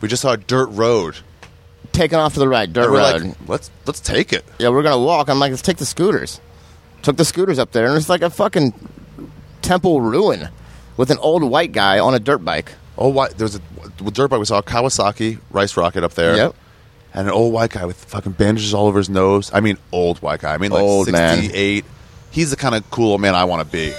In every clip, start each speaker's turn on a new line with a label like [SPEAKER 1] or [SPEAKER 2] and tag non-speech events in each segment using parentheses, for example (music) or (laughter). [SPEAKER 1] We just saw a dirt road.
[SPEAKER 2] Taking off to the right, dirt
[SPEAKER 1] And we're
[SPEAKER 2] road.
[SPEAKER 1] like, let's let's take it.
[SPEAKER 2] yeah, we're gonna walk. I'm like, let's take the scooters. Took the scooters up there, and it's like a fucking temple ruin with an old white guy on a dirt bike.
[SPEAKER 1] Oh, white. There was a well, dirt bike. We saw a Kawasaki Rice Rocket up there.
[SPEAKER 2] Yep.
[SPEAKER 1] And an old white guy with fucking bandages all over his nose. I mean, old white guy. I mean, like
[SPEAKER 2] Old man.
[SPEAKER 1] 68. He's the kind of cool old man I want to be.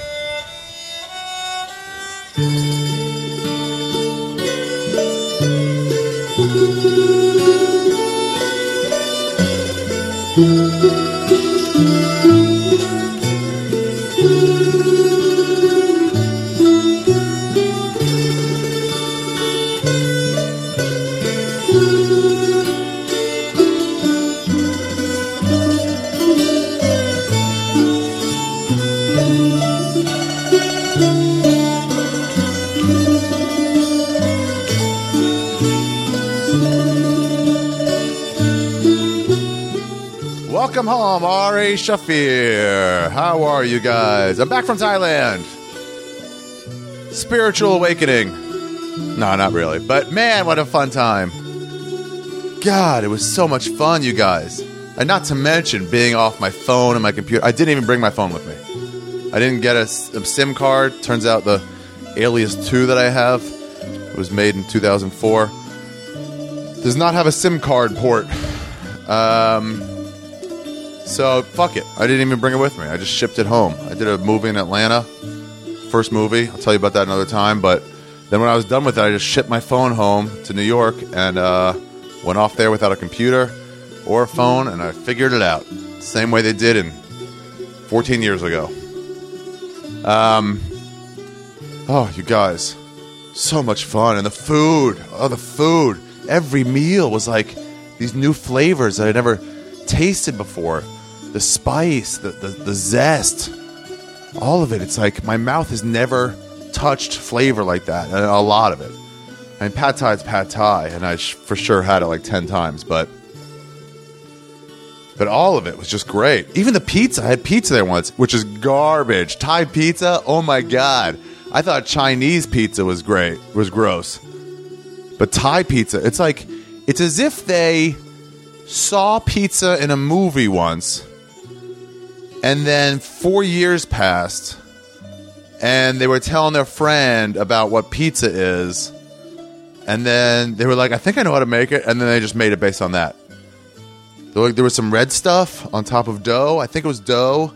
[SPEAKER 1] Welcome home, Ari Shafir. How are you guys? I'm back from Thailand. Spiritual awakening. No, not really. But man, what a fun time. God, it was so much fun, you guys. And not to mention being off my phone and my computer. I didn't even bring my phone with me. I didn't get a, s- a SIM card. Turns out the Alias 2 that I have it was made in 2004 does not have a SIM card port. (laughs) So fuck it. I didn't even bring it with me. I just shipped it home. I did a movie in Atlanta, first movie. I'll tell you about that another time. But then when I was done with it, I just shipped my phone home to New York and uh, went off there without a computer or a phone, and I figured it out. Same way they did in 14 years ago. Um, oh, you guys, so much fun, and the food. Oh, the food. Every meal was like these new flavors that I never tasted before. The spice, the, the, the zest, all of it. It's like my mouth has never touched flavor like that, and a lot of it. I mean, pad thai is pad thai, and I sh- for sure had it like 10 times, but. But all of it was just great. Even the pizza. I had pizza there once, which is garbage. Thai pizza? Oh my god. I thought Chinese pizza was great. Was gross. But Thai pizza, it's like it's as if they saw pizza in a movie once and then 4 years passed and they were telling their friend about what pizza is and then they were like, "I think I know how to make it." And then they just made it based on that. There, like, there was some red stuff on top of dough. I think it was dough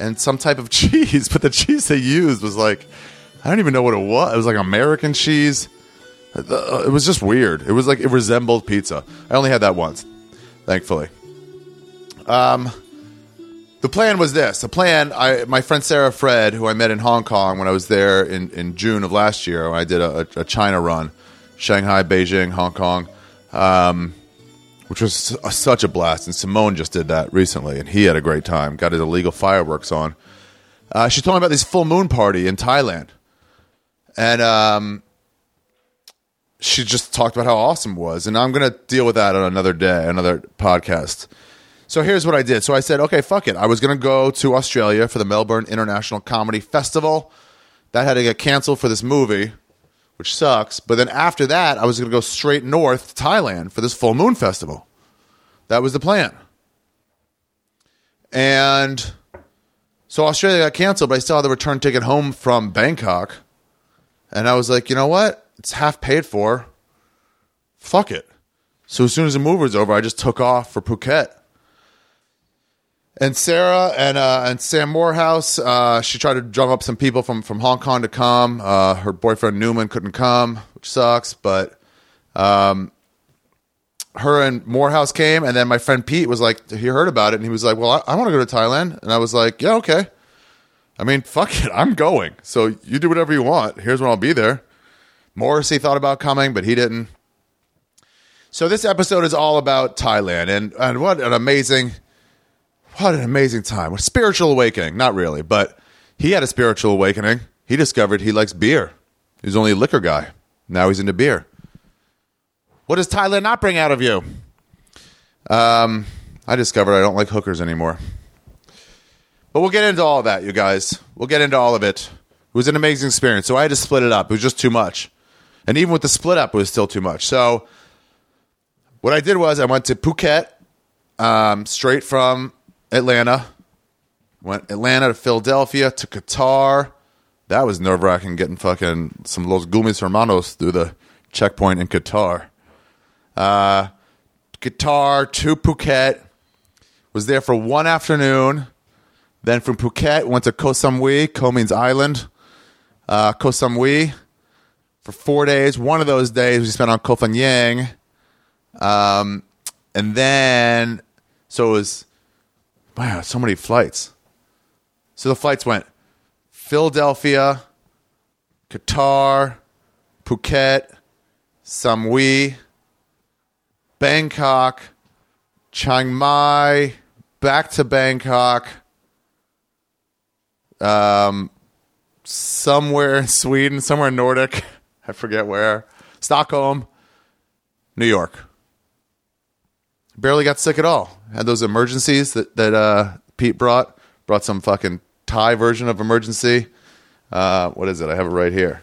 [SPEAKER 1] and some type of (laughs) cheese, but the cheese they used was like I don't even know what it was. It was like American cheese. Uh, It was just weird. It was like it resembled pizza. I only had that once, thankfully. Um, the plan was this. The plan. I my friend Sarah Fred, who I met in Hong Kong when I was there in, in June of last year, when I did a, a China run, Shanghai, Beijing, Hong Kong which was s- such a blast. And Simone just did that recently, and he had a great time. Got his illegal fireworks on. Uh, she told me about this full moon party in Thailand, and um, she just talked about how awesome it was. And I'm gonna deal with that on another day, another podcast. So here's what I did. So I said, okay, fuck it. I was gonna go to Australia for the Melbourne International Comedy Festival. That had to get canceled for this movie which sucks. But then after that, I was going to go straight north to Thailand for this full moon festival. That was the plan. And so Australia got canceled, but I still had the return ticket home from Bangkok. And I was like, you know what? It's half paid for. Fuck it. So as soon as the move was over, I just took off for Phuket. And Sarah and uh, and Sam Morehouse, uh, she tried to drum up some people from, from Hong Kong to come. Uh, her boyfriend Newman couldn't come, which sucks. But um, her and Morehouse came, and then my friend Pete was like, he heard about it, and he was like, "Well, I, I want to go to Thailand," and I was like, "Yeah, okay." I mean, (laughs) fuck it, I'm going. So you do whatever you want. Here's when I'll be there. Morrissey thought about coming, but he didn't. So this episode is all about Thailand, and and what an amazing what an amazing time. A spiritual awakening. Not really, but he had a spiritual awakening. He discovered he likes beer. He was only a liquor guy. Now he's into beer. What does Thailand not bring out of you? Um, I discovered I don't like hookers anymore. But we'll get into all that, you guys. We'll get into all of it. It was an amazing experience. So I had to split it up. It was just too much. And even with the split up, it was still too much. So what I did was I went to Phuket, um, straight from Atlanta. Went Atlanta to Philadelphia to Qatar. That was nerve wracking getting fucking some Los Gumis Hermanos through the checkpoint in Qatar. Uh, Qatar to Phuket. Was there for one afternoon. Then from Phuket, went to Koh Samui. Koh means island. Uh, Koh Samui for four days. One of those days we spent on Koh Phangan. Um, and then, so it was, wow, so many flights. So the flights went Philadelphia, Qatar, Phuket, Samui, Bangkok, Chiang Mai, back to Bangkok, um, somewhere in (laughs) Sweden, somewhere in Nordic, (laughs) I forget where, Stockholm, New York. Barely got sick at all. Had those emergencies that that uh, Pete brought. Brought some fucking Thai version of emergency. Uh, what is it? I have it right here.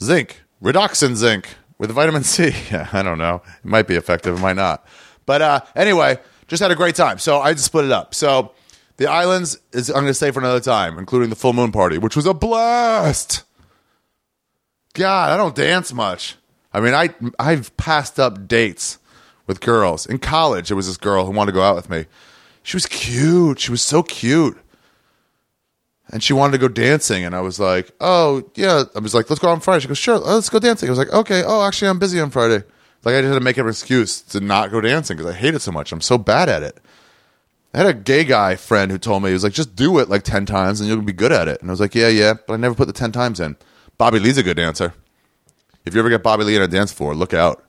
[SPEAKER 1] Zinc, redoxin zinc with vitamin C. (laughs) Yeah, I don't know. It might be effective. It might not. But uh, anyway, just had a great time. So I just split it up. So the islands is I'm going to stay for another time, including the full moon party, which was a blast. God, I don't dance much. I mean, I I've passed up dates with girls in college. There was this girl who wanted to go out with me. She was cute. She was so cute and she wanted to go dancing and i was like oh yeah i was like let's go out on friday she goes sure let's go dancing i was like okay oh actually i'm busy on friday like i just had to make an excuse to not go dancing because i hate it so much i'm so bad at it i had a gay guy friend who told me he was like just do it like 10 times and you'll be good at it and i was like yeah yeah but i never put the 10 times in bobby lee's a good dancer if you ever get bobby lee on a dance floor look out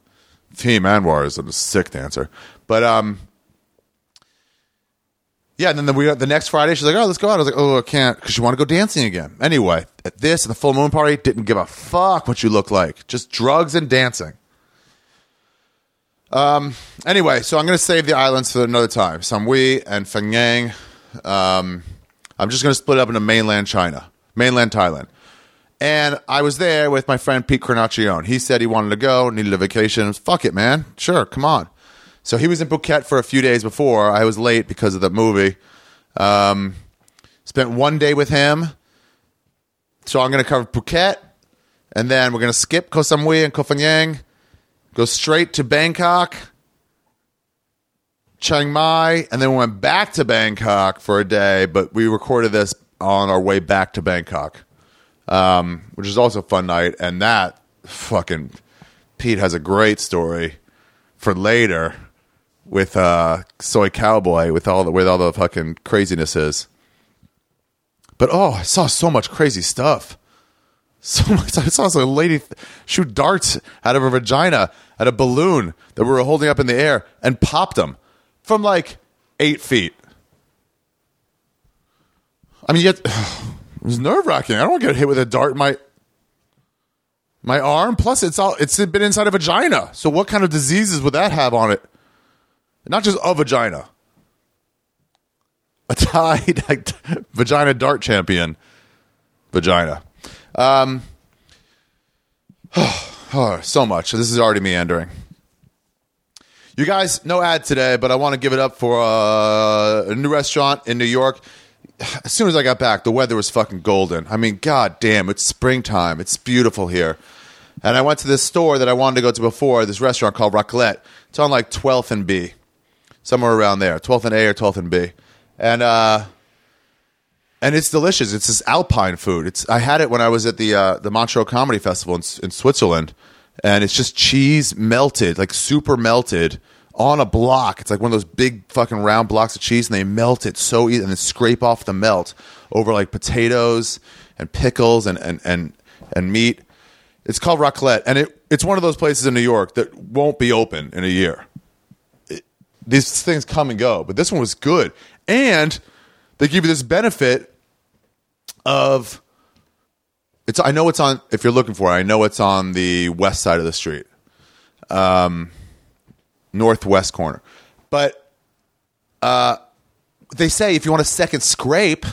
[SPEAKER 1] team anwar is a sick dancer but um yeah, and then the, we the next Friday, she's like, "Oh, let's go out." I was like, "Oh, I can't," because she wanted to go dancing again. Anyway, at this and the full moon party, didn't give a fuck what you look like, just drugs and dancing. Um. Anyway, so I'm gonna save the islands for another time. Samui and Fengyang. Um, I'm just gonna split up into mainland China, mainland Thailand. And I was there with my friend Pete Carnaccione. He said he wanted to go, needed a vacation. I was, Fuck it, man. Sure, come on. So he was in Phuket for a few days before. I was late because of the movie. Um, spent one day with him. So I'm going to cover Phuket, and then we're going to skip Koh Samui and Koh Phangan, go straight to Bangkok, Chiang Mai, and then we went back to Bangkok for a day. But we recorded this on our way back to Bangkok um, which is also a fun night. And that fucking Pete has a great story for later with uh, Soy Cowboy with all the with all the fucking crazinesses. But oh, I saw so much crazy stuff. So (laughs) much. I saw some lady shoot darts out of her vagina at a balloon that we were holding up in the air and popped them from like eight feet. I mean, yet (sighs) it was nerve wracking. I don't want to get hit with a dart in my my arm. Plus, it's all it's been inside a vagina. So, what kind of diseases would that have on it? Not just a vagina. A (laughs) tied like, vagina dart champion. Vagina. Um. oh, so much. This is already meandering. You guys, no ad today, but I want to give it up for uh, a new restaurant in New York. As soon as I got back, the weather was fucking golden. I mean, god damn, it's springtime. It's beautiful here. And I went to this store that I wanted to go to before, this restaurant called Raclette. It's on like 12th and B, somewhere around there, 12th and A or 12th and B. And uh, and it's delicious. It's this Alpine food. It's I had it when I was at the uh, the Montreux Comedy Festival in, in Switzerland, and it's just cheese melted, like super melted on a block. It's like one of those big fucking round blocks of cheese, and they melt it so easy, and then scrape off the melt over like potatoes and pickles and and and, and meat. It's called Raclette, and it it's one of those places in New York that won't be open in a year these things come and go, but this one was good. And they give you this benefit of it's I know it's on if you're looking for it, I know it's on the west side of the street. Um northwest corner. But uh they say if you want a second scrape,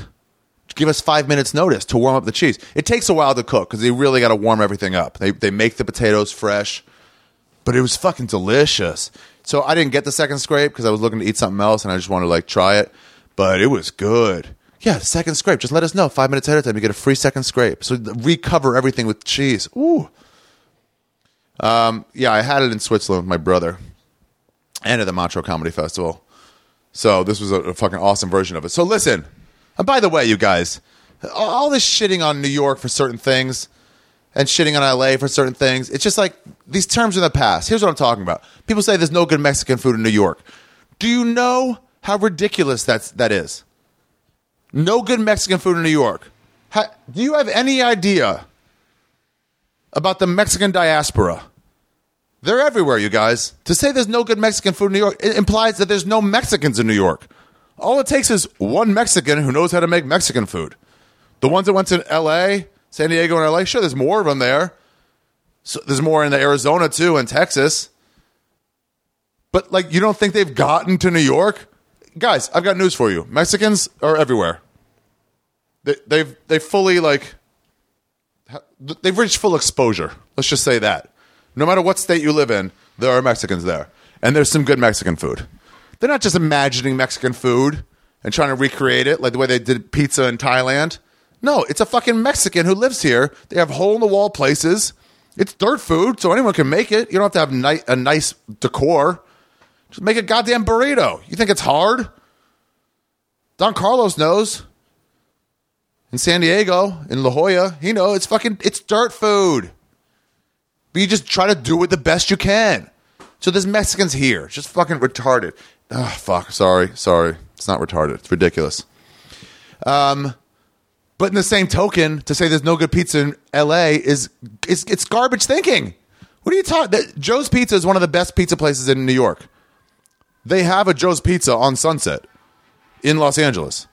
[SPEAKER 1] give us five minutes notice to warm up the cheese. It takes a while to cook because they really got to warm everything up. They they make the potatoes fresh, but it was fucking delicious. So I didn't get the second scrape because I was looking to eat something else and I just wanted to like try it, but it was good. Yeah, second scrape. Just let us know five minutes ahead of time. You get a free second scrape. So recover everything with cheese. Ooh. Um, yeah, I had it in Switzerland with my brother and at the Montreux Comedy Festival. So this was a, a fucking awesome version of it. So listen, and by the way, you guys, all, all this shitting on New York for certain things and shitting on LA for certain things, it's just like these terms are in the past. Here's what I'm talking about. People say there's no good Mexican food in New York. Do you know how ridiculous that's that is? No good Mexican food in New York. Ha do you have any idea about the Mexican diaspora? They're everywhere, you guys. To say there's no good Mexican food in New York it implies that there's no Mexicans in New York. All it takes is one Mexican who knows how to make Mexican food. The ones that went to L.A., San Diego, and L.A. Sure, there's more of them there. So there's more in Arizona too, and Texas. But like, you don't think they've gotten to New York, guys? I've got news for you. Mexicans are everywhere. They, they've they fully like th- they've reached full exposure. Let's just say that. No matter what state you live in, there are Mexicans there, and there's some good Mexican food. They're not just imagining Mexican food and trying to recreate it like the way they did pizza in Thailand. No, it's a fucking Mexican who lives here. They have hole in the wall places. It's dirt food, so anyone can make it. You don't have to have ni- a nice decor. Just make a goddamn burrito. You think it's hard? Don Carlos knows in San Diego, in La Jolla. You know, it's fucking, it's dirt food. But you just try to do it the best you can. So there's Mexicans here, just fucking retarded. Ah, fuck. Sorry, sorry. It's not retarded. It's ridiculous. Um, but in the same token, to say there's no good pizza in L.A. is it's, it's garbage thinking. What are you talking? Joe's Pizza is one of the best pizza places in New York. They have a Joe's Pizza on Sunset in Los Angeles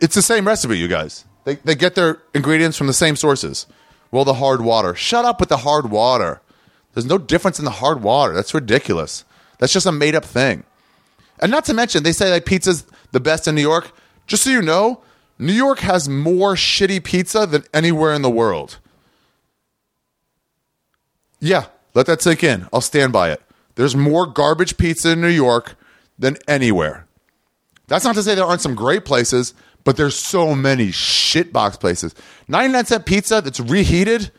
[SPEAKER 1] it's the same recipe, you guys. They, they get their ingredients from the same sources. Well, the hard water. Shut up with the hard water. There's no difference in the hard water. That's ridiculous. That's just a made up thing. And not to mention, they say like pizza's the best in New York. Just so you know, New York has more shitty pizza than anywhere in the world. Yeah, let that sink in. I'll stand by it. There's more garbage pizza in New York than anywhere. That's not to say there aren't some great places, but there's so many shitbox places. 99 cent pizza that's reheated.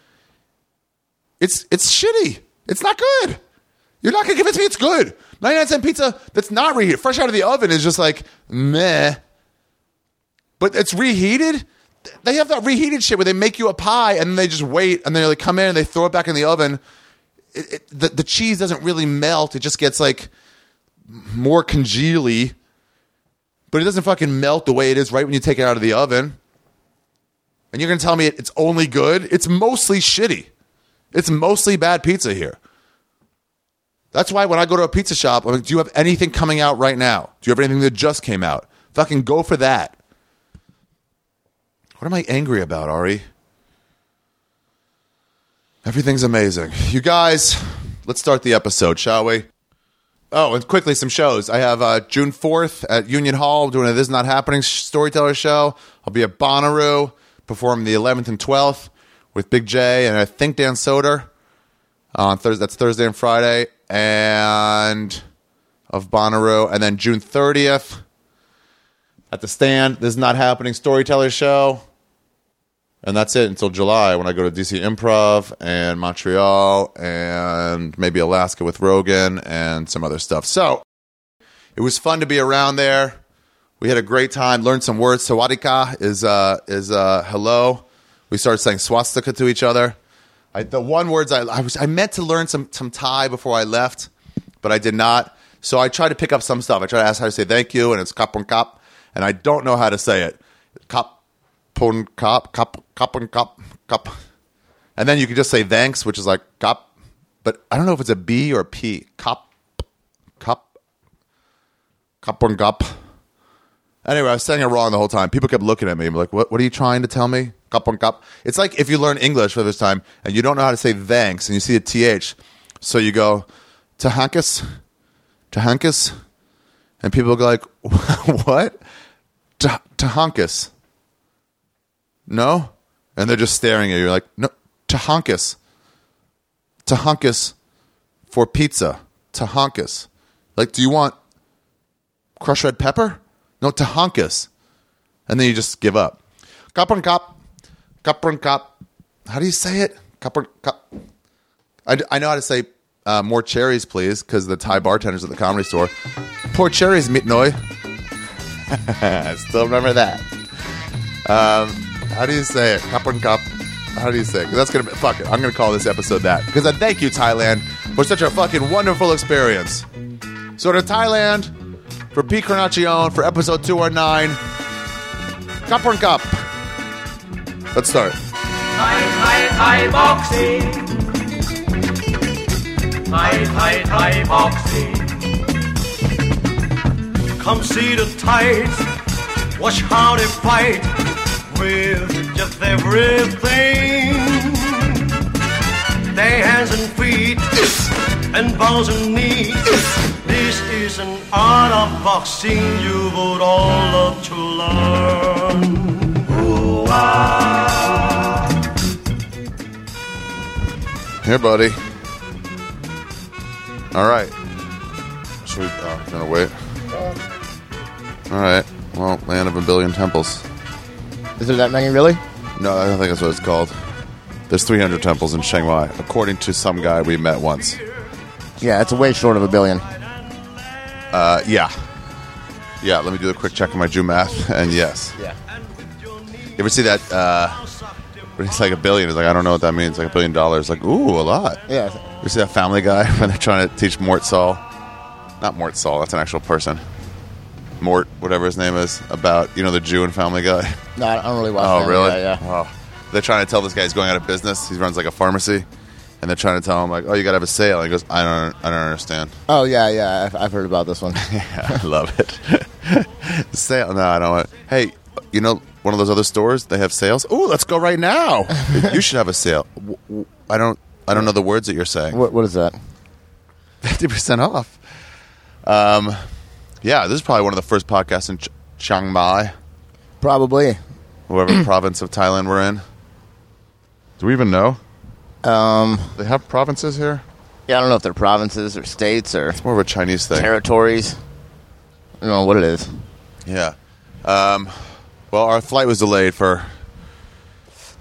[SPEAKER 1] It's it's shitty. It's not good. You're not gonna convince me it's good. 99 cent pizza that's not reheated, fresh out of the oven is just like meh. But it's reheated. Th- They have that reheated shit where they make you a pie and then they just wait and then they like come in and they throw it back in the oven. It, it, the, the cheese doesn't really melt. It just gets like more congealy but it doesn't fucking melt the way it is right when you take it out of the oven. And you're going to tell me it- it's only good? It's mostly shitty. It's mostly bad pizza here. That's why when I go to a pizza shop, I'm like, do you have anything coming out right now? Do you have anything that just came out? Fucking go for that. What am I angry about, Ari? Everything's amazing. You guys, let's start the episode, shall we? Oh, and quickly some shows. I have uh, June fourth at Union Hall doing a This Is Not Happening sh- storyteller show. I'll be at Bonnaroo performing the eleventh and twelfth with Big J and I think Dan Soder on Thursday. That's Thursday and Friday, and of Bonnaroo, and then June thirtieth at the Stand. This Is Not Happening storyteller show. And that's it until July when I go to DC Improv and Montreal and maybe Alaska with Rogan and some other stuff. So it was fun to be around there. We had a great time, learned some words. Sawadika is, uh, is uh, hello. We started saying swastika to each other. I, the one words I, I, was, I meant to learn some, some Thai before I left, but I did not. So I tried to pick up some stuff. I tried to ask how to say thank you, and it's kap on kap, and I don't know how to say it. Kap pun kap kap kap and kap kap, and then you can just say thanks, which is like kap, but I don't know if it's a B or a P. Kap kap kap and kap. Anyway, I was saying it wrong the whole time. People kept looking at me. I'm like, what, what are you trying to tell me? Kap on kap. It's like if you learn English for the first time and you don't know how to say thanks and you see a TH. So you go, Tahankus, Tahankus. And people go like, (laughs) what? Ta- Tahunkus. No? And they're just staring at you like, no, Tahunkus. Tahunkus for pizza. Tahunkus. Like, do you want crushed red pepper? No, Tahunkus. And then you just give up. Kapran kap. Kapran kap. How do you say it? Kapran kap. I, I know how to say uh, more cherries, please, because the Thai bartenders at the comedy store. Pour cherries, mitnoy. I (laughs) still remember that. Um, how do you say it? Cup and cup. How do you say it? 'Cause That's gonna be, fuck it. I'm gonna call this episode that because I thank you Thailand for such a fucking wonderful experience. So to Thailand for Pete Carnacion for episode 209. Cup and cup. Let's start.
[SPEAKER 3] Thai, Thai, Thai boxing. Thai, Thai, Thai boxing. Come see the Thais. Watch how they fight with just everything. Their hands and feet and bows and knees. This is an art of boxing you would all love to learn. ah. Ooh-ah.
[SPEAKER 1] Here, buddy. All right. Should we? Oh, I'm gonna wait. All right. Well, land of a billion temples.
[SPEAKER 2] Is there that many really?
[SPEAKER 1] No, I don't think that's what it's called. There's 300 temples in Chiang Mai, according to some guy we met once.
[SPEAKER 2] Yeah, it's way short of a billion.
[SPEAKER 1] Uh, yeah. Yeah, let me do a quick check on my Jew math, (laughs) and yes.
[SPEAKER 2] Yeah.
[SPEAKER 1] You ever see that? Uh, when it's like a billion. It's like, I don't know what that means. Like a billion dollars. Like, ooh, a lot.
[SPEAKER 2] Yeah.
[SPEAKER 1] You see that Family Guy (laughs) when they're trying to teach Mort Saul? Not Mort Saul, that's an actual person. Mort, whatever his name is, about, you know, the Jew in Family Guy. (laughs)
[SPEAKER 2] No, I don't really watch.
[SPEAKER 1] Oh,
[SPEAKER 2] that.
[SPEAKER 1] really?
[SPEAKER 2] Yeah, yeah.
[SPEAKER 1] Wow. They're trying to tell this guy he's going out of business. He runs like a pharmacy. And they're trying to tell him, like, oh, you got to have a sale. And he goes, I don't, I don't
[SPEAKER 2] (laughs)
[SPEAKER 1] understand.
[SPEAKER 2] Oh, yeah, yeah. I've, I've heard about this one. (laughs)
[SPEAKER 1] I love it. (laughs) sale? No, I don't want Hey, you know, one of those other stores, they have sales? Ooh, let's go right
[SPEAKER 2] (laughs)
[SPEAKER 1] now. you should have a sale. W- w- I don't, I don't know the words that you're saying.
[SPEAKER 2] what, what is that?
[SPEAKER 1] (laughs) fifty percent off. Um, yeah, this is probably one of the first podcasts in Ch- Chiang Mai,
[SPEAKER 2] Probably. (clears throat)
[SPEAKER 1] whatever province of Thailand we're in. Do we even know?
[SPEAKER 2] Um,
[SPEAKER 1] They have provinces here.
[SPEAKER 2] yeah, I don't know if they're provinces or states or
[SPEAKER 1] More of a Chinese thing.
[SPEAKER 2] territories. I don't know what it is.
[SPEAKER 1] yeah. Um, well, our flight was delayed for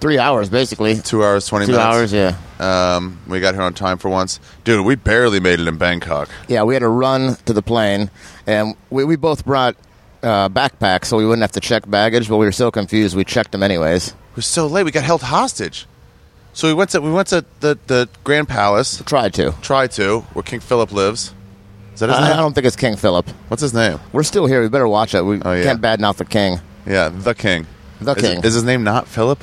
[SPEAKER 2] Three hours, basically. Two
[SPEAKER 1] two hours twenty minutes.
[SPEAKER 2] hours, yeah.
[SPEAKER 1] Um, we got here on time for once, dude. We barely made it in Bangkok.
[SPEAKER 2] Yeah, we had to run to the plane, and we, we both brought uh, backpacks so we wouldn't have to check baggage, but we were so confused we checked them anyways.
[SPEAKER 1] It was so late. We got held hostage. So we went to we went to the the Grand Palace.
[SPEAKER 2] Tried to.
[SPEAKER 1] Tried to where King Philip lives. Is that his
[SPEAKER 2] Uh, I, I
[SPEAKER 1] name?
[SPEAKER 2] don't think it's King Philip.
[SPEAKER 1] What's his name?
[SPEAKER 2] We're still here. We better watch it. We
[SPEAKER 1] Oh, yeah.
[SPEAKER 2] can't badmouth the king.
[SPEAKER 1] Yeah, the king.
[SPEAKER 2] The
[SPEAKER 1] Is-
[SPEAKER 2] king.
[SPEAKER 1] Is his name not Philip?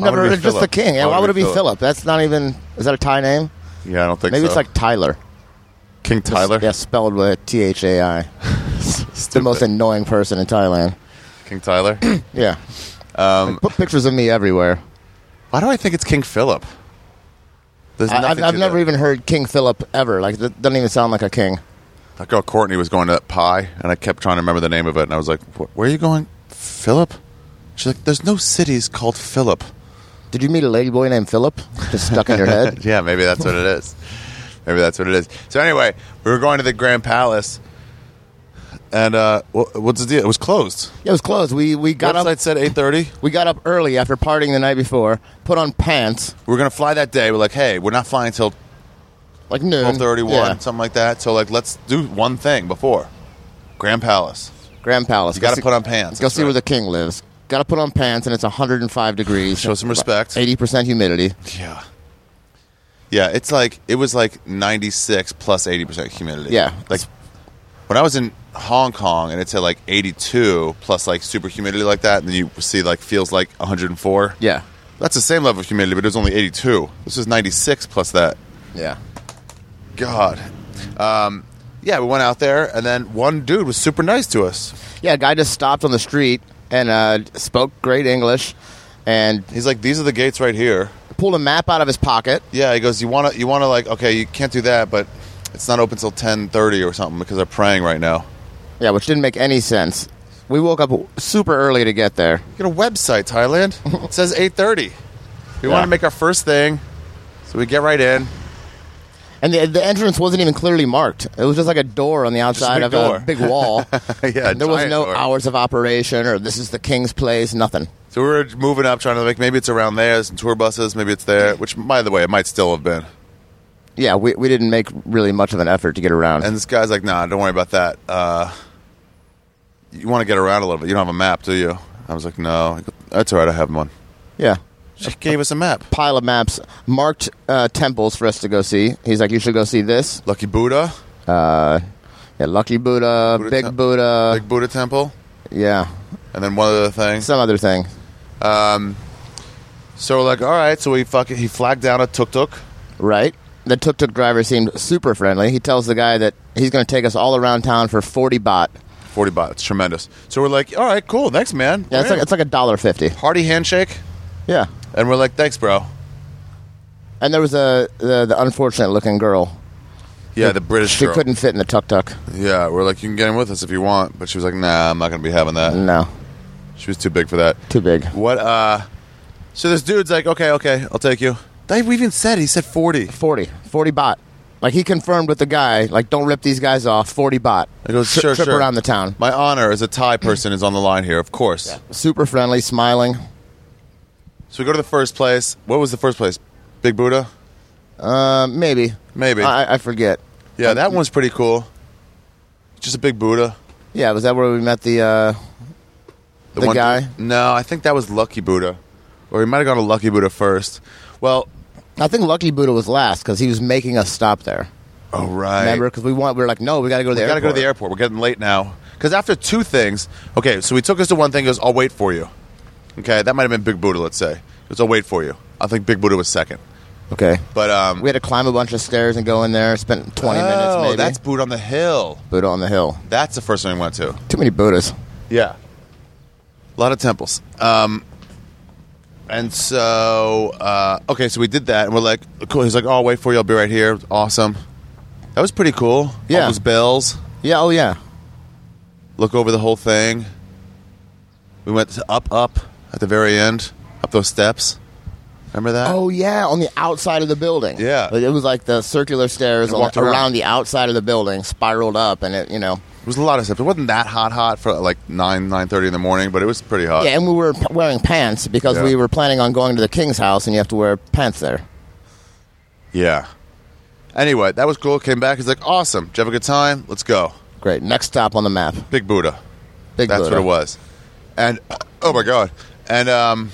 [SPEAKER 1] Why would
[SPEAKER 2] never
[SPEAKER 1] it
[SPEAKER 2] heard
[SPEAKER 1] be
[SPEAKER 2] of just the
[SPEAKER 1] Philip?
[SPEAKER 2] king. Yeah, why would it be Philip? That's not even. Is that a Thai name?
[SPEAKER 1] Yeah, I don't think so.
[SPEAKER 2] Maybe it's like Tyler.
[SPEAKER 1] King Tyler.
[SPEAKER 2] Yeah, spelled with T H A
[SPEAKER 1] (laughs)
[SPEAKER 2] I. The most annoying person in Thailand.
[SPEAKER 1] King Tyler.
[SPEAKER 2] Yeah. Um, put pictures of me everywhere.
[SPEAKER 1] (clears throat) Why do I think it's King Philip? There's
[SPEAKER 2] I, I've,
[SPEAKER 1] nothing
[SPEAKER 2] I've
[SPEAKER 1] to
[SPEAKER 2] never
[SPEAKER 1] that.
[SPEAKER 2] even heard King Philip ever. Like, that doesn't even sound like a king.
[SPEAKER 1] That girl Courtney was going to that pie, and I kept trying to remember the name of it, and I was like, "Wh- "Where are you going, Philip?" She's like, "There's no cities called Philip." (laughs)
[SPEAKER 2] Did you meet a lady boy named Philip? Just stuck in your head?
[SPEAKER 1] yeah, maybe that's what it is. Maybe that's what it is. So anyway, we were going to the Grand Palace, and uh, wh- what's the deal? It was closed.
[SPEAKER 2] Yeah, (laughs) it was close. We we got
[SPEAKER 1] Website
[SPEAKER 2] up
[SPEAKER 1] said eight thirty.
[SPEAKER 2] we got up early after partying the night before. Put on pants
[SPEAKER 1] We're gonna fly that day. We're like, "Hey, we're not flying
[SPEAKER 2] Mm,
[SPEAKER 1] till
[SPEAKER 2] like noon.
[SPEAKER 1] twelve thirty one,
[SPEAKER 2] Yeah.
[SPEAKER 1] something like that. So like, let's do one thing before Grand Palace.
[SPEAKER 2] Grand Palace.
[SPEAKER 1] You
[SPEAKER 2] Go
[SPEAKER 1] got to
[SPEAKER 2] see-
[SPEAKER 1] put on pants.
[SPEAKER 2] Go
[SPEAKER 1] That's
[SPEAKER 2] see
[SPEAKER 1] right.
[SPEAKER 2] where the king lives. Got to put on pants, and it's 105 degrees.
[SPEAKER 1] Show some respect.
[SPEAKER 2] Eighty percent humidity.
[SPEAKER 1] yeah, yeah. It's like it was like ninety six plus eighty percent humidity.
[SPEAKER 2] Yeah.
[SPEAKER 1] like when I was in Hong Kong and it's at like eighty two plus like super humidity like that, and then you see like feels like one hundred and four.
[SPEAKER 2] Yeah,
[SPEAKER 1] that's the same level of humidity, but it was only eighty two. This was ninety six plus that.
[SPEAKER 2] yeah.
[SPEAKER 1] God. Um, yeah, we went out there, and then one dude was super nice to us.
[SPEAKER 2] Yeah, a guy just stopped on the street and uh, spoke great English, and
[SPEAKER 1] He's like, "These are the gates right here."
[SPEAKER 2] pulled a map out of his pocket.
[SPEAKER 1] Yeah, he goes, "You want to, you want to like, okay, you can't do that, but it's not open till ten thirty or something because they're praying right now."
[SPEAKER 2] Yeah, which didn't make any sense. We woke up super early to get there.
[SPEAKER 1] Get a website, Thailand. It says 8.30. We
[SPEAKER 2] Yeah.
[SPEAKER 1] want to make our first thing, so we get right in. (laughs)
[SPEAKER 2] And the, the entrance wasn't even clearly marked. It was just like a door on the outside
[SPEAKER 1] big
[SPEAKER 2] of
[SPEAKER 1] door.
[SPEAKER 2] a big wall.
[SPEAKER 1] Yeah,
[SPEAKER 2] And there was
[SPEAKER 1] giant
[SPEAKER 2] no
[SPEAKER 1] door.
[SPEAKER 2] hours of operation or this is the king's place, nothing.
[SPEAKER 1] So we were moving up, trying to like maybe it's around there. Some tour buses, maybe it's there. Which, by the way, it might still have been.
[SPEAKER 2] Yeah, we, we didn't make really much of an effort to get around.
[SPEAKER 1] And this guy's like, "Nah, don't worry about that. Uh, you want to get around a little bit. You don't have a map, do you?" I was like, "No, He goes, that's all right. I have one."
[SPEAKER 2] yeah.
[SPEAKER 1] She gave us a map.
[SPEAKER 2] Pile of maps, marked uh, temples for us to go see. He's like, you should go see this.
[SPEAKER 1] Lucky Buddha,
[SPEAKER 2] Uh, yeah, Lucky Buddha,
[SPEAKER 1] Buddha
[SPEAKER 2] Big
[SPEAKER 1] Tem-
[SPEAKER 2] Buddha.
[SPEAKER 1] Big Buddha Temple,
[SPEAKER 2] yeah,
[SPEAKER 1] and then one other thing.
[SPEAKER 2] some other thing.
[SPEAKER 1] So we're like, "All right." So we fucking he flagged down a tuk tuk.
[SPEAKER 2] Right. The tuk tuk driver seemed super friendly. He tells the guy that he's going to take us all around town for 40 baht.
[SPEAKER 1] 40 baht. It's tremendous. So we're like, all right, cool. Thanks, man.
[SPEAKER 2] Yeah, it's
[SPEAKER 1] We're
[SPEAKER 2] like,
[SPEAKER 1] in.
[SPEAKER 2] it's like a dollar fifty.
[SPEAKER 1] hearty handshake.
[SPEAKER 2] Yeah.
[SPEAKER 1] And we're like, thanks, bro.
[SPEAKER 2] And there was a the, the unfortunate looking girl.
[SPEAKER 1] Yeah, the British
[SPEAKER 2] She
[SPEAKER 1] girl.
[SPEAKER 2] couldn't fit in the tuk tuk.
[SPEAKER 1] Yeah, we're like, you can get in with us if you want. But she was like, nah, I'm not going to be having that.
[SPEAKER 2] No,
[SPEAKER 1] She was too big for that.
[SPEAKER 2] too big.
[SPEAKER 1] What, uh, so this dude's like, okay, okay, I'll take you. They we even said, he said 40.
[SPEAKER 2] 40. 40 baht. Like he confirmed with the guy, like don't rip these guys off. Forty baht.
[SPEAKER 1] I go,
[SPEAKER 2] Tri-
[SPEAKER 1] sure,
[SPEAKER 2] trip
[SPEAKER 1] sure.
[SPEAKER 2] around the town.
[SPEAKER 1] My honor as a Thai person is on the line here, of course.
[SPEAKER 2] Super friendly, smiling.
[SPEAKER 1] So we go to the first place. What was the first place? Big Buddha?
[SPEAKER 2] Uh, maybe.
[SPEAKER 1] Maybe.
[SPEAKER 2] I, I forget.
[SPEAKER 1] Yeah, that one's pretty cool. Just a big Buddha.
[SPEAKER 2] Yeah, was that where we met the? Uh, The guy?
[SPEAKER 1] no, I think that was Lucky Buddha, or he might have gone to Lucky Buddha first. Well,
[SPEAKER 2] I think Lucky Buddha was last because he was making us stop there.
[SPEAKER 1] all oh, right.
[SPEAKER 2] Remember? Because we want. We were like, no, we got to go to the.
[SPEAKER 1] we got to
[SPEAKER 2] airport.
[SPEAKER 1] go to the airport. We're getting late now because after two things. Okay, so he took us to one thing. He goes, "I'll wait for you." Okay, that might have been Big Buddha. Let's say, he goes, "I'll wait for you." I think Big Buddha was second,
[SPEAKER 2] Okay.
[SPEAKER 1] but um,
[SPEAKER 2] We had to climb a bunch of stairs and go in there. Spent twenty minutes.
[SPEAKER 1] oh,
[SPEAKER 2] Maybe.
[SPEAKER 1] that's Buddha on the hill.
[SPEAKER 2] Buddha on the hill.
[SPEAKER 1] That's the first one we went to.
[SPEAKER 2] Too many Buddhas.
[SPEAKER 1] Yeah. A lot of temples. Um, and so, uh, okay, so we did that, and we're like, cool. He's like, oh, I'll wait for you. I'll be right here. Awesome. That was pretty cool.
[SPEAKER 2] Yeah.
[SPEAKER 1] All those bells.
[SPEAKER 2] Yeah. Oh yeah.
[SPEAKER 1] Look over the whole thing. We went to up, up at the very end, up those steps. Remember that?
[SPEAKER 2] Oh yeah, on the outside of the building.
[SPEAKER 1] Yeah.
[SPEAKER 2] Like, it was like the circular stairs
[SPEAKER 1] And
[SPEAKER 2] on-
[SPEAKER 1] walked
[SPEAKER 2] around.
[SPEAKER 1] around.
[SPEAKER 2] the outside of the building, spiraled up, and it, you know,
[SPEAKER 1] It was a lot of steps. It wasn't that hot, hot for like 9, 9.30 in the morning, but it was pretty hot.
[SPEAKER 2] yeah. And we were p- wearing pants because
[SPEAKER 1] Yeah.
[SPEAKER 2] we were planning on going to the king's house, and you have to wear pants there.
[SPEAKER 1] Yeah. Anyway, that was cool. Came back. He's like, awesome. Did you have a good time? Let's go.
[SPEAKER 2] Great. Next stop on the map.
[SPEAKER 1] Big Buddha.
[SPEAKER 2] Big
[SPEAKER 1] That's
[SPEAKER 2] Buddha.
[SPEAKER 1] what it was. And oh my god. And um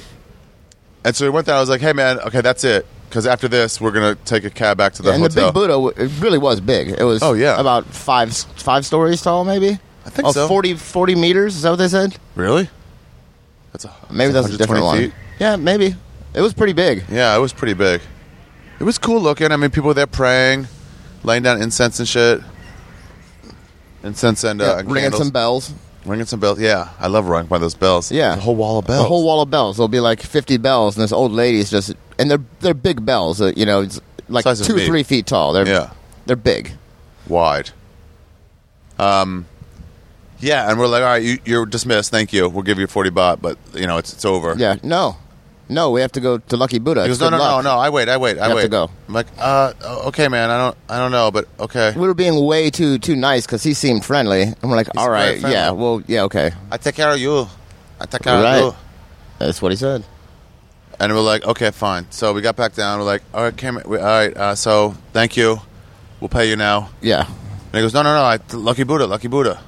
[SPEAKER 1] and so we went there. I was like, "Hey man, okay, that's it." Cuz after this, we're going to take a cab back to the
[SPEAKER 2] and
[SPEAKER 1] hotel.
[SPEAKER 2] the Big Buddha, w- it really was big. It was
[SPEAKER 1] Oh, yeah.
[SPEAKER 2] about five five stories tall, maybe.
[SPEAKER 1] I think
[SPEAKER 2] oh,
[SPEAKER 1] so.
[SPEAKER 2] 40, 40 meters. Is that what they said?
[SPEAKER 1] really? That's a
[SPEAKER 2] Maybe that's a
[SPEAKER 1] 120
[SPEAKER 2] different one.
[SPEAKER 1] feet.
[SPEAKER 2] Yeah, maybe. It was pretty big.
[SPEAKER 1] Yeah, it was pretty big. It was cool looking. I mean, people were there praying, laying down incense and shit. Incense and uh,
[SPEAKER 2] Yeah, ringing
[SPEAKER 1] candles.
[SPEAKER 2] some bells.
[SPEAKER 1] ringing some bells. Yeah, I love ringing by those bells.
[SPEAKER 2] Yeah,
[SPEAKER 1] the whole wall of bells.
[SPEAKER 2] The whole wall of bells. There'll be like fifty bells, and this old lady's just, and they're they're big bells. Uh, you know, it's like
[SPEAKER 1] Size of
[SPEAKER 2] two
[SPEAKER 1] me.
[SPEAKER 2] three feet tall. They're
[SPEAKER 1] Yeah.
[SPEAKER 2] they're big.
[SPEAKER 1] wide. Um, yeah, and we're like, all right, you, you're dismissed. Thank you. We'll give you forty baht, but you know it's it's over.
[SPEAKER 2] Yeah, no, no, we have to go to Lucky Buddha.
[SPEAKER 1] He
[SPEAKER 2] It's
[SPEAKER 1] goes, no,
[SPEAKER 2] good
[SPEAKER 1] no, no,
[SPEAKER 2] luck."
[SPEAKER 1] no. I wait, I wait, I
[SPEAKER 2] have
[SPEAKER 1] wait.
[SPEAKER 2] to go.
[SPEAKER 1] I'm like, uh, oh, okay, man. I don't, I don't know, but okay.
[SPEAKER 2] We were being way too too nice because he seemed friendly, and we're like, all
[SPEAKER 1] very
[SPEAKER 2] right,
[SPEAKER 1] friendly.
[SPEAKER 2] yeah, well, yeah, okay,
[SPEAKER 1] I take care of you. I take care
[SPEAKER 2] Right.
[SPEAKER 1] of you.
[SPEAKER 2] that's what he said.
[SPEAKER 1] And we're like, okay, fine. So we got back down. We're like, all right, came, we, all right. Uh, so thank you. We'll pay you now.
[SPEAKER 2] Yeah,
[SPEAKER 1] And he goes, no, no, no. I, lucky Buddha, lucky Buddha.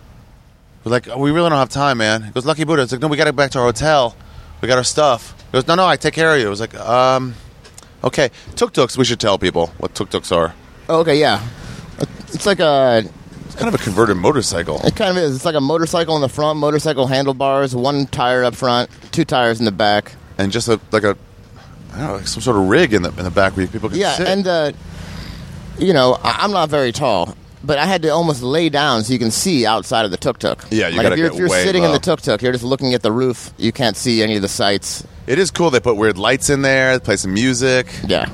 [SPEAKER 1] We're like, "Oh, we really don't have time, man. He goes, lucky Buddha. It's like, no, we got to go back to our hotel. We got our stuff. He goes, no, no, I take care of you. It was like, um, okay. Tuk-tuks, we should tell people what tuk-tuks are.
[SPEAKER 2] Oh, okay, yeah, it's like a.
[SPEAKER 1] It's kind of a converted motorcycle.
[SPEAKER 2] It kind of is. It's like a motorcycle in the front, motorcycle handlebars, one tire up front, two tires in the back.
[SPEAKER 1] And just a, like a, I don't know, like some sort of rig in the, in the back where people can
[SPEAKER 2] Yeah,
[SPEAKER 1] sit.
[SPEAKER 2] and uh, you know, I- I'm not very tall, but I had to almost lay down so you can see outside of the tuk tuk.
[SPEAKER 1] Yeah, you
[SPEAKER 2] like
[SPEAKER 1] gotta
[SPEAKER 2] if you're,
[SPEAKER 1] get
[SPEAKER 2] if you're
[SPEAKER 1] way
[SPEAKER 2] sitting in
[SPEAKER 1] low.
[SPEAKER 2] the tuk tuk, you're just looking at the roof. You can't see any of the sights.
[SPEAKER 1] it is cool. They put weird lights in there. They play some music.
[SPEAKER 2] Yeah,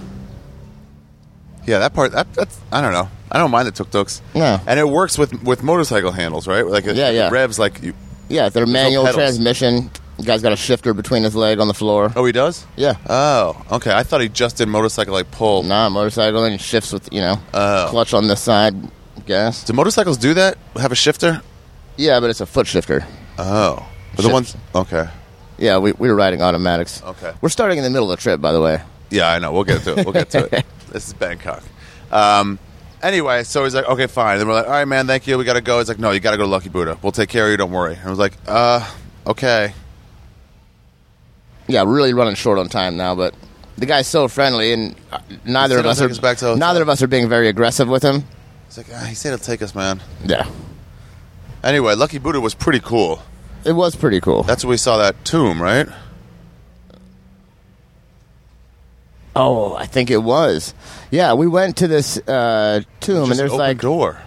[SPEAKER 1] Yeah, that part. That, that's I don't know. I don't mind the tuk tuks.
[SPEAKER 2] No.
[SPEAKER 1] and it works with with motorcycle handles, right? Like it,
[SPEAKER 2] Yeah, yeah.
[SPEAKER 1] It revs like you,
[SPEAKER 2] Yeah, they're manual
[SPEAKER 1] pedals.
[SPEAKER 2] transmission. The guy's got a shifter between his leg on the floor.
[SPEAKER 1] Oh, he does?
[SPEAKER 2] Yeah.
[SPEAKER 1] Oh, okay. I thought he just did motorcycle like pull.
[SPEAKER 2] Nah, motorcycle and shifts with you know
[SPEAKER 1] Oh.
[SPEAKER 2] clutch on this side, gas.
[SPEAKER 1] Do motorcycles do that? Have a shifter?
[SPEAKER 2] Yeah, but it's a foot shifter.
[SPEAKER 1] Oh, But the
[SPEAKER 2] Shift.
[SPEAKER 1] ones. Okay.
[SPEAKER 2] Yeah, we, we were riding automatics.
[SPEAKER 1] Okay.
[SPEAKER 2] We're starting in the middle of the trip, by the way.
[SPEAKER 1] Yeah, I know. We'll get to it. We'll get to
[SPEAKER 2] (laughs)
[SPEAKER 1] it. this is Bangkok. Um, anyway, so he's like, okay, fine. Then we're like, all right, man, thank you. We got to go. He's like, no, you got to go to Lucky Buddha. We'll take care of you. Don't worry. And I was like, uh, okay.
[SPEAKER 2] Yeah, we're really running short on time now, but the guy's so friendly, and uh, neither
[SPEAKER 1] said
[SPEAKER 2] of
[SPEAKER 1] he'll
[SPEAKER 2] us
[SPEAKER 1] take
[SPEAKER 2] are
[SPEAKER 1] us back to the hotel.
[SPEAKER 2] neither of us are being very aggressive with him.
[SPEAKER 1] He's like, ah, he said he'll take us, man.
[SPEAKER 2] Yeah,
[SPEAKER 1] Anyway, Lucky Buddha was pretty cool.
[SPEAKER 2] it was pretty cool.
[SPEAKER 1] That's where we saw that tomb, right?
[SPEAKER 2] oh, I think it was. Yeah, we went to this uh, tomb,
[SPEAKER 1] Just
[SPEAKER 2] and there's
[SPEAKER 1] open
[SPEAKER 2] like
[SPEAKER 1] door.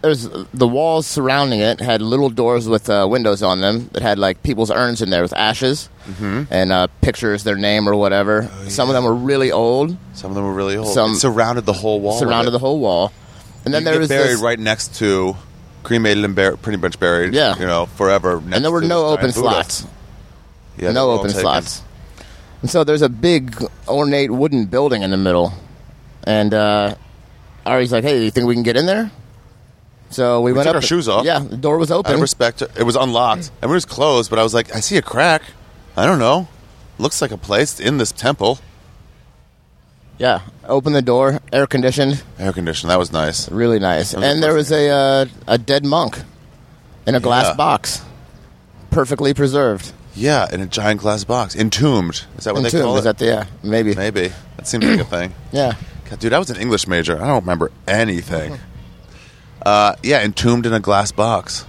[SPEAKER 2] there's the walls surrounding it had little doors with uh, windows on them that had like people's urns in there with ashes
[SPEAKER 1] Mm-hmm.
[SPEAKER 2] and uh, pictures, their name or whatever.
[SPEAKER 1] Oh,
[SPEAKER 2] Some of them were really old,
[SPEAKER 1] Some of them were really old.
[SPEAKER 2] Some-
[SPEAKER 1] It surrounded the whole wall.
[SPEAKER 2] surrounded the whole wall, and then
[SPEAKER 1] And
[SPEAKER 2] there was
[SPEAKER 1] buried
[SPEAKER 2] this,
[SPEAKER 1] right next to, cremated and bur- pretty much buried.
[SPEAKER 2] Yeah.
[SPEAKER 1] you know, forever. next
[SPEAKER 2] and there were
[SPEAKER 1] to
[SPEAKER 2] no
[SPEAKER 1] this
[SPEAKER 2] open
[SPEAKER 1] giant Buddha.
[SPEAKER 2] slots.
[SPEAKER 1] Yeah,
[SPEAKER 2] no
[SPEAKER 1] they're all
[SPEAKER 2] open
[SPEAKER 1] taken.
[SPEAKER 2] slots. And so there's a big ornate wooden building in the middle. And uh, Ari's like, hey, you think we can get in there? So we, went
[SPEAKER 1] took
[SPEAKER 2] up.
[SPEAKER 1] our shoes off.
[SPEAKER 2] Yeah, the door was
[SPEAKER 1] Out
[SPEAKER 2] open.
[SPEAKER 1] of respect, it was unlocked
[SPEAKER 2] Hmm.
[SPEAKER 1] and it was closed. But I was like, I see a crack. I don't know. Looks like a place in this temple.
[SPEAKER 2] yeah, opened the door, air conditioned,
[SPEAKER 1] Air conditioned. That was nice.
[SPEAKER 2] really nice.
[SPEAKER 1] was the
[SPEAKER 2] And there
[SPEAKER 1] first
[SPEAKER 2] was a uh, a dead monk in a glass
[SPEAKER 1] Yeah.
[SPEAKER 2] box, perfectly preserved.
[SPEAKER 1] Yeah, in a giant glass box, entombed. Is that what they
[SPEAKER 2] Entombed.
[SPEAKER 1] call
[SPEAKER 2] Is
[SPEAKER 1] it?
[SPEAKER 2] that the yeah? Maybe.
[SPEAKER 1] Maybe that seems like a thing.
[SPEAKER 2] Yeah.
[SPEAKER 1] God, dude, I was an English major. I don't remember anything.
[SPEAKER 2] Hmm.
[SPEAKER 1] Uh, yeah, entombed in a glass box.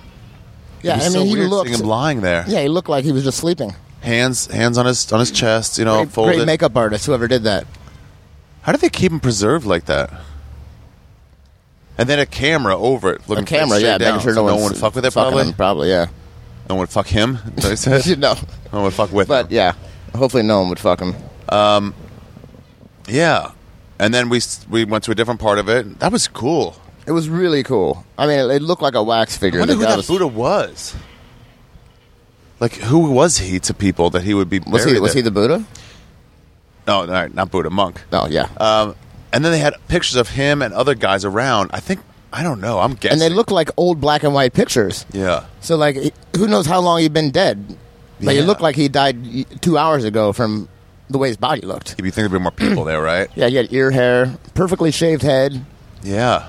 [SPEAKER 2] Yeah.
[SPEAKER 1] It was
[SPEAKER 2] I mean,
[SPEAKER 1] so
[SPEAKER 2] he
[SPEAKER 1] weird
[SPEAKER 2] looked.
[SPEAKER 1] seeing him lying there.
[SPEAKER 2] yeah, he looked like he was just sleeping.
[SPEAKER 1] hands hands on his on his chest, you know,
[SPEAKER 2] Great-
[SPEAKER 1] Oh, folded.
[SPEAKER 2] great makeup artist, whoever did that.
[SPEAKER 1] How do they keep him preserved like that? And then a camera over it, looking
[SPEAKER 2] a camera,
[SPEAKER 1] straight
[SPEAKER 2] yeah,
[SPEAKER 1] down,
[SPEAKER 2] making sure
[SPEAKER 1] so
[SPEAKER 2] no,
[SPEAKER 1] no
[SPEAKER 2] one's
[SPEAKER 1] one would fuck with it.
[SPEAKER 2] fucking
[SPEAKER 1] Probably
[SPEAKER 2] him, probably,
[SPEAKER 1] (laughs)
[SPEAKER 2] yeah. (laughs)
[SPEAKER 1] no one would fuck him. Is that what he said?
[SPEAKER 2] You know,
[SPEAKER 1] no one would fuck with
[SPEAKER 2] but
[SPEAKER 1] him.
[SPEAKER 2] yeah, hopefully no one would fuck him.
[SPEAKER 1] Yeah, and then we s- we went to a different part of it. That was cool.
[SPEAKER 2] It was really cool. I mean, it, it looked like a wax
[SPEAKER 1] I
[SPEAKER 2] figure.
[SPEAKER 1] wonder
[SPEAKER 2] The
[SPEAKER 1] who
[SPEAKER 2] guy
[SPEAKER 1] that
[SPEAKER 2] was,
[SPEAKER 1] Buddha was. Like, who was he to people that he would be?
[SPEAKER 2] was he?
[SPEAKER 1] buried
[SPEAKER 2] Was he
[SPEAKER 1] there?
[SPEAKER 2] the Buddha?
[SPEAKER 1] No, no, not Buddha, monk.
[SPEAKER 2] No, yeah.
[SPEAKER 1] Um, and then they had pictures of him and other guys around. I think I don't know. I'm guessing.
[SPEAKER 2] and they looked like old black and white pictures.
[SPEAKER 1] Yeah.
[SPEAKER 2] So like, he- who knows how long he'd been dead? But he
[SPEAKER 1] Yeah.
[SPEAKER 2] looked like he died y- two hours ago from the way his body looked.
[SPEAKER 1] If you think there'd be more people there, right?
[SPEAKER 2] Yeah, he had ear hair, perfectly shaved head.
[SPEAKER 1] (clears throat) Yeah.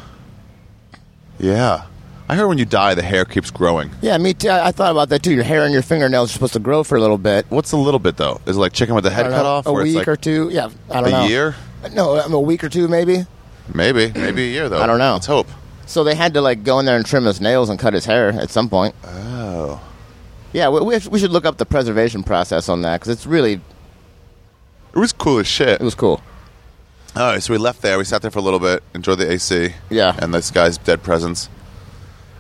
[SPEAKER 1] Yeah. I heard when you die, the hair keeps growing.
[SPEAKER 2] Yeah, me too. I, I thought about that too. Your hair and your fingernails are supposed to grow for a little bit.
[SPEAKER 1] What's a little bit though? Is it like chicken with the
[SPEAKER 2] I
[SPEAKER 1] head
[SPEAKER 2] don't
[SPEAKER 1] cut
[SPEAKER 2] know,
[SPEAKER 1] off?
[SPEAKER 2] a
[SPEAKER 1] where
[SPEAKER 2] week
[SPEAKER 1] it's like
[SPEAKER 2] or two. Yeah, I don't
[SPEAKER 1] a
[SPEAKER 2] know.
[SPEAKER 1] year?
[SPEAKER 2] No, um, a week or two maybe.
[SPEAKER 1] Maybe,
[SPEAKER 2] (clears throat)
[SPEAKER 1] maybe a year though.
[SPEAKER 2] I don't know.
[SPEAKER 1] Let's hope.
[SPEAKER 2] So they had to like go in there and trim his nails and cut his hair at some point.
[SPEAKER 1] Oh,
[SPEAKER 2] Yeah, we, we, we should look up the preservation process on that because it's really
[SPEAKER 1] it was cool as shit.
[SPEAKER 2] it was cool.
[SPEAKER 1] All right, so we left there. We sat there for a little bit, enjoyed the AC.
[SPEAKER 2] Yeah.
[SPEAKER 1] And this guy's dead presence.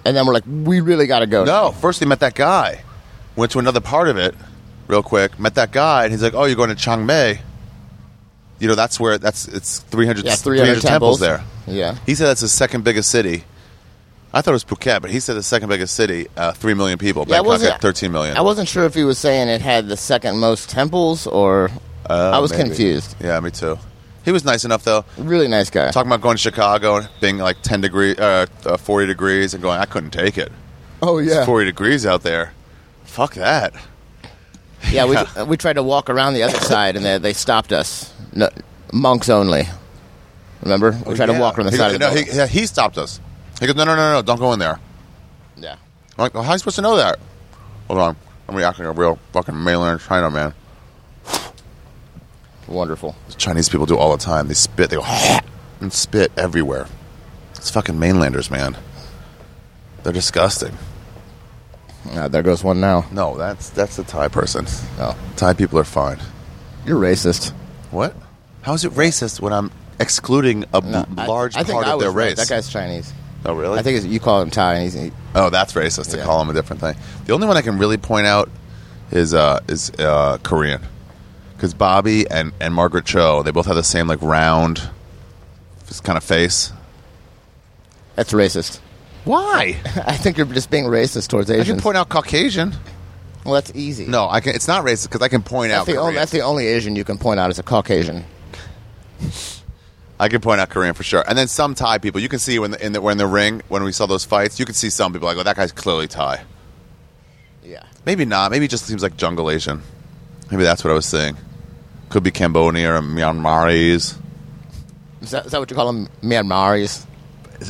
[SPEAKER 2] And then we're like, we really got to go. now.
[SPEAKER 1] No, first they met that guy. Went to another part of it, real quick. Met that guy, and he's like, "Oh, you're going to Changmei." You know, that's where that's it's 300,
[SPEAKER 2] yeah,
[SPEAKER 1] 300
[SPEAKER 2] 300
[SPEAKER 1] temples
[SPEAKER 2] temples
[SPEAKER 1] there.
[SPEAKER 2] Yeah,
[SPEAKER 1] He said that's the second biggest city. I thought it was Phuket, but he said the second biggest city, uh, three million people.
[SPEAKER 2] yeah. I
[SPEAKER 1] Bangkok
[SPEAKER 2] wasn't-
[SPEAKER 1] at thirteen million.
[SPEAKER 2] I wasn't sure if he was saying it had the second most temples or
[SPEAKER 1] Uh,
[SPEAKER 2] I was
[SPEAKER 1] maybe.
[SPEAKER 2] confused.
[SPEAKER 1] Yeah, me too. He was nice enough though.
[SPEAKER 2] Really nice guy.
[SPEAKER 1] Talking about going to Chicago and being like ten degree, uh, uh, forty degrees, and going, I couldn't take it.
[SPEAKER 2] oh
[SPEAKER 1] It's forty degrees out there. Fuck that.
[SPEAKER 2] yeah. We
[SPEAKER 1] Yeah.
[SPEAKER 2] we tried to walk around the other side and they they stopped us. No, monks only. Remember, we tried
[SPEAKER 1] Oh, Yeah.
[SPEAKER 2] to walk around the
[SPEAKER 1] He
[SPEAKER 2] side
[SPEAKER 1] goes,
[SPEAKER 2] of the
[SPEAKER 1] no, he,
[SPEAKER 2] building.
[SPEAKER 1] yeah, he stopped us. He goes, no, no, no, no, don't go in there.
[SPEAKER 2] yeah.
[SPEAKER 1] I'm like, well, how are you supposed to know that? Hold on, I'm reacting like a real fucking mainland China man.
[SPEAKER 2] Wonderful.
[SPEAKER 1] Chinese people do all the time. They spit. They go and spit everywhere. It's fucking mainlanders, man. They're disgusting.
[SPEAKER 2] Uh, there goes one now.
[SPEAKER 1] No, that's that's the Thai person.
[SPEAKER 2] Oh,
[SPEAKER 1] Thai people are fine.
[SPEAKER 2] you're racist.
[SPEAKER 1] What? How is it racist when I'm excluding a
[SPEAKER 2] No,
[SPEAKER 1] b-
[SPEAKER 2] I-
[SPEAKER 1] large
[SPEAKER 2] I, think
[SPEAKER 1] part
[SPEAKER 2] I
[SPEAKER 1] of their
[SPEAKER 2] was right.
[SPEAKER 1] race?
[SPEAKER 2] That guy's Chinese.
[SPEAKER 1] oh, really?
[SPEAKER 2] I think it's, you call him Thai. And he's, he,
[SPEAKER 1] oh, that's racist to
[SPEAKER 2] Yeah.
[SPEAKER 1] call him a different thing. The only one I can really point out is uh, is uh, Korean, because Bobby and and Margaret Cho they both have the same like round, kind of face.
[SPEAKER 2] that's racist. (laughs)
[SPEAKER 1] Why?
[SPEAKER 2] I think you're just being racist towards
[SPEAKER 1] I can
[SPEAKER 2] Asians.
[SPEAKER 1] point out Caucasian.
[SPEAKER 2] well, that's easy.
[SPEAKER 1] No, I can. It's not racist because I can point
[SPEAKER 2] that's
[SPEAKER 1] out.
[SPEAKER 2] the, only,
[SPEAKER 1] Korean.
[SPEAKER 2] that's the only Asian you can point out is a Caucasian.
[SPEAKER 1] I can point out Korean for sure, and then some Thai people. You can see when the, in the, when in the ring when we saw those fights, you can see some people like, oh, that guy's clearly Thai.
[SPEAKER 2] Yeah.
[SPEAKER 1] Maybe not. Maybe it just seems like jungle Asian. Maybe that's what I was saying. Could be Cambodia or Myanmarese.
[SPEAKER 2] Is that, is that what you call them? Myanmaris.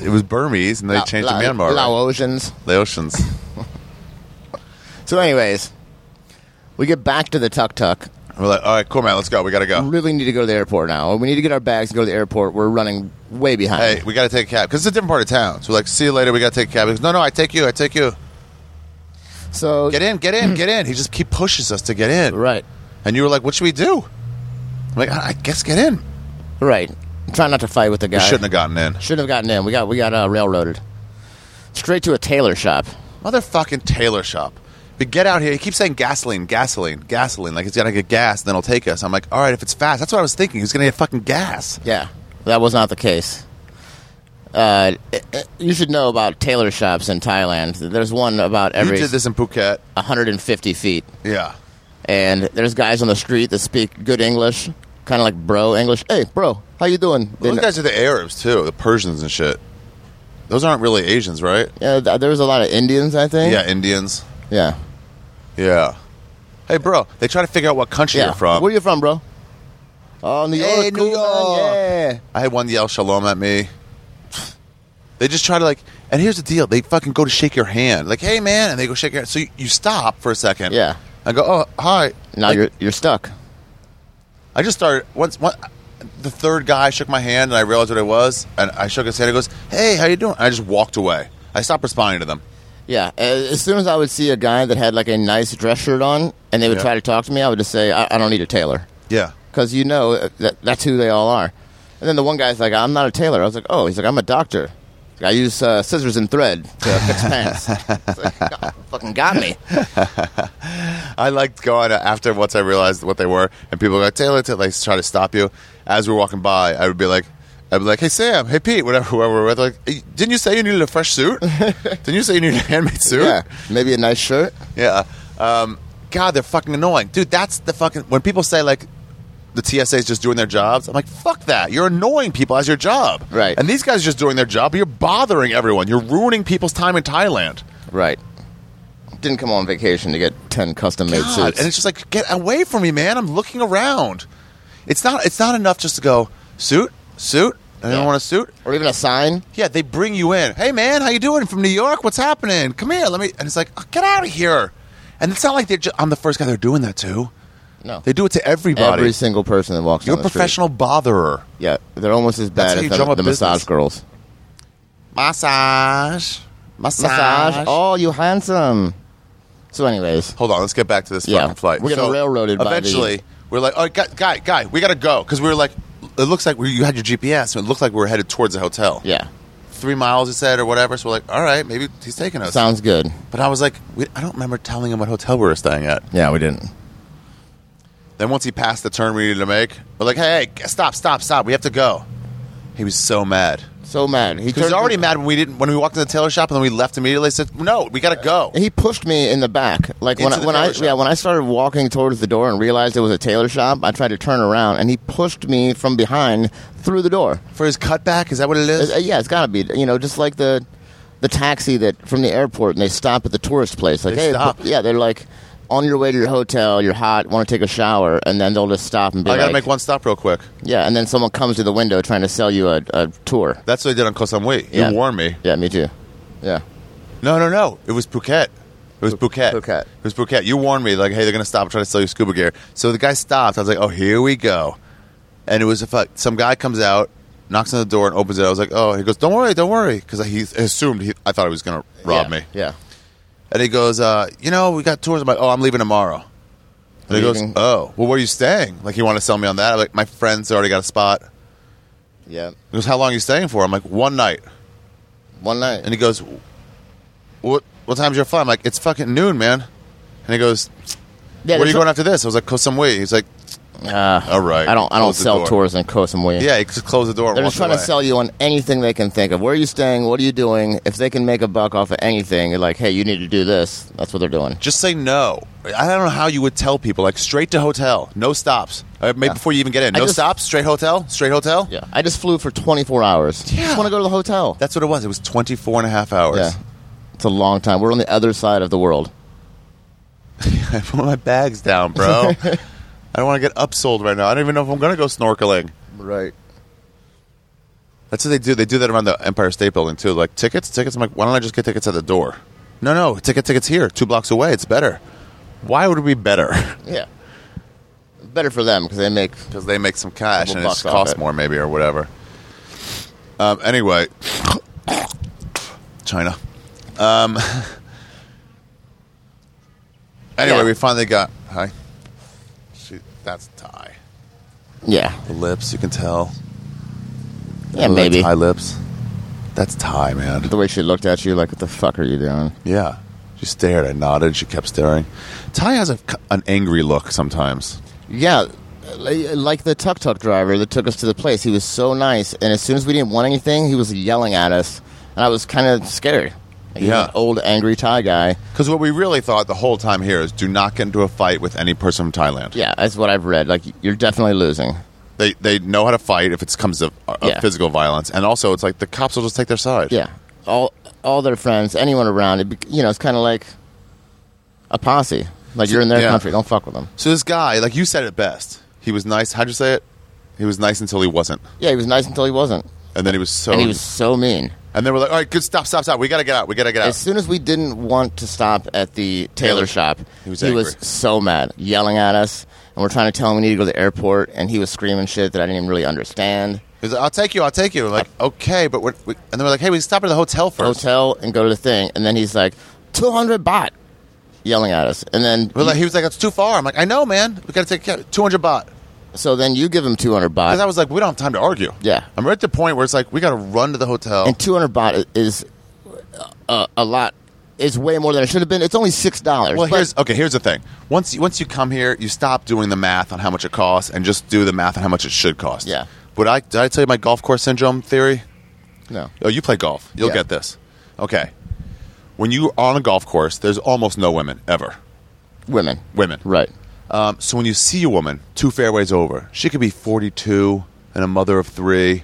[SPEAKER 1] It was Burmese, and they
[SPEAKER 2] La-
[SPEAKER 1] changed
[SPEAKER 2] La-
[SPEAKER 1] to Myanmar. right?
[SPEAKER 2] Laotians.
[SPEAKER 1] Laotians.
[SPEAKER 2] So, anyways, we get back to the tuk tuk.
[SPEAKER 1] We're like, all right, cool, man, let's go. We gotta go.
[SPEAKER 2] Really need to go to the airport now. We need to get our bags and go to the airport. We're running way behind.
[SPEAKER 1] Hey, we gotta take a cab because it's a different part of town. So we're like, see you later. We gotta take a cab. He goes, no, no, I take you. I take you.
[SPEAKER 2] so
[SPEAKER 1] Get in, get in, get in. He just keep pushes us to get in.
[SPEAKER 2] Right.
[SPEAKER 1] And you were like, what should we do? I'm like, I I guess get in.
[SPEAKER 2] Right. Try not to fight with the guy.
[SPEAKER 1] We shouldn't have gotten in.
[SPEAKER 2] Shouldn't have gotten in. We got we got uh, railroaded. Straight to a tailor shop.
[SPEAKER 1] Motherfucking tailor shop. We get out here. He keeps saying gasoline, gasoline, gasoline. Like he's gonna get gas, then he'll take us. I'm like, all right, if it's fast, that's what I was thinking. He's gonna get fucking gas.
[SPEAKER 2] Yeah, that was not the case. Uh, it- it- you should know about tailor shops in Thailand. There's one about every
[SPEAKER 1] you did this in Phuket.
[SPEAKER 2] 150 feet,
[SPEAKER 1] Yeah.
[SPEAKER 2] and there's guys on the street that speak good English, kind of like bro English. Hey, bro, how you doing? They
[SPEAKER 1] Those
[SPEAKER 2] kn-
[SPEAKER 1] guys are the Arabs too, the Persians and shit. Those aren't really Asians, right?
[SPEAKER 2] Yeah, th- there was a lot of Indians, I think.
[SPEAKER 1] Yeah, Indians.
[SPEAKER 2] yeah,
[SPEAKER 1] Yeah. Hey, bro. They try to figure out what country
[SPEAKER 2] yeah.
[SPEAKER 1] you're from.
[SPEAKER 2] Where you from, bro? Oh, New York.
[SPEAKER 1] Hey, New
[SPEAKER 2] cool, man,
[SPEAKER 1] York.
[SPEAKER 2] Yeah.
[SPEAKER 1] I had one yell shalom at me. They just try to like, and here's the deal: they fucking go to shake your hand, like, "Hey, man," and they go shake your hand. So you, you stop for a second.
[SPEAKER 2] Yeah.
[SPEAKER 1] I go, "Oh, hi."
[SPEAKER 2] Now
[SPEAKER 1] Like,
[SPEAKER 2] you're you're stuck.
[SPEAKER 1] I just started once. One, the third guy shook my hand, and I realized what it was, and I shook his hand. He goes, "Hey, how you doing?" And I just walked away. I stopped responding to them.
[SPEAKER 2] Yeah, as as soon as I would see a guy that had like a nice dress shirt on, and they would
[SPEAKER 1] Yeah.
[SPEAKER 2] try to talk to me, I would just say, "I, I don't need a tailor,"
[SPEAKER 1] Yeah.
[SPEAKER 2] because you know uh, that, that's who they all are. And then the one guy's like, "I'm not a tailor." I was like, "Oh," he's like, "I'm a doctor. He's like, I use uh, scissors and thread to
[SPEAKER 1] (laughs)
[SPEAKER 2] fix pants." It's like, "God, fucking got me.
[SPEAKER 1] I liked going after once I realized what they were, and people were like Taylor, Taylor, like try to stop you. As we were walking by, I would be like, I'd be like, Hey Sam, hey Pete, whatever, (laughs) whoever we're with, like, "Hey, didn't you say you needed a fresh suit?
[SPEAKER 2] (laughs)
[SPEAKER 1] didn't you say you needed a handmade suit?
[SPEAKER 2] Yeah, maybe a nice shirt.
[SPEAKER 1] Yeah. Um, God, they're fucking annoying, dude. That's the fucking when people say like the TSA is just doing their jobs. I'm like, fuck that. You're annoying people as your job,
[SPEAKER 2] Right.
[SPEAKER 1] And these guys are just doing their job. But you're bothering everyone. You're ruining people's time in Thailand.
[SPEAKER 2] Right. Didn't come on vacation to get ten custom made
[SPEAKER 1] God,
[SPEAKER 2] suits.
[SPEAKER 1] And it's just like, get away from me, man. I'm looking around. It's not it's not enough just to go, suit, suit, I don't
[SPEAKER 2] Yeah.
[SPEAKER 1] want a suit.
[SPEAKER 2] or even a sign.
[SPEAKER 1] Yeah, they bring you in. Hey man, how you doing? From New York? What's happening? Come here, let me and it's like, oh, get out of here. And it's not like they're just, I'm the first guy they're doing that to.
[SPEAKER 2] No,
[SPEAKER 1] They do it to everybody.
[SPEAKER 2] every single person that walks.
[SPEAKER 1] You're a
[SPEAKER 2] down the street.
[SPEAKER 1] profestional botherer.
[SPEAKER 2] Yeah, they're almost as
[SPEAKER 1] That's
[SPEAKER 2] bad
[SPEAKER 1] how you
[SPEAKER 2] as the,
[SPEAKER 1] drum up
[SPEAKER 2] the massage
[SPEAKER 1] business.
[SPEAKER 2] girls.
[SPEAKER 1] Massage. Massage.
[SPEAKER 2] massage. Oh, you handsome. So, anyways,
[SPEAKER 1] Hold on, let's get back to this
[SPEAKER 2] Yeah.
[SPEAKER 1] fucking flight.
[SPEAKER 2] We're getting railroaded by
[SPEAKER 1] Eventually,
[SPEAKER 2] the-
[SPEAKER 1] we're like, "All right, guy, guy, guy, we gotta go," because we were like, it looks like we, you had your GPS, and it looked like we were headed towards a hotel.
[SPEAKER 2] yeah,
[SPEAKER 1] three miles, it said, or whatever. So we're like, "All right, maybe he's taking us."
[SPEAKER 2] sounds good.
[SPEAKER 1] but I was like, we, I don't remember telling him what hotel we were staying at.
[SPEAKER 2] Yeah, we didn't.
[SPEAKER 1] Then once he passed the turn we needed to make, we're like, "Hey, hey, stop, stop, stop! We have to go." He was so mad.
[SPEAKER 2] So mad. He
[SPEAKER 1] He was
[SPEAKER 2] turned-
[SPEAKER 1] already mad when we didn't when we walked into the tailor shop, and then we left immediately. He said, "No, we gotta go."
[SPEAKER 2] He pushed me in the back. Like when
[SPEAKER 1] Into
[SPEAKER 2] I,
[SPEAKER 1] the
[SPEAKER 2] when I
[SPEAKER 1] tailor shop.
[SPEAKER 2] yeah when I started walking towards the door and realized it was a tailor shop, I tried to turn around and he pushed me from behind through the door.
[SPEAKER 1] For his cutback, is that what it is?
[SPEAKER 2] Uh, yeah, it's got to be you know just like the the taxi that from the airport and they stop at the tourist place. Like
[SPEAKER 1] They
[SPEAKER 2] hey,
[SPEAKER 1] stop.
[SPEAKER 2] yeah, they're like on your way to your hotel, you're hot, want to take a shower, and then they'll just stop and be
[SPEAKER 1] I gotta
[SPEAKER 2] like,
[SPEAKER 1] make one stop real quick.
[SPEAKER 2] yeah, and then someone comes to the window trying to sell you a, a tour.
[SPEAKER 1] That's what they did on Koh Samui.
[SPEAKER 2] Yeah.
[SPEAKER 1] You warned me.
[SPEAKER 2] Yeah, me too. Yeah.
[SPEAKER 1] No, no, no. It was Phuket. It was Phuket.
[SPEAKER 2] Phuket.
[SPEAKER 1] It was Phuket. You warned me, like, hey, they're gonna stop and try to sell you scuba gear. So the guy stopped. I was like, oh, here we go. And it was a fuck. Some guy comes out, knocks on the door, and opens it. I was like, oh, he goes, don't worry, don't worry, because he assumed he, I thought he was gonna rob
[SPEAKER 2] Yeah,
[SPEAKER 1] me.
[SPEAKER 2] Yeah.
[SPEAKER 1] And he goes, uh, you know, we got tours. I'm like, oh, I'm leaving tomorrow. And he
[SPEAKER 2] Leaving.
[SPEAKER 1] goes, oh, well, where are you staying? Like, you want to sell me on that? I'm like, my friend's already got a spot.
[SPEAKER 2] Yeah.
[SPEAKER 1] He goes, how long are you staying for? I'm like, one night.
[SPEAKER 2] One night.
[SPEAKER 1] And he goes, "What? What time's your flight?" I'm like, "It's fucking noon, man." And he goes, "Where
[SPEAKER 2] yeah,
[SPEAKER 1] are
[SPEAKER 2] that's
[SPEAKER 1] you going after this?" I was like, "Koh Samui." He's like,
[SPEAKER 2] Uh,
[SPEAKER 1] All right.
[SPEAKER 2] I don't. I don't
[SPEAKER 1] Close the
[SPEAKER 2] sell
[SPEAKER 1] door.
[SPEAKER 2] tours in Koh Samui.
[SPEAKER 1] Yeah, you just close the door. and
[SPEAKER 2] They're
[SPEAKER 1] walk
[SPEAKER 2] just trying
[SPEAKER 1] away.
[SPEAKER 2] to sell you on anything they can think of. Where are you staying? What are you doing? If they can make a buck off of anything, you're like, hey, you need to do this. That's what they're doing.
[SPEAKER 1] Just say no. I don't know how you would tell people like straight to hotel, no stops. Uh, maybe before you even get in,
[SPEAKER 2] I
[SPEAKER 1] no
[SPEAKER 2] just-
[SPEAKER 1] stops, straight hotel, straight hotel.
[SPEAKER 2] Yeah. I just flew for 24 hours.
[SPEAKER 1] Yeah.
[SPEAKER 2] Just want to go to the hotel.
[SPEAKER 1] That's what it was. It was 24 and a half hours.
[SPEAKER 2] yeah. It's a long time. We're on the other side of the world.
[SPEAKER 1] (laughs) I put my bags down,
[SPEAKER 2] (laughs)
[SPEAKER 1] bro. I don't want to get upsold right now. I don't even know if I'm going to go snorkeling.
[SPEAKER 2] Right.
[SPEAKER 1] That's what they do. They do that around the Empire State Building too. Like tickets, tickets. I'm like, why don't I just get tickets at the door? No, no, ticket, tickets here, two blocks away. It's better. Why would it be better? (laughs)
[SPEAKER 2] Yeah. Better for them because they make.
[SPEAKER 1] Because they make some cash
[SPEAKER 2] Couple
[SPEAKER 1] and it
[SPEAKER 2] bucks
[SPEAKER 1] just
[SPEAKER 2] off
[SPEAKER 1] costs
[SPEAKER 2] it.
[SPEAKER 1] more, maybe or whatever. Um, anyway, China. Um, (laughs) anyway,
[SPEAKER 2] Yeah.
[SPEAKER 1] we finally got hi. She, that's Thai.
[SPEAKER 2] Yeah.
[SPEAKER 1] The lips, you can tell.
[SPEAKER 2] Yeah,
[SPEAKER 1] The
[SPEAKER 2] maybe.
[SPEAKER 1] Thai lips. That's Thai, man.
[SPEAKER 2] The way she looked at you, like, what the fuck are you doing?
[SPEAKER 1] Yeah. She stared. I nodded. She kept staring. Ty has a, an angry look sometimes.
[SPEAKER 2] Yeah, li- like the tuk tuk driver that took us to the place. He was so nice, and as soon as we didn't want anything, he was yelling at us, and I was kind of scared. Like, he was
[SPEAKER 1] Yeah.
[SPEAKER 2] an old angry Thai guy.
[SPEAKER 1] Because what we really thought the whole time here is do not get into a fight with any person from Thailand.
[SPEAKER 2] Yeah, that's what I've read. Like you're definitely losing.
[SPEAKER 1] They, they know how to fight if it comes to uh,
[SPEAKER 2] Yeah.
[SPEAKER 1] physical violence. And also, it's like the cops will just take their side.
[SPEAKER 2] Yeah, all all their friends, anyone around, it, be- you know, it's kind of like a posse. Like you're in their
[SPEAKER 1] Yeah.
[SPEAKER 2] country, don't fuck with them.
[SPEAKER 1] So this guy, like you said it best, he was nice. How'd you say it? He was nice until he wasn't.
[SPEAKER 2] Yeah, he was nice until he wasn't,
[SPEAKER 1] And then he was so.
[SPEAKER 2] and he was so mean.
[SPEAKER 1] and they were like, all right, good, stop, stop, stop. We got to get out. We got to get out.
[SPEAKER 2] As soon as we didn't want to stop at the
[SPEAKER 1] Oh. Taylor.
[SPEAKER 2] tailor shop,
[SPEAKER 1] He
[SPEAKER 2] he
[SPEAKER 1] was
[SPEAKER 2] was,
[SPEAKER 1] angry.
[SPEAKER 2] so mad, yelling at us, and we're trying to tell him we need to go to the airport, and he was screaming shit that I didn't even really understand.
[SPEAKER 1] He's like, I'll take you. I'll take you. Like, okay, but we're. We, and they were like, hey, we stop at the hotel first.
[SPEAKER 2] Hotel and go to the thing, and then he's like, 200 baht, yelling at us. And then,
[SPEAKER 1] But like, he was like, "That's too far." I'm like, "I know, man. We gotta take care. 200 baht."
[SPEAKER 2] so then you give him 200 baht.
[SPEAKER 1] Because I was like, "We don't have time to argue."
[SPEAKER 2] Yeah.
[SPEAKER 1] I'm right at the point where it's like, we gotta run to the hotel.
[SPEAKER 2] and 200 baht is uh, a, a lot, is way more than it should have been. It's only $6.
[SPEAKER 1] well,
[SPEAKER 2] but-
[SPEAKER 1] here's okay. Here's the thing. Once you, once you come here, you stop doing the math on how much it costs and just do the math on how much it should cost.
[SPEAKER 2] Yeah.
[SPEAKER 1] Would I did I tell you my golf course syndrome theory?
[SPEAKER 2] no.
[SPEAKER 1] Oh, you play golf. You'll
[SPEAKER 2] Yeah.
[SPEAKER 1] get this. Okay. When you're on a golf course, there's almost no women ever.
[SPEAKER 2] Women.
[SPEAKER 1] Women.
[SPEAKER 2] Right.
[SPEAKER 1] Um, so when you see a woman two fairways over, she could be 42 and a mother of three.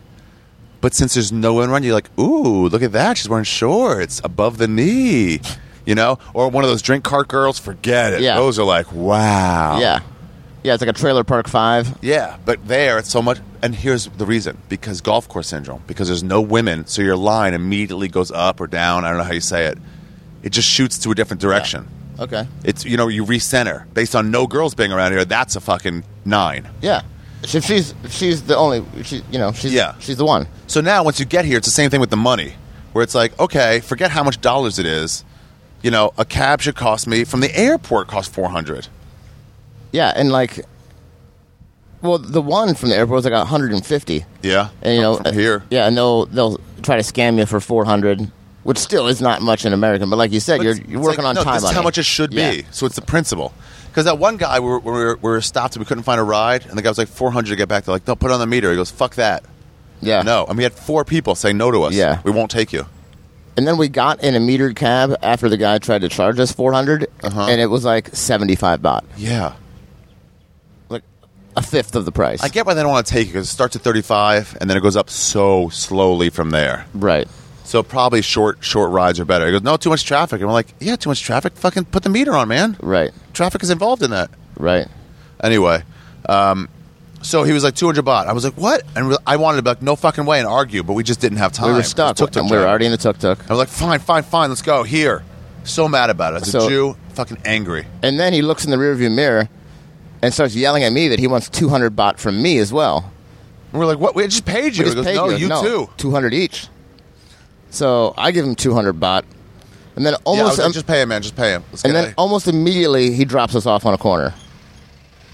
[SPEAKER 1] But since there's no one around, you're like, ooh, look at that. She's wearing shorts above the knee. You know? Or one of those drink cart girls, forget it.
[SPEAKER 2] Yeah.
[SPEAKER 1] Those are like, wow.
[SPEAKER 2] Yeah. Yeah, it's like a Trailer Park 5.
[SPEAKER 1] Yeah. But there, it's so much. And here's the reason because golf course syndrome, because there's no women. So your line immediately goes up or down. I don't know how you say it. It just shoots to a different direction.
[SPEAKER 2] Okay.
[SPEAKER 1] It's, you know, you recenter based on no girls being around here. That's a fucking nine.
[SPEAKER 2] Yeah. She, she's she's the only she you know she's
[SPEAKER 1] Yeah.
[SPEAKER 2] she's the one.
[SPEAKER 1] So now, once you get here, it's the same thing with the money, where it's like, okay, forget how much dollars it is. You know, a cab should cost me from the airport cost four hundred.
[SPEAKER 2] Yeah, and like, well, the one from the airport was like 150.
[SPEAKER 1] Yeah,
[SPEAKER 2] And you know
[SPEAKER 1] Oh,
[SPEAKER 2] uh,
[SPEAKER 1] from here.
[SPEAKER 2] Yeah, and they'll they'll try to scam you for 400, which still is not much in American. But like you said,
[SPEAKER 1] But
[SPEAKER 2] you're
[SPEAKER 1] it's-
[SPEAKER 2] you're
[SPEAKER 1] it's
[SPEAKER 2] working
[SPEAKER 1] like,
[SPEAKER 2] on
[SPEAKER 1] no,
[SPEAKER 2] time.
[SPEAKER 1] This is
[SPEAKER 2] money.
[SPEAKER 1] how much it should
[SPEAKER 2] Yeah.
[SPEAKER 1] be. So it's the principle. Because that one guy, we were, we, were, we were stopped and we couldn't find a ride, and the guy was like four hundred to get back. They're like, no, put it on the meter. He goes, fuck that.
[SPEAKER 2] Yeah.
[SPEAKER 1] No, and we had four people say no to us.
[SPEAKER 2] Yeah.
[SPEAKER 1] we won't take you.
[SPEAKER 2] And then we got in a metered cab after the guy tried to charge us 400,
[SPEAKER 1] Uh-huh.
[SPEAKER 2] and it was like 75 baht,
[SPEAKER 1] Yeah,
[SPEAKER 2] like a fifth of the price.
[SPEAKER 1] I get why they don't want to take you because it starts at thirty five and then it goes up so slowly from there.
[SPEAKER 2] right.
[SPEAKER 1] So probably short short rides are better. He goes, no, too much traffic. And we're like, yeah, too much traffic. Fucking put the meter on, man.
[SPEAKER 2] Right.
[SPEAKER 1] Traffic is involved in that.
[SPEAKER 2] Right.
[SPEAKER 1] Anyway, um, so he was like 200 baht. I was like, what? And we- I wanted to be like, no fucking way, and argue, but we just didn't have time.
[SPEAKER 2] We were stuck,
[SPEAKER 1] Tuk-tuk
[SPEAKER 2] and we were
[SPEAKER 1] driver.
[SPEAKER 2] already in the tuk tuk.
[SPEAKER 1] I was like, fine, fine, fine. Let's go here. So mad about it. As a
[SPEAKER 2] So-
[SPEAKER 1] Jew, fucking angry.
[SPEAKER 2] And then he looks in the rearview mirror and starts yelling at me that he wants 200 baht from me as well.
[SPEAKER 1] And we're like, what? We just paid you.
[SPEAKER 2] We
[SPEAKER 1] He goes, no, you too.
[SPEAKER 2] 200 each. So I give him 200 baht. And
[SPEAKER 1] Yeah, I
[SPEAKER 2] then
[SPEAKER 1] was
[SPEAKER 2] almost
[SPEAKER 1] like,
[SPEAKER 2] um,
[SPEAKER 1] just pay him, man. Just pay him. Let's
[SPEAKER 2] and
[SPEAKER 1] get
[SPEAKER 2] then
[SPEAKER 1] out of
[SPEAKER 2] almost immediately he drops us off on a corner.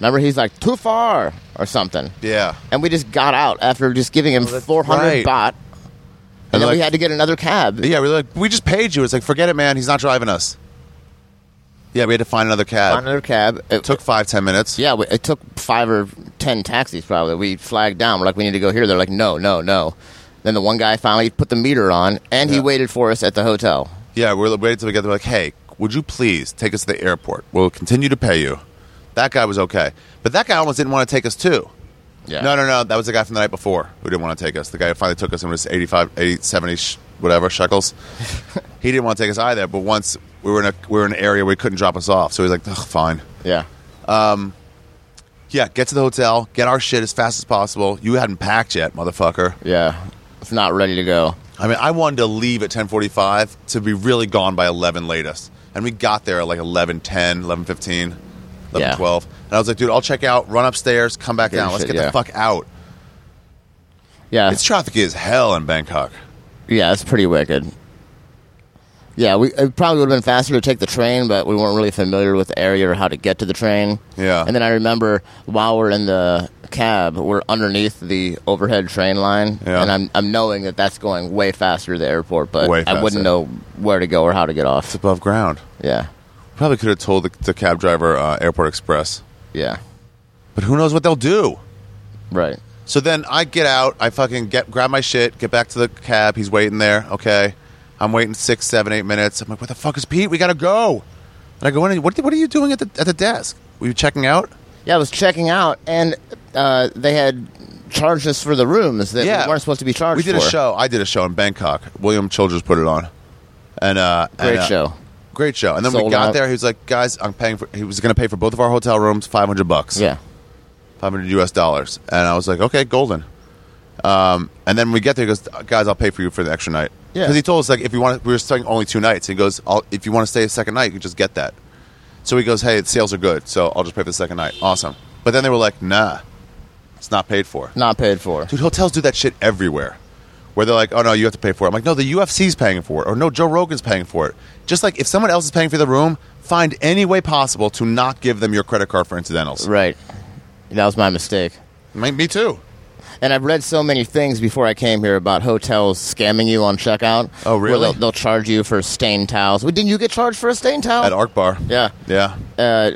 [SPEAKER 2] Remember he's like too far or something.
[SPEAKER 1] here." yeah.
[SPEAKER 2] And we just got out after just giving him 400
[SPEAKER 1] right.
[SPEAKER 2] baht.
[SPEAKER 1] And
[SPEAKER 2] And, then
[SPEAKER 1] like-
[SPEAKER 2] we had to get another cab.
[SPEAKER 1] Yeah, we were like, we just paid you. It's like, forget it, man. He's not driving us. Yeah, we had to find another cab.
[SPEAKER 2] Found another cab. It
[SPEAKER 1] Took five, ten minutes.
[SPEAKER 2] Yeah, we, it took five or ten taxis probably. We flagged down. We're like, we need to go here. They're like, no, no, no. Then the one guy finally put the meter on, and he
[SPEAKER 1] Yeah.
[SPEAKER 2] waited for us at the hotel.
[SPEAKER 1] Yeah, we're waiting till we get there. Like, hey, would you please take us to the airport? We'll continue to pay you. That guy was okay, but that guy almost didn't want to take us too.
[SPEAKER 2] Yeah.
[SPEAKER 1] No, no, no. That was the guy from the night before who didn't want to take us. The guy who finally took us and was 85, 80, 70, sh- whatever shekels.
[SPEAKER 2] (laughs)
[SPEAKER 1] he didn't want to take us either. But once we were in a we were in an area where he couldn't drop us off, so he was like, Ugh, fine.
[SPEAKER 2] Yeah.
[SPEAKER 1] Yeah, get to the hotel, get our shit as fast as possible. You hadn't packed yet, motherfucker.
[SPEAKER 2] Yeah. It's not ready to go.
[SPEAKER 1] I mean, I wanted to leave at 10:45 to be really gone by 11 latest, and we got there at like 11:10, 11:15, 11:12.
[SPEAKER 2] Yeah.
[SPEAKER 1] And I was like, dude, I'll check out, run upstairs, come back
[SPEAKER 2] Get your
[SPEAKER 1] down. Let's
[SPEAKER 2] shit,
[SPEAKER 1] get
[SPEAKER 2] yeah.
[SPEAKER 1] the fuck
[SPEAKER 2] (laughs)
[SPEAKER 1] out.
[SPEAKER 2] Yeah.
[SPEAKER 1] It's traffic is hell in Bangkok.
[SPEAKER 2] yeah, it's pretty wicked. Yeah, we it probably would have been faster to take the train, but we weren't really familiar with the area or how to get to the train.
[SPEAKER 1] Yeah.
[SPEAKER 2] And then I remember while we're in the cab, we're underneath the overhead train line,
[SPEAKER 1] Yeah.
[SPEAKER 2] and I'm I'm knowing that that's going way faster to the airport, but
[SPEAKER 1] Way
[SPEAKER 2] I
[SPEAKER 1] faster.
[SPEAKER 2] wouldn't know where to go or how to get off.
[SPEAKER 1] It's above ground.
[SPEAKER 2] Yeah.
[SPEAKER 1] Probably could have told the, the cab driver uh, Airport Express,
[SPEAKER 2] Yeah.
[SPEAKER 1] but who knows what they'll do.
[SPEAKER 2] Right.
[SPEAKER 1] So then I get out, I fucking get grab my shit, get back to the cab. He's waiting there. Okay, I'm waiting six, seven, eight minutes. I'm like, what the fuck is Pete? We gotta go. And I go in. And, what, what are you doing at the at the desk? Were you checking out?
[SPEAKER 2] Yeah, I was checking out, and uh, they had charged us for the rooms that we weren't supposed to be charged.
[SPEAKER 1] We did
[SPEAKER 2] for.
[SPEAKER 1] a show. I did a show in Bangkok. William Childers put it on, and uh,
[SPEAKER 2] Great
[SPEAKER 1] and, uh,
[SPEAKER 2] show.
[SPEAKER 1] Great show. And then we
[SPEAKER 2] Sold
[SPEAKER 1] got
[SPEAKER 2] out.
[SPEAKER 1] there. He was like, guys, I'm paying for. He was gonna pay for both of our hotel rooms, five hundred bucks.
[SPEAKER 2] Yeah.
[SPEAKER 1] 500 US dollars. And I was like, okay, golden. Um, and then we get there, he goes, guys, I'll pay for you for the extra night.
[SPEAKER 2] Yeah.
[SPEAKER 1] Because he told us, like, if you want, we were staying only two nights. He goes, I'll, if you want to stay a second night, you can just get that. So he goes, hey, the sales are good, so I'll just pay for the second night. Awesome. But then they were like, nah, it's not paid for.
[SPEAKER 2] Not paid for.
[SPEAKER 1] Dude, hotels do that shit everywhere. Where they're like, oh no, you have to pay for it. I'm like, no, the UFC's paying for it, or no, Joe Rogan's paying for it. Just like if someone else is paying for the room, find any way possible to not give them your credit card for incidentals.
[SPEAKER 2] Right. That was my mistake.
[SPEAKER 1] Me- Me too.
[SPEAKER 2] And I've read so many things before I came here about hotels scamming you on checkout.
[SPEAKER 1] Oh,
[SPEAKER 2] where
[SPEAKER 1] really?
[SPEAKER 2] They'll, they'll charge you for stained towels. Well, didn't you get charged for a stained towel?
[SPEAKER 1] at Arc Bar.
[SPEAKER 2] Oh. Yeah.
[SPEAKER 1] yeah.
[SPEAKER 2] Uh,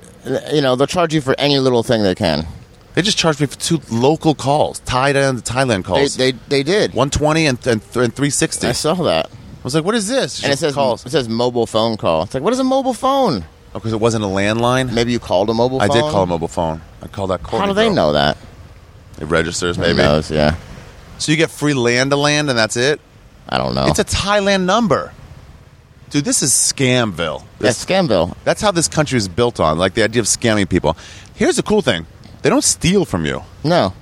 [SPEAKER 2] you know, they'll charge you for any little thing they can.
[SPEAKER 1] They just charged me for two local calls, Thailand Thailand
[SPEAKER 2] They,
[SPEAKER 1] calls,
[SPEAKER 2] they, they did.
[SPEAKER 1] one twenty and and, th- and three sixty.
[SPEAKER 2] I
[SPEAKER 1] I
[SPEAKER 2] saw that.
[SPEAKER 1] was like, what is this?
[SPEAKER 2] And it says,
[SPEAKER 1] calls
[SPEAKER 2] it says mobile phone call. It's like, what is a mobile phone?
[SPEAKER 1] because it wasn't a landline.
[SPEAKER 2] Maybe you called a mobile
[SPEAKER 1] I
[SPEAKER 2] phone?
[SPEAKER 1] did call a mobile phone. I called that. Courtney
[SPEAKER 2] How do they
[SPEAKER 1] girl.
[SPEAKER 2] know that?
[SPEAKER 1] It registers
[SPEAKER 2] Who
[SPEAKER 1] maybe.
[SPEAKER 2] knows? Yeah.
[SPEAKER 1] So you get free land to land, and that's it.
[SPEAKER 2] I don't know.
[SPEAKER 1] It's a Thailand number, dude. This is scamville.
[SPEAKER 2] yeah,
[SPEAKER 1] This-
[SPEAKER 2] Scamville.
[SPEAKER 1] That's how this country is built on, like the idea of scamming people. Here's the cool thing: they don't steal from you.
[SPEAKER 2] No.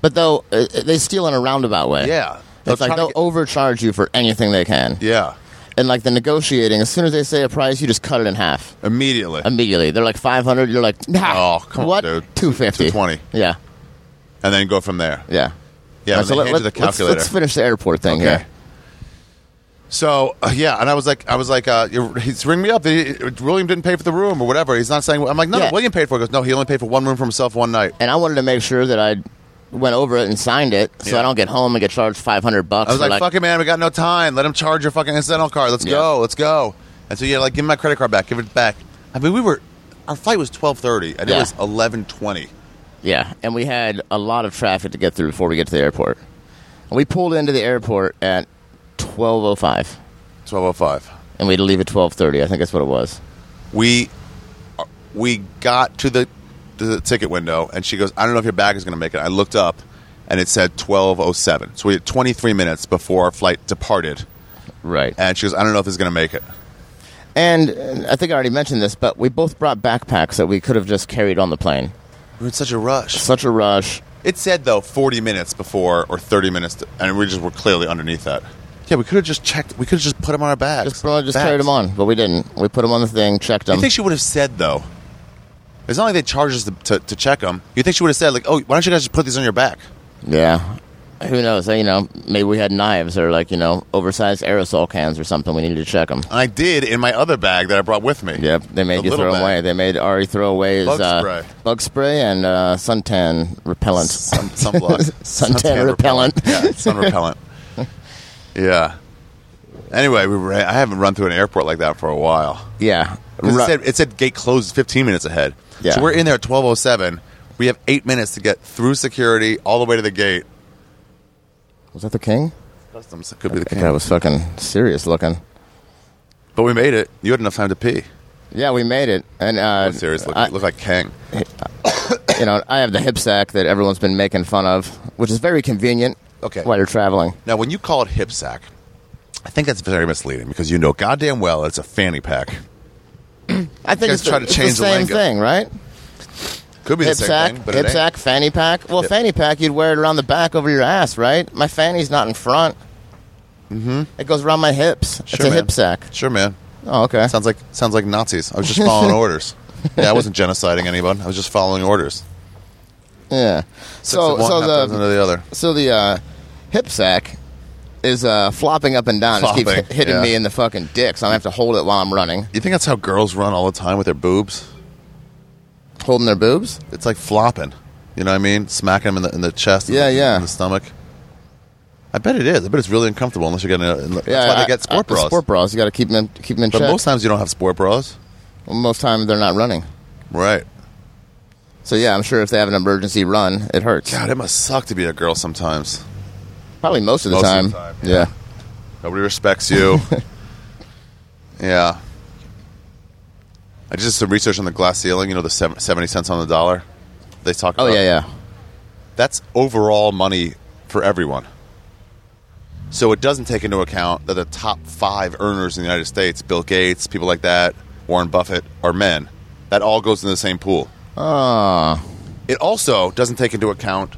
[SPEAKER 2] But though, uh, they steal in a roundabout way.
[SPEAKER 1] Yeah, They'll
[SPEAKER 2] It's like
[SPEAKER 1] try to
[SPEAKER 2] they'll
[SPEAKER 1] get-
[SPEAKER 2] overcharge you for anything they can.
[SPEAKER 1] yeah,
[SPEAKER 2] And like the negotiating, as soon as they say a price, you just cut it in half
[SPEAKER 1] immediately.
[SPEAKER 2] immediately. They're like 500, you're like, nah,
[SPEAKER 1] Oh, come on,
[SPEAKER 2] what?
[SPEAKER 1] dude.
[SPEAKER 2] 250.
[SPEAKER 1] 220.
[SPEAKER 2] Yeah,
[SPEAKER 1] and then go from there.
[SPEAKER 2] yeah.
[SPEAKER 1] Yeah,
[SPEAKER 2] All
[SPEAKER 1] when they hand you the
[SPEAKER 2] let's,
[SPEAKER 1] calculator.
[SPEAKER 2] let's finish the airport thing here.
[SPEAKER 1] So uh, yeah, and I was like, I was like, uh, you're- he's ringing me up. He- William didn't pay for the room or whatever. He's not saying. I'm like, no,
[SPEAKER 2] Yeah.
[SPEAKER 1] William paid for it. He goes, no, he only paid for one room for himself one night.
[SPEAKER 2] And I wanted to make sure that I went over it and signed it so
[SPEAKER 1] Yeah.
[SPEAKER 2] I don't get home and get charged 500 bucks.
[SPEAKER 1] I was
[SPEAKER 2] for,
[SPEAKER 1] like, fuck it, man, we got no time. Let him charge your fucking incidental card. Let's
[SPEAKER 2] Yeah.
[SPEAKER 1] go, let's go. And so yeah, like, give me my credit card back. Give it back. I mean, we were, our flight was 12:30 and it
[SPEAKER 2] Yeah.
[SPEAKER 1] was 11:20.
[SPEAKER 2] Yeah, and we had a lot of traffic to get through before we get to the airport. And we pulled into the airport at 12.05
[SPEAKER 1] 12:05.
[SPEAKER 2] and we had to leave at 12.30. I think that's what it was.
[SPEAKER 1] we uh, we got to the to the ticket window and she goes i don't know if your bag is going to make it i looked up and it said 1207 so we had 23 minutes before our flight departed
[SPEAKER 2] Right.
[SPEAKER 1] and she goes i don't know if it's going to make it
[SPEAKER 2] And uh, I think I already mentioned this, but we both brought backpacks that we could have just carried on the plane.
[SPEAKER 1] we are in such a rush
[SPEAKER 2] Such a rush.
[SPEAKER 1] it said though 40 minutes before or 30 minutes to, and we just were clearly underneath that yeah we could have just checked we could have just put them on our bags
[SPEAKER 2] Just, bro, just
[SPEAKER 1] Bags.
[SPEAKER 2] carried them on, but we didn't. We put them on the thing, checked them.
[SPEAKER 1] you think she would have said though it's not like they charged us to, to, to check them you think she would have said like oh why don't you guys just put these on your back
[SPEAKER 2] yeah. Who knows? You know, maybe we had knives or like you know oversized aerosol cans or something. We needed to check them.
[SPEAKER 1] and i did in my other bag that i brought with me
[SPEAKER 2] Yep, they made
[SPEAKER 1] The
[SPEAKER 2] you
[SPEAKER 1] little
[SPEAKER 2] throw
[SPEAKER 1] bag.
[SPEAKER 2] them away. They made Ari throw away his
[SPEAKER 1] Bug
[SPEAKER 2] uh,
[SPEAKER 1] spray.
[SPEAKER 2] bug spray and uh, suntan repellent.
[SPEAKER 1] Sun,
[SPEAKER 2] (laughs)
[SPEAKER 1] sunblock.
[SPEAKER 2] Suntan repellent. (laughs)
[SPEAKER 1] Yeah, sun repellent. Yeah. Anyway, we ran, I haven't run through an airport like that for a while.
[SPEAKER 2] (laughs) Yeah.
[SPEAKER 1] 'Cause
[SPEAKER 2] Ru-
[SPEAKER 1] It, said, it said gate closed 15 minutes ahead.
[SPEAKER 2] Yeah.
[SPEAKER 1] So we're in there at 1207. We have eight minutes to get through security all the way to the gate.
[SPEAKER 2] was that the king?
[SPEAKER 1] Customs could be the
[SPEAKER 2] That guy
[SPEAKER 1] king.
[SPEAKER 2] was fucking serious looking.
[SPEAKER 1] But we made it. You had enough time to pee.
[SPEAKER 2] Yeah, we made it. And uh,
[SPEAKER 1] Seriously,
[SPEAKER 2] I-
[SPEAKER 1] look, look like Kang.
[SPEAKER 2] you know, I have the hip sack that everyone's been making fun of, which is very convenient.
[SPEAKER 1] Okay.
[SPEAKER 2] While you're traveling,
[SPEAKER 1] Now, when you call it hip sack, I think that's very misleading because you know goddamn well it's a fanny pack.
[SPEAKER 2] I think
[SPEAKER 1] guys
[SPEAKER 2] it's, the-
[SPEAKER 1] try to
[SPEAKER 2] it's
[SPEAKER 1] change the
[SPEAKER 2] the same
[SPEAKER 1] lingo.
[SPEAKER 2] thing, right?
[SPEAKER 1] Could be
[SPEAKER 2] Hip
[SPEAKER 1] the same
[SPEAKER 2] sack,
[SPEAKER 1] thing, but
[SPEAKER 2] hip
[SPEAKER 1] it ain't.
[SPEAKER 2] sack, fanny pack. Well,
[SPEAKER 1] Hip-
[SPEAKER 2] fanny pack, you'd wear it around the back over your ass, right? My fanny's not in front. Mm-hmm. It goes around my hips. it's
[SPEAKER 1] Sure,
[SPEAKER 2] a
[SPEAKER 1] man.
[SPEAKER 2] hip sack.
[SPEAKER 1] Sure, man.
[SPEAKER 2] Oh, okay.
[SPEAKER 1] Sounds like sounds like Nazis. I
[SPEAKER 2] (laughs)
[SPEAKER 1] was just following orders. Yeah, I wasn't genociding anyone. I was just following orders.
[SPEAKER 2] yeah.
[SPEAKER 1] Six
[SPEAKER 2] So,
[SPEAKER 1] of one,
[SPEAKER 2] so
[SPEAKER 1] half dozen
[SPEAKER 2] the
[SPEAKER 1] of the other.
[SPEAKER 2] so the uh, hip sack is uh, flopping up and down. It just
[SPEAKER 1] Flopping,
[SPEAKER 2] keeps hi- hitting
[SPEAKER 1] yeah.
[SPEAKER 2] me in the fucking dick, so I have to hold it while I'm running,
[SPEAKER 1] You think that's how girls run all the time with their boobs?
[SPEAKER 2] holding their boobs.
[SPEAKER 1] It's like flopping. You know what I mean? Smacking them in the in the chest. and
[SPEAKER 2] Yeah,
[SPEAKER 1] the-
[SPEAKER 2] yeah.
[SPEAKER 1] and the stomach. I bet it is. I bet it's really uncomfortable unless you're getting. A, that's
[SPEAKER 2] Yeah,
[SPEAKER 1] why
[SPEAKER 2] I-
[SPEAKER 1] they get
[SPEAKER 2] I-
[SPEAKER 1] sport bras.
[SPEAKER 2] Sport bras. You got to keep them in, keep them in
[SPEAKER 1] but
[SPEAKER 2] check.
[SPEAKER 1] most times you don't have sport bras,
[SPEAKER 2] Well, most time they're not running.
[SPEAKER 1] right?
[SPEAKER 2] So yeah, I'm sure if they have an emergency run, it hurts.
[SPEAKER 1] God, it must suck to be a girl sometimes.
[SPEAKER 2] Probably most of the
[SPEAKER 1] Most
[SPEAKER 2] time.
[SPEAKER 1] of the time,
[SPEAKER 2] yeah.
[SPEAKER 1] Nobody respects
[SPEAKER 2] (laughs)
[SPEAKER 1] you. yeah. I just did some research on the glass ceiling. You know, the sev- seventy cents on the dollar. They talk.
[SPEAKER 2] Oh
[SPEAKER 1] about
[SPEAKER 2] yeah, yeah.
[SPEAKER 1] that's overall money for everyone. So it doesn't take into account that the top five earners in the United States, Bill Gates, people like that, Warren Buffett, are men. That all goes in the same pool.
[SPEAKER 2] Ah,
[SPEAKER 1] It also doesn't take into account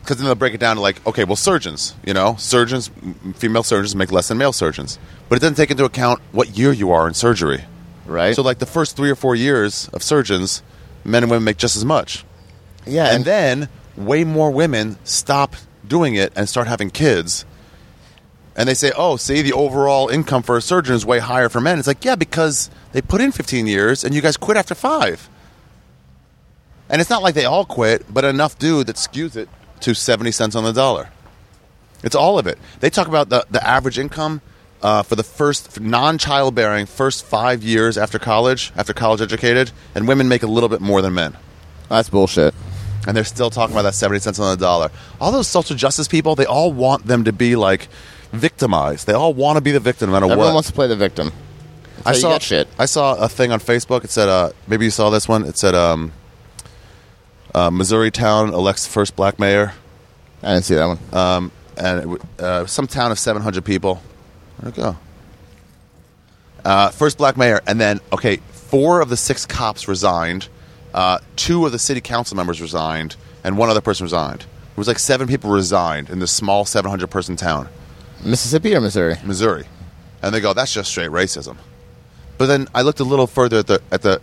[SPEAKER 1] because then they'll break it down to like, okay, well, surgeons, you know, surgeons, m- female surgeons make less than male surgeons, but it doesn't take into account what year you are in surgery.
[SPEAKER 2] right.
[SPEAKER 1] So, like the first three or four years of surgeons, men and women make just as much
[SPEAKER 2] yeah,
[SPEAKER 1] and then way more women stop doing it and start having kids. And they say, "Oh, see, the overall income for a surgeon is way higher for men." It's like, yeah, because they put in 15 years, and you guys quit after five. And it's not like they all quit, but enough do that skews it to 70 cents on the dollar. It's all of it. They talk about the, the average income uh, for the first non childbearing first five years after college, after college educated, and women make a little bit more than men
[SPEAKER 2] that's bullshit.
[SPEAKER 1] and they're still talking about that 70 cents on the dollar. All those social justice people, they all want them to be like victimized. They all want to be the victim no matter
[SPEAKER 2] Everyone
[SPEAKER 1] what.
[SPEAKER 2] wants to play the victim. That's how
[SPEAKER 1] I
[SPEAKER 2] you
[SPEAKER 1] saw
[SPEAKER 2] get shit.
[SPEAKER 1] I saw a thing on Facebook. It said uh, maybe you saw this one. It said um, uh, Missouri town elects first black mayor,
[SPEAKER 2] I didn't see that one.
[SPEAKER 1] um, and it, w- uh, some town of 700 people. Where'd it go? Uh, first black mayor, and then okay, four of the six cops resigned. Uh, two of the city council members resigned, and one other person resigned. It was like seven people resigned in this small 700 person town,
[SPEAKER 2] Mississippi or Missouri?
[SPEAKER 1] Missouri, and they go, "That's just straight racism." But then I looked a little further at the at the.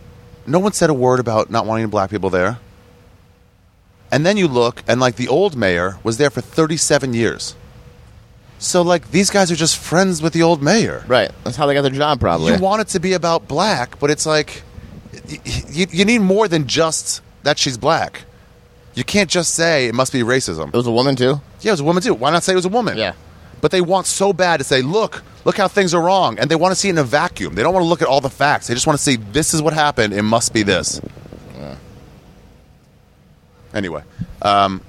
[SPEAKER 1] No one said a word about not wanting black people there. And then you look, and like the old mayor was there for 37 years. So like these guys are just friends with the old mayor.
[SPEAKER 2] Right. That's how they got their job. Probably.
[SPEAKER 1] You want it to be about black, but it's like y- y- you, you need more than just that she's black. You can't just say it must be racism.
[SPEAKER 2] it was a woman too.
[SPEAKER 1] Yeah, it was a woman too. Why not say it was a woman?
[SPEAKER 2] Yeah.
[SPEAKER 1] But they want so bad to say, look, look how things are wrong, and they want to see it in a vacuum. They don't want to look at all the facts. They just want to see this is what happened. It must be this. Anyway, um,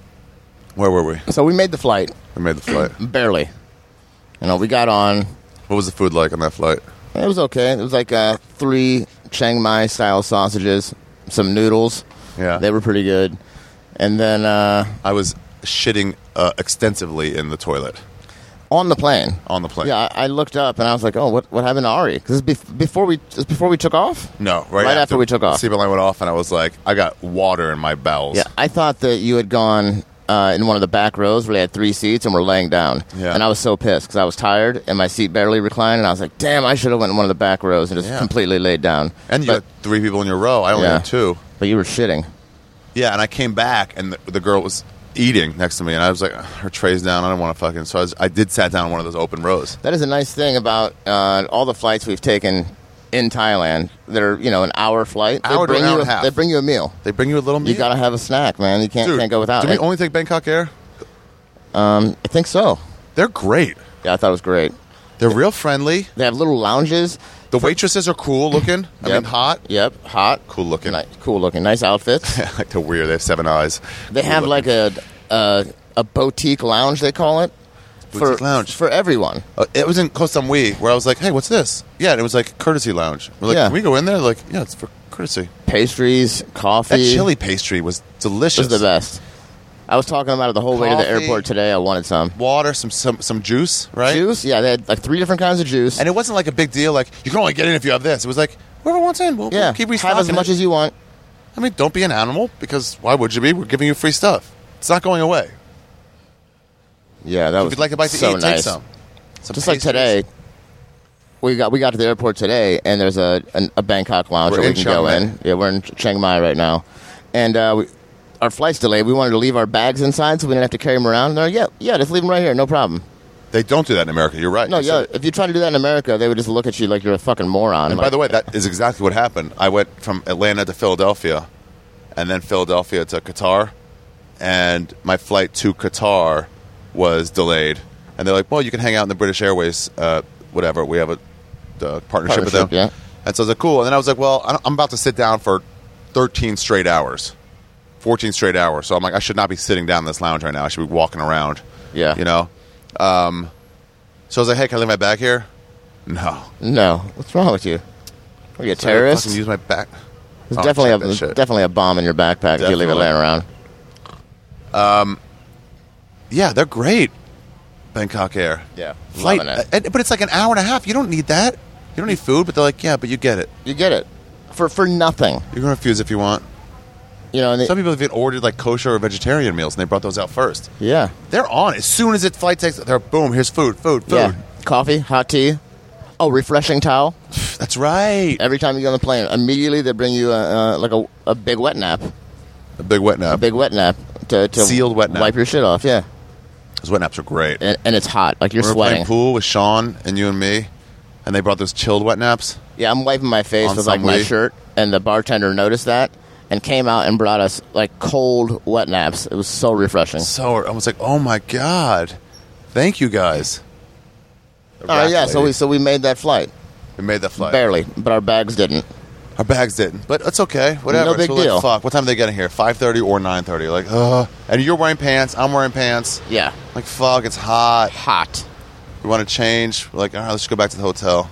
[SPEAKER 1] where were we?
[SPEAKER 2] So we made the flight
[SPEAKER 1] I made the flight.
[SPEAKER 2] barely. You know, we got on.
[SPEAKER 1] What was the food like on that flight?
[SPEAKER 2] It was okay. It was like uh, three Chiang Mai style sausages, some noodles.
[SPEAKER 1] Yeah.
[SPEAKER 2] They were pretty good. And then uh,
[SPEAKER 1] I was shitting uh, extensively in the toilet
[SPEAKER 2] on the plane.
[SPEAKER 1] on the plane.
[SPEAKER 2] Yeah, I, I looked up and I was like, "Oh, what what happened to Ari?" Because bef- before we this before we took off.
[SPEAKER 1] No, right,
[SPEAKER 2] Right after we took off.
[SPEAKER 1] Sleep alarm went off, and I was like, I got water in my bowels.
[SPEAKER 2] Yeah, I thought that you had gone uh, in one of the back rows where they had three seats and were laying down.
[SPEAKER 1] Yeah.
[SPEAKER 2] And I was so pissed because I was tired and my seat barely reclined, and I was like, "Damn, I should have went in one of the back rows and just
[SPEAKER 1] Yeah.
[SPEAKER 2] completely laid down."
[SPEAKER 1] And you had
[SPEAKER 2] but,
[SPEAKER 1] three people in your row. I only
[SPEAKER 2] Yeah.
[SPEAKER 1] had two.
[SPEAKER 2] but you were shitting.
[SPEAKER 1] Yeah, and I came back, and the, the girl was eating next to me, and I was like, her tray's down. I don't want to fucking. So I, was, I did sat down on one of those open rows.
[SPEAKER 2] That is a nice thing about uh, all the flights we've taken in Thailand. They're you know an hour flight.
[SPEAKER 1] Hour to
[SPEAKER 2] they bring
[SPEAKER 1] an hour
[SPEAKER 2] you
[SPEAKER 1] and a half.
[SPEAKER 2] they bring you a meal.
[SPEAKER 1] They bring you a little meal.
[SPEAKER 2] You gotta have a snack, man. You can't
[SPEAKER 1] Dude,
[SPEAKER 2] can't go without.
[SPEAKER 1] Do we
[SPEAKER 2] it.
[SPEAKER 1] only take Bangkok Air?
[SPEAKER 2] I think so.
[SPEAKER 1] They're great.
[SPEAKER 2] Yeah, I thought it was great.
[SPEAKER 1] They're real friendly.
[SPEAKER 2] They have little lounges.
[SPEAKER 1] The waitresses are cool looking. I mean,
[SPEAKER 2] Yep.
[SPEAKER 1] hot.
[SPEAKER 2] Yep, hot,
[SPEAKER 1] Cool looking.
[SPEAKER 2] nice, cool looking, nice outfits.
[SPEAKER 1] (laughs) I like the weird. They have seven eyes.
[SPEAKER 2] They have
[SPEAKER 1] Cool
[SPEAKER 2] like a, a a boutique lounge they call it
[SPEAKER 1] Boutique
[SPEAKER 2] for
[SPEAKER 1] lounge.
[SPEAKER 2] for everyone.
[SPEAKER 1] Uh, it was in Koh Samui where I was like, "Hey, what's this?" Yeah, and it was like courtesy lounge. We're like,
[SPEAKER 2] Yeah.
[SPEAKER 1] "Can we go in there?" Like, yeah, it's for courtesy.
[SPEAKER 2] Pastries, coffee.
[SPEAKER 1] That chili pastry was delicious.
[SPEAKER 2] was the best. I was talking about it the whole way to the
[SPEAKER 1] Coffee.
[SPEAKER 2] airport today. I wanted some
[SPEAKER 1] Water, some some some juice, right?
[SPEAKER 2] juice. Yeah, they had like three different kinds of juice.
[SPEAKER 1] And it wasn't like a big deal. Like you can only get in if you have this. It was like whoever wants in, we'll, we'll
[SPEAKER 2] yeah,
[SPEAKER 1] keep restocking.
[SPEAKER 2] have as much
[SPEAKER 1] it.
[SPEAKER 2] as you want.
[SPEAKER 1] I mean, don't be an animal because why would you be? We're giving you free stuff. It's not going away.
[SPEAKER 2] Yeah, that
[SPEAKER 1] If
[SPEAKER 2] was
[SPEAKER 1] you'd like a bite to
[SPEAKER 2] so
[SPEAKER 1] eat,
[SPEAKER 2] nice.
[SPEAKER 1] take some. Some
[SPEAKER 2] Just like
[SPEAKER 1] pastries.
[SPEAKER 2] today, we got we got to the airport today, and there's a an, a Bangkok lounge
[SPEAKER 1] We're
[SPEAKER 2] that we
[SPEAKER 1] in
[SPEAKER 2] can
[SPEAKER 1] Chiang
[SPEAKER 2] go
[SPEAKER 1] Mai.
[SPEAKER 2] in. Yeah, we're in Ch- Chiang Mai right now, and uh, we, our flight's delayed. We wanted to leave our bags inside so we didn't have to carry them around. And they're like, yeah, yeah, just leave them right here, no problem.
[SPEAKER 1] They don't do that in America. You're right.
[SPEAKER 2] No,
[SPEAKER 1] They
[SPEAKER 2] yeah,
[SPEAKER 1] said-
[SPEAKER 2] if you try to do that in America, they would just look at you like you're a fucking moron.
[SPEAKER 1] And by the way, that is exactly what happened. I went from Atlanta to Philadelphia, and then Philadelphia to Qatar, and my flight to Qatar was delayed. And they're like, "Well, you can hang out in the British Airways, uh, whatever. We have a uh, partnership, with them."
[SPEAKER 2] Partnership, yeah.
[SPEAKER 1] And so I was like, "Cool." And then I was like, "Well, I don't- I'm about to sit down for 13 straight hours, 14 straight hours." So I'm like, "I should not be sitting down in this lounge right now. I should be walking around."
[SPEAKER 2] Yeah.
[SPEAKER 1] you know. Um, so I was like, "Hey, can I leave my bag here?" No.
[SPEAKER 2] no, what's wrong with you? Are you a
[SPEAKER 1] So I
[SPEAKER 2] terrorist?
[SPEAKER 1] fucking Use my back.
[SPEAKER 2] There's
[SPEAKER 1] Oh,
[SPEAKER 2] definitely
[SPEAKER 1] check
[SPEAKER 2] a
[SPEAKER 1] that shit.
[SPEAKER 2] definitely a bomb in your backpack if you leave
[SPEAKER 1] Definitely.
[SPEAKER 2] it laying around.
[SPEAKER 1] Yeah, they're great. Bangkok Air.
[SPEAKER 2] Yeah,
[SPEAKER 1] Flight.
[SPEAKER 2] loving it.
[SPEAKER 1] and- but it's like an hour and a half. You don't need that. You don't need food, but they're like, yeah, but you get it.
[SPEAKER 2] You get it for for nothing.
[SPEAKER 1] You can refuse if you want.
[SPEAKER 2] You know, and they,
[SPEAKER 1] Some people have even ordered like kosher or vegetarian meals, and they brought those out first.
[SPEAKER 2] yeah,
[SPEAKER 1] They're on as soon as it flight takes. They're boom. Here's food, food, food.
[SPEAKER 2] yeah, coffee, hot tea, oh, refreshing towel.
[SPEAKER 1] That's right.
[SPEAKER 2] Every time you get on the plane, immediately they bring you a, uh, like a, a big wet nap,
[SPEAKER 1] A big wet nap.
[SPEAKER 2] big wet nap to, to
[SPEAKER 1] Sealed wet nap.
[SPEAKER 2] wipe your shit off. Yeah,
[SPEAKER 1] Those wet naps are great.
[SPEAKER 2] and, and it's hot, like you're
[SPEAKER 1] we were playing
[SPEAKER 2] sweating.
[SPEAKER 1] pool with Sean and you and me, and they brought those chilled wet naps.
[SPEAKER 2] Yeah, I'm wiping my face
[SPEAKER 1] On
[SPEAKER 2] with like
[SPEAKER 1] some
[SPEAKER 2] my
[SPEAKER 1] weed.
[SPEAKER 2] shirt, and the bartender noticed that and came out and brought us like cold wet naps. It was so refreshing.
[SPEAKER 1] So I was like, oh my god, thank you guys.
[SPEAKER 2] Oh yeah, so we so we made that flight
[SPEAKER 1] we made that flight.
[SPEAKER 2] barely, but our bags didn't.
[SPEAKER 1] Our bags didn't, but it's okay. Whatever.
[SPEAKER 2] No big
[SPEAKER 1] So we're like,
[SPEAKER 2] deal.
[SPEAKER 1] Fuck. What time are they getting here? Five thirty or nine thirty? Like, ugh. And you're wearing pants. I'm wearing pants.
[SPEAKER 2] Yeah,
[SPEAKER 1] Like, fuck. It's hot.
[SPEAKER 2] hot.
[SPEAKER 1] We want to change. We're like, all right, let's go back to the hotel.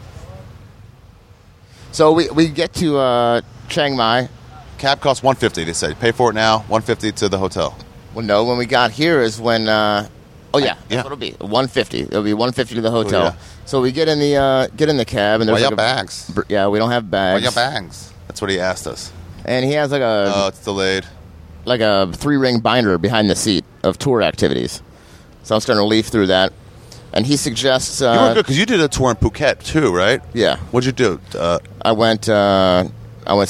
[SPEAKER 2] So we we get to uh, Chiang Mai.
[SPEAKER 1] Cab costs one fifty. They said, pay for it now. One fifty to the hotel.
[SPEAKER 2] Well, no, when we got here is when. Uh, oh yeah, that's
[SPEAKER 1] Yeah. Oh,
[SPEAKER 2] what it'll be. One fifty. It'll be one fifty to the hotel.
[SPEAKER 1] yeah.
[SPEAKER 2] So we get in the uh, get in the cab and
[SPEAKER 1] Why
[SPEAKER 2] there's
[SPEAKER 1] your
[SPEAKER 2] like a-
[SPEAKER 1] bags?
[SPEAKER 2] br- yeah, we don't have
[SPEAKER 1] Why
[SPEAKER 2] bags.
[SPEAKER 1] your bags? That's what he asked us.
[SPEAKER 2] And he has like a
[SPEAKER 1] Oh, it's delayed.
[SPEAKER 2] like a three ring binder behind the seat of tour activities. So I'm starting to leaf through that. And he suggests.
[SPEAKER 1] You were
[SPEAKER 2] Uh,
[SPEAKER 1] good because you did a tour in Phuket too, right?
[SPEAKER 2] Yeah.
[SPEAKER 1] What'd you do? Uh,
[SPEAKER 2] I went. Uh, I went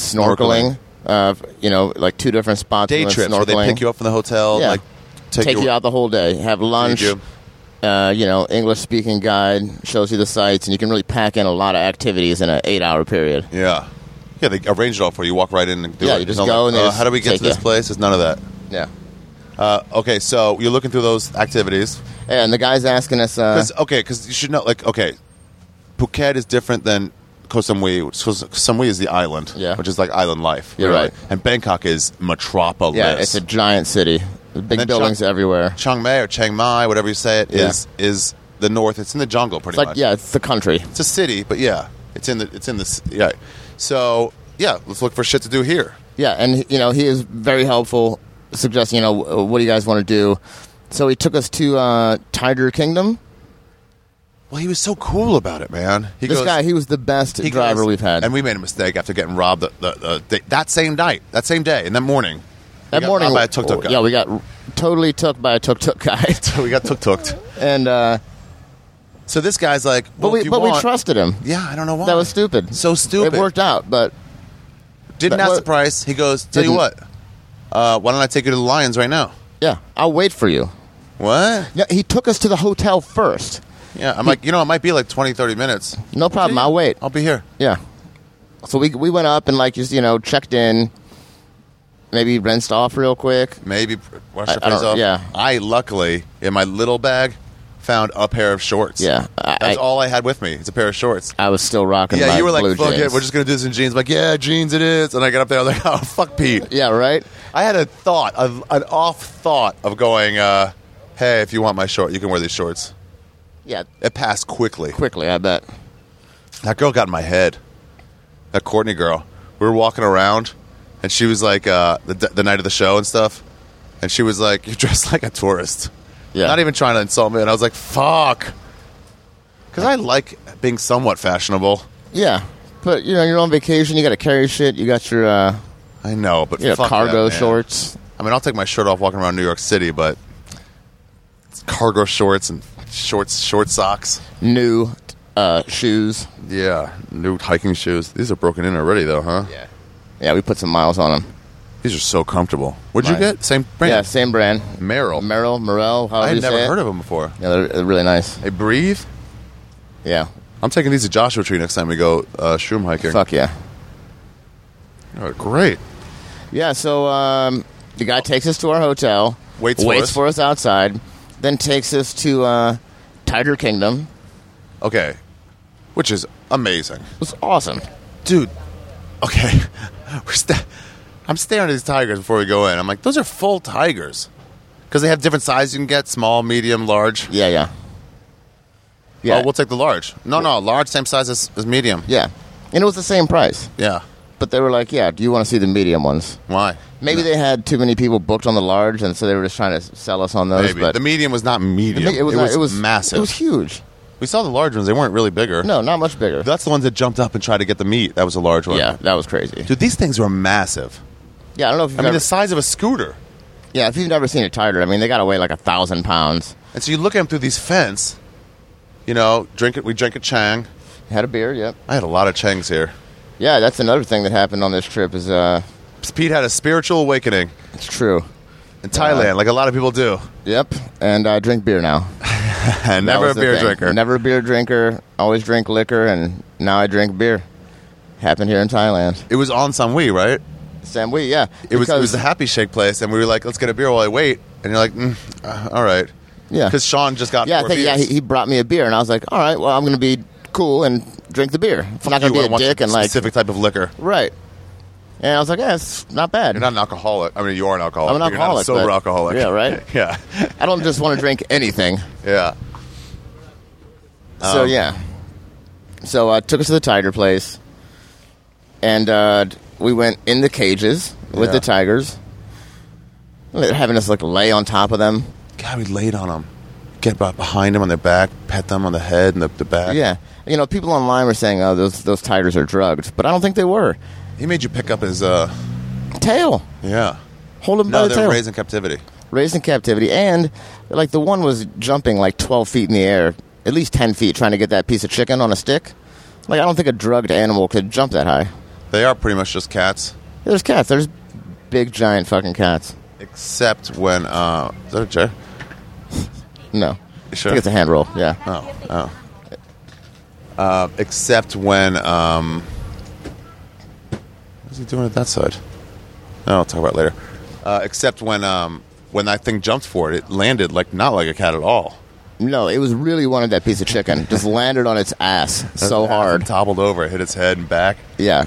[SPEAKER 1] Snorkeling.
[SPEAKER 2] snorkeling. Uh, you know, like two different spots.
[SPEAKER 1] day
[SPEAKER 2] We went
[SPEAKER 1] trips where
[SPEAKER 2] Snorkeling.
[SPEAKER 1] they pick you up from the hotel,
[SPEAKER 2] Yeah.
[SPEAKER 1] like take,
[SPEAKER 2] take
[SPEAKER 1] your-
[SPEAKER 2] you out the whole day, have lunch.
[SPEAKER 1] do.
[SPEAKER 2] Uh, you know, English speaking guide shows you the sights, and you can really pack in a lot of activities in an eight hour period.
[SPEAKER 1] Yeah, yeah. They arrange it all for you. You Walk right in and do
[SPEAKER 2] Yeah,
[SPEAKER 1] it.
[SPEAKER 2] you just
[SPEAKER 1] Don't
[SPEAKER 2] go and they
[SPEAKER 1] uh,
[SPEAKER 2] just
[SPEAKER 1] how do we get
[SPEAKER 2] take
[SPEAKER 1] to this
[SPEAKER 2] you.
[SPEAKER 1] place? There's none of that.
[SPEAKER 2] Yeah.
[SPEAKER 1] Uh, okay, so you're looking through those activities.
[SPEAKER 2] And the guy's asking us. Uh,
[SPEAKER 1] 'Cause- okay, because you should know, like, okay, Phuket is different than Koh Samui. which- Koh Samui is the island,
[SPEAKER 2] Yeah.
[SPEAKER 1] which is like island life.
[SPEAKER 2] You're
[SPEAKER 1] really.
[SPEAKER 2] right.
[SPEAKER 1] And Bangkok is metropolis.
[SPEAKER 2] yeah, it's a giant city, big
[SPEAKER 1] then
[SPEAKER 2] buildings
[SPEAKER 1] Chuck-
[SPEAKER 2] everywhere.
[SPEAKER 1] Chiang Mai or Chiang Mai, whatever you say it is,
[SPEAKER 2] Yeah.
[SPEAKER 1] is, the north. It's in the jungle, pretty
[SPEAKER 2] It's like
[SPEAKER 1] much.
[SPEAKER 2] yeah, it's the country.
[SPEAKER 1] It's a city, but yeah, it's in the it's in the c- yeah. So yeah, let's look for shit to do here.
[SPEAKER 2] Yeah, and you know he is very helpful, suggesting you know wh- what do you guys want to do. So he took us to uh, Tiger Kingdom.
[SPEAKER 1] Well, he was so cool about it, man. He
[SPEAKER 2] This
[SPEAKER 1] goes-
[SPEAKER 2] guy, he was the best
[SPEAKER 1] he
[SPEAKER 2] driver
[SPEAKER 1] goes-
[SPEAKER 2] we've had.
[SPEAKER 1] and we made a mistake after getting robbed the, the, the, the- that same night, that same day, in that morning.
[SPEAKER 2] that
[SPEAKER 1] got
[SPEAKER 2] morning,
[SPEAKER 1] robbed by a tuk-tuk guy.
[SPEAKER 2] yeah, we got r- totally took by a tuk tuk guy, (laughs)
[SPEAKER 1] (laughs) we got tuk tuked.
[SPEAKER 2] and uh,
[SPEAKER 1] So this guy's like,
[SPEAKER 2] but
[SPEAKER 1] well, if
[SPEAKER 2] we
[SPEAKER 1] you
[SPEAKER 2] but we
[SPEAKER 1] want-
[SPEAKER 2] trusted him.
[SPEAKER 1] Yeah, I don't know why
[SPEAKER 2] That was stupid.
[SPEAKER 1] So stupid.
[SPEAKER 2] It worked out, but
[SPEAKER 1] Didn't
[SPEAKER 2] That-
[SPEAKER 1] ask
[SPEAKER 2] what-
[SPEAKER 1] the price. He goes, tell you
[SPEAKER 2] Didn't-
[SPEAKER 1] what, uh, why don't I take you to the Lions right now?
[SPEAKER 2] yeah, I'll wait for you.
[SPEAKER 1] What?
[SPEAKER 2] Yeah, he took us to the hotel first.
[SPEAKER 1] Yeah, I'm like, you know, it might be like 20, 30 minutes.
[SPEAKER 2] No problem. I'll wait.
[SPEAKER 1] I'll be here.
[SPEAKER 2] Yeah. So we we went up and like just you know checked in, maybe rinsed off real quick.
[SPEAKER 1] Maybe wash your
[SPEAKER 2] I- I
[SPEAKER 1] face
[SPEAKER 2] don't-
[SPEAKER 1] off.
[SPEAKER 2] yeah.
[SPEAKER 1] I luckily in my little bag found a pair of shorts.
[SPEAKER 2] Yeah, I-
[SPEAKER 1] that's
[SPEAKER 2] I-
[SPEAKER 1] all I had with me. It's a pair of shorts.
[SPEAKER 2] I was still rocking.
[SPEAKER 1] Yeah,
[SPEAKER 2] my
[SPEAKER 1] you were
[SPEAKER 2] blue
[SPEAKER 1] like, "Fuck
[SPEAKER 2] jeans.
[SPEAKER 1] it, we're just gonna do this in jeans." I'm like, yeah, jeans it is. And I got up there, I was like, (laughs) "Oh, fuck Pete."
[SPEAKER 2] yeah, right.
[SPEAKER 1] I had a thought, of, an off thought of going, uh, "Hey, if you want my short, you can wear these shorts."
[SPEAKER 2] Yeah,
[SPEAKER 1] It passed quickly.
[SPEAKER 2] quickly. I bet.
[SPEAKER 1] That girl got in my head. That Courtney girl. We were walking around, and she was like, uh, the, the night of the show and stuff, and she was like, "You're dressed (laughs) like a tourist."
[SPEAKER 2] Yeah.
[SPEAKER 1] Not even trying to insult me, and I was like, "Fuck," because I like being somewhat fashionable.
[SPEAKER 2] Yeah, but you know you're on vacation. You got to carry shit. You got your uh,
[SPEAKER 1] I know, but
[SPEAKER 2] you know
[SPEAKER 1] fuck
[SPEAKER 2] cargo
[SPEAKER 1] that, man.
[SPEAKER 2] shorts.
[SPEAKER 1] I mean, I'll take my shirt off walking around New York City, but it's cargo shorts and shorts, short socks.
[SPEAKER 2] new uh, shoes.
[SPEAKER 1] Yeah, new hiking shoes. These are broken in already, though, huh?
[SPEAKER 2] Yeah. Yeah, we put some miles on them.
[SPEAKER 1] These are so comfortable. What'd you
[SPEAKER 2] Mine.
[SPEAKER 1] get? Same brand.
[SPEAKER 2] Yeah, same brand.
[SPEAKER 1] Merrell.
[SPEAKER 2] Merrill, Morel.
[SPEAKER 1] I had never heard of them before.
[SPEAKER 2] Yeah, they're, they're really nice.
[SPEAKER 1] Hey, breathe.
[SPEAKER 2] Yeah.
[SPEAKER 1] I'm taking these to Joshua Tree next time we go uh, shroom hiking.
[SPEAKER 2] Fuck yeah.
[SPEAKER 1] Oh, great.
[SPEAKER 2] Yeah, so um, the guy takes us to our hotel,
[SPEAKER 1] Waits for us.
[SPEAKER 2] for us outside, then takes us to uh, Tiger Kingdom.
[SPEAKER 1] Okay, which is amazing,
[SPEAKER 2] It was awesome.
[SPEAKER 1] dude. Okay, (laughs) We're sta- I'm staring at these tigers before we go in. I'm like, those are full tigers because they have different sizes you can get: small, medium, large.
[SPEAKER 2] Yeah,
[SPEAKER 1] Yeah.
[SPEAKER 2] yeah. Yeah.
[SPEAKER 1] Oh, we'll take the large. No, no, large, same size as, as medium.
[SPEAKER 2] yeah. And it was the same price.
[SPEAKER 1] Yeah.
[SPEAKER 2] But they were like, yeah, do you want to see the medium ones?
[SPEAKER 1] Why?
[SPEAKER 2] Maybe they had too many people booked on the large, and so they were just trying to sell us on those.
[SPEAKER 1] Maybe.
[SPEAKER 2] But
[SPEAKER 1] the medium was not medium.
[SPEAKER 2] It was,
[SPEAKER 1] it,
[SPEAKER 2] not-
[SPEAKER 1] was massive.
[SPEAKER 2] It was huge.
[SPEAKER 1] we saw the large ones. They weren't really bigger.
[SPEAKER 2] No, not much bigger.
[SPEAKER 1] That's the ones that jumped up and tried to get the meat. That was a large one.
[SPEAKER 2] yeah, that was crazy.
[SPEAKER 1] Dude, these things were massive.
[SPEAKER 2] Yeah, I don't know if you've
[SPEAKER 1] I mean,
[SPEAKER 2] ever,
[SPEAKER 1] the size of a scooter.
[SPEAKER 2] yeah, if you've never seen a tiger, I mean, they gotta weigh like a thousand pounds.
[SPEAKER 1] And so you look at them through these fence. You know, drink it. We drink a Chang.
[SPEAKER 2] Had a beer, yep.
[SPEAKER 1] I had a lot of Changs here.
[SPEAKER 2] Yeah, that's another thing that happened on this trip. Is uh,
[SPEAKER 1] Pete had a spiritual awakening
[SPEAKER 2] it's true.
[SPEAKER 1] in Thailand, like a lot of people do.
[SPEAKER 2] Yep, and I drink beer now.
[SPEAKER 1] (laughs) And
[SPEAKER 2] That
[SPEAKER 1] never a
[SPEAKER 2] was the
[SPEAKER 1] beer
[SPEAKER 2] thing.
[SPEAKER 1] drinker.
[SPEAKER 2] Never a beer drinker. Always drink liquor, and now I drink beer. Happened here in Thailand.
[SPEAKER 1] It was on Samui, right?
[SPEAKER 2] Sam, we yeah.
[SPEAKER 1] It was, it was
[SPEAKER 2] because-
[SPEAKER 1] the Happy Shake place, and we were like, let's get a beer while I wait. And you're like, mm, uh, all right.
[SPEAKER 2] Yeah.
[SPEAKER 1] Because Sean just got
[SPEAKER 2] yeah, I
[SPEAKER 1] four
[SPEAKER 2] think yeah.
[SPEAKER 1] beers.
[SPEAKER 2] He, he brought me a beer, and I was like, all right, well, I'm gonna be cool and drink the beer. I'm
[SPEAKER 1] You
[SPEAKER 2] not gonna be
[SPEAKER 1] wouldn't
[SPEAKER 2] a
[SPEAKER 1] want
[SPEAKER 2] dick and like
[SPEAKER 1] specific type of liquor.
[SPEAKER 2] right. And I was like, yeah, it's not bad.
[SPEAKER 1] You're not an alcoholic. I mean, you are an alcoholic.
[SPEAKER 2] I'm an
[SPEAKER 1] but you're not a
[SPEAKER 2] alcoholic,
[SPEAKER 1] sober
[SPEAKER 2] but-
[SPEAKER 1] alcoholic.
[SPEAKER 2] Yeah, right.
[SPEAKER 1] (laughs) yeah,
[SPEAKER 2] I don't just want to drink anything.
[SPEAKER 1] yeah. Um,
[SPEAKER 2] So yeah. So uh, took us to the tiger place, and uh, d- we went in the cages with
[SPEAKER 1] Yeah.
[SPEAKER 2] the tigers, They're having us like lay on top of them.
[SPEAKER 1] God, we laid on them. Get b- behind them on their back, pet them on the head and the, the back.
[SPEAKER 2] Yeah, Uh, you know, people online were saying, "Oh, those those tigers are drugged," but I don't think they were.
[SPEAKER 1] He made you pick up his. uh
[SPEAKER 2] Tail,
[SPEAKER 1] Yeah.
[SPEAKER 2] hold them
[SPEAKER 1] No,
[SPEAKER 2] by the
[SPEAKER 1] they're
[SPEAKER 2] tail,
[SPEAKER 1] raised in captivity.
[SPEAKER 2] raised in captivity, and like the one was jumping like twelve feet in the air, at least ten feet, trying to get that piece of chicken on a stick. Like I don't think a drugged animal could jump that high.
[SPEAKER 1] They are pretty much just cats,
[SPEAKER 2] There's cats. There's big giant fucking cats.
[SPEAKER 1] except when. uh Is that a chair?
[SPEAKER 2] No.
[SPEAKER 1] You sure?
[SPEAKER 2] I think it's a hand roll. Yeah.
[SPEAKER 1] Oh, oh. Uh, except when. um What's he doing at that side? Oh, I'll talk about it later. Uh, except when um when that thing jumped for it, it landed like not like a cat at all.
[SPEAKER 2] No, it was really wanted that piece of chicken.
[SPEAKER 1] (laughs)
[SPEAKER 2] Just landed on its ass so
[SPEAKER 1] It
[SPEAKER 2] hard.
[SPEAKER 1] toppled over, hit its head and back.
[SPEAKER 2] Yeah.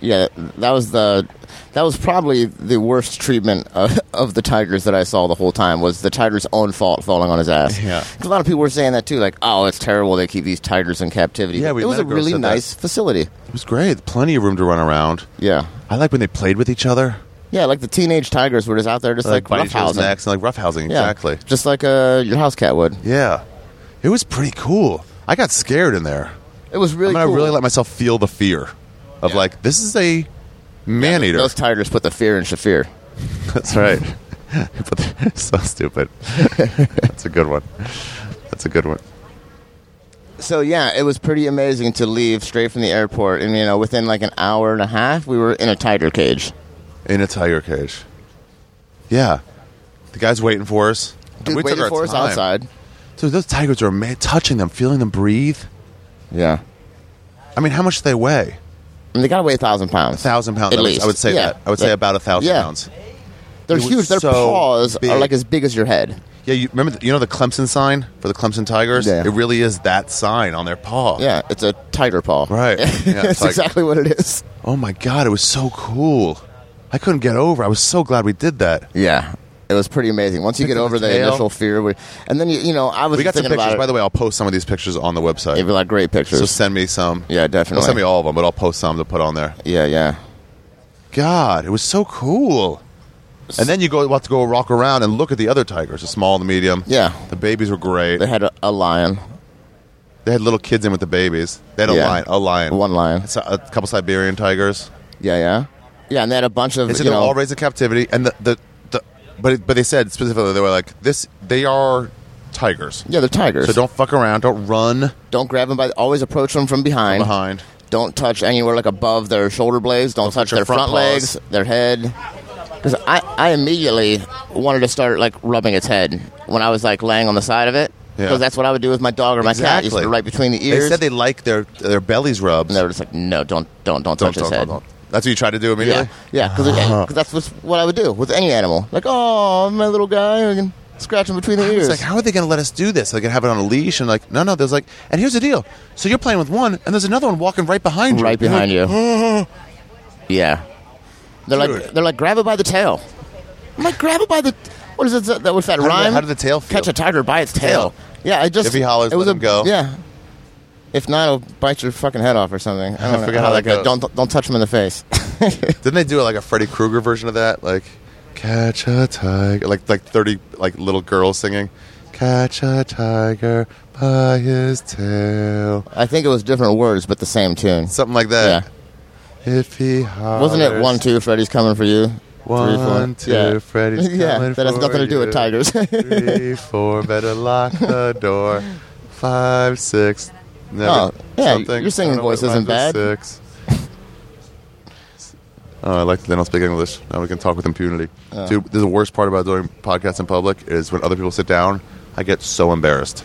[SPEAKER 2] Yeah, that was the that was probably the worst treatment of, (laughs) of the tigers that I saw the whole time was the tiger's own fault falling on his ass.
[SPEAKER 1] Yeah.
[SPEAKER 2] 'Cause A lot of people were saying that too like, "Oh, it's terrible they keep these tigers in captivity."
[SPEAKER 1] Yeah, we
[SPEAKER 2] it was
[SPEAKER 1] met a
[SPEAKER 2] a
[SPEAKER 1] girl who
[SPEAKER 2] really
[SPEAKER 1] said that.
[SPEAKER 2] nice facility.
[SPEAKER 1] It was great. Plenty of room to run around.
[SPEAKER 2] Yeah.
[SPEAKER 1] I like when they played with each other.
[SPEAKER 2] Yeah, like the teenage tigers were just out there just like,
[SPEAKER 1] biting each other's
[SPEAKER 2] roughhousing.
[SPEAKER 1] necks and like roughhousing.
[SPEAKER 2] Yeah.
[SPEAKER 1] Exactly.
[SPEAKER 2] Just like uh, your house cat would.
[SPEAKER 1] Yeah. It was pretty cool. I got scared in there.
[SPEAKER 2] It was
[SPEAKER 1] I
[SPEAKER 2] really
[SPEAKER 1] mean, I
[SPEAKER 2] cool.
[SPEAKER 1] really let myself feel the fear of
[SPEAKER 2] Yeah.
[SPEAKER 1] like, this is a man eater.
[SPEAKER 2] Those tigers put the fear in Shafir.
[SPEAKER 1] (laughs)
[SPEAKER 2] (laughs)
[SPEAKER 1] That's right. (laughs) but they're so stupid. That's a good one. That's a good one.
[SPEAKER 2] So yeah, it was pretty amazing to leave straight from the airport, and you know, within like an hour and a half, we were in a tiger cage.
[SPEAKER 1] In a tiger cage. Yeah. The guy's waiting for us. And
[SPEAKER 2] Dude,
[SPEAKER 1] we took
[SPEAKER 2] waiting
[SPEAKER 1] our
[SPEAKER 2] for us
[SPEAKER 1] time.
[SPEAKER 2] outside.
[SPEAKER 1] Dude, those tigers are man- touching them, feeling them breathe.
[SPEAKER 2] Yeah,
[SPEAKER 1] I mean, how much do they weigh?
[SPEAKER 2] and they gotta weigh a thousand pounds.
[SPEAKER 1] thousand pounds.
[SPEAKER 2] At
[SPEAKER 1] I, would-
[SPEAKER 2] least.
[SPEAKER 1] I Would, say
[SPEAKER 2] Yeah.
[SPEAKER 1] that. I would say
[SPEAKER 2] Yeah.
[SPEAKER 1] about a thousand
[SPEAKER 2] Yeah.
[SPEAKER 1] pounds.
[SPEAKER 2] They're
[SPEAKER 1] It was
[SPEAKER 2] huge. Their
[SPEAKER 1] so
[SPEAKER 2] paws
[SPEAKER 1] big.
[SPEAKER 2] are like as big as your head.
[SPEAKER 1] Yeah, you remember the, you know the Clemson sign for the Clemson Tigers?
[SPEAKER 2] Yeah.
[SPEAKER 1] It really is that sign on their paw.
[SPEAKER 2] Yeah, it's a tiger paw. (laughs)
[SPEAKER 1] Right. Yeah, it's
[SPEAKER 2] That's
[SPEAKER 1] like-
[SPEAKER 2] exactly what it is.
[SPEAKER 1] Oh my god, it was so cool. I couldn't get over. I was so glad we did that.
[SPEAKER 2] Yeah. It was pretty amazing. Once you
[SPEAKER 1] Pick
[SPEAKER 2] get
[SPEAKER 1] up
[SPEAKER 2] over
[SPEAKER 1] the
[SPEAKER 2] the,
[SPEAKER 1] tail.
[SPEAKER 2] initial fear, we, and then you, you know, I was
[SPEAKER 1] We got some
[SPEAKER 2] thinking
[SPEAKER 1] pictures.
[SPEAKER 2] about
[SPEAKER 1] By
[SPEAKER 2] it.
[SPEAKER 1] the way, I'll post some of these pictures on the
[SPEAKER 2] It'd
[SPEAKER 1] website.
[SPEAKER 2] be like great pictures.
[SPEAKER 1] So send me some.
[SPEAKER 2] yeah,
[SPEAKER 1] Don't
[SPEAKER 2] definitely.
[SPEAKER 1] send me all of them, but I'll post some to put on there.
[SPEAKER 2] yeah, yeah.
[SPEAKER 1] God, it was so cool. And then you go about to go walk around and look at the other tigers, the small, the medium.
[SPEAKER 2] Yeah.
[SPEAKER 1] The babies were great.
[SPEAKER 2] They had a, a lion,
[SPEAKER 1] They had little kids in with the babies. They had a
[SPEAKER 2] Yeah.
[SPEAKER 1] lion, a lion,
[SPEAKER 2] one lion.
[SPEAKER 1] It's a, a couple Siberian tigers.
[SPEAKER 2] Yeah, yeah. Yeah, and they had a bunch of,
[SPEAKER 1] They said
[SPEAKER 2] you
[SPEAKER 1] they're
[SPEAKER 2] know,
[SPEAKER 1] all raised in captivity, and the, the, the but it- but they said specifically they were like this. They are tigers,
[SPEAKER 2] yeah, they're tigers.
[SPEAKER 1] so don't fuck around, don't run
[SPEAKER 2] Don't grab them by. Always approach them from behind.
[SPEAKER 1] behind.
[SPEAKER 2] Don't touch anywhere like above their shoulder blades. Don't, touch
[SPEAKER 1] your
[SPEAKER 2] their
[SPEAKER 1] front
[SPEAKER 2] front, legs,
[SPEAKER 1] paws.
[SPEAKER 2] their head. Because I, I immediately wanted to start like rubbing its head when I was like laying on the side of it.
[SPEAKER 1] Yeah.
[SPEAKER 2] Because that's what I would do with my dog or my cat. Used to right between the ears.
[SPEAKER 1] They said they like their their bellies rubbed.
[SPEAKER 2] and they were just like, no, don't, don't, don't
[SPEAKER 1] don't,
[SPEAKER 2] touch
[SPEAKER 1] don't,
[SPEAKER 2] his head.
[SPEAKER 1] don't, don't. That's what you tried to do
[SPEAKER 2] Yeah,
[SPEAKER 1] immediately. Uh-huh.
[SPEAKER 2] yeah, because that's what's, what I would do with any animal. Like, oh, my little guy, I can scratch him between the
[SPEAKER 1] (laughs) It's
[SPEAKER 2] ears.
[SPEAKER 1] like, how are they going to let us do this? They're going to have it on a leash, and like, no, no. There's like, and here's the deal. So you're playing with one, and there's another one walking right behind you.
[SPEAKER 2] right behind you. (gasps) yeah, they're like
[SPEAKER 1] Dude.
[SPEAKER 2] they're like grab it by the tail. I'm like grab it by the. What is it? that- That was that
[SPEAKER 1] How did the-
[SPEAKER 2] rhyme?
[SPEAKER 1] how did the tail feel?
[SPEAKER 2] Catch a tiger by its
[SPEAKER 1] Tail.
[SPEAKER 2] tail. Yeah, I just
[SPEAKER 1] If he hollers,
[SPEAKER 2] it was
[SPEAKER 1] let
[SPEAKER 2] a,
[SPEAKER 1] him go.
[SPEAKER 2] Yeah. If not, it'll bite your fucking head off or something.
[SPEAKER 1] (laughs)
[SPEAKER 2] I, don't know.
[SPEAKER 1] forgot how that
[SPEAKER 2] goes.
[SPEAKER 1] goes.
[SPEAKER 2] Don't don't touch him in the face. (laughs)
[SPEAKER 1] Didn't they do like a Freddy Krueger version of that? Like, catch a tiger, like like thirty like little girls singing, catch a tiger by his tail,
[SPEAKER 2] I think it was different words, but the same tune.
[SPEAKER 1] something like that. If he hollers,
[SPEAKER 2] Wasn't it one two? Freddy's coming for you. Three, four.
[SPEAKER 1] One, two,
[SPEAKER 2] Yeah.
[SPEAKER 1] Freddy's
[SPEAKER 2] (laughs) yeah,
[SPEAKER 1] coming
[SPEAKER 2] that has
[SPEAKER 1] for
[SPEAKER 2] nothing to do
[SPEAKER 1] you.
[SPEAKER 2] with tigers. (laughs)
[SPEAKER 1] three, four, better lock the door, five, six, never,
[SPEAKER 2] Oh, yeah,
[SPEAKER 1] something.
[SPEAKER 2] your singing
[SPEAKER 1] I don't know
[SPEAKER 2] voice
[SPEAKER 1] what
[SPEAKER 2] isn't
[SPEAKER 1] rhymes with
[SPEAKER 2] bad.
[SPEAKER 1] Six. Oh, I like that they don't speak English. Now we can talk with impunity. Dude, this is the worst part about doing podcasts in public is when other people sit down, I get so embarrassed.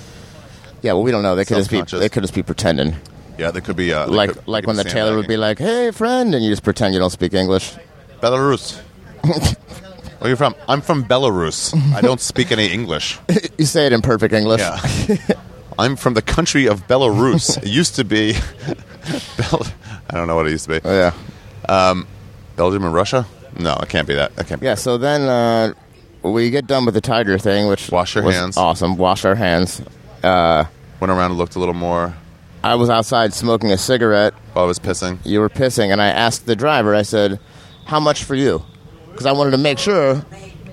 [SPEAKER 2] yeah, well, we don't know. They could just be
[SPEAKER 1] Self-conscious.
[SPEAKER 2] they could just be pretending.
[SPEAKER 1] Yeah, they could be uh, they
[SPEAKER 2] like
[SPEAKER 1] could-
[SPEAKER 2] like
[SPEAKER 1] they could
[SPEAKER 2] when the tailor would be
[SPEAKER 1] sandbagging.
[SPEAKER 2] like, "Hey, friend," and you just pretend you don't speak English. (laughs)
[SPEAKER 1] Belarus. Where are you from? I'm from Belarus. I don't speak any
[SPEAKER 2] (laughs)
[SPEAKER 1] English.
[SPEAKER 2] You say it in perfect English. (laughs)
[SPEAKER 1] Yeah. I'm from the country of Belarus. It used to be. (laughs) Bel- I don't know what it used to be.
[SPEAKER 2] Oh, yeah.
[SPEAKER 1] Belgium and Russia? No, it can't be that. That can't be.
[SPEAKER 2] Yeah, So then uh, we get done with the tiger thing, which
[SPEAKER 1] Wash your
[SPEAKER 2] was
[SPEAKER 1] hands.
[SPEAKER 2] Awesome. Wash our hands.
[SPEAKER 1] Went around and looked a little more
[SPEAKER 2] I was outside smoking a cigarette.
[SPEAKER 1] while I was pissing.
[SPEAKER 2] You were pissing, and I asked the driver. I said, "How much for you?" Because I wanted to make sure,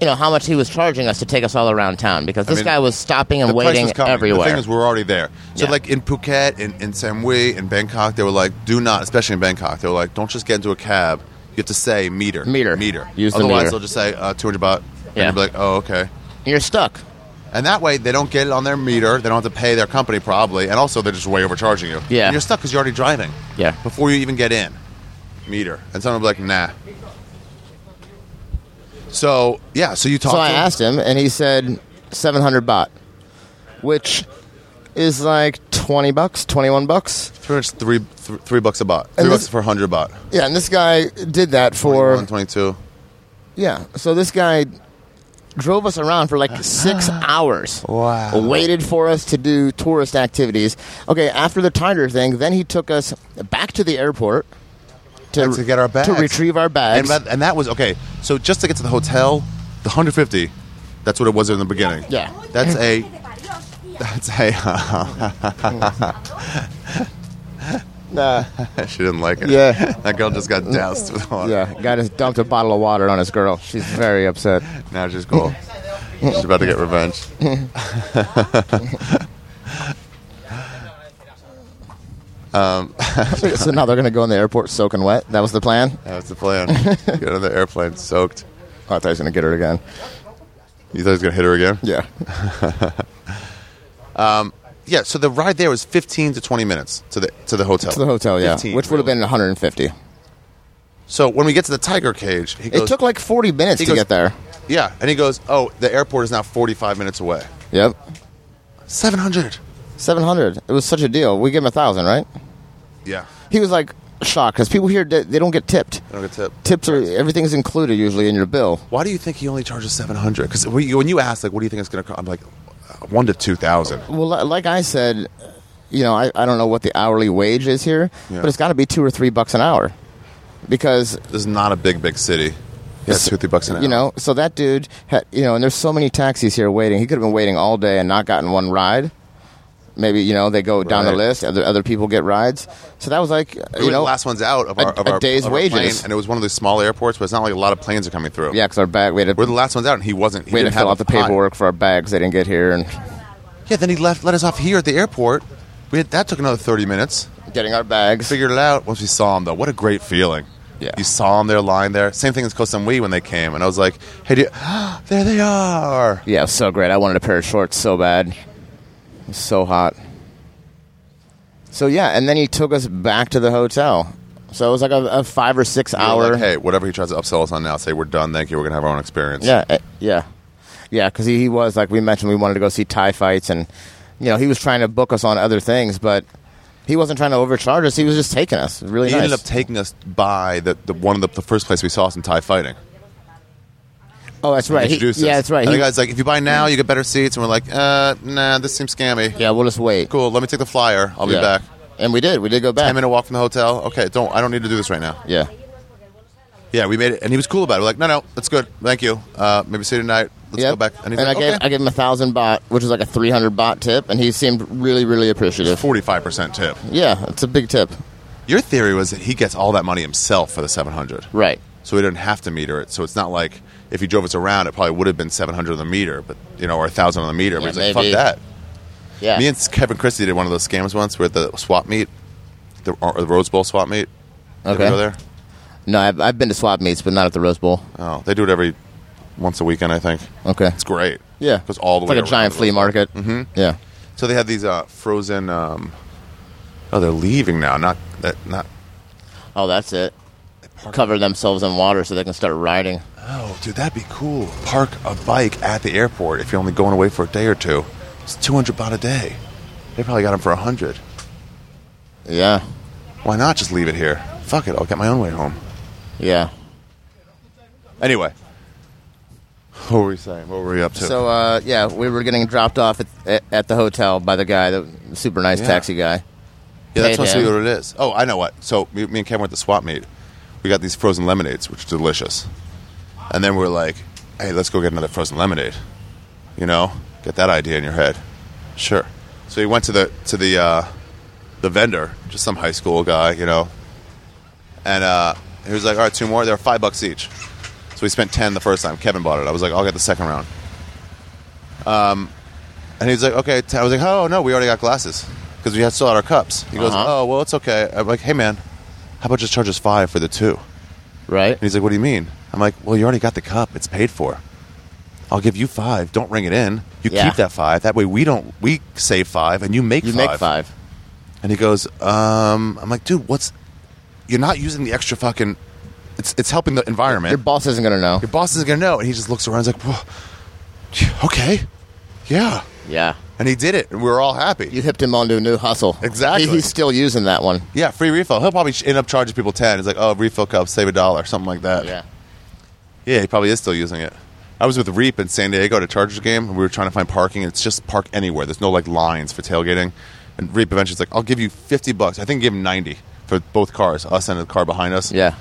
[SPEAKER 2] you know, how much he was charging us to take us all around town. Because this
[SPEAKER 1] mean,
[SPEAKER 2] guy was stopping and
[SPEAKER 1] The price
[SPEAKER 2] waiting
[SPEAKER 1] was coming.
[SPEAKER 2] everywhere.
[SPEAKER 1] The thing is, we're already there. So,
[SPEAKER 2] Yeah.
[SPEAKER 1] like in Phuket, in, in Samui, in Bangkok, they were like, do not, especially in Bangkok, they were like, don't just get into a cab. You have to say meter.
[SPEAKER 2] Meter.
[SPEAKER 1] Meter.
[SPEAKER 2] Use the
[SPEAKER 1] Otherwise,
[SPEAKER 2] meter.
[SPEAKER 1] they'll just say uh, 200 baht. And
[SPEAKER 2] Yeah.
[SPEAKER 1] you'll be like, oh, okay.
[SPEAKER 2] You're stuck.
[SPEAKER 1] And that way, they don't get it on their meter. They don't have to pay their company, probably. And also, they're just way overcharging you.
[SPEAKER 2] Yeah.
[SPEAKER 1] And you're stuck because you're already driving.
[SPEAKER 2] Yeah.
[SPEAKER 1] Before you even get in, meter. And someone will be like, nah. So, yeah, so you talk
[SPEAKER 2] So
[SPEAKER 1] to
[SPEAKER 2] I
[SPEAKER 1] him.
[SPEAKER 2] asked him, and he said 700 baht, which is like 20 bucks, 21 bucks.
[SPEAKER 1] Pretty much three, th- three bucks a bot. Three
[SPEAKER 2] And
[SPEAKER 1] bucks
[SPEAKER 2] this-
[SPEAKER 1] for 100 bot.
[SPEAKER 2] Yeah, and this guy did that for
[SPEAKER 1] 21, 22.
[SPEAKER 2] yeah. So this guy drove us around for like
[SPEAKER 1] (gasps)
[SPEAKER 2] six hours.
[SPEAKER 1] Wow.
[SPEAKER 2] Waited for us to do tourist activities. Okay, after the tiger thing, then he took us back to the airport to,
[SPEAKER 1] To get our bags.
[SPEAKER 2] to retrieve our
[SPEAKER 1] And
[SPEAKER 2] bags.
[SPEAKER 1] that, and that was, okay, so just to get to the hotel, the 150, that's what it was in the beginning.
[SPEAKER 2] yeah,
[SPEAKER 1] That's a, that's (laughs) a,
[SPEAKER 2] nah,
[SPEAKER 1] she didn't like it. (laughs)
[SPEAKER 2] Yeah.
[SPEAKER 1] That girl just got doused with water.
[SPEAKER 2] yeah. Guy just dumped a bottle of water on his girl. She's very upset.
[SPEAKER 1] Now she's cool. she's about to get revenge.
[SPEAKER 2] so now they're gonna go in the airport soaking wet. That was the plan.
[SPEAKER 1] That's the (laughs) plan. Get on the airplane soaked.
[SPEAKER 2] Oh, I thought he was going to get her again.
[SPEAKER 1] You thought he was gonna hit her again?
[SPEAKER 2] Yeah. (laughs)
[SPEAKER 1] Yeah. So the ride there was 15 to 20 minutes to the to the hotel.
[SPEAKER 2] to the hotel, yeah.
[SPEAKER 1] 15,
[SPEAKER 2] Which would have
[SPEAKER 1] really.
[SPEAKER 2] been 150.
[SPEAKER 1] So when we get to the tiger cage, he goes,
[SPEAKER 2] It took like 40 minutes
[SPEAKER 1] he
[SPEAKER 2] to
[SPEAKER 1] goes-
[SPEAKER 2] get there.
[SPEAKER 1] yeah, and he goes, oh, the airport is now 45 minutes away.
[SPEAKER 2] Yep.
[SPEAKER 1] 700.
[SPEAKER 2] 700. It was such a deal. We gave him a 1,000, right?
[SPEAKER 1] Yeah.
[SPEAKER 2] He was like, shocked because people here they, they don't get tipped.
[SPEAKER 1] I don't get tipped.
[SPEAKER 2] Tips are everything's included usually in your bill.
[SPEAKER 1] Why do you think he only charges seven hundred? Because when you when you ask like, what do you think it's going to cost? I'm like, uh, one to two thousand.
[SPEAKER 2] Well, li- like I said, you know, I, I don't know what the hourly wage is here,
[SPEAKER 1] Yeah.
[SPEAKER 2] but it's got to be two or three bucks an hour because
[SPEAKER 1] This is not a big big city. Yeah, two or three bucks an hour.
[SPEAKER 2] you know. So that dude, had, you know, and there's so many taxis here waiting. He could have been waiting all day and not gotten one ride. Maybe you know they go down the
[SPEAKER 1] Right.
[SPEAKER 2] list. Other other people get rides. So that was like uh,
[SPEAKER 1] We
[SPEAKER 2] you
[SPEAKER 1] were
[SPEAKER 2] know
[SPEAKER 1] the last ones out of our,
[SPEAKER 2] a-
[SPEAKER 1] of
[SPEAKER 2] a
[SPEAKER 1] our
[SPEAKER 2] day's
[SPEAKER 1] of our
[SPEAKER 2] wages.
[SPEAKER 1] plane, and it was one of those small airports where it's not like a lot of planes are coming through.
[SPEAKER 2] yeah, because our bag we had to,
[SPEAKER 1] we're the last ones out, and he wasn't. He
[SPEAKER 2] we had to
[SPEAKER 1] didn't
[SPEAKER 2] fill
[SPEAKER 1] have
[SPEAKER 2] out the
[SPEAKER 1] time.
[SPEAKER 2] paperwork for our bags. They didn't get here and
[SPEAKER 1] Yeah, then he left, let us off here at the airport. We had, that took another thirty minutes.
[SPEAKER 2] getting our bags.
[SPEAKER 1] Figured it out once we saw him though. What a great feeling.
[SPEAKER 2] Yeah.
[SPEAKER 1] You saw him there, lying there. Same thing as Koh Wee when they came, and I was like, "Hey, do you, (gasps) there they are."
[SPEAKER 2] Yeah, it was so great. I wanted a pair of shorts so bad. It was so hot. So yeah, and then he took us back to the hotel. So it was like a, a five or six
[SPEAKER 1] We were
[SPEAKER 2] hour.
[SPEAKER 1] like, hey, whatever he tries to upsell us on now, say we're done. Thank you. We're gonna have our own experience.
[SPEAKER 2] Yeah, eh, yeah, yeah. Because he, he was like we mentioned, we wanted to go see Thai fights, and you know he was trying to book us on other things, but he wasn't trying to overcharge us. He was just taking us. It was Really
[SPEAKER 1] He
[SPEAKER 2] nice.
[SPEAKER 1] ended up taking us by the, the one of the, the first place we saw some Thai fighting.
[SPEAKER 2] oh, that's right. He-
[SPEAKER 1] Introduced us.
[SPEAKER 2] yeah, that's right.
[SPEAKER 1] And
[SPEAKER 2] He-
[SPEAKER 1] the guy's like, if you buy now, you get better seats. And we're like, uh, nah, this seems scammy.
[SPEAKER 2] yeah, we'll just wait.
[SPEAKER 1] Cool. Let me take the flyer. I'll be
[SPEAKER 2] Yeah.
[SPEAKER 1] back.
[SPEAKER 2] And we did. We did go back.
[SPEAKER 1] Ten minute walk from the hotel. Okay, don't. I don't need to do this right now.
[SPEAKER 2] Yeah.
[SPEAKER 1] Yeah, we made it, and he was cool about it. We're like, no, no, that's good. Thank you. Uh, maybe see you tonight. Let's
[SPEAKER 2] Yep.
[SPEAKER 1] go back.
[SPEAKER 2] And, I gave I gave him a thousand baht, which is like a three hundred baht tip, and he seemed really really appreciative.
[SPEAKER 1] forty five percent tip.
[SPEAKER 2] Yeah, it's a big tip.
[SPEAKER 1] Your theory was that he gets all that money himself for the seven hundred.
[SPEAKER 2] Right.
[SPEAKER 1] so we didn't have to meter it. So it's not like if he drove us around, it probably would have been seven hundred on the meter, but you know, or thousand on the meter.
[SPEAKER 2] Yeah,
[SPEAKER 1] but he's like, fuck
[SPEAKER 2] maybe.
[SPEAKER 1] that.
[SPEAKER 2] Yeah.
[SPEAKER 1] Me and Kevin Christie did one of those scams once. We're at the swap meet, the, or the Rose Bowl swap meet. Did you
[SPEAKER 2] Okay.
[SPEAKER 1] go there?
[SPEAKER 2] no, I've, I've been to swap meets, but not at the Rose Bowl.
[SPEAKER 1] Oh, they do it every once a weekend, I think.
[SPEAKER 2] Okay.
[SPEAKER 1] It's great.
[SPEAKER 2] Yeah.
[SPEAKER 1] goes all the
[SPEAKER 2] it's
[SPEAKER 1] way
[SPEAKER 2] like a
[SPEAKER 1] around
[SPEAKER 2] giant
[SPEAKER 1] the
[SPEAKER 2] flea
[SPEAKER 1] Rose Bowl.
[SPEAKER 2] market. Mm-hmm. Yeah.
[SPEAKER 1] So they had these uh, frozen. Um, oh, they're leaving now. Not that. Not.
[SPEAKER 2] Oh, that's it. Cover themselves in water so they can start riding.
[SPEAKER 1] Oh, dude, that'd be cool. Park a bike at the airport if you're only going away for a day or two. It's 200 baht a day. They probably got them for 100.
[SPEAKER 2] Yeah.
[SPEAKER 1] Why not just leave it here? Fuck it, I'll get my own way home.
[SPEAKER 2] Yeah.
[SPEAKER 1] Anyway, what were we saying? What were we up to?
[SPEAKER 2] So uh, yeah, we were getting dropped off at, at, at the hotel by the guy, the super nice
[SPEAKER 1] Yeah.
[SPEAKER 2] taxi guy.
[SPEAKER 1] yeah, that's
[SPEAKER 2] paid
[SPEAKER 1] supposed to
[SPEAKER 2] him.
[SPEAKER 1] be what it is. Oh, I know what. So me, me and Cam went to swap meet. We got these frozen lemonades, which are delicious. And then we're like, hey, let's go get another frozen lemonade. You know, get that idea in your head. Sure. So he went to the to the uh, the vendor, just some high school guy, you know, and uh, he was like, all right, two more. They're five bucks each. So we spent ten the first time. Kevin bought it. I was like, I'll get the second round. Um, and he was like, okay. Ten. I was like, oh no, we already got glasses because we had still had our cups. He goes,
[SPEAKER 2] Uh-huh.
[SPEAKER 1] oh well, it's okay. I'm like, hey man, how about just charge us five for the two?
[SPEAKER 2] Right.
[SPEAKER 1] And he's like, "What do you mean?" I'm like, "Well, you already got the cup. It's paid for. I'll give you five. Don't ring it in. You
[SPEAKER 2] Yeah.
[SPEAKER 1] keep that five. That way, we don't we save five, and you make
[SPEAKER 2] You
[SPEAKER 1] five.
[SPEAKER 2] make five.
[SPEAKER 1] And he goes, um, "I'm like, dude, what's? You're not using the extra fucking. It's it's helping the environment.
[SPEAKER 2] Your boss isn't gonna know.
[SPEAKER 1] Your boss isn't gonna know." And he just looks around. He's like, "Whoa, okay, yeah."
[SPEAKER 2] Yeah.
[SPEAKER 1] And he did it, and we were all happy.
[SPEAKER 2] You hipped him onto a new hustle.
[SPEAKER 1] Exactly.
[SPEAKER 2] He- he's still using that one.
[SPEAKER 1] yeah, free refill. He'll probably end up charging people ten. He's like, "Oh, refill cup, save a dollar, something like that."
[SPEAKER 2] Yeah.
[SPEAKER 1] Yeah, he probably is still using it. I was with Reap in San Diego at a Chargers game, and we were trying to find parking. and It's just park anywhere. There's no like lines for tailgating. And Reap eventually's like, "I'll give you fifty bucks." I think he gave him ninety for both cars, us and the car behind us.
[SPEAKER 2] Yeah.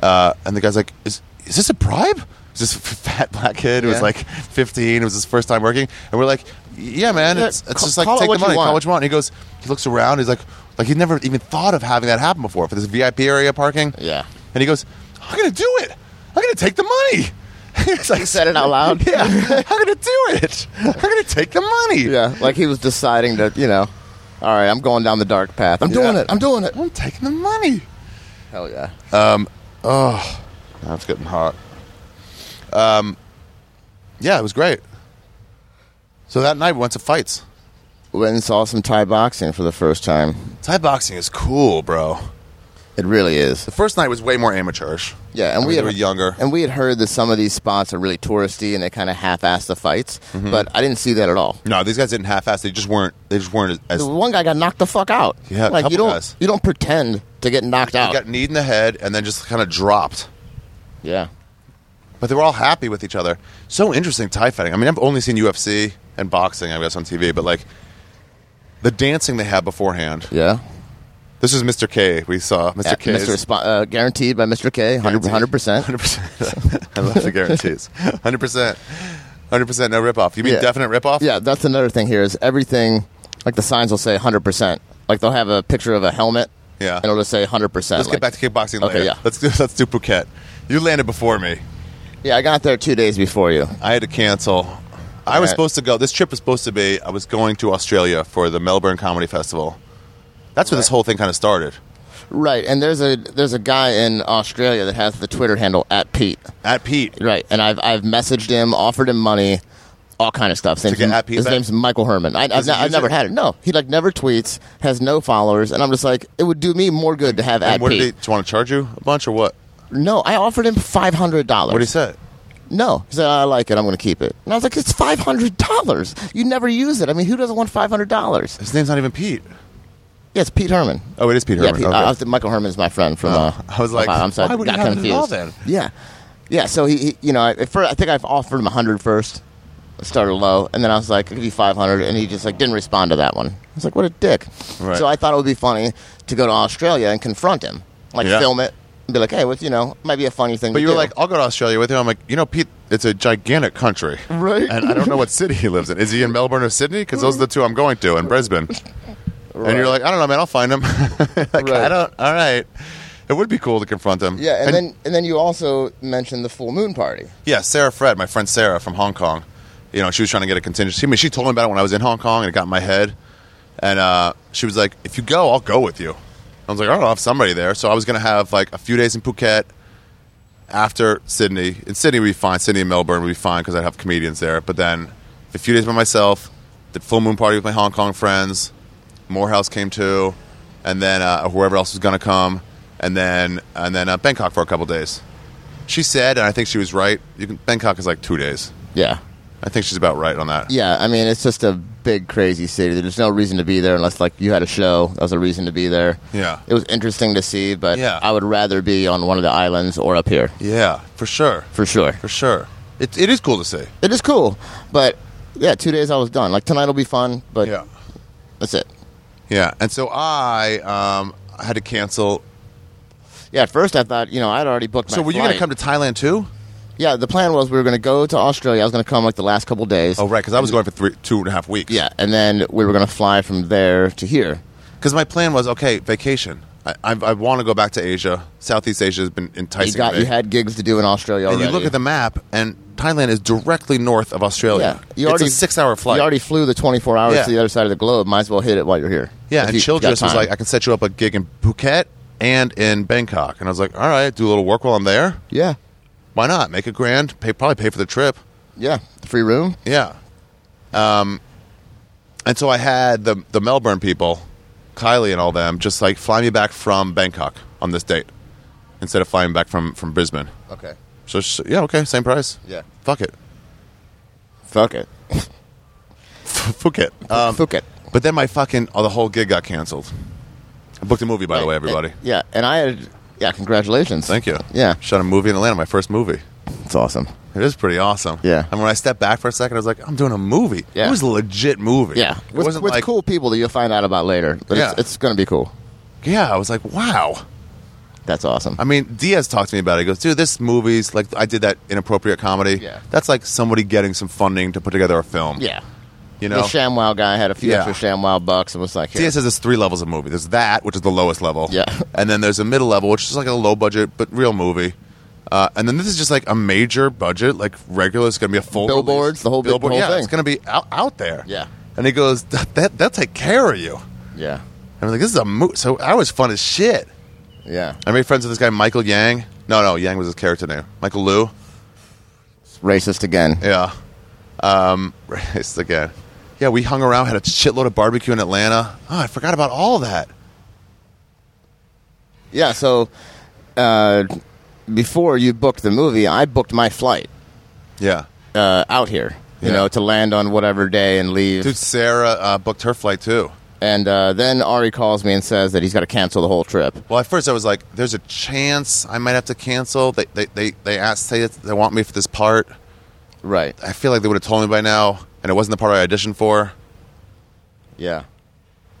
[SPEAKER 1] Uh, and the guy's like, "Is is this a bribe?" It's this (laughs) fat black kid who was
[SPEAKER 2] Yeah.
[SPEAKER 1] like 15. It was his first time working, and we're like, "Yeah, man,
[SPEAKER 2] Yeah,
[SPEAKER 1] it's, it's
[SPEAKER 2] ca-
[SPEAKER 1] just like
[SPEAKER 2] call it
[SPEAKER 1] take
[SPEAKER 2] what
[SPEAKER 1] the
[SPEAKER 2] you
[SPEAKER 1] money,
[SPEAKER 2] want."
[SPEAKER 1] call what you want." And he goes, he looks around, he's like, like he never even thought of having that happen before for this VIP area parking.
[SPEAKER 2] Yeah.
[SPEAKER 1] And he goes, I'm going to do it. I'm going to take the money. (laughs) It's like, he
[SPEAKER 2] said it out
[SPEAKER 1] (laughs)
[SPEAKER 2] loud?
[SPEAKER 1] Yeah. I'm going to do it. I'm going to take the money.
[SPEAKER 2] Yeah, like he was deciding to, you know, all right, I'm going down the dark path. I'm doing
[SPEAKER 1] Yeah.
[SPEAKER 2] it. I'm doing it.
[SPEAKER 1] I'm taking the money.
[SPEAKER 2] Hell yeah. Uh,
[SPEAKER 1] Now it's getting hot. Um, yeah, it was great. So that night we went to fights.
[SPEAKER 2] Went and saw some Thai boxing for the first time.
[SPEAKER 1] Thai boxing is cool, bro.
[SPEAKER 2] It really is.
[SPEAKER 1] The first night was way more amateurish.
[SPEAKER 2] Yeah,
[SPEAKER 1] I
[SPEAKER 2] and
[SPEAKER 1] mean,
[SPEAKER 2] we
[SPEAKER 1] they
[SPEAKER 2] had,
[SPEAKER 1] were younger.
[SPEAKER 2] and we had heard that some of these spots are really touristy and they kind of half-ass the fights,
[SPEAKER 1] Mm-hmm.
[SPEAKER 2] but I didn't see that at all.
[SPEAKER 1] no, these guys didn't half-ass. They just weren't. They just weren't as.
[SPEAKER 2] The one guy got knocked the fuck out.
[SPEAKER 1] Yeah, a
[SPEAKER 2] like
[SPEAKER 1] couple
[SPEAKER 2] you don't
[SPEAKER 1] guys.
[SPEAKER 2] you don't pretend to get knocked out.
[SPEAKER 1] Got kneed in the head and then just kind of dropped.
[SPEAKER 2] yeah.
[SPEAKER 1] But they were all happy with each other. So interesting Thai fighting. I mean, I've only seen UFC and boxing, I guess, on TV, but like the dancing they had beforehand.
[SPEAKER 2] Yeah.
[SPEAKER 1] This is Mr. K. We saw Mr.
[SPEAKER 2] Yeah,
[SPEAKER 1] K.
[SPEAKER 2] Mr. Respo- uh, guaranteed by Mr. K, 100 percent.
[SPEAKER 1] 100%. (laughs) I love the guarantees. 100%. 100% no ripoff. You mean
[SPEAKER 2] Yeah.
[SPEAKER 1] definite ripoff?
[SPEAKER 2] (laughs) Yeah, that's another thing here is everything. Like the signs will say 100 percent. Like they'll have a picture of a helmet.
[SPEAKER 1] Yeah.
[SPEAKER 2] And it'll just say 100 percent.
[SPEAKER 1] Let's get back to kickboxing
[SPEAKER 2] Okay,
[SPEAKER 1] later.
[SPEAKER 2] yeah.
[SPEAKER 1] Let's, do, let's do Phuket. You landed before me.
[SPEAKER 2] Yeah, I got there two days before you.
[SPEAKER 1] I had to cancel. I was
[SPEAKER 2] Alright.
[SPEAKER 1] supposed to go. This trip was supposed to be. I was going to Australia for the Melbourne Comedy Festival. That's where this whole thing kind of started.
[SPEAKER 2] Right, and there's a there's a guy in Australia that has the Twitter handle at Pete.
[SPEAKER 1] At Pete.
[SPEAKER 2] Right, and I've I've messaged him, offered him money, all kind of stuff. His,
[SPEAKER 1] get at Pete
[SPEAKER 2] his
[SPEAKER 1] back?
[SPEAKER 2] name's Michael Herman. I, I've,
[SPEAKER 1] he
[SPEAKER 2] not, I've
[SPEAKER 1] use
[SPEAKER 2] never
[SPEAKER 1] it?
[SPEAKER 2] had it. No, he like never tweets, has no followers, and I'm just like, it would do me more good to have at
[SPEAKER 1] And what did
[SPEAKER 2] Pete.
[SPEAKER 1] they, do you want to charge you a bunch or what?
[SPEAKER 2] No, I offered him five hundred dollars.
[SPEAKER 1] What he said?
[SPEAKER 2] No, he said I like it. I'm going to keep it. And I was like, it's five hundred dollars. You never use it. I mean, who doesn't want five hundred dollars?
[SPEAKER 1] His name's not even Pete.
[SPEAKER 2] Yeah, it's Pete Herman.
[SPEAKER 1] Oh, it is Pete
[SPEAKER 2] Yeah,
[SPEAKER 1] Herman.
[SPEAKER 2] Pete,
[SPEAKER 1] Okay. Oh.
[SPEAKER 2] uh, I was- Michael Herman's my friend from. Uh,
[SPEAKER 1] I was like,
[SPEAKER 2] Ohio. I'm sorry,
[SPEAKER 1] why would he
[SPEAKER 2] got
[SPEAKER 1] have it at
[SPEAKER 2] confused.
[SPEAKER 1] all then?
[SPEAKER 2] Yeah, yeah. So he, he you know, I, at first, I think I've offered him 100 first. I started low, and then I was like, I'll give you 500, and he just like didn't respond to that one. I was like, what a dick.
[SPEAKER 1] Right.
[SPEAKER 2] So I thought it would be funny to go to Australia and confront him, like
[SPEAKER 1] Yeah.
[SPEAKER 2] film it, and be like, hey, what's you know, might be a funny thing.
[SPEAKER 1] But
[SPEAKER 2] to
[SPEAKER 1] you were
[SPEAKER 2] do.
[SPEAKER 1] like, I'll go to Australia with you. I'm like, you know, Pete, it's a gigantic country.
[SPEAKER 2] Right.
[SPEAKER 1] And I don't know what city he lives in. Is he in Melbourne or Sydney? Because those are the two I'm going to, and Brisbane. And you're like, I don't know, man, I'll find him. (laughs) like, I
[SPEAKER 2] Right.
[SPEAKER 1] don't, all right. It would be cool to confront him.
[SPEAKER 2] yeah, and, then and then you also mentioned the full moon party.
[SPEAKER 1] Yeah, Sarah Fred, my friend Sarah from Hong Kong. You know, she was trying to get a contingency. I mean, she told me about it when I was in Hong Kong, and it got in my head. And uh, she was like, "If you go, I'll go with you." I was like, "I don't know if somebody there." So I was going to have like a few days in Phuket after Sydney. In Sydney, we'd be fine. Sydney and Melbourne would be fine because I'd have comedians there. But then a few days by myself, did full moon party with my Hong Kong friends. Morehouse came too, and then uh, whoever else was going to come, and then and then uh, Bangkok for a couple days. She said, and I think she was right. You can, Bangkok is like two days.
[SPEAKER 2] Yeah,
[SPEAKER 1] I think she's about right on that.
[SPEAKER 2] Yeah, I mean it's just a big crazy city. There's no reason to be there unless like you had a show. That was a reason to be there.
[SPEAKER 1] Yeah.
[SPEAKER 2] it was interesting to see, but
[SPEAKER 1] Yeah.
[SPEAKER 2] I would rather be on one of the islands or up here
[SPEAKER 1] Yeah, for sure,
[SPEAKER 2] for sure.
[SPEAKER 1] for sure. It, it is cool to see.
[SPEAKER 2] It is cool, but yeah, two days I was done. Like tonight will be fun, but that's it.
[SPEAKER 1] yeah. And so I um, had to cancel.
[SPEAKER 2] Yeah, at first I thought you know I'd already booked. My
[SPEAKER 1] So were you going to
[SPEAKER 2] flight.
[SPEAKER 1] come to Thailand too?
[SPEAKER 2] Yeah, the plan was we were going to go to Australia. I was going to come like the last couple days.
[SPEAKER 1] Oh, right, because I was going for three, two and a half weeks.
[SPEAKER 2] Mm. Yeah, and then we were going to fly from there to here.
[SPEAKER 1] because my plan was okay, vacation. I, I, I want to go back to Asia. Southeast Asia has been enticing
[SPEAKER 2] You got
[SPEAKER 1] me.
[SPEAKER 2] you had gigs to do in Australia
[SPEAKER 1] and
[SPEAKER 2] already.
[SPEAKER 1] you look at the map, and Thailand is directly north of Australia.
[SPEAKER 2] Yeah, you
[SPEAKER 1] Oh, it's
[SPEAKER 2] already
[SPEAKER 1] a six-hour flight.
[SPEAKER 2] You already flew the 24 hours
[SPEAKER 1] Yeah.
[SPEAKER 2] to the other side of the globe. Might as well hit it while you're here.
[SPEAKER 1] Yeah,
[SPEAKER 2] If
[SPEAKER 1] and
[SPEAKER 2] you got
[SPEAKER 1] Childress was
[SPEAKER 2] time.
[SPEAKER 1] like, I can set you up a gig in Phuket and in Bangkok. And I was like, all right, do a little work while I'm there.
[SPEAKER 2] yeah,
[SPEAKER 1] Why not? Make a grand, pay, probably pay for the trip.
[SPEAKER 2] yeah, free room.
[SPEAKER 1] Yeah. Um, and so I had the, the Melbourne people, Kylie and all them, just like fly me back from Bangkok on this date instead of flying back from, from Brisbane.
[SPEAKER 2] Okay,
[SPEAKER 1] So, she said, yeah, okay, same price.
[SPEAKER 2] Yeah.
[SPEAKER 1] Fuck it. (laughs)
[SPEAKER 2] fuck it,
[SPEAKER 1] Fuck it. Um,
[SPEAKER 2] fuck it.
[SPEAKER 1] but then my fucking, oh, the whole gig got canceled. I booked a movie, by the way, everybody.
[SPEAKER 2] Yeah, and I had. Yeah, congratulations.
[SPEAKER 1] Thank you.
[SPEAKER 2] uh, Yeah,
[SPEAKER 1] Shot a movie in Atlanta, my first movie.
[SPEAKER 2] it's awesome.
[SPEAKER 1] It is pretty awesome.
[SPEAKER 2] Yeah.
[SPEAKER 1] And when I stepped back for a second, I was like, I'm doing a movie. It
[SPEAKER 2] Yeah.
[SPEAKER 1] was a legit movie.
[SPEAKER 2] Yeah,
[SPEAKER 1] It
[SPEAKER 2] with,
[SPEAKER 1] wasn't
[SPEAKER 2] with
[SPEAKER 1] like,
[SPEAKER 2] cool people that you'll find out about later. But
[SPEAKER 1] Yeah.
[SPEAKER 2] it's, it's going to be cool.
[SPEAKER 1] Yeah, I was like, wow.
[SPEAKER 2] That's awesome.
[SPEAKER 1] I mean, Diaz talked to me about it. He goes, dude, this movie's like, I did that inappropriate comedy.
[SPEAKER 2] Yeah.
[SPEAKER 1] That's like somebody getting some funding to put together a film.
[SPEAKER 2] yeah,
[SPEAKER 1] You know?
[SPEAKER 2] the ShamWow guy had a few
[SPEAKER 1] Yeah.
[SPEAKER 2] extra ShamWow bucks and was like, here.
[SPEAKER 1] Diaz says there's three levels of movie. There's that, which is the lowest level.
[SPEAKER 2] Yeah.
[SPEAKER 1] And then there's a middle level, which is like a low budget but real movie. Uh, and then this is just like a major budget, like regular. It's going to be a full
[SPEAKER 2] Billboards,
[SPEAKER 1] release.
[SPEAKER 2] the whole big-
[SPEAKER 1] billboard.
[SPEAKER 2] whole
[SPEAKER 1] yeah,
[SPEAKER 2] thing.
[SPEAKER 1] it's going to be out, out there.
[SPEAKER 2] Yeah.
[SPEAKER 1] And he goes, that, that they'll take care of you.
[SPEAKER 2] yeah,
[SPEAKER 1] I was like, this is a mo So I was fun as shit.
[SPEAKER 2] yeah,
[SPEAKER 1] I made friends with this guy, Michael Yang. No, no, Yang was his character name. Michael Liu.
[SPEAKER 2] It's racist again.
[SPEAKER 1] Yeah. Um, (laughs) it's again. Yeah, we hung around, had a shitload of barbecue in Atlanta. Oh, I forgot about all that.
[SPEAKER 2] Yeah, so uh, before you booked the movie, I booked my flight
[SPEAKER 1] Yeah.
[SPEAKER 2] uh, out here, you
[SPEAKER 1] Yeah.
[SPEAKER 2] know, to land on whatever day and leave.
[SPEAKER 1] Dude, Sarah uh, booked her flight too.
[SPEAKER 2] And uh, then Ari calls me and says that he's got to cancel the whole trip.
[SPEAKER 1] Well, at first I was like, "There's a chance I might have to cancel." They they they they asked say that they want me for this part.
[SPEAKER 2] Right.
[SPEAKER 1] I feel like they would have told me by now, and it wasn't the part I auditioned for.
[SPEAKER 2] Yeah.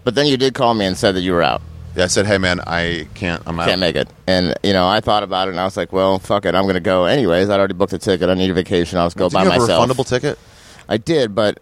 [SPEAKER 2] But then you did call me and said that you were out.
[SPEAKER 1] Yeah, I said, "Hey, man, I can't. I'm out."
[SPEAKER 2] Can't make it. And, you know, I thought about it and I was like, well, fuck it. I'm going to go anyways. I'd already booked a ticket. I need a vacation. I'll just go
[SPEAKER 1] Did
[SPEAKER 2] by
[SPEAKER 1] you have
[SPEAKER 2] myself.
[SPEAKER 1] a refundable ticket?
[SPEAKER 2] I did, but,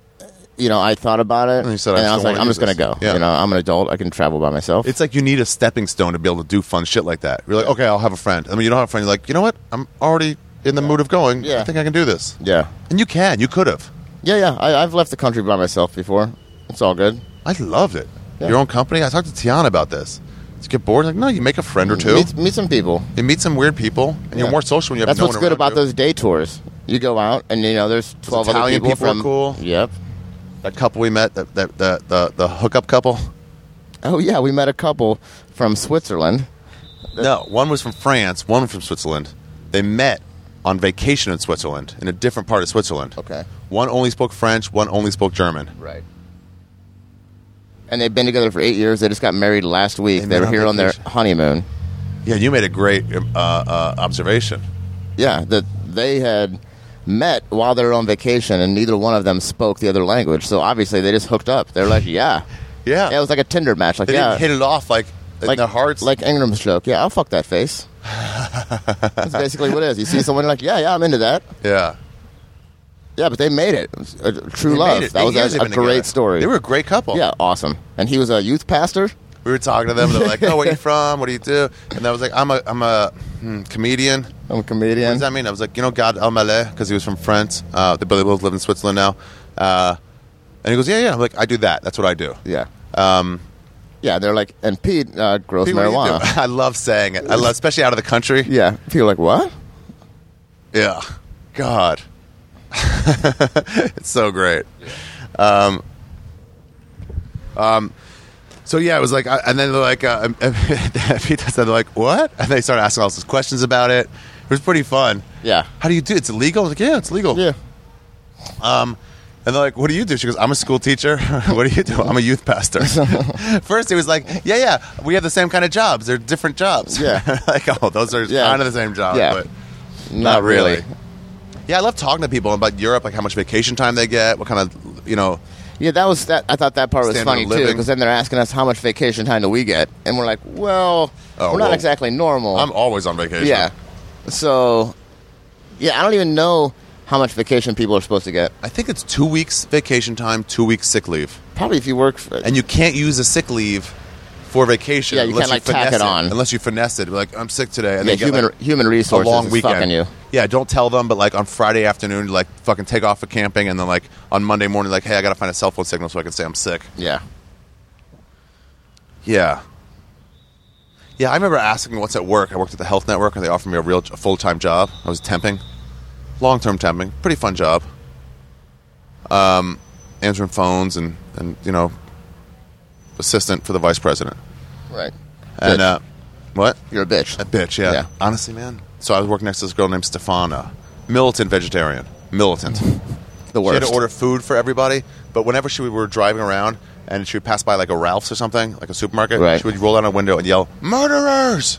[SPEAKER 2] you know, I thought about it.
[SPEAKER 1] And you said, I
[SPEAKER 2] I
[SPEAKER 1] still
[SPEAKER 2] was like,
[SPEAKER 1] wanna
[SPEAKER 2] I'm
[SPEAKER 1] do
[SPEAKER 2] just going to
[SPEAKER 1] this.
[SPEAKER 2] go.
[SPEAKER 1] Yeah.
[SPEAKER 2] You know, I'm an adult. I can travel by myself.
[SPEAKER 1] It's like you need a stepping stone to be able to do fun shit like that. You're like, "Okay, I'll have a friend." I mean, you don't have a friend. You're like, "You know what? I'm already in the mood of going.
[SPEAKER 2] Yeah.
[SPEAKER 1] I think I can do this."
[SPEAKER 2] yeah.
[SPEAKER 1] And you can. You could have.
[SPEAKER 2] Yeah, yeah. I, I've left the country by myself before. It's all good.
[SPEAKER 1] I loved it.
[SPEAKER 2] Yeah.
[SPEAKER 1] Your own company. I talked to Tiana about this. You get bored, like, no, you make a friend or two.
[SPEAKER 2] Meet, meet some people.
[SPEAKER 1] You meet some weird people, and you're
[SPEAKER 2] Yeah.
[SPEAKER 1] more social when you have
[SPEAKER 2] That's
[SPEAKER 1] no
[SPEAKER 2] what's
[SPEAKER 1] one
[SPEAKER 2] good
[SPEAKER 1] around
[SPEAKER 2] about
[SPEAKER 1] you.
[SPEAKER 2] those day tours. You go out and you know there's twelve other
[SPEAKER 1] Italian
[SPEAKER 2] people,
[SPEAKER 1] people are
[SPEAKER 2] from.
[SPEAKER 1] cool.
[SPEAKER 2] Yep.
[SPEAKER 1] That couple we met, that, that, the, the, the hookup couple?
[SPEAKER 2] Oh yeah, we met a couple from Switzerland.
[SPEAKER 1] No, one was from France, one from Switzerland. They met on vacation in Switzerland, in a different part of Switzerland.
[SPEAKER 2] Okay.
[SPEAKER 1] One only spoke French, one only spoke German.
[SPEAKER 2] Right. And they've been together for eight years. They just got married last week.
[SPEAKER 1] They
[SPEAKER 2] They,
[SPEAKER 1] met
[SPEAKER 2] were
[SPEAKER 1] on
[SPEAKER 2] here on their
[SPEAKER 1] vacation.
[SPEAKER 2] honeymoon.
[SPEAKER 1] Yeah, you made a great uh, uh, observation.
[SPEAKER 2] Yeah, that they had met while they were on vacation, and neither one of them spoke the other language. So obviously they just hooked up. They're like, (laughs) yeah,
[SPEAKER 1] Yeah.
[SPEAKER 2] It was like a Tinder match. Like,
[SPEAKER 1] They
[SPEAKER 2] yeah,
[SPEAKER 1] didn't hit it off like, in their hearts.
[SPEAKER 2] Like Ingram's joke. Yeah, I'll fuck that face.
[SPEAKER 1] (laughs)
[SPEAKER 2] That's basically what it is. You see someone you're like, yeah, yeah, I'm into that.
[SPEAKER 1] yeah.
[SPEAKER 2] Yeah, but they made it. It was a true
[SPEAKER 1] They
[SPEAKER 2] love.
[SPEAKER 1] made it.
[SPEAKER 2] That
[SPEAKER 1] Eight
[SPEAKER 2] was
[SPEAKER 1] years
[SPEAKER 2] a,
[SPEAKER 1] they've
[SPEAKER 2] a
[SPEAKER 1] been together.
[SPEAKER 2] great story.
[SPEAKER 1] They were a great couple.
[SPEAKER 2] yeah, awesome. And he was a youth pastor.
[SPEAKER 1] We were talking to them. They're
[SPEAKER 2] (laughs)
[SPEAKER 1] like, "Oh, where you from? What do you do?" And I was like, "I'm a I'm a hmm, comedian." What
[SPEAKER 2] I'm a comedian.
[SPEAKER 1] does that mean? I was like, "You know, God El Maleh, because he was from France. Uh, the Billy Wills live in Switzerland now." Uh, and he goes, "Yeah, yeah." I'm like, "I do that. That's what I do."
[SPEAKER 2] Yeah,
[SPEAKER 1] Um,
[SPEAKER 2] yeah. They're like, and Pete uh, grows
[SPEAKER 1] Pete, what do you (laughs)
[SPEAKER 2] marijuana.
[SPEAKER 1] do? I love saying it. I love, especially out of the country.
[SPEAKER 2] Yeah, people are like, what?
[SPEAKER 1] Yeah. God. (laughs) it's so great. Um, um, so yeah, it was like, I- (laughs) and then they're like, uh, Pete said, they're like, what? And they started asking all these questions about it. It was pretty fun.
[SPEAKER 2] Yeah,
[SPEAKER 1] How do you do it? It's illegal? I was like, yeah, it's legal.
[SPEAKER 2] yeah.
[SPEAKER 1] Um, and they're like, what do you do? She goes, I'm a school teacher. (laughs) what do you do? I'm a youth
[SPEAKER 2] (laughs)
[SPEAKER 1] pastor. First, he was like, yeah, yeah, we have the same kind of jobs. They're different jobs.
[SPEAKER 2] Yeah.
[SPEAKER 1] (laughs) like, oh, those are
[SPEAKER 2] Yeah.
[SPEAKER 1] kind of the same job.
[SPEAKER 2] Yeah.
[SPEAKER 1] But yeah, I love talking to people about Europe, like how much vacation time they get, what kind of, you know,
[SPEAKER 2] Yeah, that was that. I thought that part was
[SPEAKER 1] Standard
[SPEAKER 2] funny
[SPEAKER 1] of
[SPEAKER 2] too,
[SPEAKER 1] living.
[SPEAKER 2] because then they're asking us how much vacation time do we get, and we're like, well,
[SPEAKER 1] Oh,
[SPEAKER 2] we're not
[SPEAKER 1] well,
[SPEAKER 2] exactly normal.
[SPEAKER 1] I'm always on vacation.
[SPEAKER 2] yeah. So, yeah, I don't even know how much vacation people are supposed to get.
[SPEAKER 1] I think it's two weeks vacation time, two weeks sick leave.
[SPEAKER 2] Probably if you work. For,
[SPEAKER 1] And you can't use a sick leave for vacation
[SPEAKER 2] Yeah, you
[SPEAKER 1] unless
[SPEAKER 2] can't,
[SPEAKER 1] you
[SPEAKER 2] like, tack
[SPEAKER 1] finesse
[SPEAKER 2] it on.
[SPEAKER 1] Unless you finesse it. Like, I'm sick today. And
[SPEAKER 2] yeah,
[SPEAKER 1] they get,
[SPEAKER 2] human
[SPEAKER 1] like,
[SPEAKER 2] human
[SPEAKER 1] a
[SPEAKER 2] resources
[SPEAKER 1] long
[SPEAKER 2] is
[SPEAKER 1] weekend.
[SPEAKER 2] fucking you.
[SPEAKER 1] Yeah, don't tell them, but like on Friday afternoon, like fucking take off for camping, and then like on Monday morning, like, hey, I gotta find a cell phone signal so I can say I'm sick.
[SPEAKER 2] Yeah.
[SPEAKER 1] Yeah. Yeah, I remember asking once at work. I worked at the health network, and they offered me a real full time job. I was temping, long term temping, pretty fun job. Um, answering phones and and you know, assistant for the vice president.
[SPEAKER 2] Right.
[SPEAKER 1] And
[SPEAKER 2] Bitch.
[SPEAKER 1] uh, what?
[SPEAKER 2] you're a bitch.
[SPEAKER 1] A bitch, yeah.
[SPEAKER 2] Yeah.
[SPEAKER 1] Honestly, man. So I was working next to this girl named Stefana, militant vegetarian, militant.
[SPEAKER 2] The
[SPEAKER 1] She
[SPEAKER 2] worst.
[SPEAKER 1] had to order food for everybody, but whenever she were driving around and she would pass by like a Ralph's or something, like a supermarket,
[SPEAKER 2] Right.
[SPEAKER 1] she would roll down a window and yell, "Murderers!"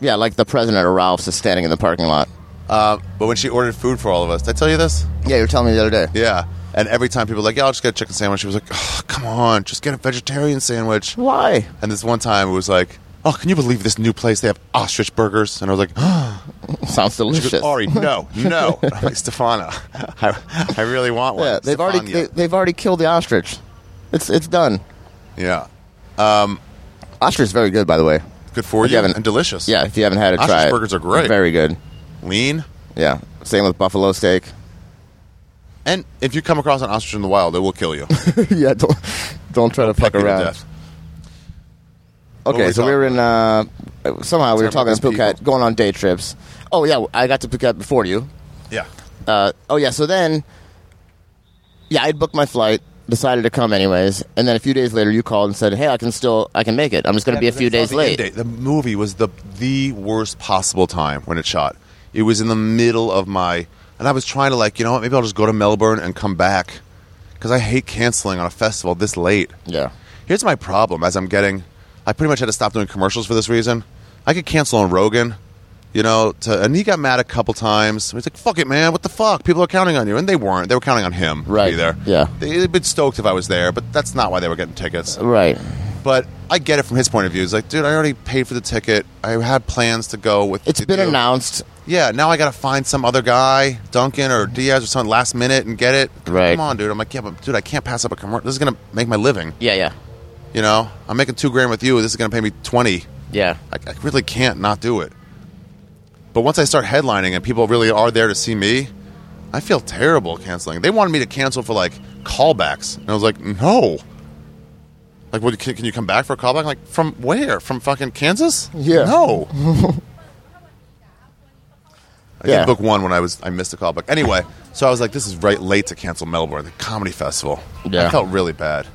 [SPEAKER 2] Yeah, like the president of Ralph's is standing in the parking lot.
[SPEAKER 1] Uh, but when she ordered food for all of us, did I tell you this?
[SPEAKER 2] Yeah, you were telling me the other day.
[SPEAKER 1] Yeah. And every time people were like, "Yeah, I'll just get a chicken sandwich," she was like, oh, "Come on, just get a vegetarian sandwich."
[SPEAKER 2] Why?
[SPEAKER 1] And this one time it was like, "Oh, can you believe this new place? They have ostrich burgers." And I was like, (gasps)
[SPEAKER 2] Sounds
[SPEAKER 1] She
[SPEAKER 2] delicious.
[SPEAKER 1] goes, Ari,
[SPEAKER 2] (laughs)
[SPEAKER 1] no, no. (laughs) I'm like, Stefana, I, I really want one.
[SPEAKER 2] yeah, they've already they,
[SPEAKER 1] Stefania.
[SPEAKER 2] they've already killed the ostrich. It's it's done.
[SPEAKER 1] yeah.
[SPEAKER 2] Ostrich is very good, by the way.
[SPEAKER 1] Good for
[SPEAKER 2] If
[SPEAKER 1] you
[SPEAKER 2] you haven't-
[SPEAKER 1] and delicious.
[SPEAKER 2] Yeah, if you haven't had it,
[SPEAKER 1] Ostrich
[SPEAKER 2] try it.
[SPEAKER 1] burgers are great.
[SPEAKER 2] Very good.
[SPEAKER 1] Lean.
[SPEAKER 2] Yeah. Same with buffalo steak.
[SPEAKER 1] And if you come across an ostrich in the wild, it will kill you.
[SPEAKER 2] (laughs) yeah, don't don't try to fuck
[SPEAKER 1] Peck you to
[SPEAKER 2] around.
[SPEAKER 1] death. What
[SPEAKER 2] Okay,
[SPEAKER 1] were we
[SPEAKER 2] so we were in uh, somehow we were
[SPEAKER 1] Talking
[SPEAKER 2] talking
[SPEAKER 1] about
[SPEAKER 2] to Phuket,
[SPEAKER 1] people.
[SPEAKER 2] going on day trips. Oh yeah, I got to Phuket before you.
[SPEAKER 1] Yeah.
[SPEAKER 2] uh, oh yeah, so then, yeah, I'd booked my flight, decided to come anyways, and then a few days later, you called and said, "Hey, I can still, I can make it. I'm just going to be a few days
[SPEAKER 1] The end
[SPEAKER 2] late."
[SPEAKER 1] date. The movie was the the worst possible time when it shot. It was in the middle of my, and I was trying to like, you know what? Maybe I'll just go to Melbourne and come back, because I hate canceling on a festival this late.
[SPEAKER 2] Yeah,
[SPEAKER 1] Here's my problem as I'm getting, I pretty much had to stop doing commercials for this reason. I could cancel on Rogan, you know, to, and he got mad a couple times. He's like, fuck it, man, what the fuck? People are counting on you. And they weren't. They were counting on him to
[SPEAKER 2] Right.
[SPEAKER 1] be there.
[SPEAKER 2] Yeah.
[SPEAKER 1] They, they'd been stoked if I was there, but that's not why they were getting tickets.
[SPEAKER 2] Right.
[SPEAKER 1] But I get it from his point of view. It's like, dude, I already paid for the ticket. I had plans to go with.
[SPEAKER 2] It's
[SPEAKER 1] to
[SPEAKER 2] been
[SPEAKER 1] do-
[SPEAKER 2] announced.
[SPEAKER 1] Yeah, now I got to find some other guy, Duncan or Diaz or something, last minute and get it.
[SPEAKER 2] Right.
[SPEAKER 1] Come on, dude. I'm like, yeah, but dude, I can't pass up a commercial. This is gonna make my living.
[SPEAKER 2] Yeah, yeah,
[SPEAKER 1] You know, I'm making two grand with you. This is gonna pay me twenty.
[SPEAKER 2] yeah.
[SPEAKER 1] I, I really can't not do it. But once I start headlining and people really are there to see me, I feel terrible canceling. They wanted me to cancel for like callbacks, and I was like, no. Like, what? Can, can you come back for a callback? I'm like, from where? From fucking Kansas?
[SPEAKER 2] Yeah. (laughs)
[SPEAKER 1] No. I
[SPEAKER 2] Yeah.
[SPEAKER 1] did book one when I was I missed a callback. Anyway, so I was like, this is right late to cancel Melbourne, the comedy festival.
[SPEAKER 2] Yeah.
[SPEAKER 1] I felt really bad.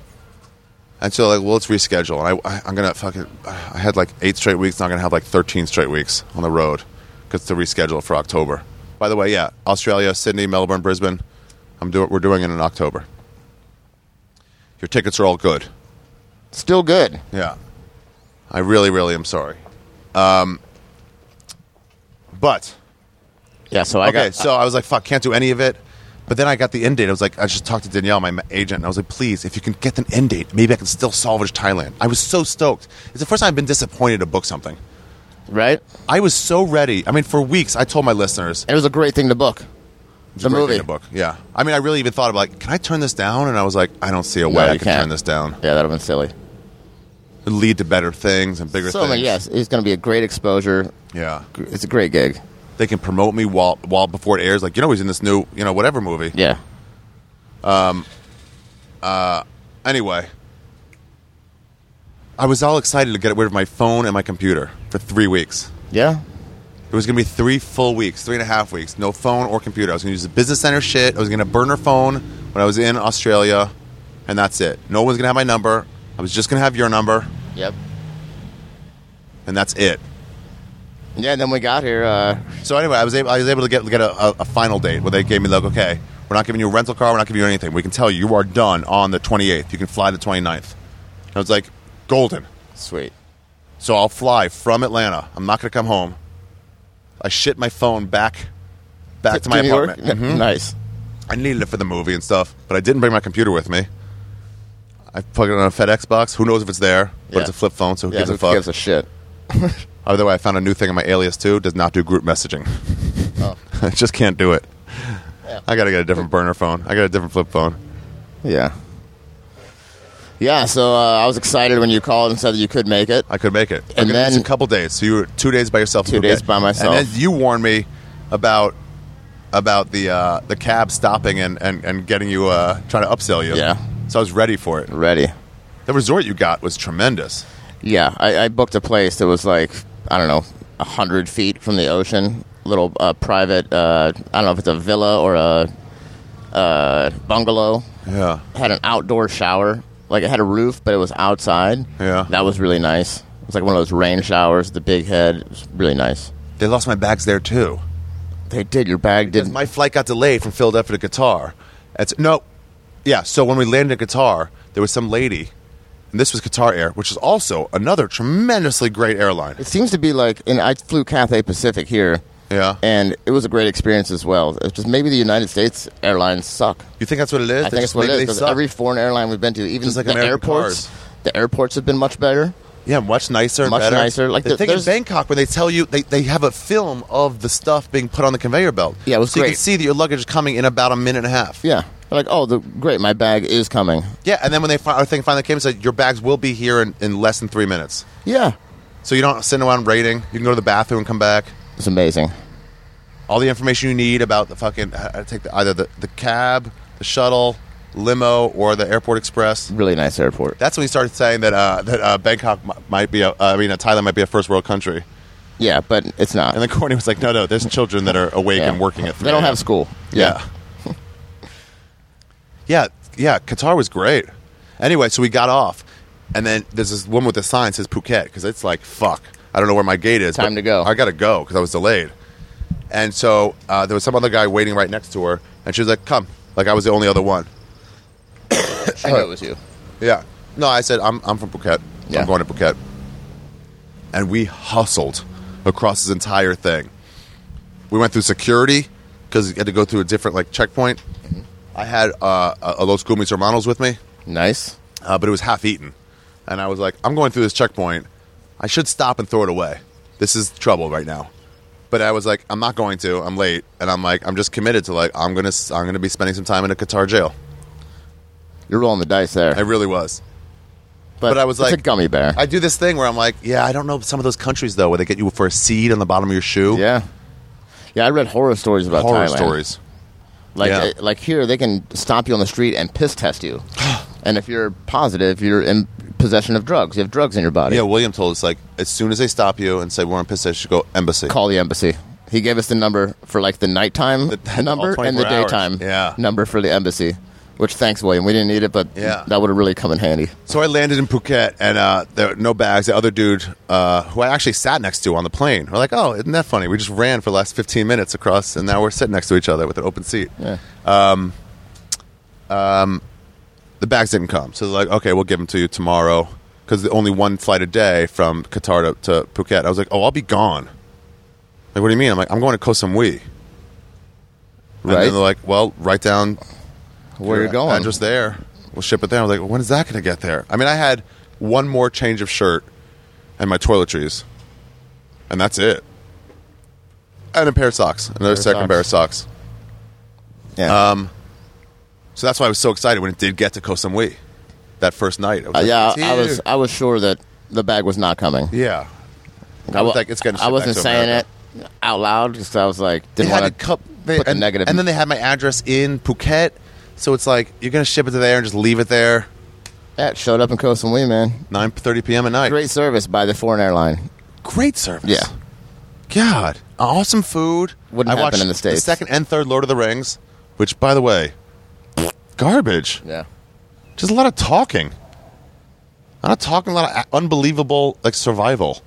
[SPEAKER 1] And so like, well, let's reschedule. And I, I I'm gonna fucking. I had like eight straight weeks. Now I'm gonna have like 13 straight weeks on the road because to reschedule for October. By the way, yeah, Australia, Sydney, Melbourne, Brisbane. I'm doing. We're doing it in October. Your tickets are all good.
[SPEAKER 2] Still good.
[SPEAKER 1] Yeah. I really, really am sorry. Um. But
[SPEAKER 2] Yeah. So I
[SPEAKER 1] okay,
[SPEAKER 2] got.
[SPEAKER 1] so I was like, "Fuck, can't do any of it." But then I got the end date. I was like, I just talked to Danielle, my ma- agent, and I was like, "Please, if you can get an end date, maybe I can still salvage Thailand." I was so stoked. It's the first time I've been disappointed to book something.
[SPEAKER 2] right.
[SPEAKER 1] I was so ready. I mean, for weeks, I told my listeners,
[SPEAKER 2] It was a great thing to book. The
[SPEAKER 1] "Great thing
[SPEAKER 2] movie.
[SPEAKER 1] to book." Yeah, I mean, I really even thought about like, "Can I turn this down?" And I was like, "I don't see a way
[SPEAKER 2] you
[SPEAKER 1] I can
[SPEAKER 2] can't.
[SPEAKER 1] turn this down.
[SPEAKER 2] Yeah, that'd have been silly.
[SPEAKER 1] It'd lead to better things and bigger
[SPEAKER 2] So I
[SPEAKER 1] things."
[SPEAKER 2] mean, yes, it's going to be a great exposure.
[SPEAKER 1] Yeah,
[SPEAKER 2] It's a great gig.
[SPEAKER 1] they can promote me while while before it airs. Like, you know, he's in this new, you know, whatever movie.
[SPEAKER 2] Yeah.
[SPEAKER 1] Anyway, I was all excited to get rid of my phone and my computer for three weeks.
[SPEAKER 2] Yeah.
[SPEAKER 1] It was gonna be three full weeks, three and a half weeks, no phone or computer. I was gonna use the business center shit. I was gonna burn her phone when I was in Australia, and that's it. No one's gonna have my number. I was just gonna have your number,
[SPEAKER 2] Yep.
[SPEAKER 1] and that's it.
[SPEAKER 2] Yeah. And then we got here. Uh,
[SPEAKER 1] So anyway, I was able, I was able to get get a, a, a final date where they gave me like, okay, we're not giving you a rental car, we're not giving you anything. We can tell you you are done on the 28th. You can fly the 29th. I was like, golden.
[SPEAKER 2] Sweet.
[SPEAKER 1] So I'll fly from Atlanta. I'm not going to come home. I shit my phone back back to my
[SPEAKER 2] New York?
[SPEAKER 1] apartment. Mhm.
[SPEAKER 2] Nice.
[SPEAKER 1] I needed it for the movie and stuff, but I didn't bring my computer with me. I plugged it on a FedEx box. Who knows if it's there? But
[SPEAKER 2] Yeah.
[SPEAKER 1] it's a flip phone, so who
[SPEAKER 2] Yeah.
[SPEAKER 1] gives
[SPEAKER 2] Who
[SPEAKER 1] a fuck?
[SPEAKER 2] gives a shit?
[SPEAKER 1] By the way, I found a new thing in my alias too. Does not do group messaging.
[SPEAKER 2] Oh.
[SPEAKER 1] (laughs) I just can't do it.
[SPEAKER 2] Yeah.
[SPEAKER 1] I got to get a different burner phone. I got a different flip phone.
[SPEAKER 2] Yeah. Yeah. So uh, I was excited when you called and said that you could make it.
[SPEAKER 1] I could make it.
[SPEAKER 2] And
[SPEAKER 1] I could- it's
[SPEAKER 2] then-
[SPEAKER 1] a couple days. So you were two days by yourself. in
[SPEAKER 2] Two days
[SPEAKER 1] Phuket.
[SPEAKER 2] by myself.
[SPEAKER 1] And then you warned me about about the uh, the cab stopping and, and, and getting you uh, trying to upsell you.
[SPEAKER 2] Yeah.
[SPEAKER 1] So I was ready for it.
[SPEAKER 2] Ready.
[SPEAKER 1] The resort you got was tremendous.
[SPEAKER 2] Yeah, I, I booked a place that was like I don't know, a hundred feet from the ocean. Little uh, private. Uh, I don't know if it's a villa or a uh, bungalow.
[SPEAKER 1] Yeah.
[SPEAKER 2] Had an outdoor shower. Like it had a roof, but it was outside.
[SPEAKER 1] Yeah.
[SPEAKER 2] that was really nice. It was like one of those rain showers. The big head. It was really nice.
[SPEAKER 1] They lost my bags there too.
[SPEAKER 2] They did. Your bag didn't.
[SPEAKER 1] My flight got delayed from Philadelphia to Qatar. It's, no, yeah. So when we landed in Qatar, there was some lady, and this was Qatar Air, which is also another tremendously great airline.
[SPEAKER 2] it seems to be like, and I flew Cathay Pacific here.
[SPEAKER 1] Yeah.
[SPEAKER 2] and it was a great experience as well. It's just maybe the United States airlines suck.
[SPEAKER 1] You think that's what it is? They
[SPEAKER 2] I think
[SPEAKER 1] just-
[SPEAKER 2] that's what it
[SPEAKER 1] maybe
[SPEAKER 2] is.
[SPEAKER 1] they
[SPEAKER 2] 'cause
[SPEAKER 1] suck?
[SPEAKER 2] every foreign airline we've been to, even
[SPEAKER 1] Just like
[SPEAKER 2] the
[SPEAKER 1] American
[SPEAKER 2] airports,
[SPEAKER 1] cars.
[SPEAKER 2] the airports have been much better.
[SPEAKER 1] Yeah, much nicer, and
[SPEAKER 2] Much
[SPEAKER 1] better.
[SPEAKER 2] nicer. Like,
[SPEAKER 1] the,
[SPEAKER 2] there-
[SPEAKER 1] thing in
[SPEAKER 2] there's-
[SPEAKER 1] Bangkok when they tell you they, they have a film of the stuff being put on the conveyor belt.
[SPEAKER 2] Yeah, it was
[SPEAKER 1] so you can
[SPEAKER 2] great.
[SPEAKER 1] see that your luggage is coming in about a minute and a half.
[SPEAKER 2] Yeah, They're like oh, the great, my bag is coming.
[SPEAKER 1] yeah. And then when they fi- our thing finally came, it said your bags will be here in, in less than three minutes.
[SPEAKER 2] Yeah,
[SPEAKER 1] So you don't sit around waiting. You can go to the bathroom and come back.
[SPEAKER 2] it's amazing.
[SPEAKER 1] All the information you need about the fucking how to take the, either the, the cab, the shuttle, limo, or the airport express.
[SPEAKER 2] Really nice airport.
[SPEAKER 1] That's when you started saying that uh, that uh, Bangkok mi- might be a, uh, I mean, uh, Thailand might be a first world country.
[SPEAKER 2] yeah, but it's not.
[SPEAKER 1] And then Courtney was like, "No, no, there's children that are awake
[SPEAKER 2] yeah.
[SPEAKER 1] and working at." 3
[SPEAKER 2] They don't
[SPEAKER 1] a.m.
[SPEAKER 2] have school.
[SPEAKER 1] Yeah. (laughs) yeah, yeah. Qatar was great. Anyway, so we got off, and then there's this woman with a sign that says Phuket because it's like fuck. I don't know where my gate is.
[SPEAKER 2] Time
[SPEAKER 1] but
[SPEAKER 2] to go.
[SPEAKER 1] I gotta go because I was delayed. And so uh, there was some other guy waiting right next to her, and she was like, "Come!" Like I was the only other one.
[SPEAKER 2] I know it was you.
[SPEAKER 1] Yeah. No, I said I'm I'm from Phuket.
[SPEAKER 2] Yeah.
[SPEAKER 1] I'm going to Phuket. And we hustled across this entire thing. We went through security because you had to go through a different like checkpoint. I had uh, a, a Los Cumis Hermanos with me,
[SPEAKER 2] Nice.
[SPEAKER 1] uh, but it was half eaten, and I was like, I'm going through this checkpoint. I should stop and throw it away. This is trouble right now. But I was like, I'm not going to. I'm late, and I'm like, I'm just committed to like I'm gonna s- I'm gonna be spending some time in a Qatar jail.
[SPEAKER 2] You're rolling the dice there.
[SPEAKER 1] I really was. but I was
[SPEAKER 2] it's
[SPEAKER 1] like-
[SPEAKER 2] a gummy bear.
[SPEAKER 1] I do this thing where I'm like, yeah, I don't know some of those countries though, where they get you for a seed on the bottom of your shoe.
[SPEAKER 2] yeah. Yeah, I read horror stories about
[SPEAKER 1] horror
[SPEAKER 2] Thailand.
[SPEAKER 1] stories.
[SPEAKER 2] Like,
[SPEAKER 1] Yeah.
[SPEAKER 2] uh, like here, they can stop you on the street and piss
[SPEAKER 1] (gasps)
[SPEAKER 2] test you. and if you're positive, you're in possession of drugs. You have drugs in your body.
[SPEAKER 1] Yeah, William told us like as soon as they stop you and say we're on piss, they should go embassy.
[SPEAKER 2] Call the embassy. He gave us the number for like the nighttime
[SPEAKER 1] The-
[SPEAKER 2] (laughs) number
[SPEAKER 1] all
[SPEAKER 2] and the
[SPEAKER 1] 24 hours.
[SPEAKER 2] daytime
[SPEAKER 1] Yeah.
[SPEAKER 2] number for the embassy. Which, thanks, William. We didn't need it, but
[SPEAKER 1] Yeah.
[SPEAKER 2] that would have really come in handy.
[SPEAKER 1] So I landed in Phuket and uh, there were no bags. The other dude uh, who I actually sat next to on the plane, we're like, oh, isn't that funny? We just ran for the last 15 minutes across, and now we're sitting next to each other with an open seat.
[SPEAKER 2] Yeah.
[SPEAKER 1] the bags didn't come. So they're like, okay, we'll give them to you tomorrow because only one flight a day from Qatar to, to Phuket. I was like, oh, I'll be gone. Like, what do you mean? I'm like, I'm going to Koh Samui. And
[SPEAKER 2] Right.
[SPEAKER 1] then they're like, well, write down
[SPEAKER 2] Where you're going.
[SPEAKER 1] address there. We'll ship it there. I was like, well, when is that going to get there? I mean, I had one more change of shirt and my toiletries, and that's it. And a pair of socks, another
[SPEAKER 2] of
[SPEAKER 1] second
[SPEAKER 2] socks.
[SPEAKER 1] pair of socks.
[SPEAKER 2] yeah.
[SPEAKER 1] So that's why I was so excited when it did get to Koh Samui that first night. I was
[SPEAKER 2] Uh,
[SPEAKER 1] like,
[SPEAKER 2] yeah, I
[SPEAKER 1] "Dude."
[SPEAKER 2] was I was sure that the bag was not coming.
[SPEAKER 1] Yeah.
[SPEAKER 2] I,
[SPEAKER 1] was like, it's getting
[SPEAKER 2] I
[SPEAKER 1] shipped
[SPEAKER 2] wasn't
[SPEAKER 1] back to
[SPEAKER 2] saying
[SPEAKER 1] America.
[SPEAKER 2] it out loud because I was like,
[SPEAKER 1] They
[SPEAKER 2] didn't
[SPEAKER 1] had
[SPEAKER 2] want
[SPEAKER 1] a
[SPEAKER 2] to
[SPEAKER 1] cup. They,
[SPEAKER 2] put the
[SPEAKER 1] and,
[SPEAKER 2] negative.
[SPEAKER 1] and then they had my address in Phuket, so it's like you're gonna ship it to there and just leave it there.
[SPEAKER 2] yeah, it showed up in Koh Samui, man.
[SPEAKER 1] 9:30 p.m. at night.
[SPEAKER 2] Great service by the foreign airline.
[SPEAKER 1] Great service.
[SPEAKER 2] Yeah.
[SPEAKER 1] God, awesome food.
[SPEAKER 2] Wouldn't
[SPEAKER 1] I
[SPEAKER 2] happen
[SPEAKER 1] watched
[SPEAKER 2] in the States.
[SPEAKER 1] second and third Lord of the Rings, which, by the way, garbage.
[SPEAKER 2] Yeah.
[SPEAKER 1] Just a lot of talking. I'm not talking a lot of a- unbelievable like survival.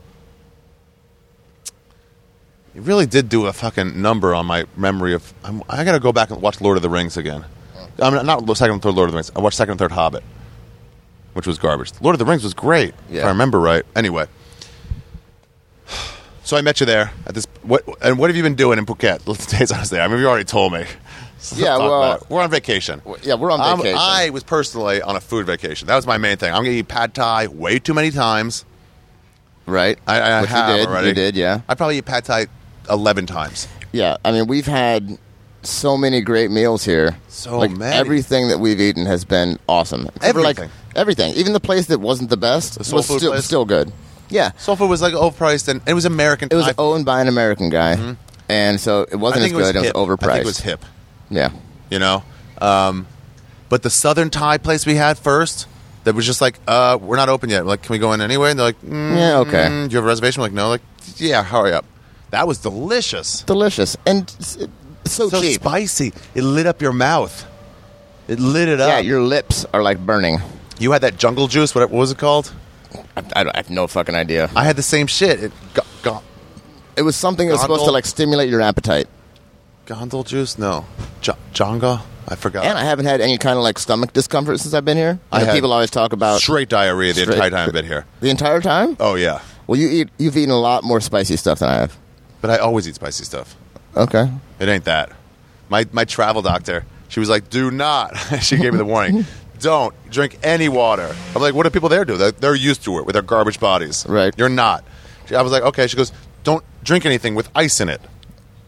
[SPEAKER 1] It really did do a fucking number on my memory of. I'm, I got to go back and watch Lord of the Rings again. I'm not, not second and third Lord of the Rings. I watched second and third Hobbit, which was garbage. Lord of the Rings was great, if
[SPEAKER 2] Yeah.
[SPEAKER 1] I remember right. Anyway, so I met you there at this. What and what have you been doing in Phuket? (laughs) The days I was there. I mean, you already told me. (laughs) So
[SPEAKER 2] Yeah,
[SPEAKER 1] talk about
[SPEAKER 2] well-
[SPEAKER 1] it. we're on vacation.
[SPEAKER 2] Yeah, we're on
[SPEAKER 1] I'm-
[SPEAKER 2] vacation.
[SPEAKER 1] I was personally on a food vacation. That was my main thing. I'm going to eat pad thai way too many times.
[SPEAKER 2] right.
[SPEAKER 1] I, I
[SPEAKER 2] Which
[SPEAKER 1] have
[SPEAKER 2] you did.
[SPEAKER 1] already.
[SPEAKER 2] You did, yeah.
[SPEAKER 1] I probably eat pad thai eleven times.
[SPEAKER 2] Yeah, I mean, we've had so many great meals here.
[SPEAKER 1] So
[SPEAKER 2] like,
[SPEAKER 1] many.
[SPEAKER 2] Everything that we've eaten has been awesome. Except for,
[SPEAKER 1] Everything.
[SPEAKER 2] like, everything. Even the place that wasn't the best
[SPEAKER 1] The soul
[SPEAKER 2] was
[SPEAKER 1] food
[SPEAKER 2] still,
[SPEAKER 1] place?
[SPEAKER 2] still good. Yeah,
[SPEAKER 1] Soul food was like overpriced, and it was American.
[SPEAKER 2] it was
[SPEAKER 1] Thai.
[SPEAKER 2] owned by an American guy, and so it
[SPEAKER 1] Mm-hmm. I
[SPEAKER 2] wasn't as
[SPEAKER 1] think
[SPEAKER 2] good. It was,
[SPEAKER 1] hip.
[SPEAKER 2] overpriced.
[SPEAKER 1] I think it was hip.
[SPEAKER 2] Yeah,
[SPEAKER 1] You know, um, but the southern Thai place we had first. That was just like, uh, we're not open yet. Like, can we go in anyway? And they're like, mm,
[SPEAKER 2] Yeah, okay.
[SPEAKER 1] Do you have a reservation? We're like, no. Like, yeah, hurry up. That was delicious.
[SPEAKER 2] delicious and s- so,
[SPEAKER 1] so
[SPEAKER 2] cheap.
[SPEAKER 1] spicy. It lit up your mouth. It lit it up.
[SPEAKER 2] yeah, your lips are like burning.
[SPEAKER 1] You had that jungle juice. What, what was it called?
[SPEAKER 2] I, I, don't- I have no fucking idea.
[SPEAKER 1] I had the same shit. It, go, go,
[SPEAKER 2] It was something that was supposed to
[SPEAKER 1] Gondol?
[SPEAKER 2] like stimulate your appetite,
[SPEAKER 1] gondol juice? No, J- jonga. I forgot.
[SPEAKER 2] and I haven't had any kind of like stomach discomfort since I've been here.
[SPEAKER 1] I
[SPEAKER 2] You know,
[SPEAKER 1] had-
[SPEAKER 2] people always talk about
[SPEAKER 1] straight diarrhea the
[SPEAKER 2] Straight-
[SPEAKER 1] entire time I've been here.
[SPEAKER 2] the entire time.
[SPEAKER 1] Oh yeah,
[SPEAKER 2] Well, you eat. You've eaten a lot more spicy stuff than I have.
[SPEAKER 1] but I always eat spicy stuff.
[SPEAKER 2] Okay.
[SPEAKER 1] It ain't that. My my travel doctor. She was like, "Do not." (laughs) she gave me the warning. Don't drink any water. I'm like, what do people there do? They're, they're used to it with their garbage bodies.
[SPEAKER 2] Right.
[SPEAKER 1] You're not. She- I was like, okay. She goes, don't drink anything with ice in it. I'm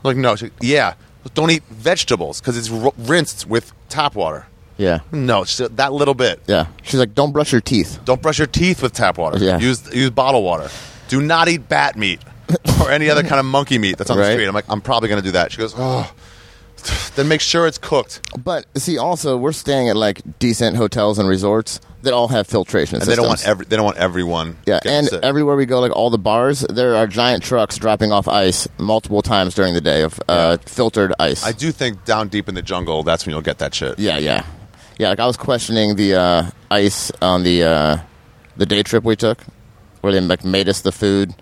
[SPEAKER 1] like, no. She, yeah. Don't eat vegetables because it's r- rinsed with tap water.
[SPEAKER 2] Yeah.
[SPEAKER 1] No, she said, that little bit.
[SPEAKER 2] Yeah. She's like, don't brush your teeth.
[SPEAKER 1] Don't brush your teeth with tap water.
[SPEAKER 2] Yeah.
[SPEAKER 1] Use use bottle water. Do not eat bat meat or any other kind of monkey meat that's on the
[SPEAKER 2] Right.
[SPEAKER 1] street. I'm like, I'm probably gonna do that. She goes, oh. (sighs) Then make sure it's cooked,
[SPEAKER 2] But see, also, we're staying at like decent hotels and resorts that all have filtration
[SPEAKER 1] and
[SPEAKER 2] systems.
[SPEAKER 1] they don't want every they don't want everyone.
[SPEAKER 2] Yeah,
[SPEAKER 1] getting
[SPEAKER 2] and
[SPEAKER 1] sick.
[SPEAKER 2] everywhere we go, like all the bars, there are giant trucks dropping off ice multiple times during the day of uh, filtered ice.
[SPEAKER 1] I do think down deep in the jungle, that's when you'll get that shit.
[SPEAKER 2] yeah, yeah, yeah. Like I was questioning the uh, ice on the uh, the day trip we took, where they like made us the food.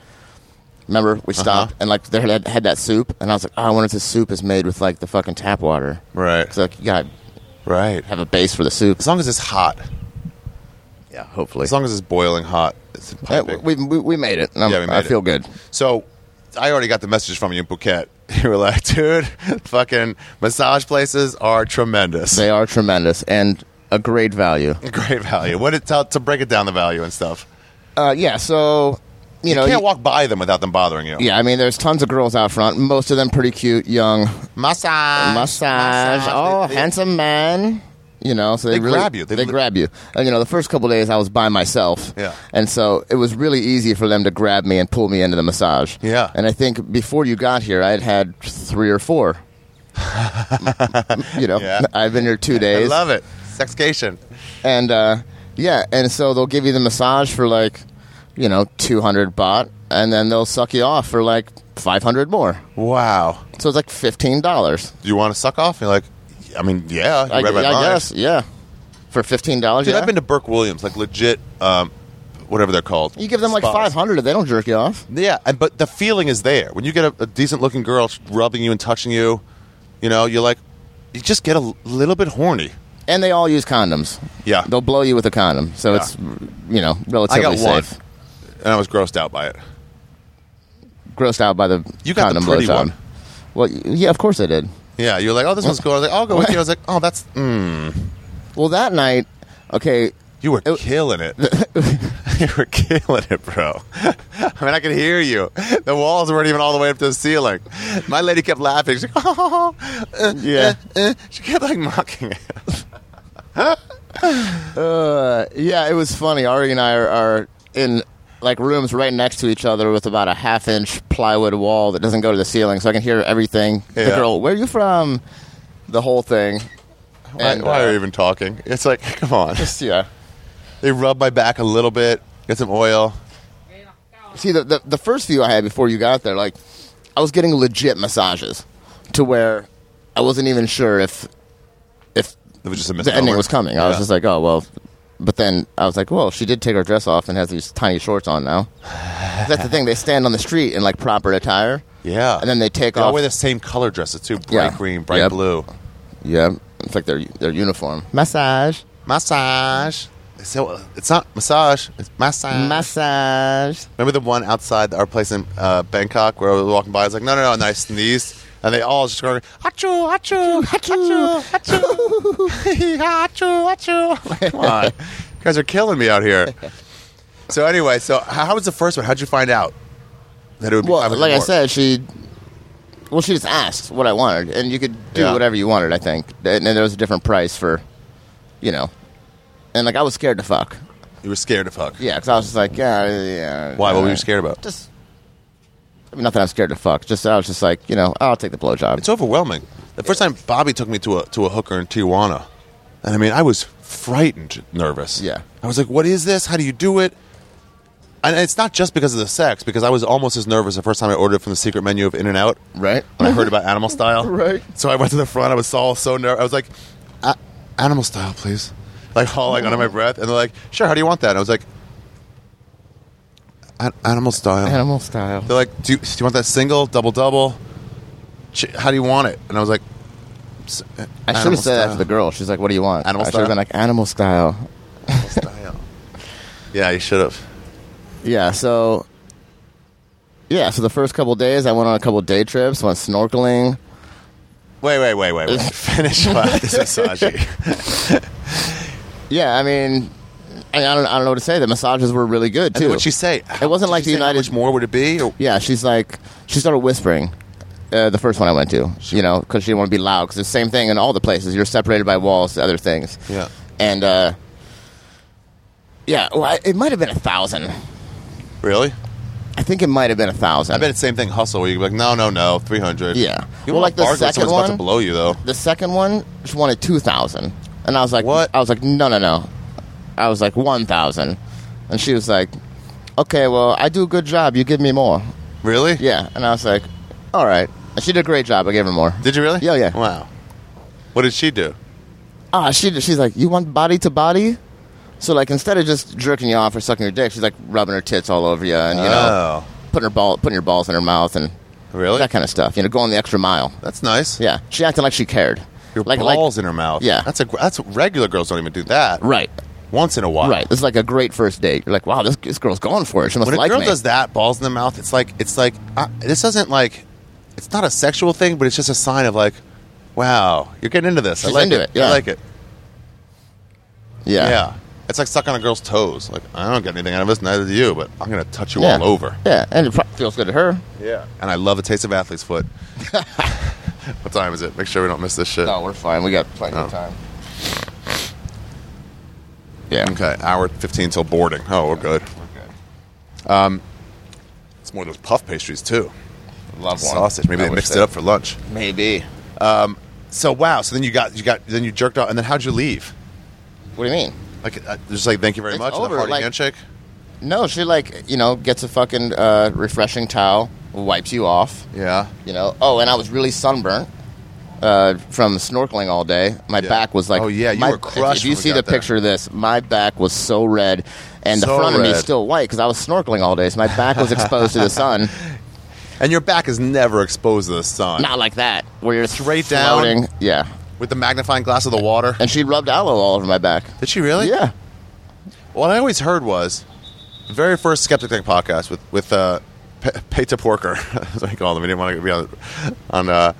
[SPEAKER 2] Remember, we
[SPEAKER 1] Uh-huh.
[SPEAKER 2] stopped and like they had, had that soup, and I was like, oh, I wonder if this soup is made with like the fucking tap water.
[SPEAKER 1] Right.
[SPEAKER 2] It's like you gotta
[SPEAKER 1] Right.
[SPEAKER 2] have a base for the soup.
[SPEAKER 1] As long as it's hot.
[SPEAKER 2] Yeah, hopefully.
[SPEAKER 1] As long as it's boiling hot. It's
[SPEAKER 2] Yeah,
[SPEAKER 1] piping.
[SPEAKER 2] we, we, we made it. and I'm-
[SPEAKER 1] Yeah, we made
[SPEAKER 2] I
[SPEAKER 1] it.
[SPEAKER 2] feel good.
[SPEAKER 1] So I already got the message from you in Phuket. (laughs) You were like, dude, fucking massage places are tremendous.
[SPEAKER 2] They are tremendous and a great value.
[SPEAKER 1] (laughs) Great value. What it, to, to break it down the value and stuff.
[SPEAKER 2] Uh, yeah, so you,
[SPEAKER 1] You,
[SPEAKER 2] know,
[SPEAKER 1] can't
[SPEAKER 2] you-
[SPEAKER 1] walk by them without them bothering you.
[SPEAKER 2] Yeah, I mean, there's tons of girls out front. Most of them pretty cute, young,
[SPEAKER 1] Ah, Massage.
[SPEAKER 2] massage.
[SPEAKER 1] They-
[SPEAKER 2] Oh,
[SPEAKER 1] they-
[SPEAKER 2] handsome man. You know, so they,
[SPEAKER 1] They
[SPEAKER 2] really-
[SPEAKER 1] grab you. They
[SPEAKER 2] They,
[SPEAKER 1] li-
[SPEAKER 2] grab you. And you know, the first couple days I was by myself.
[SPEAKER 1] Yeah.
[SPEAKER 2] And so it was really easy for them to grab me and pull me into the massage.
[SPEAKER 1] Yeah.
[SPEAKER 2] And I think before you got here, I had had three
[SPEAKER 1] (laughs)
[SPEAKER 2] or four. you know,
[SPEAKER 1] Yeah.
[SPEAKER 2] I've been here two
[SPEAKER 1] I
[SPEAKER 2] days.
[SPEAKER 1] love it. Sexcation.
[SPEAKER 2] and uh, yeah, and so they'll give you the massage for like, you know, two hundred baht, and then they'll suck you off for like five hundred more.
[SPEAKER 1] Wow.
[SPEAKER 2] So it's like fifteen dollars.
[SPEAKER 1] Do you want to suck off? You're like, I mean, yeah. You
[SPEAKER 2] I,
[SPEAKER 1] read my
[SPEAKER 2] I
[SPEAKER 1] mind.
[SPEAKER 2] guess, yeah, for fifteen dollars.
[SPEAKER 1] Dude,
[SPEAKER 2] Yeah.
[SPEAKER 1] I've been to Burke Williams, like legit, um, whatever they're called.
[SPEAKER 2] you give them like
[SPEAKER 1] spas.
[SPEAKER 2] five hundred, they don't jerk you off.
[SPEAKER 1] Yeah, and but the feeling is there when you get a, a decent looking girl rubbing you and touching you. You know, you're like, you just get a l- little bit horny.
[SPEAKER 2] And they all use condoms.
[SPEAKER 1] Yeah.
[SPEAKER 2] they'll blow you with a condom, so
[SPEAKER 1] Yeah.
[SPEAKER 2] it's you know relatively
[SPEAKER 1] I got one,
[SPEAKER 2] safe.
[SPEAKER 1] and I was grossed out by it.
[SPEAKER 2] Grossed out by the
[SPEAKER 1] You got the
[SPEAKER 2] condom
[SPEAKER 1] pretty
[SPEAKER 2] blowjob.
[SPEAKER 1] one.
[SPEAKER 2] Well, yeah, of course I did.
[SPEAKER 1] Yeah, you're like, oh, this one's cool. I was like, I'll go with you. I was like, oh, that's mm.
[SPEAKER 2] Well, that night, okay,
[SPEAKER 1] you were
[SPEAKER 2] It-
[SPEAKER 1] killing
[SPEAKER 2] (laughs)
[SPEAKER 1] it. (laughs) you were killing it, bro. (laughs) I mean, I could hear you. The walls weren't even all the way up to the ceiling. My lady kept laughing. She's like, oh, uh,
[SPEAKER 2] Yeah.
[SPEAKER 1] uh, uh. she kept like mocking it. (laughs)
[SPEAKER 2] Uh, yeah, it was funny. Ari and I are, are in like rooms right next to each other with about a half inch plywood wall that doesn't go to the ceiling, so I can hear everything. The
[SPEAKER 1] Yeah.
[SPEAKER 2] girl, where are you from? The whole thing.
[SPEAKER 1] Why,
[SPEAKER 2] And,
[SPEAKER 1] why
[SPEAKER 2] uh,
[SPEAKER 1] are you even talking? It's like, come on.
[SPEAKER 2] Just (laughs) yeah.
[SPEAKER 1] They rub my back a little bit. Get some oil.
[SPEAKER 2] See the, the the first view I had before you got there, like I was getting legit massages to where I wasn't even sure if if
[SPEAKER 1] It was just a
[SPEAKER 2] the
[SPEAKER 1] misnomer.
[SPEAKER 2] ending was coming. I was
[SPEAKER 1] Yeah.
[SPEAKER 2] just like, oh well. But then I was like, well, she did take her dress off and has these tiny shorts
[SPEAKER 1] (sighs)
[SPEAKER 2] on now. That's the thing; they stand on the street in like proper attire.
[SPEAKER 1] yeah.
[SPEAKER 2] and then they take
[SPEAKER 1] they all
[SPEAKER 2] off.
[SPEAKER 1] wear the same color dresses too. Bright
[SPEAKER 2] Yeah.
[SPEAKER 1] green, bright
[SPEAKER 2] Yep.
[SPEAKER 1] blue.
[SPEAKER 2] yeah, it's like their their uniform. Massage,
[SPEAKER 1] Massage. So it's not massage. It's massage.
[SPEAKER 2] massage.
[SPEAKER 1] Remember the one outside our place in uh, Bangkok where I was walking by? I was like, no, no, no. And I sneezed. And they all just going, achoo, achoo, achoo, achoo, achoo, achoo. Like, Come on. You guys are killing me out here. So anyway, so how how was the first one? How'd you find out that it would be
[SPEAKER 2] (laughs) Well,
[SPEAKER 1] 500
[SPEAKER 2] like I
[SPEAKER 1] more?
[SPEAKER 2] said, she. Well, she just asked what I wanted, and you could do
[SPEAKER 1] Yeah.
[SPEAKER 2] whatever you wanted. I think, and then there was a different price for, you know, and like I was scared to fuck.
[SPEAKER 1] you were scared to fuck.
[SPEAKER 2] Yeah, because I was just like, yeah, yeah.
[SPEAKER 1] Why? What were
[SPEAKER 2] uh,
[SPEAKER 1] you scared about?
[SPEAKER 2] Just. I mean, not that I'm scared to fuck. Just I was just like, you know, I'll take the blowjob.
[SPEAKER 1] It's overwhelming. The first time Bobby took me to a to a hooker in Tijuana, and I mean, I was frightened, nervous.
[SPEAKER 2] Yeah.
[SPEAKER 1] I was like, "What is this? How do you do it?" And it's not just because of the sex, because I was almost as nervous the first time I ordered from the secret menu of In and Out
[SPEAKER 2] right?
[SPEAKER 1] when I heard about Animal Style.
[SPEAKER 2] (laughs) Right.
[SPEAKER 1] So I went to the front. I was all so nervous. I was like, "A- "Animal Style, please." Like hauling under my breath, and they're like, "Sure, how do you want that?" And I was like, "A- "Animal Style."
[SPEAKER 2] Animal style.
[SPEAKER 1] They're like, do you, do you want that single, double double? Ch- How do you want it? And I was like, "S- uh,
[SPEAKER 2] I should
[SPEAKER 1] animal
[SPEAKER 2] have said that to the
[SPEAKER 1] style."
[SPEAKER 2] girl. She's like, "What do you want?"
[SPEAKER 1] Animal
[SPEAKER 2] I should have
[SPEAKER 1] style?
[SPEAKER 2] been like, "Animal style."
[SPEAKER 1] Style. (laughs) yeah, you should have.
[SPEAKER 2] Yeah. So. Yeah. So the first couple days, I went on a couple day trips. Went snorkeling.
[SPEAKER 1] Wait, wait, wait, wait, wait. (laughs) Finish what this massage.
[SPEAKER 2] (laughs) Yeah. I mean, I, I don't. I don't know what to say. The massages were really good too.
[SPEAKER 1] What'd she say? How-
[SPEAKER 2] wasn't
[SPEAKER 1] did
[SPEAKER 2] like
[SPEAKER 1] she
[SPEAKER 2] the
[SPEAKER 1] say How
[SPEAKER 2] United-
[SPEAKER 1] much more would it be? Or-
[SPEAKER 2] Yeah, she's like, she started whispering. Uh, the first one I went to, you know, because she didn't want to be loud. Because it's the same thing in all the places. You're separated by walls to other things.
[SPEAKER 1] Yeah.
[SPEAKER 2] And, uh, yeah, well, I, it might have been a thousand.
[SPEAKER 1] Really?
[SPEAKER 2] I think it might have been a thousand.
[SPEAKER 1] I bet it's same thing. Hustle. Where you're like, no, no, no, three hundred.
[SPEAKER 2] Yeah.
[SPEAKER 1] You well,
[SPEAKER 2] Well, like
[SPEAKER 1] like
[SPEAKER 2] the
[SPEAKER 1] bargain when
[SPEAKER 2] second
[SPEAKER 1] someone's about
[SPEAKER 2] one-
[SPEAKER 1] to blow you though.
[SPEAKER 2] the second one, she wanted 2,000. And I was like,
[SPEAKER 1] What?
[SPEAKER 2] I was like, no, no, no. I was like, 1,000. And she was like, okay, well, I do a good job. You give me more.
[SPEAKER 1] Really?
[SPEAKER 2] Yeah. And I was like, all right. And she did a great job. I gave her more.
[SPEAKER 1] Did you really?
[SPEAKER 2] Yeah, yeah.
[SPEAKER 1] Wow. What did she do?
[SPEAKER 2] ah, she, she's like, you want body to body? So like, instead of just jerking you off or sucking your dick, she's like rubbing her tits all over you and you know,
[SPEAKER 1] Oh.
[SPEAKER 2] putting her ball, putting your balls in her mouth and
[SPEAKER 1] Really?
[SPEAKER 2] that kind of stuff. You know, going the extra mile.
[SPEAKER 1] That's nice.
[SPEAKER 2] Yeah, she acted like she cared.
[SPEAKER 1] Your
[SPEAKER 2] like,
[SPEAKER 1] balls in her mouth.
[SPEAKER 2] Yeah.
[SPEAKER 1] That's a. gr- That's regular girls don't even do that.
[SPEAKER 2] like, right?
[SPEAKER 1] once in a while.
[SPEAKER 2] Right. This is like a great first date. You're like, wow, this, this girl's going for it. She must
[SPEAKER 1] When a
[SPEAKER 2] like
[SPEAKER 1] girl
[SPEAKER 2] me.
[SPEAKER 1] does that, balls in the mouth, it's like it's like uh, this doesn't like it's not a sexual thing, but it's just a sign of like, wow, you're getting into this.
[SPEAKER 2] She's
[SPEAKER 1] I like
[SPEAKER 2] into
[SPEAKER 1] it.
[SPEAKER 2] it, yeah.
[SPEAKER 1] I like it.
[SPEAKER 2] yeah.
[SPEAKER 1] Yeah. It's like sucking on a girl's toes. Like I don't get anything out of this, neither do you, but I'm gonna touch you
[SPEAKER 2] Yeah.
[SPEAKER 1] all over.
[SPEAKER 2] Yeah, and it probably feels good to her.
[SPEAKER 1] Yeah. And I love the taste of athlete's
[SPEAKER 2] (laughs)
[SPEAKER 1] foot. what time is it? Make sure we don't miss this shit.
[SPEAKER 2] No, we're fine. We got plenty
[SPEAKER 1] Oh.
[SPEAKER 2] of time. Yeah.
[SPEAKER 1] Okay, hour fifteen till boarding. Oh, we're good. Um, It's more of those puff pastries too.
[SPEAKER 2] Love one.
[SPEAKER 1] Sausage. Maybe
[SPEAKER 2] I
[SPEAKER 1] they
[SPEAKER 2] wish
[SPEAKER 1] mixed
[SPEAKER 2] they-
[SPEAKER 1] it up for lunch.
[SPEAKER 2] Maybe.
[SPEAKER 1] So wow. So then you got you got then you jerked off, and then how'd you leave?
[SPEAKER 2] What do you mean?
[SPEAKER 1] Like uh, just like thank you very
[SPEAKER 2] It's
[SPEAKER 1] much. and a
[SPEAKER 2] over,
[SPEAKER 1] hearty
[SPEAKER 2] like-
[SPEAKER 1] handshake.
[SPEAKER 2] No, she like you know gets a fucking uh, refreshing towel, wipes you off.
[SPEAKER 1] Yeah.
[SPEAKER 2] You know. Oh, and I was really sunburnt uh, from snorkeling all day. My
[SPEAKER 1] Yeah.
[SPEAKER 2] back was like
[SPEAKER 1] Oh, yeah, you
[SPEAKER 2] my,
[SPEAKER 1] were crushed when
[SPEAKER 2] If
[SPEAKER 1] we
[SPEAKER 2] you see the
[SPEAKER 1] got there.
[SPEAKER 2] picture of this, my back was so red, and
[SPEAKER 1] So
[SPEAKER 2] the front of me
[SPEAKER 1] red.
[SPEAKER 2] still white because I was snorkeling all day. So my back was exposed to the sun.
[SPEAKER 1] (laughs) And your back is never exposed to the sun.
[SPEAKER 2] Not like that, where you're
[SPEAKER 1] Straight down?
[SPEAKER 2] floating. Yeah.
[SPEAKER 1] With the magnifying glass of the water.
[SPEAKER 2] And she rubbed aloe all over my back.
[SPEAKER 1] Did she really?
[SPEAKER 2] Yeah.
[SPEAKER 1] What I always heard was the very first Skeptic Tank podcast with with uh, P- Peta Porker. (laughs) That's what he called him. He didn't want to be on on uh,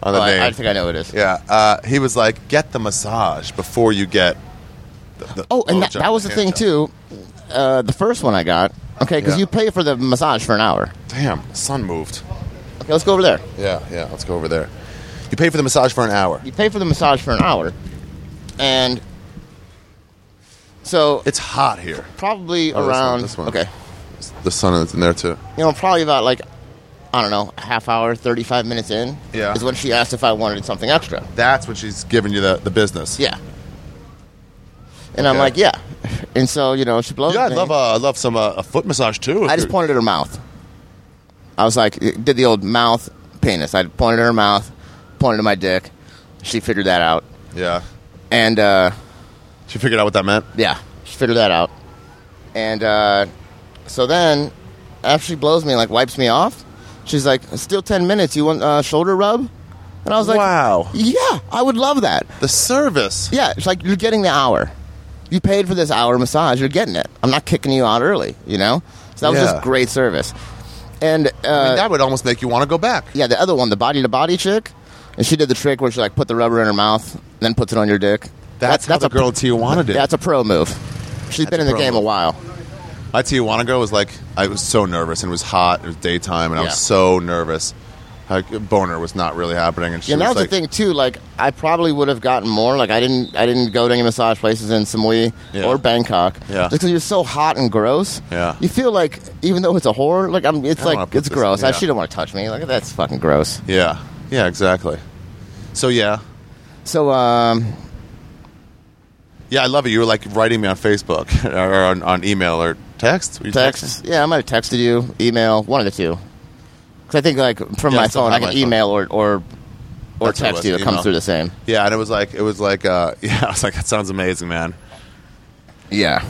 [SPEAKER 1] on the
[SPEAKER 2] Oh,
[SPEAKER 1] name.
[SPEAKER 2] I, I think I know what it is.
[SPEAKER 1] yeah. Uh, he was like, get the massage before you get. The, the
[SPEAKER 2] Oh, and that,
[SPEAKER 1] blowjob,
[SPEAKER 2] that was the thing
[SPEAKER 1] handjob.
[SPEAKER 2] too. Uh, the first one I got. Okay, because
[SPEAKER 1] Yeah.
[SPEAKER 2] you pay for the massage for an hour.
[SPEAKER 1] Damn, sun moved.
[SPEAKER 2] Okay, let's go over there.
[SPEAKER 1] Yeah, yeah. Let's go over there. You pay for the massage for an hour.
[SPEAKER 2] You pay for the massage for an hour, and so it's
[SPEAKER 1] It's hot here.
[SPEAKER 2] probably
[SPEAKER 1] Oh, this one,
[SPEAKER 2] around
[SPEAKER 1] this one.
[SPEAKER 2] okay.
[SPEAKER 1] The sun is in there too.
[SPEAKER 2] You know, probably about like I don't know, a half hour, thirty-five minutes in.
[SPEAKER 1] Yeah.
[SPEAKER 2] is when she asked if I wanted something extra.
[SPEAKER 1] That's when she's giving you the, the business.
[SPEAKER 2] Yeah. And I'm
[SPEAKER 1] Okay.
[SPEAKER 2] like, yeah, (laughs) and so you know, she blows.
[SPEAKER 1] Yeah, I'd
[SPEAKER 2] me.
[SPEAKER 1] love uh, I'd love some uh, a foot massage too.
[SPEAKER 2] I just pointed at her mouth. I was like, did the old mouth penis. I pointed at her mouth, pointed at my dick. She figured that out.
[SPEAKER 1] Yeah.
[SPEAKER 2] And, uh,
[SPEAKER 1] She figured out what that meant.
[SPEAKER 2] yeah, she figured that out. And, uh, so then, after she blows me, like, wipes me off, she's like, still 10 minutes. You want a uh, shoulder rub? And I was like,
[SPEAKER 1] Wow.
[SPEAKER 2] Yeah, I would love that.
[SPEAKER 1] The service.
[SPEAKER 2] Yeah, it's like you're getting the hour. You paid for this hour massage. You're getting it. I'm not kicking you out early, you know? So that was
[SPEAKER 1] Yeah.
[SPEAKER 2] just great service. And, uh,
[SPEAKER 1] I mean, that would almost make you want to go back.
[SPEAKER 2] yeah, the other one, the body to body chick, and she did the trick where she like put the rubber in her mouth, then puts it on your dick.
[SPEAKER 1] That's, how the girl in Tijuana did.
[SPEAKER 2] That's a pro move. She's been
[SPEAKER 1] a
[SPEAKER 2] in the
[SPEAKER 1] pro
[SPEAKER 2] game a
[SPEAKER 1] move.
[SPEAKER 2] while.
[SPEAKER 1] My Tijuana girl was like, I was so nervous, and it was hot. It was daytime, and I
[SPEAKER 2] Yeah.
[SPEAKER 1] was so nervous. Like, boner was not really happening, and she
[SPEAKER 2] Yeah, and that
[SPEAKER 1] was
[SPEAKER 2] was
[SPEAKER 1] like,
[SPEAKER 2] the thing too. Like, I probably would have gotten more. Like, I didn't. I didn't go to any massage places in Samui
[SPEAKER 1] Yeah.
[SPEAKER 2] or Bangkok.
[SPEAKER 1] Yeah.
[SPEAKER 2] just because you're so hot and gross.
[SPEAKER 1] Yeah.
[SPEAKER 2] you feel like even though it's a horror, like I'm. It's
[SPEAKER 1] I don't wanna
[SPEAKER 2] like
[SPEAKER 1] put
[SPEAKER 2] it's
[SPEAKER 1] this-
[SPEAKER 2] gross. I,
[SPEAKER 1] yeah.
[SPEAKER 2] she didn't want to touch me. Like that's fucking gross.
[SPEAKER 1] Yeah, yeah, exactly. So yeah,
[SPEAKER 2] So, um,
[SPEAKER 1] yeah, I love it. You were like writing me on Facebook (laughs) or on, on email or text. Were you texting?
[SPEAKER 2] text. Yeah, I might have texted you, email, one of the two. Because I think like from
[SPEAKER 1] Yeah, I
[SPEAKER 2] my
[SPEAKER 1] still
[SPEAKER 2] phone, I
[SPEAKER 1] have
[SPEAKER 2] can
[SPEAKER 1] my phone.
[SPEAKER 2] email or or or
[SPEAKER 1] That's what it
[SPEAKER 2] text
[SPEAKER 1] was,
[SPEAKER 2] you. It
[SPEAKER 1] email.
[SPEAKER 2] comes through the same.
[SPEAKER 1] Yeah, and it was like it was like uh, (laughs) yeah, I was like that sounds amazing, man.
[SPEAKER 2] Yeah,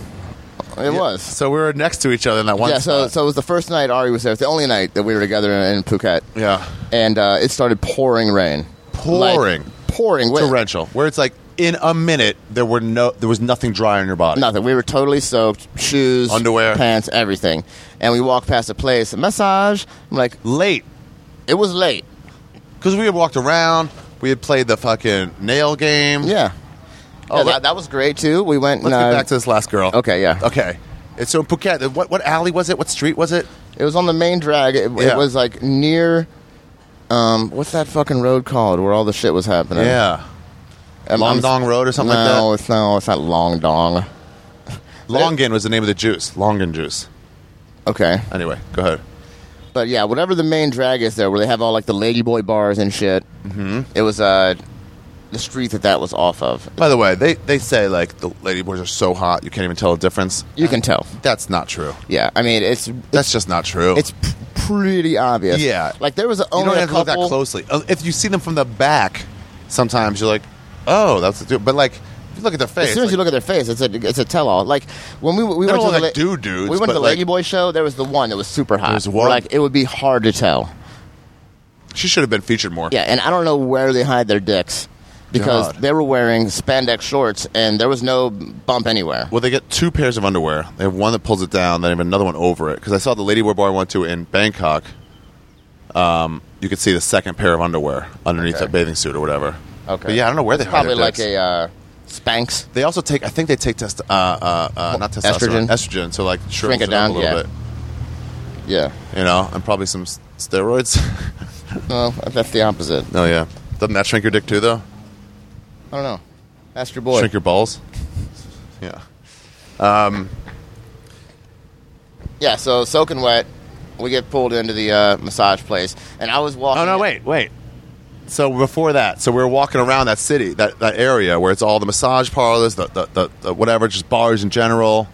[SPEAKER 1] Yeah.
[SPEAKER 2] it was.
[SPEAKER 1] So we were next to each other in that one.
[SPEAKER 2] Yeah, so
[SPEAKER 1] spot.
[SPEAKER 2] so it was the first night Ari was there. It's the only night that we were together in, in Phuket,
[SPEAKER 1] yeah,
[SPEAKER 2] and uh, it started pouring rain.
[SPEAKER 1] Pouring.
[SPEAKER 2] Like, pouring. with-
[SPEAKER 1] torrential, where it's like in a minute there were no, there was nothing dry on your body.
[SPEAKER 2] Nothing. We were totally soaked. Shoes,
[SPEAKER 1] Underwear.
[SPEAKER 2] pants, everything. And we walked past a place. Massage. I'm like,
[SPEAKER 1] Late
[SPEAKER 2] it was late.
[SPEAKER 1] because we had walked around, we had played the fucking nail game.
[SPEAKER 2] Yeah. Oh,
[SPEAKER 1] let-
[SPEAKER 2] that, that was great too. We went.
[SPEAKER 1] Let's
[SPEAKER 2] and,
[SPEAKER 1] get
[SPEAKER 2] uh,
[SPEAKER 1] back to this last girl.
[SPEAKER 2] Okay, yeah.
[SPEAKER 1] Okay. And so in Phuket, what what alley was it? What street was it?
[SPEAKER 2] It was on the main drag. It,
[SPEAKER 1] Yeah.
[SPEAKER 2] it was like near. Um, what's that fucking road called where all the shit was happening?
[SPEAKER 1] Yeah.
[SPEAKER 2] Um,
[SPEAKER 1] Long
[SPEAKER 2] Uh, I'm-
[SPEAKER 1] Dong Road or something like that?
[SPEAKER 2] no, it's no, it's not Long Dong.
[SPEAKER 1] Longin was the name of the juice. Longin juice.
[SPEAKER 2] Okay,
[SPEAKER 1] Anyway, go ahead.
[SPEAKER 2] but yeah, whatever the main drag is there, where they have all like the ladyboy bars and shit. Mm-hmm. It was uh, the street that that was off of.
[SPEAKER 1] By the way, they, they say like the ladyboys are so hot you can't even tell the difference.
[SPEAKER 2] You can tell.
[SPEAKER 1] That's not true.
[SPEAKER 2] Yeah, I mean it's
[SPEAKER 1] That's just not true.
[SPEAKER 2] it's p- pretty obvious.
[SPEAKER 1] Yeah.
[SPEAKER 2] like there was
[SPEAKER 1] you
[SPEAKER 2] only
[SPEAKER 1] don't
[SPEAKER 2] a
[SPEAKER 1] have to
[SPEAKER 2] couple.
[SPEAKER 1] look that closely. Uh, If you see them from the back, sometimes you're like, oh, that's the dude. But like, if you look at their face,
[SPEAKER 2] As soon as you look at their face, it's a it's a tell all. Like when we we
[SPEAKER 1] They're
[SPEAKER 2] went
[SPEAKER 1] all
[SPEAKER 2] to the
[SPEAKER 1] like dude dudes,
[SPEAKER 2] we
[SPEAKER 1] but
[SPEAKER 2] went to the
[SPEAKER 1] like-
[SPEAKER 2] Lady Boy show. There was the one that was super hot.
[SPEAKER 1] There's
[SPEAKER 2] We're
[SPEAKER 1] one.
[SPEAKER 2] Like it would be hard to tell.
[SPEAKER 1] she should have been featured more.
[SPEAKER 2] Yeah, and I don't know where they hide their dicks, because
[SPEAKER 4] God.
[SPEAKER 2] they were wearing spandex shorts and there was no bump anywhere.
[SPEAKER 1] Well, they get two pairs of underwear. They have one that pulls it down, then they have another one over it. Because I saw the lady wear bar I went to in Bangkok. Um, you could see the second pair of underwear underneath
[SPEAKER 2] Okay.
[SPEAKER 1] that bathing suit or whatever.
[SPEAKER 2] Okay.
[SPEAKER 1] But yeah, I don't know where they hide
[SPEAKER 2] Probably
[SPEAKER 1] their
[SPEAKER 2] like
[SPEAKER 1] dicks.
[SPEAKER 2] a uh, Spanx.
[SPEAKER 1] They also take. I think they take test. Uh, uh, uh, not
[SPEAKER 2] estrogen?
[SPEAKER 1] testosterone. Estrogen. So like shrink
[SPEAKER 2] it down,
[SPEAKER 1] a little
[SPEAKER 2] yeah.
[SPEAKER 1] bit.
[SPEAKER 2] Yeah.
[SPEAKER 1] You know, and probably some s- steroids. (laughs)
[SPEAKER 2] Well, that's the opposite.
[SPEAKER 1] oh yeah. Doesn't that shrink your dick too though?
[SPEAKER 2] I don't know. Ask your boy.
[SPEAKER 1] Shrink your balls. Yeah.
[SPEAKER 2] yeah, so soaking wet, we get pulled into the uh, massage place, and I was walking.
[SPEAKER 1] Oh no! Wait, wait. So before that, so we were walking around that city, that, that area where it's all the massage parlors, the, the, the, the whatever, just bars in general,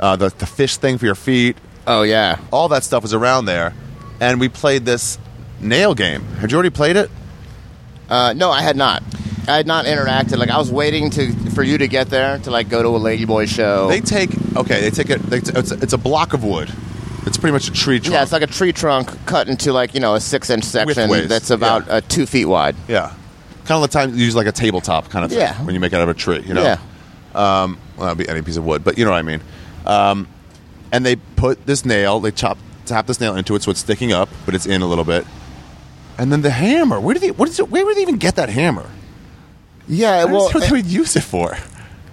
[SPEAKER 1] uh, the the fish thing for your feet,
[SPEAKER 2] Oh yeah.
[SPEAKER 1] all that stuff was around there, and we played this nail game. Had you already played it?
[SPEAKER 2] Uh, no, I had not. I had not interacted. Like I was waiting to for you to get there to like go to a ladyboy show.
[SPEAKER 1] They take okay, they take it. They t- it's, it's a block of wood. It's pretty much a tree trunk.
[SPEAKER 2] yeah, it's like a tree trunk cut into like you know a six inch section
[SPEAKER 1] Widthways,
[SPEAKER 2] that's about
[SPEAKER 1] yeah.
[SPEAKER 2] uh, two feet wide.
[SPEAKER 1] yeah. Kind of the time you use like a tabletop kind of thing
[SPEAKER 2] Yeah.
[SPEAKER 1] when you make it out of a tree, you know.
[SPEAKER 2] Yeah.
[SPEAKER 1] um, well, that'd be any piece of wood, but you know what I mean. Um, and they put this nail, they chop, tap this nail into it, so it's sticking up, but it's in a little bit. And then the hammer. Where did they? What is it? Where would they even get that hammer?
[SPEAKER 2] Yeah,
[SPEAKER 1] I don't
[SPEAKER 2] well, eh,
[SPEAKER 1] know what they would use it for.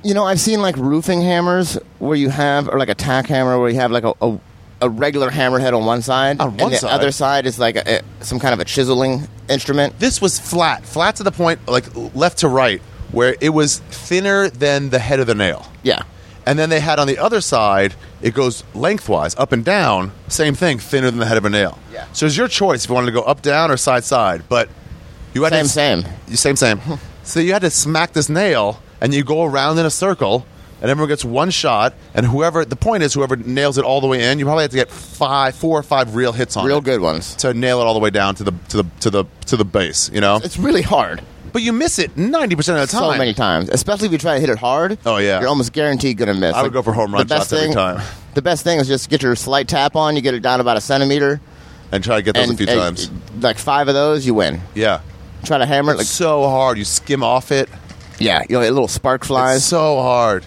[SPEAKER 2] you know, I've seen like roofing hammers where you have, or like a tack hammer where you have like a, a, a regular hammerhead on one side,
[SPEAKER 1] On one
[SPEAKER 2] and the
[SPEAKER 1] side.
[SPEAKER 2] other side is like a, a- some kind of a chiseling instrument.
[SPEAKER 1] This was flat, flat to the point, like left to right, where it was thinner than the head of the nail.
[SPEAKER 2] Yeah,
[SPEAKER 1] And then they had on the other side, it goes lengthwise, up and down, same thing, thinner than the head of a nail.
[SPEAKER 2] Yeah.
[SPEAKER 1] So it's your choice if you wanted to go up, down, or side, side. But you had
[SPEAKER 2] same,
[SPEAKER 1] to,
[SPEAKER 2] same.
[SPEAKER 1] You same
[SPEAKER 2] (laughs)
[SPEAKER 1] same. so you had to smack this nail, and you go around in a circle, and everyone gets one shot, and whoever the point is, whoever nails it all the way in, you probably have to get five, four or five real hits on
[SPEAKER 2] Real
[SPEAKER 1] it
[SPEAKER 2] good ones.
[SPEAKER 1] to nail it all the way down to the to the to the to the base. You know,
[SPEAKER 2] It's really hard.
[SPEAKER 1] but you miss it ninety percent of the time.
[SPEAKER 2] So many times, especially if you try to hit it hard.
[SPEAKER 1] Oh, yeah.
[SPEAKER 2] you're almost guaranteed gonna miss.
[SPEAKER 1] I would go for home run
[SPEAKER 2] the best
[SPEAKER 1] shots every
[SPEAKER 2] thing-
[SPEAKER 1] time.
[SPEAKER 2] The best thing is just get your slight tap on. You get it down about a centimeter,
[SPEAKER 1] and try to get those
[SPEAKER 2] and
[SPEAKER 1] a few
[SPEAKER 2] and,
[SPEAKER 1] times.
[SPEAKER 2] like five of those, you win.
[SPEAKER 1] yeah,
[SPEAKER 2] Try to hammer it, like
[SPEAKER 1] so hard. You skim off it.
[SPEAKER 2] yeah, you know, a little spark
[SPEAKER 1] It's
[SPEAKER 2] flies.
[SPEAKER 1] so hard.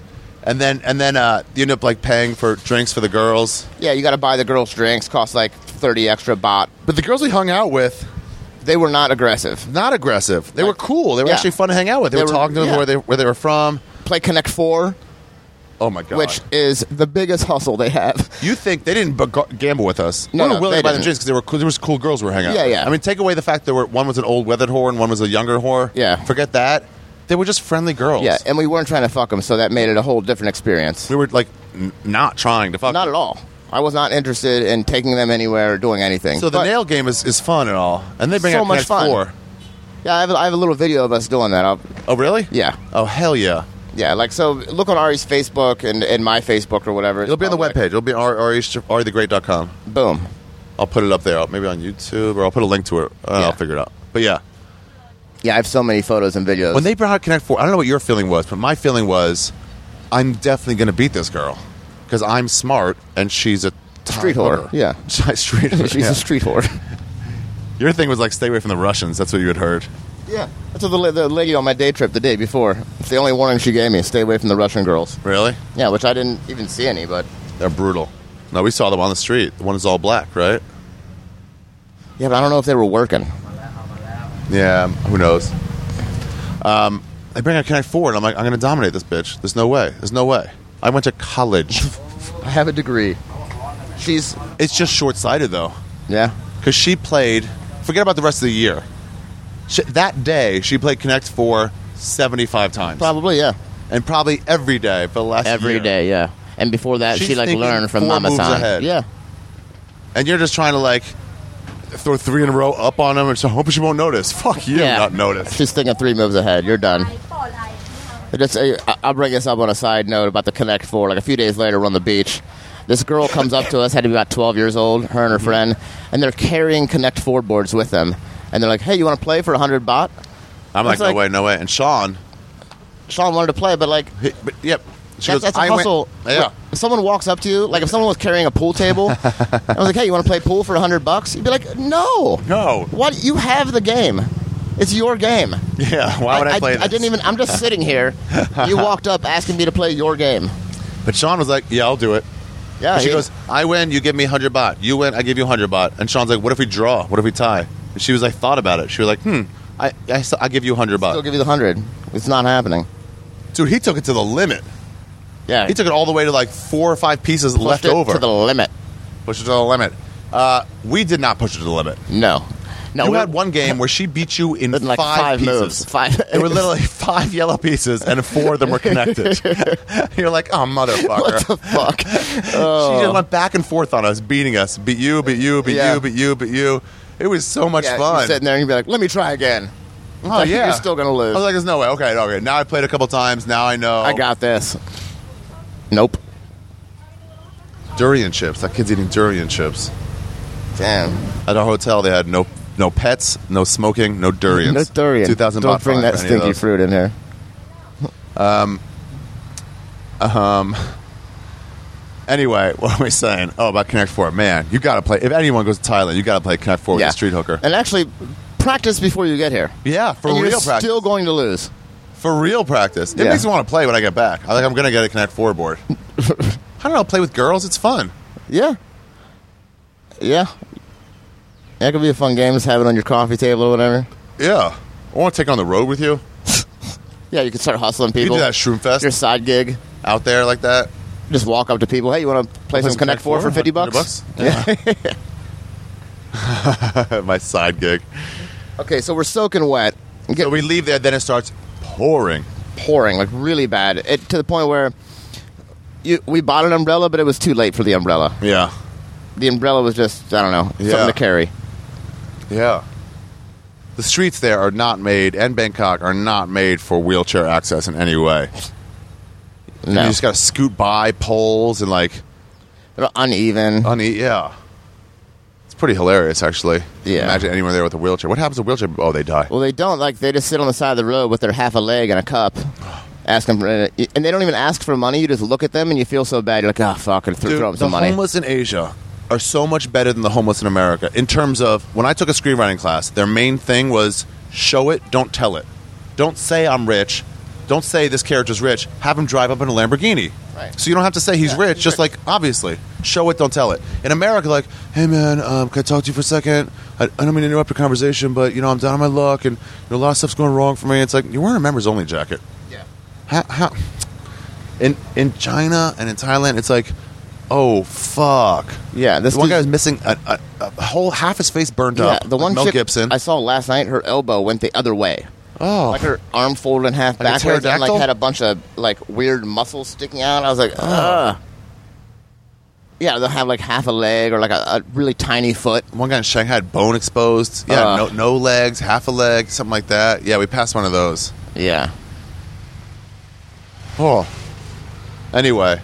[SPEAKER 1] And then and then uh, you end up like paying for drinks for the girls.
[SPEAKER 2] Yeah, you got to buy the girls drinks. Costs like thirty extra baht.
[SPEAKER 1] But the girls we hung out with,
[SPEAKER 2] They were not aggressive.
[SPEAKER 1] not aggressive. They were
[SPEAKER 2] Like-
[SPEAKER 1] cool. They were
[SPEAKER 2] yeah.
[SPEAKER 1] actually fun to hang out with. They,
[SPEAKER 2] They
[SPEAKER 1] were,
[SPEAKER 2] were-
[SPEAKER 1] talking to them
[SPEAKER 2] yeah.
[SPEAKER 1] where they where they were from.
[SPEAKER 2] Play Connect Four,
[SPEAKER 1] Oh my god!
[SPEAKER 2] which is the biggest (laughs) hustle they have.
[SPEAKER 1] you think they didn't beg- gamble with us?
[SPEAKER 2] No,
[SPEAKER 1] we were
[SPEAKER 2] no,
[SPEAKER 1] willing to
[SPEAKER 2] they
[SPEAKER 1] buy them
[SPEAKER 2] didn't.
[SPEAKER 1] drinks because there were cool, there was cool girls we were hanging out.
[SPEAKER 2] Yeah,
[SPEAKER 1] with.
[SPEAKER 2] yeah.
[SPEAKER 1] I mean, take away the fact there were one was an old weathered whore and one was a younger whore.
[SPEAKER 2] Yeah.
[SPEAKER 1] forget that. They were just friendly girls.
[SPEAKER 2] Yeah, and we weren't trying to fuck them, so that made it a whole different experience.
[SPEAKER 1] we were like n- not trying to fuck.
[SPEAKER 2] Not at all. I was not interested in taking them anywhere or doing anything.
[SPEAKER 1] So the
[SPEAKER 2] But-
[SPEAKER 1] nail game is, is fun and all, and they bring
[SPEAKER 2] So
[SPEAKER 1] out
[SPEAKER 2] much
[SPEAKER 1] Connect
[SPEAKER 2] fun.
[SPEAKER 1] Four.
[SPEAKER 2] Yeah, I have, I have a little video of us doing that. I'll,
[SPEAKER 1] Oh really?
[SPEAKER 2] yeah,
[SPEAKER 1] Oh hell yeah!
[SPEAKER 2] yeah. Like so, look on Ari's Facebook and, and my Facebook or whatever.
[SPEAKER 1] It'll be on the webpage. It'll be r r r e thegreat.com.
[SPEAKER 2] Boom.
[SPEAKER 1] I'll put it up there. Maybe on YouTube, or I'll put a link to it. I don't know,
[SPEAKER 2] Yeah.
[SPEAKER 1] I'll figure it out. But yeah,
[SPEAKER 2] Yeah, I have so many photos and videos.
[SPEAKER 1] when they brought out Connect Four, I don't know what your feeling was, but my feeling was, I'm definitely going to beat this girl because I'm smart and she's a Thai
[SPEAKER 2] Street whore, yeah.
[SPEAKER 1] (laughs) street whore.
[SPEAKER 2] she's
[SPEAKER 1] yeah.
[SPEAKER 2] a street whore.
[SPEAKER 1] Your thing was like, stay away from the Russians. That's what you had heard.
[SPEAKER 2] (laughs) yeah, that's what the, la- the lady on my day trip the day before. It's the only warning she gave me: stay away from the Russian girls.
[SPEAKER 1] Really?
[SPEAKER 2] Yeah, which I didn't even see any, but
[SPEAKER 1] They're brutal. No, we saw them on the street. The one is all black, right?
[SPEAKER 2] yeah, but I don't know if they were working.
[SPEAKER 1] Yeah. Who knows? Um, they bring out Connect Four, and I'm like, I'm going to dominate this bitch. There's no way. There's no way. I went to college.
[SPEAKER 2] I have a degree. She's
[SPEAKER 1] it's just short sighted though.
[SPEAKER 2] yeah,
[SPEAKER 1] because she played. Forget about the rest of the year. She, that day, she played Connect Four 75 times,
[SPEAKER 2] probably yeah.
[SPEAKER 1] and probably every day for the last
[SPEAKER 2] Every
[SPEAKER 1] year.
[SPEAKER 2] day, yeah. And before that,
[SPEAKER 1] She's
[SPEAKER 2] she like
[SPEAKER 1] thinking
[SPEAKER 2] learned from
[SPEAKER 1] four
[SPEAKER 2] Mama
[SPEAKER 1] moves
[SPEAKER 2] San.
[SPEAKER 1] ahead.
[SPEAKER 2] Yeah,
[SPEAKER 1] And you're just trying to like throw three in a row up on them, and so hoping she won't notice. (laughs) Fuck you,
[SPEAKER 2] yeah.
[SPEAKER 1] not notice.
[SPEAKER 2] She's thinking three moves ahead. You're done. I Just, I, I'll bring this up on a side note about the Connect Four. Like a few days later, we're on the beach. This girl comes up to us, had to be about 12 years old, her
[SPEAKER 1] Mm-hmm.
[SPEAKER 2] and her friend, and they're carrying Connect Four boards with them. And they're like, hey, you want to play for 100 baht?
[SPEAKER 1] I'm like,
[SPEAKER 2] It's
[SPEAKER 1] no
[SPEAKER 2] like-
[SPEAKER 1] way, no way. And Sean,
[SPEAKER 2] Sean wanted to play, but like,
[SPEAKER 1] he- but yep, she
[SPEAKER 2] that's,
[SPEAKER 1] goes,
[SPEAKER 2] that's a
[SPEAKER 1] I went-
[SPEAKER 2] hustle.
[SPEAKER 1] yeah.
[SPEAKER 2] If someone walks up to you, like if someone was carrying a
[SPEAKER 1] (laughs)
[SPEAKER 2] pool table, I was like, hey, you want to play pool for 100 bucks? You'd be like, no.
[SPEAKER 1] No.
[SPEAKER 2] What? You have the game. It's your game.
[SPEAKER 1] Yeah, why would I, play this?
[SPEAKER 2] I didn't even. I'm just
[SPEAKER 1] (laughs)
[SPEAKER 2] sitting here. You walked up asking me to play your game.
[SPEAKER 1] But Sean was like, "Yeah, I'll do it."
[SPEAKER 2] Yeah.
[SPEAKER 1] And she
[SPEAKER 2] he-
[SPEAKER 1] goes, "I win, you give me 100 baht. You win, I give you 100 baht." And Sean's like, "What if we draw? What if we tie?" And she was like, "Thought about it." She was like, "Hmm, I I, s- I give you 100
[SPEAKER 2] I'll
[SPEAKER 1] baht."
[SPEAKER 2] give you the hundred. It's not happening.
[SPEAKER 1] Dude, he took it to the limit.
[SPEAKER 2] Yeah.
[SPEAKER 1] He took it all the way to like four or five pieces
[SPEAKER 2] pushed
[SPEAKER 1] left
[SPEAKER 2] it
[SPEAKER 1] over.
[SPEAKER 2] to the limit.
[SPEAKER 1] Push it to the limit. Uh, we did not push it to the limit.
[SPEAKER 2] No. No.
[SPEAKER 1] you
[SPEAKER 2] we-
[SPEAKER 1] had one game where she beat you in,
[SPEAKER 2] In like
[SPEAKER 1] five,
[SPEAKER 2] five
[SPEAKER 1] pieces.
[SPEAKER 2] moves. Five-
[SPEAKER 1] There were literally (laughs) five yellow pieces, and four of them were (laughs) connected. You're like, oh
[SPEAKER 2] (laughs) What
[SPEAKER 1] motherfucker!
[SPEAKER 2] the
[SPEAKER 1] (laughs)
[SPEAKER 2] fuck?
[SPEAKER 1] She just went back and forth on us, beating us, beat you, beat you, beat
[SPEAKER 2] Oh. Yeah.
[SPEAKER 1] you, beat you, beat you. It was so much
[SPEAKER 2] yeah,
[SPEAKER 1] fun.
[SPEAKER 2] You're sitting there and you'd be like, "Let me try again."
[SPEAKER 1] oh
[SPEAKER 2] Like,
[SPEAKER 1] yeah,
[SPEAKER 2] You're still gonna
[SPEAKER 1] I
[SPEAKER 2] lose.
[SPEAKER 1] was like, oh. there's no way. Okay, okay. Now I played a couple times. Now I know.
[SPEAKER 2] I got this. Nope.
[SPEAKER 1] durian chips. That kid's eating durian chips.
[SPEAKER 2] Damn.
[SPEAKER 1] At our hotel, they had no no pets, no smoking, no durians.
[SPEAKER 2] No durian.
[SPEAKER 1] Two thousand.
[SPEAKER 2] Don't bring that stinky
[SPEAKER 1] fruit.
[SPEAKER 2] fruit in here.
[SPEAKER 1] Anyway, (laughs) what am I saying? Oh, about Connect Four. Man, you got to play. If anyone goes to Thailand, you got to play Connect Four with a street hooker.
[SPEAKER 2] And actually, practice before you get here.
[SPEAKER 1] yeah, for
[SPEAKER 2] And
[SPEAKER 1] real
[SPEAKER 2] you're
[SPEAKER 1] practice.
[SPEAKER 2] still going to lose.
[SPEAKER 1] for real practice. It
[SPEAKER 2] Yeah.
[SPEAKER 1] makes me want to play when I get back. I like. I'm gonna get a Connect Four
[SPEAKER 2] (laughs)
[SPEAKER 1] board. I don't know. Play with girls. It's fun.
[SPEAKER 2] Yeah. Yeah. That could be a fun game. Just have it on your coffee table or whatever.
[SPEAKER 1] Yeah. I want to take on the road with you.
[SPEAKER 2] Yeah, you could start hustling
[SPEAKER 1] You
[SPEAKER 2] people.
[SPEAKER 1] do that Shroom Fest
[SPEAKER 2] Your side gig.
[SPEAKER 1] out there like that.
[SPEAKER 2] Just walk up to people. Hey, you want to play some Connect Four for fifty bucks? (laughs)
[SPEAKER 1] Yeah. (laughs) My side gig.
[SPEAKER 2] Okay, so we're soaking wet, and
[SPEAKER 1] So we leave there. Then it starts pouring.
[SPEAKER 2] pouring like really bad. It to the point where you, we bought an umbrella, but it was too late for the umbrella.
[SPEAKER 1] Yeah.
[SPEAKER 2] The umbrella was just I don't know
[SPEAKER 1] Yeah.
[SPEAKER 2] something to carry.
[SPEAKER 1] Yeah. The streets there are not made, and Bangkok are not made for wheelchair access in any way. And
[SPEAKER 2] No,
[SPEAKER 1] you just got to scoot by poles and like,
[SPEAKER 2] They're uneven.
[SPEAKER 1] honey, yeah. It's pretty hilarious, actually.
[SPEAKER 2] Yeah.
[SPEAKER 1] Imagine anyone there with a wheelchair. What happens to a wheelchair? Oh, they die.
[SPEAKER 2] Well, they don't like they just sit on the side of the road with their half a leg and a cup, asking for, uh, and they don't even ask for money. You just look at them and you feel so bad. You're like, oh fuck, and th-
[SPEAKER 1] Dude,
[SPEAKER 2] throw them some
[SPEAKER 1] the
[SPEAKER 2] money.
[SPEAKER 1] homeless in Asia are so much better than the homeless in America in terms of when I took a screenwriting class, their main thing was show it, don't tell it. Don't say I'm rich. Don't say this character's rich. Have him drive up in a Lamborghini.
[SPEAKER 2] Right.
[SPEAKER 1] So you don't have to say he's rich. Just like obviously, show it, don't tell it. In America, like, hey man, um, can I talk to you for a second? I, I don't mean to interrupt your conversation, but you know I'm down on my luck, and you know, a lot of stuff's going wrong for me. It's like you're wearing a members only jacket.
[SPEAKER 2] Yeah.
[SPEAKER 1] How, how? In in China and in Thailand, it's like, oh fuck.
[SPEAKER 2] Yeah, this
[SPEAKER 1] This one
[SPEAKER 2] dude-
[SPEAKER 1] guy's missing a, a, a whole half his face burned
[SPEAKER 2] Yeah,
[SPEAKER 1] up.
[SPEAKER 2] the one
[SPEAKER 1] Mel
[SPEAKER 2] chick
[SPEAKER 1] Gibson.
[SPEAKER 2] I saw last night, her elbow went the other way.
[SPEAKER 1] oh,
[SPEAKER 2] Like her arm folded in half
[SPEAKER 1] Like a
[SPEAKER 2] backwards and like
[SPEAKER 1] pterodactyl?
[SPEAKER 2] had a bunch of like weird muscles sticking out. I was like, ugh. Yeah, they'll have like half a leg or like a, a really tiny foot.
[SPEAKER 1] one guy in Shanghai had bone exposed. Yeah,
[SPEAKER 2] Uh.
[SPEAKER 1] no no legs, half a leg, something like that. Yeah, we passed one of those.
[SPEAKER 2] Yeah.
[SPEAKER 1] Oh. Anyway,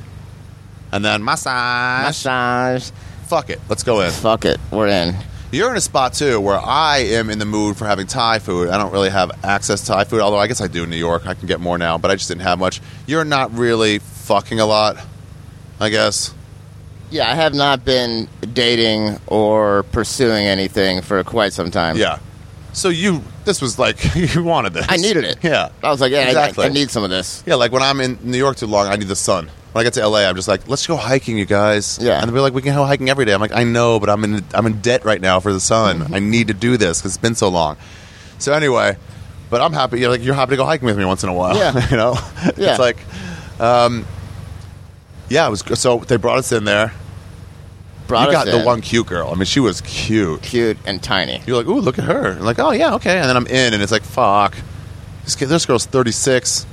[SPEAKER 1] and then massage.
[SPEAKER 2] Massage.
[SPEAKER 1] Fuck it, let's go in.
[SPEAKER 2] Fuck it. We're in.
[SPEAKER 1] You're in a spot too where I am in the mood for having Thai food. I don't really have access to Thai food, although I guess I do in New York. I can get more now, but I just didn't have much. You're not really fucking a lot, I guess.
[SPEAKER 2] Yeah, I have not been dating or pursuing anything for quite some time.
[SPEAKER 1] Yeah. So you, this was like (laughs) you wanted this.
[SPEAKER 2] I needed it.
[SPEAKER 1] Yeah.
[SPEAKER 2] I was like, yeah, I-
[SPEAKER 1] Exactly.
[SPEAKER 2] I, I need some of this.
[SPEAKER 1] Yeah, like when I'm in New York too long, I need the sun. When I get to LA, I'm just like, let's go hiking, you guys.
[SPEAKER 2] Yeah.
[SPEAKER 1] And they're like, we can go hiking every day. I'm like, I know, but I'm in I'm in debt right now for the
[SPEAKER 2] Mm-hmm.
[SPEAKER 1] sun. I need to do this because it's been so long. So anyway, but I'm happy. You're like, you're happy to go hiking with me once in a while.
[SPEAKER 2] Yeah.
[SPEAKER 1] (laughs) you know.
[SPEAKER 2] Yeah.
[SPEAKER 1] It's like, um, yeah, it was. So they brought us in there.
[SPEAKER 2] Brought
[SPEAKER 1] you
[SPEAKER 2] us
[SPEAKER 1] got the
[SPEAKER 2] in.
[SPEAKER 1] one cute girl. I mean, she was cute.
[SPEAKER 2] cute and tiny.
[SPEAKER 1] You're like, ooh, look at her. And like, oh yeah, okay. And then I'm in, and it's like, fuck, this, kid, this girl's 36.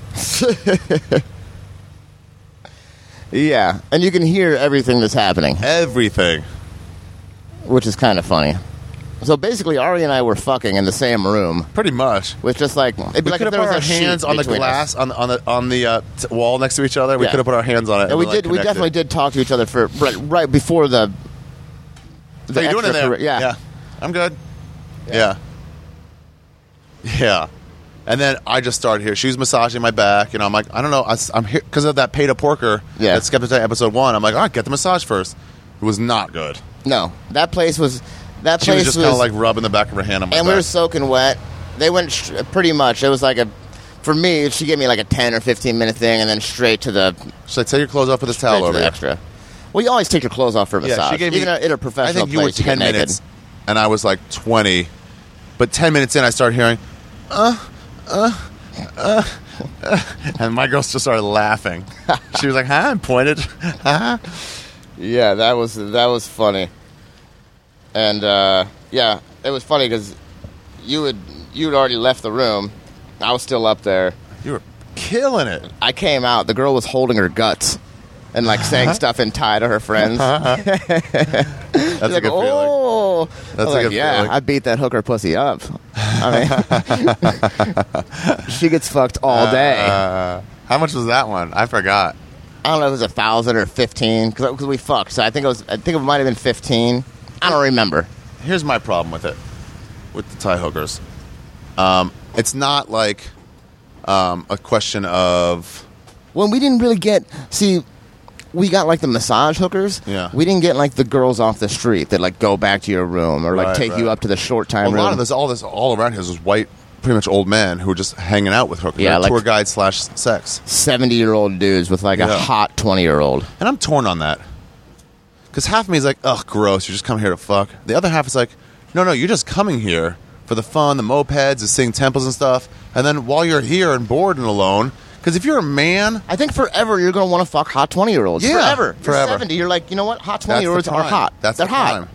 [SPEAKER 2] Yeah, and you can hear everything that's happening.
[SPEAKER 1] Everything.
[SPEAKER 2] which is kind of funny. So basically, Ari and I were fucking in the same room
[SPEAKER 1] Pretty much.
[SPEAKER 2] with just like it'd be
[SPEAKER 1] We
[SPEAKER 2] like
[SPEAKER 1] could have
[SPEAKER 2] if there
[SPEAKER 1] put
[SPEAKER 2] was
[SPEAKER 1] our
[SPEAKER 2] a sheet
[SPEAKER 1] hands on the
[SPEAKER 2] between us.
[SPEAKER 1] glass on the on the on the uh, t- wall next to each other. We
[SPEAKER 2] Yeah.
[SPEAKER 1] could have put our hands on it.
[SPEAKER 2] Yeah, we did. We definitely did talk to each other for right, right before the.
[SPEAKER 1] How you doing in there?
[SPEAKER 2] extracurri- Yeah.
[SPEAKER 1] I'm good. Yeah. yeah, And then I just started here. She was massaging my back, and I'm like, I don't know. I, am here because of that paid a porker.
[SPEAKER 2] Yeah.
[SPEAKER 1] That Skeptic Tech episode one. I'm like, all right, get the massage first. It was not good.
[SPEAKER 2] No, that place was. That
[SPEAKER 1] She
[SPEAKER 2] place
[SPEAKER 1] was just kind of like rubbing the back of her hand on my
[SPEAKER 2] and
[SPEAKER 1] back.
[SPEAKER 2] we were soaking wet, They went sh- pretty much. It was like a, for me, she gave me like a ten or fifteen minute thing, and then straight to the,
[SPEAKER 1] Should I take your clothes off with this
[SPEAKER 2] straight
[SPEAKER 1] towel
[SPEAKER 2] to
[SPEAKER 1] over
[SPEAKER 2] the
[SPEAKER 1] you?
[SPEAKER 2] extra. Well, you always take your clothes off for a massage.
[SPEAKER 1] Yeah, she gave me.
[SPEAKER 2] Even in a professional
[SPEAKER 1] I think you were
[SPEAKER 2] place,
[SPEAKER 1] ten
[SPEAKER 2] get naked.
[SPEAKER 1] minutes, and I was like twenty. But ten minutes in, I started hearing, uh, uh, uh, uh, and my girls just started
[SPEAKER 2] (laughs)
[SPEAKER 1] laughing. she was like, "Huh?" and pointed. Huh?
[SPEAKER 2] Yeah, that was that was funny, and uh, yeah, it was funny because you had you had already left the room. I was still up there.
[SPEAKER 1] You were killing it.
[SPEAKER 2] I came out. The girl was holding her guts and like
[SPEAKER 1] Uh-huh.
[SPEAKER 2] saying stuff in Thai to her friends.
[SPEAKER 1] That's
[SPEAKER 2] She's
[SPEAKER 1] a good
[SPEAKER 2] like,
[SPEAKER 1] feeling.
[SPEAKER 2] oh, I was
[SPEAKER 1] a
[SPEAKER 2] like,
[SPEAKER 1] good
[SPEAKER 2] yeah,
[SPEAKER 1] feeling.
[SPEAKER 2] I beat that hooker pussy up. I mean, (laughs) she gets fucked all day.
[SPEAKER 1] Uh, how much was that one? I forgot.
[SPEAKER 2] I don't know if it was a thousand or fifteen because we fucked. So I think it was. I think it might have been fifteen. I don't remember.
[SPEAKER 1] Here's my problem with it, with the tie hookers. Um, it's not like um, a question of
[SPEAKER 2] Well, we didn't really get see. We got like the massage hookers.
[SPEAKER 1] Yeah.
[SPEAKER 2] We didn't get like the girls off the street that like go back to your room or like
[SPEAKER 1] Right,
[SPEAKER 2] take
[SPEAKER 1] right.
[SPEAKER 2] you up to the short time
[SPEAKER 1] Well,
[SPEAKER 2] room.
[SPEAKER 1] a lot of this, all this, all around here is just white, pretty much old men who are just hanging out with hookers.
[SPEAKER 2] Yeah,
[SPEAKER 1] They're
[SPEAKER 2] like-
[SPEAKER 1] tour guide slash sex.
[SPEAKER 2] seventy-year-old dudes with like
[SPEAKER 1] Yeah.
[SPEAKER 2] a hot twenty-year-old.
[SPEAKER 1] And I'm torn on that because half of me is like, "Ugh, gross! You just come here to fuck." The other half is like, "No, no, you're just coming here for the fun, the mopeds, the seeing temples and stuff." And then while you're here and bored and alone, because if you're a man,
[SPEAKER 2] I think forever you're gonna want to fuck hot twenty-year-olds.
[SPEAKER 1] Yeah,
[SPEAKER 2] forever. You're
[SPEAKER 1] forever.
[SPEAKER 2] Seventy. You're like, you know what? Hot
[SPEAKER 1] that's the
[SPEAKER 2] twenty-year-olds are
[SPEAKER 1] time.
[SPEAKER 2] hot.
[SPEAKER 1] That's
[SPEAKER 2] They're
[SPEAKER 1] the
[SPEAKER 2] hot.
[SPEAKER 1] time.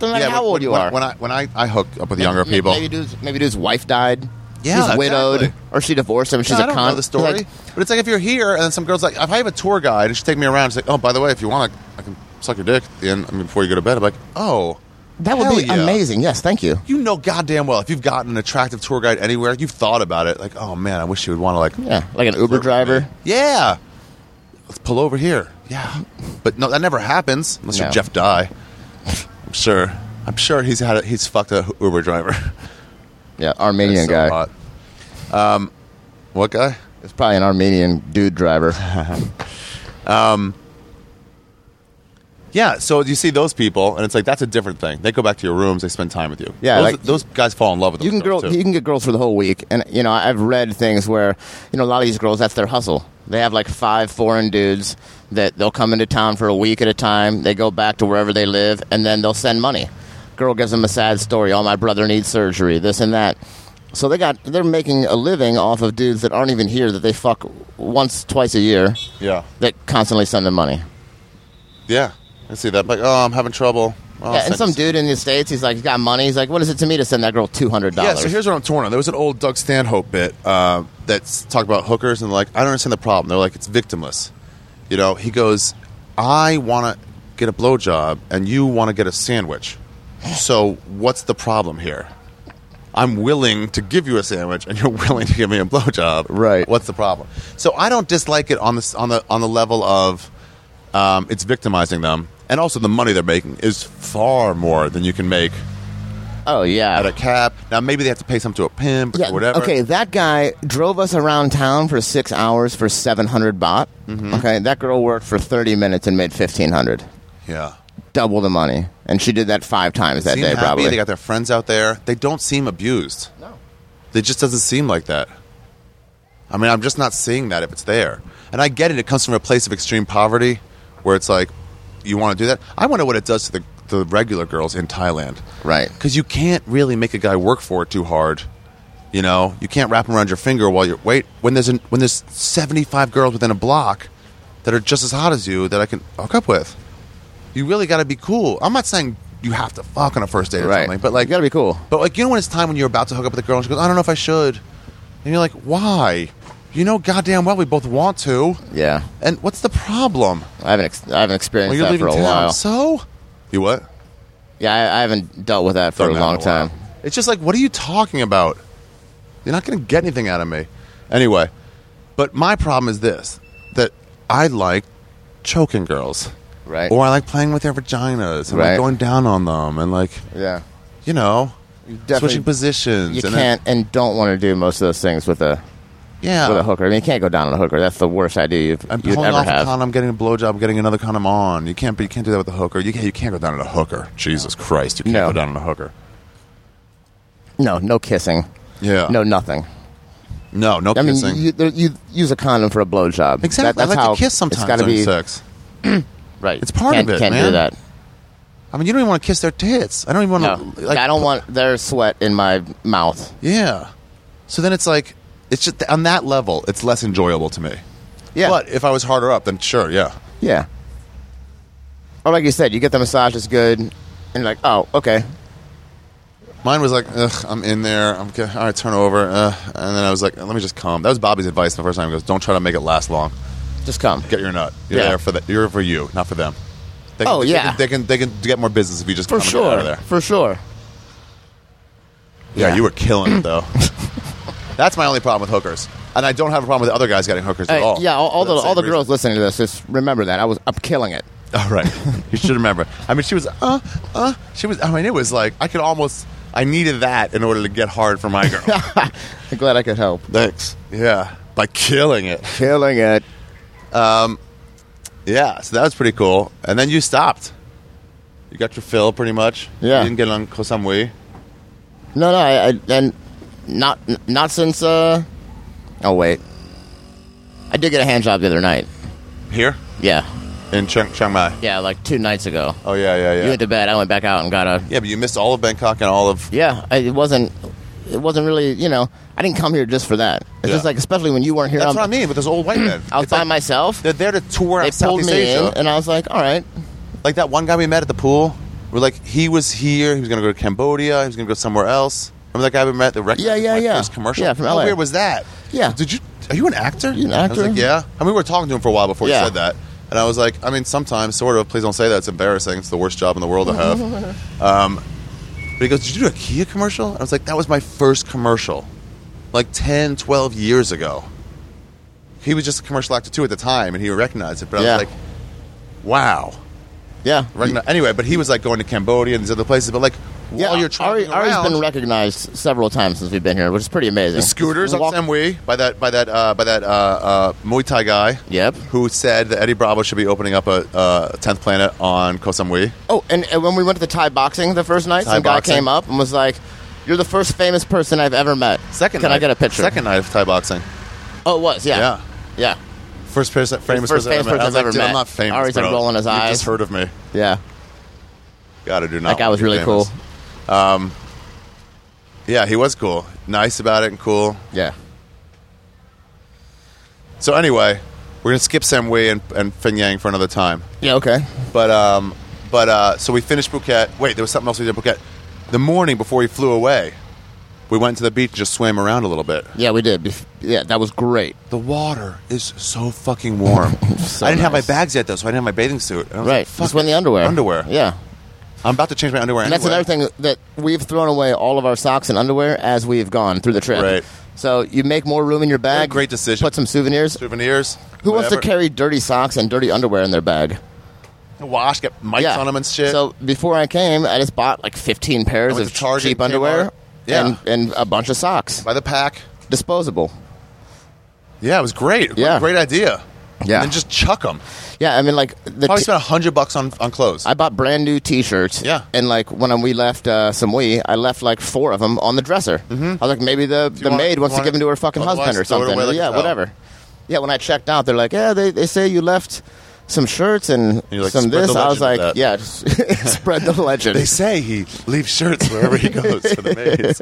[SPEAKER 2] Doesn't matter how
[SPEAKER 1] but
[SPEAKER 2] old
[SPEAKER 1] when,
[SPEAKER 2] you
[SPEAKER 1] when-
[SPEAKER 2] are.
[SPEAKER 1] When I when I, I hook up with younger
[SPEAKER 2] Maybe-
[SPEAKER 1] people,
[SPEAKER 2] Maybe dude's, maybe dude's wife died.
[SPEAKER 1] Yeah,
[SPEAKER 2] She's widowed,
[SPEAKER 1] exactly.
[SPEAKER 2] or she divorced him. and She's
[SPEAKER 1] No,
[SPEAKER 2] a
[SPEAKER 1] I don't
[SPEAKER 2] con.
[SPEAKER 1] know the story,
[SPEAKER 2] Like,
[SPEAKER 1] but it's like if you're here and then some girl's like, if I have a tour guide and she take me around, she's like, oh, by the way, if you want, I can suck your dick at the end I mean, before you go to bed. I'm like, oh,
[SPEAKER 2] that would
[SPEAKER 1] hell
[SPEAKER 2] be
[SPEAKER 1] yeah.
[SPEAKER 2] amazing. Yes, thank you.
[SPEAKER 1] You know, goddamn well, if you've gotten an attractive tour guide anywhere, you've thought about it. Like, oh man, I wish you would want to like,
[SPEAKER 2] Yeah, like an Uber driver.
[SPEAKER 1] yeah, let's pull over here. Yeah, but no, that never happens unless you're
[SPEAKER 2] No.
[SPEAKER 1] Jeff Dye. I'm sure. I'm sure he's had a, he's fucked a Uber driver.
[SPEAKER 2] Yeah, Armenian
[SPEAKER 1] That's (laughs) so
[SPEAKER 2] guy.
[SPEAKER 1] hot. Um, what guy?
[SPEAKER 2] It's probably an Armenian dude driver. (laughs)
[SPEAKER 1] Yeah, so you see those people, and it's like that's a different thing. They go back to your rooms, they spend time with you.
[SPEAKER 2] Yeah,
[SPEAKER 1] those,
[SPEAKER 2] like-
[SPEAKER 1] those guys fall in love with
[SPEAKER 2] You can
[SPEAKER 1] themselves,
[SPEAKER 2] girl,
[SPEAKER 1] too.
[SPEAKER 2] you can get girls for the whole week, and you know I've read things where you know a lot of these girls that's their hustle. They have like five foreign dudes that they'll come into town for a week at a time. They go back to wherever they live, and then they'll send money. Girl gives them a sad story. Oh, my brother needs surgery. This and that. So they got they're making a living off of dudes that aren't even here that they fuck once twice a year
[SPEAKER 1] yeah,
[SPEAKER 2] that constantly send them money.
[SPEAKER 1] yeah, I see that. Like, oh, I'm having trouble. Oh,
[SPEAKER 2] Yeah, and
[SPEAKER 1] thanks.
[SPEAKER 2] some dude in the states, he's like, he's got money. He's like, what is it to me to send that girl two hundred
[SPEAKER 1] Yeah,
[SPEAKER 2] dollars?
[SPEAKER 1] so here's what I'm torn on. There was an old Doug Stanhope bit uh, that's talked about hookers, and like, I don't understand the problem. They're like, it's victimless. You know, he goes, I want to get a blowjob, and you want to get a sandwich. So what's the problem here? I'm willing to give you a sandwich, and you're (laughs) willing to give me a blowjob.
[SPEAKER 2] Right.
[SPEAKER 1] What's the problem? So I don't dislike it on this on the on the level of um, it's victimizing them, and also the money they're making is far more than you can make
[SPEAKER 2] oh yeah,
[SPEAKER 1] at a cab. Now maybe they have to pay some to a pimp or whatever.
[SPEAKER 2] Okay, that guy drove us around town for six hours for seven hundred baht.
[SPEAKER 1] Mm-hmm.
[SPEAKER 2] Okay, that girl worked for thirty minutes and made fifteen hundred,
[SPEAKER 1] Yeah.
[SPEAKER 2] double the money, and she did that five times that
[SPEAKER 1] seem
[SPEAKER 2] day
[SPEAKER 1] happy.
[SPEAKER 2] probably.
[SPEAKER 1] They got their friends out there. They don't seem abused.
[SPEAKER 2] No.
[SPEAKER 1] It just doesn't seem like that. I mean, I'm just not seeing that if it's there. And I get it. It comes from a place of extreme poverty, where it's like, you want to do that. I wonder what it does to the the regular girls in Thailand.
[SPEAKER 2] right.
[SPEAKER 1] Because you can't really make a guy work for it too hard. You know, you can't wrap him around your finger while you're wait. When there's an, when there's 75 girls within a block that are just as hot as you that I can hook up with. You really got to be cool. I'm not saying you have to fuck on a first date or
[SPEAKER 2] Right.
[SPEAKER 1] something, but like
[SPEAKER 2] You gotta be cool.
[SPEAKER 1] But like you know when it's time when you're about to hook up with a girl and she goes, I don't know if I should, and you're like, why? You know, goddamn well we both want to.
[SPEAKER 2] Yeah,
[SPEAKER 1] And what's the problem?
[SPEAKER 2] I haven't ex- I haven't experienced
[SPEAKER 1] Well, you're
[SPEAKER 2] that for
[SPEAKER 1] leaving
[SPEAKER 2] a
[SPEAKER 1] town,
[SPEAKER 2] while.
[SPEAKER 1] so you what?
[SPEAKER 2] yeah, I, I haven't dealt with that for
[SPEAKER 1] Done
[SPEAKER 2] a
[SPEAKER 1] that
[SPEAKER 2] long
[SPEAKER 1] in while.
[SPEAKER 2] time.
[SPEAKER 1] It's just like, what are you talking about? You're not going to get anything out of me. Anyway, but my problem is this that I like choking girls.
[SPEAKER 2] Right.
[SPEAKER 1] Or I like playing with their vaginas and like
[SPEAKER 2] Right.
[SPEAKER 1] going down on them and like,
[SPEAKER 2] Yeah,
[SPEAKER 1] you know,
[SPEAKER 2] definitely-
[SPEAKER 1] switching positions.
[SPEAKER 2] you
[SPEAKER 1] and then-
[SPEAKER 2] can't and don't want to do most of those things with a
[SPEAKER 1] yeah.
[SPEAKER 2] with a hooker. I mean, you can't go down on a hooker. That's the worst idea you've,
[SPEAKER 1] Oh. I'm
[SPEAKER 2] you'd
[SPEAKER 1] pulling
[SPEAKER 2] ever
[SPEAKER 1] off a
[SPEAKER 2] have.
[SPEAKER 1] condom, getting a blowjob, getting another condom on. You can't, but you can't do that with a hooker. You can't, you can't go down on a hooker. Jesus Christ, you can't
[SPEAKER 2] No.
[SPEAKER 1] go down on a hooker.
[SPEAKER 2] No, no kissing.
[SPEAKER 1] Yeah.
[SPEAKER 2] No nothing.
[SPEAKER 1] No, no
[SPEAKER 2] I mean,
[SPEAKER 1] kissing.
[SPEAKER 2] you, there- you use a condom for a blowjob.
[SPEAKER 1] exactly.
[SPEAKER 2] That- that's
[SPEAKER 1] I like
[SPEAKER 2] how
[SPEAKER 1] to kiss sometimes
[SPEAKER 2] It's got to
[SPEAKER 1] during
[SPEAKER 2] be
[SPEAKER 1] sex.
[SPEAKER 2] right.
[SPEAKER 1] It's part
[SPEAKER 2] can't,
[SPEAKER 1] of it,
[SPEAKER 2] Can't do
[SPEAKER 1] man.
[SPEAKER 2] that.
[SPEAKER 1] I mean, you don't even want to kiss their tits. I don't even want
[SPEAKER 2] No,
[SPEAKER 1] to. Like,
[SPEAKER 2] I don't want their sweat in my mouth.
[SPEAKER 1] Yeah. So then it's like, it's just on that level, it's less enjoyable to me.
[SPEAKER 2] Yeah.
[SPEAKER 1] But if I was harder up, then sure, yeah.
[SPEAKER 2] Yeah. Or like you said, you get the massage is good, and you're like, oh, okay,
[SPEAKER 1] Mine was like, ugh, I'm in there. I'm okay, all right, turn over. Uh, and then I was like, let me just come. That was Bobby's advice the first time. He goes, don't try to make it last long.
[SPEAKER 2] just come.
[SPEAKER 1] Get your nut. You're
[SPEAKER 2] Yeah.
[SPEAKER 1] there for that. You're for you, not for them. They
[SPEAKER 2] Oh, yeah.
[SPEAKER 1] They can, they can they can get more business if you just
[SPEAKER 2] for
[SPEAKER 1] come and get out of
[SPEAKER 2] sure.
[SPEAKER 1] there.
[SPEAKER 2] For sure.
[SPEAKER 1] Yeah,
[SPEAKER 2] Yeah.
[SPEAKER 1] you were killing it
[SPEAKER 2] (laughs)
[SPEAKER 1] though. That's my only problem with hookers, and I don't have a problem with other guys getting hookers
[SPEAKER 2] Hey,
[SPEAKER 1] at all.
[SPEAKER 2] Uh, yeah, all, all
[SPEAKER 1] for that
[SPEAKER 2] the
[SPEAKER 1] same
[SPEAKER 2] all the
[SPEAKER 1] reason.
[SPEAKER 2] girls listening to this, just remember that I was I'm
[SPEAKER 1] (laughs)
[SPEAKER 2] killing it. (laughs)
[SPEAKER 1] All right, you should remember. I mean, she was uh uh. She was. I mean, it was like I could almost. I needed that in order to get hard for my girl.
[SPEAKER 2] (laughs) I'm glad I could help.
[SPEAKER 1] Thanks. Yeah, by killing it.
[SPEAKER 2] Killing it.
[SPEAKER 1] Yeah, so that was pretty cool. And then you stopped. You got your fill pretty much.
[SPEAKER 2] Yeah.
[SPEAKER 1] You didn't get on Koh Samui.
[SPEAKER 2] No, no, I, I and not not since. uh Oh wait, I did get a hand job the other night.
[SPEAKER 1] Here?
[SPEAKER 2] Yeah,
[SPEAKER 1] In Chiang, Chiang Mai.
[SPEAKER 2] yeah, like two nights ago.
[SPEAKER 1] Oh, yeah, yeah, yeah.
[SPEAKER 2] You went to bed. I went back out and got a.
[SPEAKER 1] yeah, but you missed all of Bangkok and all of.
[SPEAKER 2] Yeah, I, it wasn't. It wasn't really. You know, I didn't come here just for that. It's
[SPEAKER 1] Yeah.
[SPEAKER 2] just like, especially when you weren't here.
[SPEAKER 1] That's
[SPEAKER 2] I'm-
[SPEAKER 1] what I mean with those old white men.
[SPEAKER 2] I was
[SPEAKER 1] It's
[SPEAKER 2] by
[SPEAKER 1] like
[SPEAKER 2] myself.
[SPEAKER 1] They're there to tour
[SPEAKER 2] um, They
[SPEAKER 1] out
[SPEAKER 2] pulled
[SPEAKER 1] Southeast
[SPEAKER 2] me
[SPEAKER 1] Asia.
[SPEAKER 2] in, and I was like, all right.
[SPEAKER 1] like that one guy we met at the pool. We're like, he was here. He was going to go to Cambodia. He was going to go somewhere else. Remember that guy we met at the record?
[SPEAKER 2] Yeah, yeah,
[SPEAKER 1] my
[SPEAKER 2] yeah.
[SPEAKER 1] First commercial.
[SPEAKER 2] Yeah, from
[SPEAKER 1] How
[SPEAKER 2] LA.
[SPEAKER 1] weird was that?
[SPEAKER 2] Yeah.
[SPEAKER 1] Did you? Are you an actor?
[SPEAKER 2] You an
[SPEAKER 1] I was
[SPEAKER 2] actor?
[SPEAKER 1] like, yeah. I mean, we were talking to him for a while before
[SPEAKER 2] Yeah.
[SPEAKER 1] he said that, and I was like, I mean, sometimes, sort of. Please don't say that. It's embarrassing. It's the worst job in the world to have. um,
[SPEAKER 2] (laughs)
[SPEAKER 1] but he goes, "Did you do a Kia commercial?" I was like, "That was my first commercial, like 10, 12 years ago." He was just a commercial actor too at the time, and he recognized it. But I
[SPEAKER 2] Yeah.
[SPEAKER 1] was like, "Wow."
[SPEAKER 2] Yeah.
[SPEAKER 1] Recogni- anyway, but he was like going to Cambodia and these other places. But like
[SPEAKER 2] Yeah,
[SPEAKER 1] while you're
[SPEAKER 2] Ari,
[SPEAKER 1] traveling
[SPEAKER 2] Ari's
[SPEAKER 1] around,
[SPEAKER 2] been recognized several times since we've been here, which is pretty amazing.
[SPEAKER 1] the scooters on
[SPEAKER 2] Walk-
[SPEAKER 1] Samui by that by that uh, by that uh, uh, Muay Thai guy.
[SPEAKER 2] Yep.
[SPEAKER 1] Who said that Eddie Bravo should be opening up a uh, tenth planet on Koh Samui?
[SPEAKER 2] Oh, and, and when we went to the Thai boxing the first night,
[SPEAKER 1] Thai
[SPEAKER 2] some
[SPEAKER 1] boxing.
[SPEAKER 2] guy came up and was like, "You're the first famous person I've ever met."
[SPEAKER 1] Second,
[SPEAKER 2] can
[SPEAKER 1] night,
[SPEAKER 2] I get a picture?
[SPEAKER 1] Second night of Thai boxing.
[SPEAKER 2] Oh, it was yeah,
[SPEAKER 1] Yeah.
[SPEAKER 2] yeah,
[SPEAKER 1] First person, famous
[SPEAKER 2] first
[SPEAKER 1] person, I
[SPEAKER 2] famous
[SPEAKER 1] met. I was
[SPEAKER 2] person I've
[SPEAKER 1] like,
[SPEAKER 2] ever
[SPEAKER 1] Dude,
[SPEAKER 2] met.
[SPEAKER 1] I'm not famous.
[SPEAKER 2] Ari's, like,
[SPEAKER 1] bro.
[SPEAKER 2] rolling his
[SPEAKER 1] You
[SPEAKER 2] eyes.
[SPEAKER 1] Just heard of me.
[SPEAKER 2] yeah.
[SPEAKER 1] Gotta do not.
[SPEAKER 2] That guy was
[SPEAKER 1] want to
[SPEAKER 2] really
[SPEAKER 1] be Oh, famous.
[SPEAKER 2] cool.
[SPEAKER 1] Yeah, he was cool. Nice about it and cool.
[SPEAKER 2] Yeah,
[SPEAKER 1] So anyway, we're gonna skip Samui and and Finyang for another time.
[SPEAKER 2] yeah. Okay.
[SPEAKER 1] But um, but uh, so we finished Phuket. Wait, there was something else we did in Phuket. The morning before we flew away, we went to the beach and just swam around a little bit.
[SPEAKER 2] Yeah, we did. Bef- Yeah, that was great.
[SPEAKER 1] The water is so fucking warm.
[SPEAKER 2] (laughs) So
[SPEAKER 1] I didn't have my
[SPEAKER 2] nice.
[SPEAKER 1] bags yet though, so I didn't have my bathing suit. And I was
[SPEAKER 2] Right,
[SPEAKER 1] like, fuck
[SPEAKER 2] just wearing
[SPEAKER 1] it.
[SPEAKER 2] the underwear.
[SPEAKER 1] Underwear.
[SPEAKER 2] Yeah,
[SPEAKER 1] I'm about to change my underwear.
[SPEAKER 2] and that's
[SPEAKER 1] anyway.
[SPEAKER 2] another thing that we've thrown away all of our socks and underwear as we've gone through the trip.
[SPEAKER 1] Right.
[SPEAKER 2] So you make more room in your bag.
[SPEAKER 1] great decision.
[SPEAKER 2] Put some souvenirs.
[SPEAKER 1] Souvenirs.
[SPEAKER 2] Who wants to
[SPEAKER 1] whatever.
[SPEAKER 2] carry dirty socks and dirty underwear in their bag?
[SPEAKER 1] Wash, get mics on them and shit.
[SPEAKER 2] So before I came, I just bought like 15
[SPEAKER 1] I
[SPEAKER 2] pairs
[SPEAKER 1] went
[SPEAKER 2] of
[SPEAKER 1] to Target,
[SPEAKER 2] cheap
[SPEAKER 1] Kmart.
[SPEAKER 2] underwear
[SPEAKER 1] Yeah.
[SPEAKER 2] and, and a bunch of socks.
[SPEAKER 1] by the pack.
[SPEAKER 2] Disposable.
[SPEAKER 1] Yeah, it was great. What a
[SPEAKER 2] Yeah.
[SPEAKER 1] great idea.
[SPEAKER 2] Yeah.
[SPEAKER 1] and then just chuck them.
[SPEAKER 2] Yeah, I mean, like, the
[SPEAKER 1] Probably
[SPEAKER 2] t-
[SPEAKER 1] spent a hundred bucks on on clothes.
[SPEAKER 2] I bought brand new t shirts.
[SPEAKER 1] Yeah.
[SPEAKER 2] And like when we left uh, Samui, I left like four of them on the dresser. Mm-hmm. I was like, maybe the, the
[SPEAKER 1] want-
[SPEAKER 2] maid wants
[SPEAKER 1] want
[SPEAKER 2] to give them to her fucking
[SPEAKER 1] otherwise
[SPEAKER 2] husband or
[SPEAKER 1] throw it
[SPEAKER 2] something.
[SPEAKER 1] away like a
[SPEAKER 2] yeah,
[SPEAKER 1] towel.
[SPEAKER 2] whatever. Yeah, when I checked out, they're like, yeah, they, they say you left some shirts and,
[SPEAKER 1] you're like,
[SPEAKER 2] some
[SPEAKER 1] spread the
[SPEAKER 2] this. I
[SPEAKER 1] legend
[SPEAKER 2] was like,
[SPEAKER 1] of that.
[SPEAKER 2] yeah, just (laughs) spread
[SPEAKER 1] (laughs)
[SPEAKER 2] the legend.
[SPEAKER 1] They say he leaves shirts wherever he goes for the maids.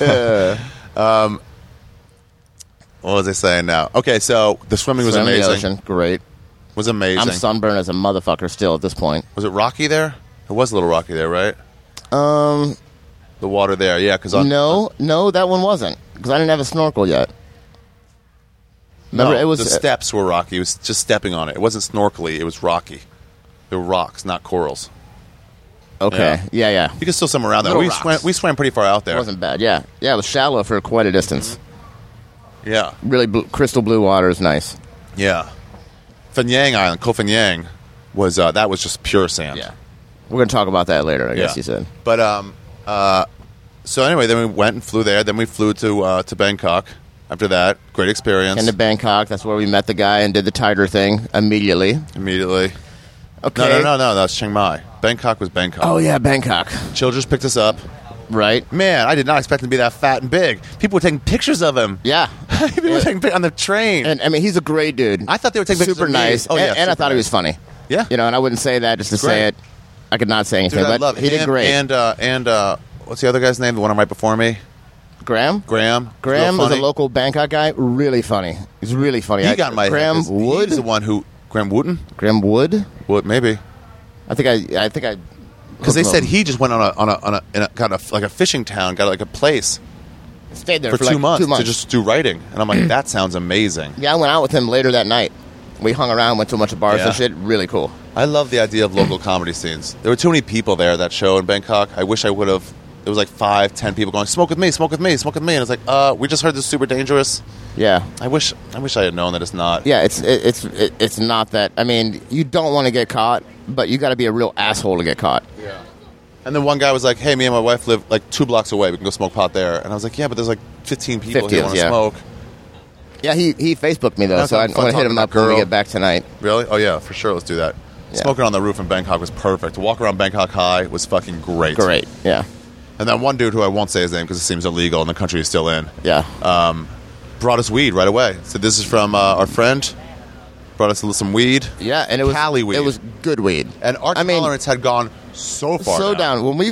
[SPEAKER 2] (laughs)
[SPEAKER 1] Um, what was I saying now? Okay, so the swimming was
[SPEAKER 2] Swim in the
[SPEAKER 1] amazing.
[SPEAKER 2] ocean. Great.
[SPEAKER 1] Was amazing.
[SPEAKER 2] I'm sunburned as a motherfucker still at this point.
[SPEAKER 1] was it rocky there? It was a little rocky there, right?
[SPEAKER 2] Um,
[SPEAKER 1] The water there, yeah. Because on
[SPEAKER 2] no, no, that one wasn't because I didn't have a snorkel yet.
[SPEAKER 1] no,
[SPEAKER 2] Remember, it was
[SPEAKER 1] the steps were rocky. It was just stepping on it. It wasn't snorkely. It was rocky. There were rocks, not corals.
[SPEAKER 2] okay. Yeah, yeah,
[SPEAKER 1] You can still swim around there.
[SPEAKER 2] Little
[SPEAKER 1] We
[SPEAKER 2] rocks.
[SPEAKER 1] swam, we swam pretty far out there.
[SPEAKER 2] It wasn't bad. Yeah, yeah, it was shallow for quite a distance.
[SPEAKER 1] Yeah,
[SPEAKER 2] Really, blue, crystal blue water is nice.
[SPEAKER 1] yeah. Fanyang Island, Koh Phangan, was uh, that was just pure sand.
[SPEAKER 2] we're gonna talk about that later. I guess you said.
[SPEAKER 1] But um, uh, so anyway, then we went and flew there. Then we flew to uh, to Bangkok. After that, great experience.
[SPEAKER 2] And to Bangkok, that's where we met the guy and did the tiger thing immediately.
[SPEAKER 1] Immediately,
[SPEAKER 2] Okay.
[SPEAKER 1] no, no, no, no, that's Chiang Mai. Bangkok was Bangkok.
[SPEAKER 2] Oh yeah, Bangkok.
[SPEAKER 1] Childress picked us up.
[SPEAKER 2] right?
[SPEAKER 1] Man, I did not expect him to be that fat and big. People were taking pictures of him.
[SPEAKER 2] Yeah.
[SPEAKER 1] (laughs) People were taking pictures on the train.
[SPEAKER 2] And I mean, he's a great dude.
[SPEAKER 1] I thought they were taking pictures
[SPEAKER 2] super
[SPEAKER 1] of me.
[SPEAKER 2] nice.
[SPEAKER 1] Oh, yeah,
[SPEAKER 2] and, and I
[SPEAKER 1] super
[SPEAKER 2] thought
[SPEAKER 1] nice.
[SPEAKER 2] he was funny.
[SPEAKER 1] Yeah.
[SPEAKER 2] you know, and I wouldn't say that just to
[SPEAKER 1] great.
[SPEAKER 2] say it. I could not say anything,
[SPEAKER 1] Dude, I
[SPEAKER 2] but
[SPEAKER 1] love
[SPEAKER 2] he did
[SPEAKER 1] him
[SPEAKER 2] great.
[SPEAKER 1] And uh, and uh, what's the other guy's name? The one right before me,
[SPEAKER 2] Graham,
[SPEAKER 1] Graham.
[SPEAKER 2] Graham
[SPEAKER 1] Real
[SPEAKER 2] is a
[SPEAKER 1] funny.
[SPEAKER 2] local Bangkok guy. Really funny. He's really funny.
[SPEAKER 1] He
[SPEAKER 2] I-
[SPEAKER 1] got my
[SPEAKER 2] Graham
[SPEAKER 1] head.
[SPEAKER 2] Wood.
[SPEAKER 1] He's the one who Graham Wooten.
[SPEAKER 2] Graham Wood.
[SPEAKER 1] What maybe?
[SPEAKER 2] I think I. I think I.
[SPEAKER 1] Because they said he just went on a on a on a, in a got a like a fishing town, got like a place
[SPEAKER 2] stayed there
[SPEAKER 1] for,
[SPEAKER 2] for,
[SPEAKER 1] two,
[SPEAKER 2] like
[SPEAKER 1] months
[SPEAKER 2] Two months.
[SPEAKER 1] to just do writing, and I'm like,
[SPEAKER 2] (clears throat)
[SPEAKER 1] that sounds amazing.
[SPEAKER 2] yeah, I went out with him later that night. We hung around, went to a bunch of bars
[SPEAKER 1] Yeah.
[SPEAKER 2] and shit. Really cool.
[SPEAKER 1] I love the idea of local comedy scenes. There were too many people there at that show in Bangkok. I wish I would have. There was like five, ten people going, "Smoke with me, smoke with me, smoke with me," and it's like, uh, we just heard this is super dangerous.
[SPEAKER 2] Yeah,
[SPEAKER 1] I wish, I wish I had known that it's not.
[SPEAKER 2] yeah. It's it, it's it, it's not that. I mean, you don't want to get caught, but you got to be a real asshole to get caught.
[SPEAKER 1] And then one guy was like, "Hey, me and my wife live like two blocks away. We can go smoke pot there." And I was like, "Yeah, but there's like 15 people who
[SPEAKER 2] 15,
[SPEAKER 1] want to
[SPEAKER 2] yeah.
[SPEAKER 1] smoke."
[SPEAKER 2] Yeah, he he Facebooked me though,
[SPEAKER 1] That's
[SPEAKER 2] so I, I'm
[SPEAKER 1] fun
[SPEAKER 2] gonna hit
[SPEAKER 1] talking
[SPEAKER 2] him
[SPEAKER 1] to
[SPEAKER 2] up
[SPEAKER 1] that
[SPEAKER 2] when we
[SPEAKER 1] girl.
[SPEAKER 2] get back tonight.
[SPEAKER 1] Really? Oh yeah, for sure. Let's do that.
[SPEAKER 2] Yeah.
[SPEAKER 1] Smoking on the roof in Bangkok was perfect. To walk around Bangkok High was fucking great.
[SPEAKER 2] Great. Yeah,
[SPEAKER 1] And that one dude who I won't say his name because it seems illegal and the country is still in
[SPEAKER 2] yeah.
[SPEAKER 1] brought us weed right away. Said this is from uh, our friend. Brought us some weed.
[SPEAKER 2] yeah, and it was
[SPEAKER 1] Cali weed.
[SPEAKER 2] It was good weed.
[SPEAKER 1] And our
[SPEAKER 2] I mean,
[SPEAKER 1] tolerance had gone so far.
[SPEAKER 2] so down. When we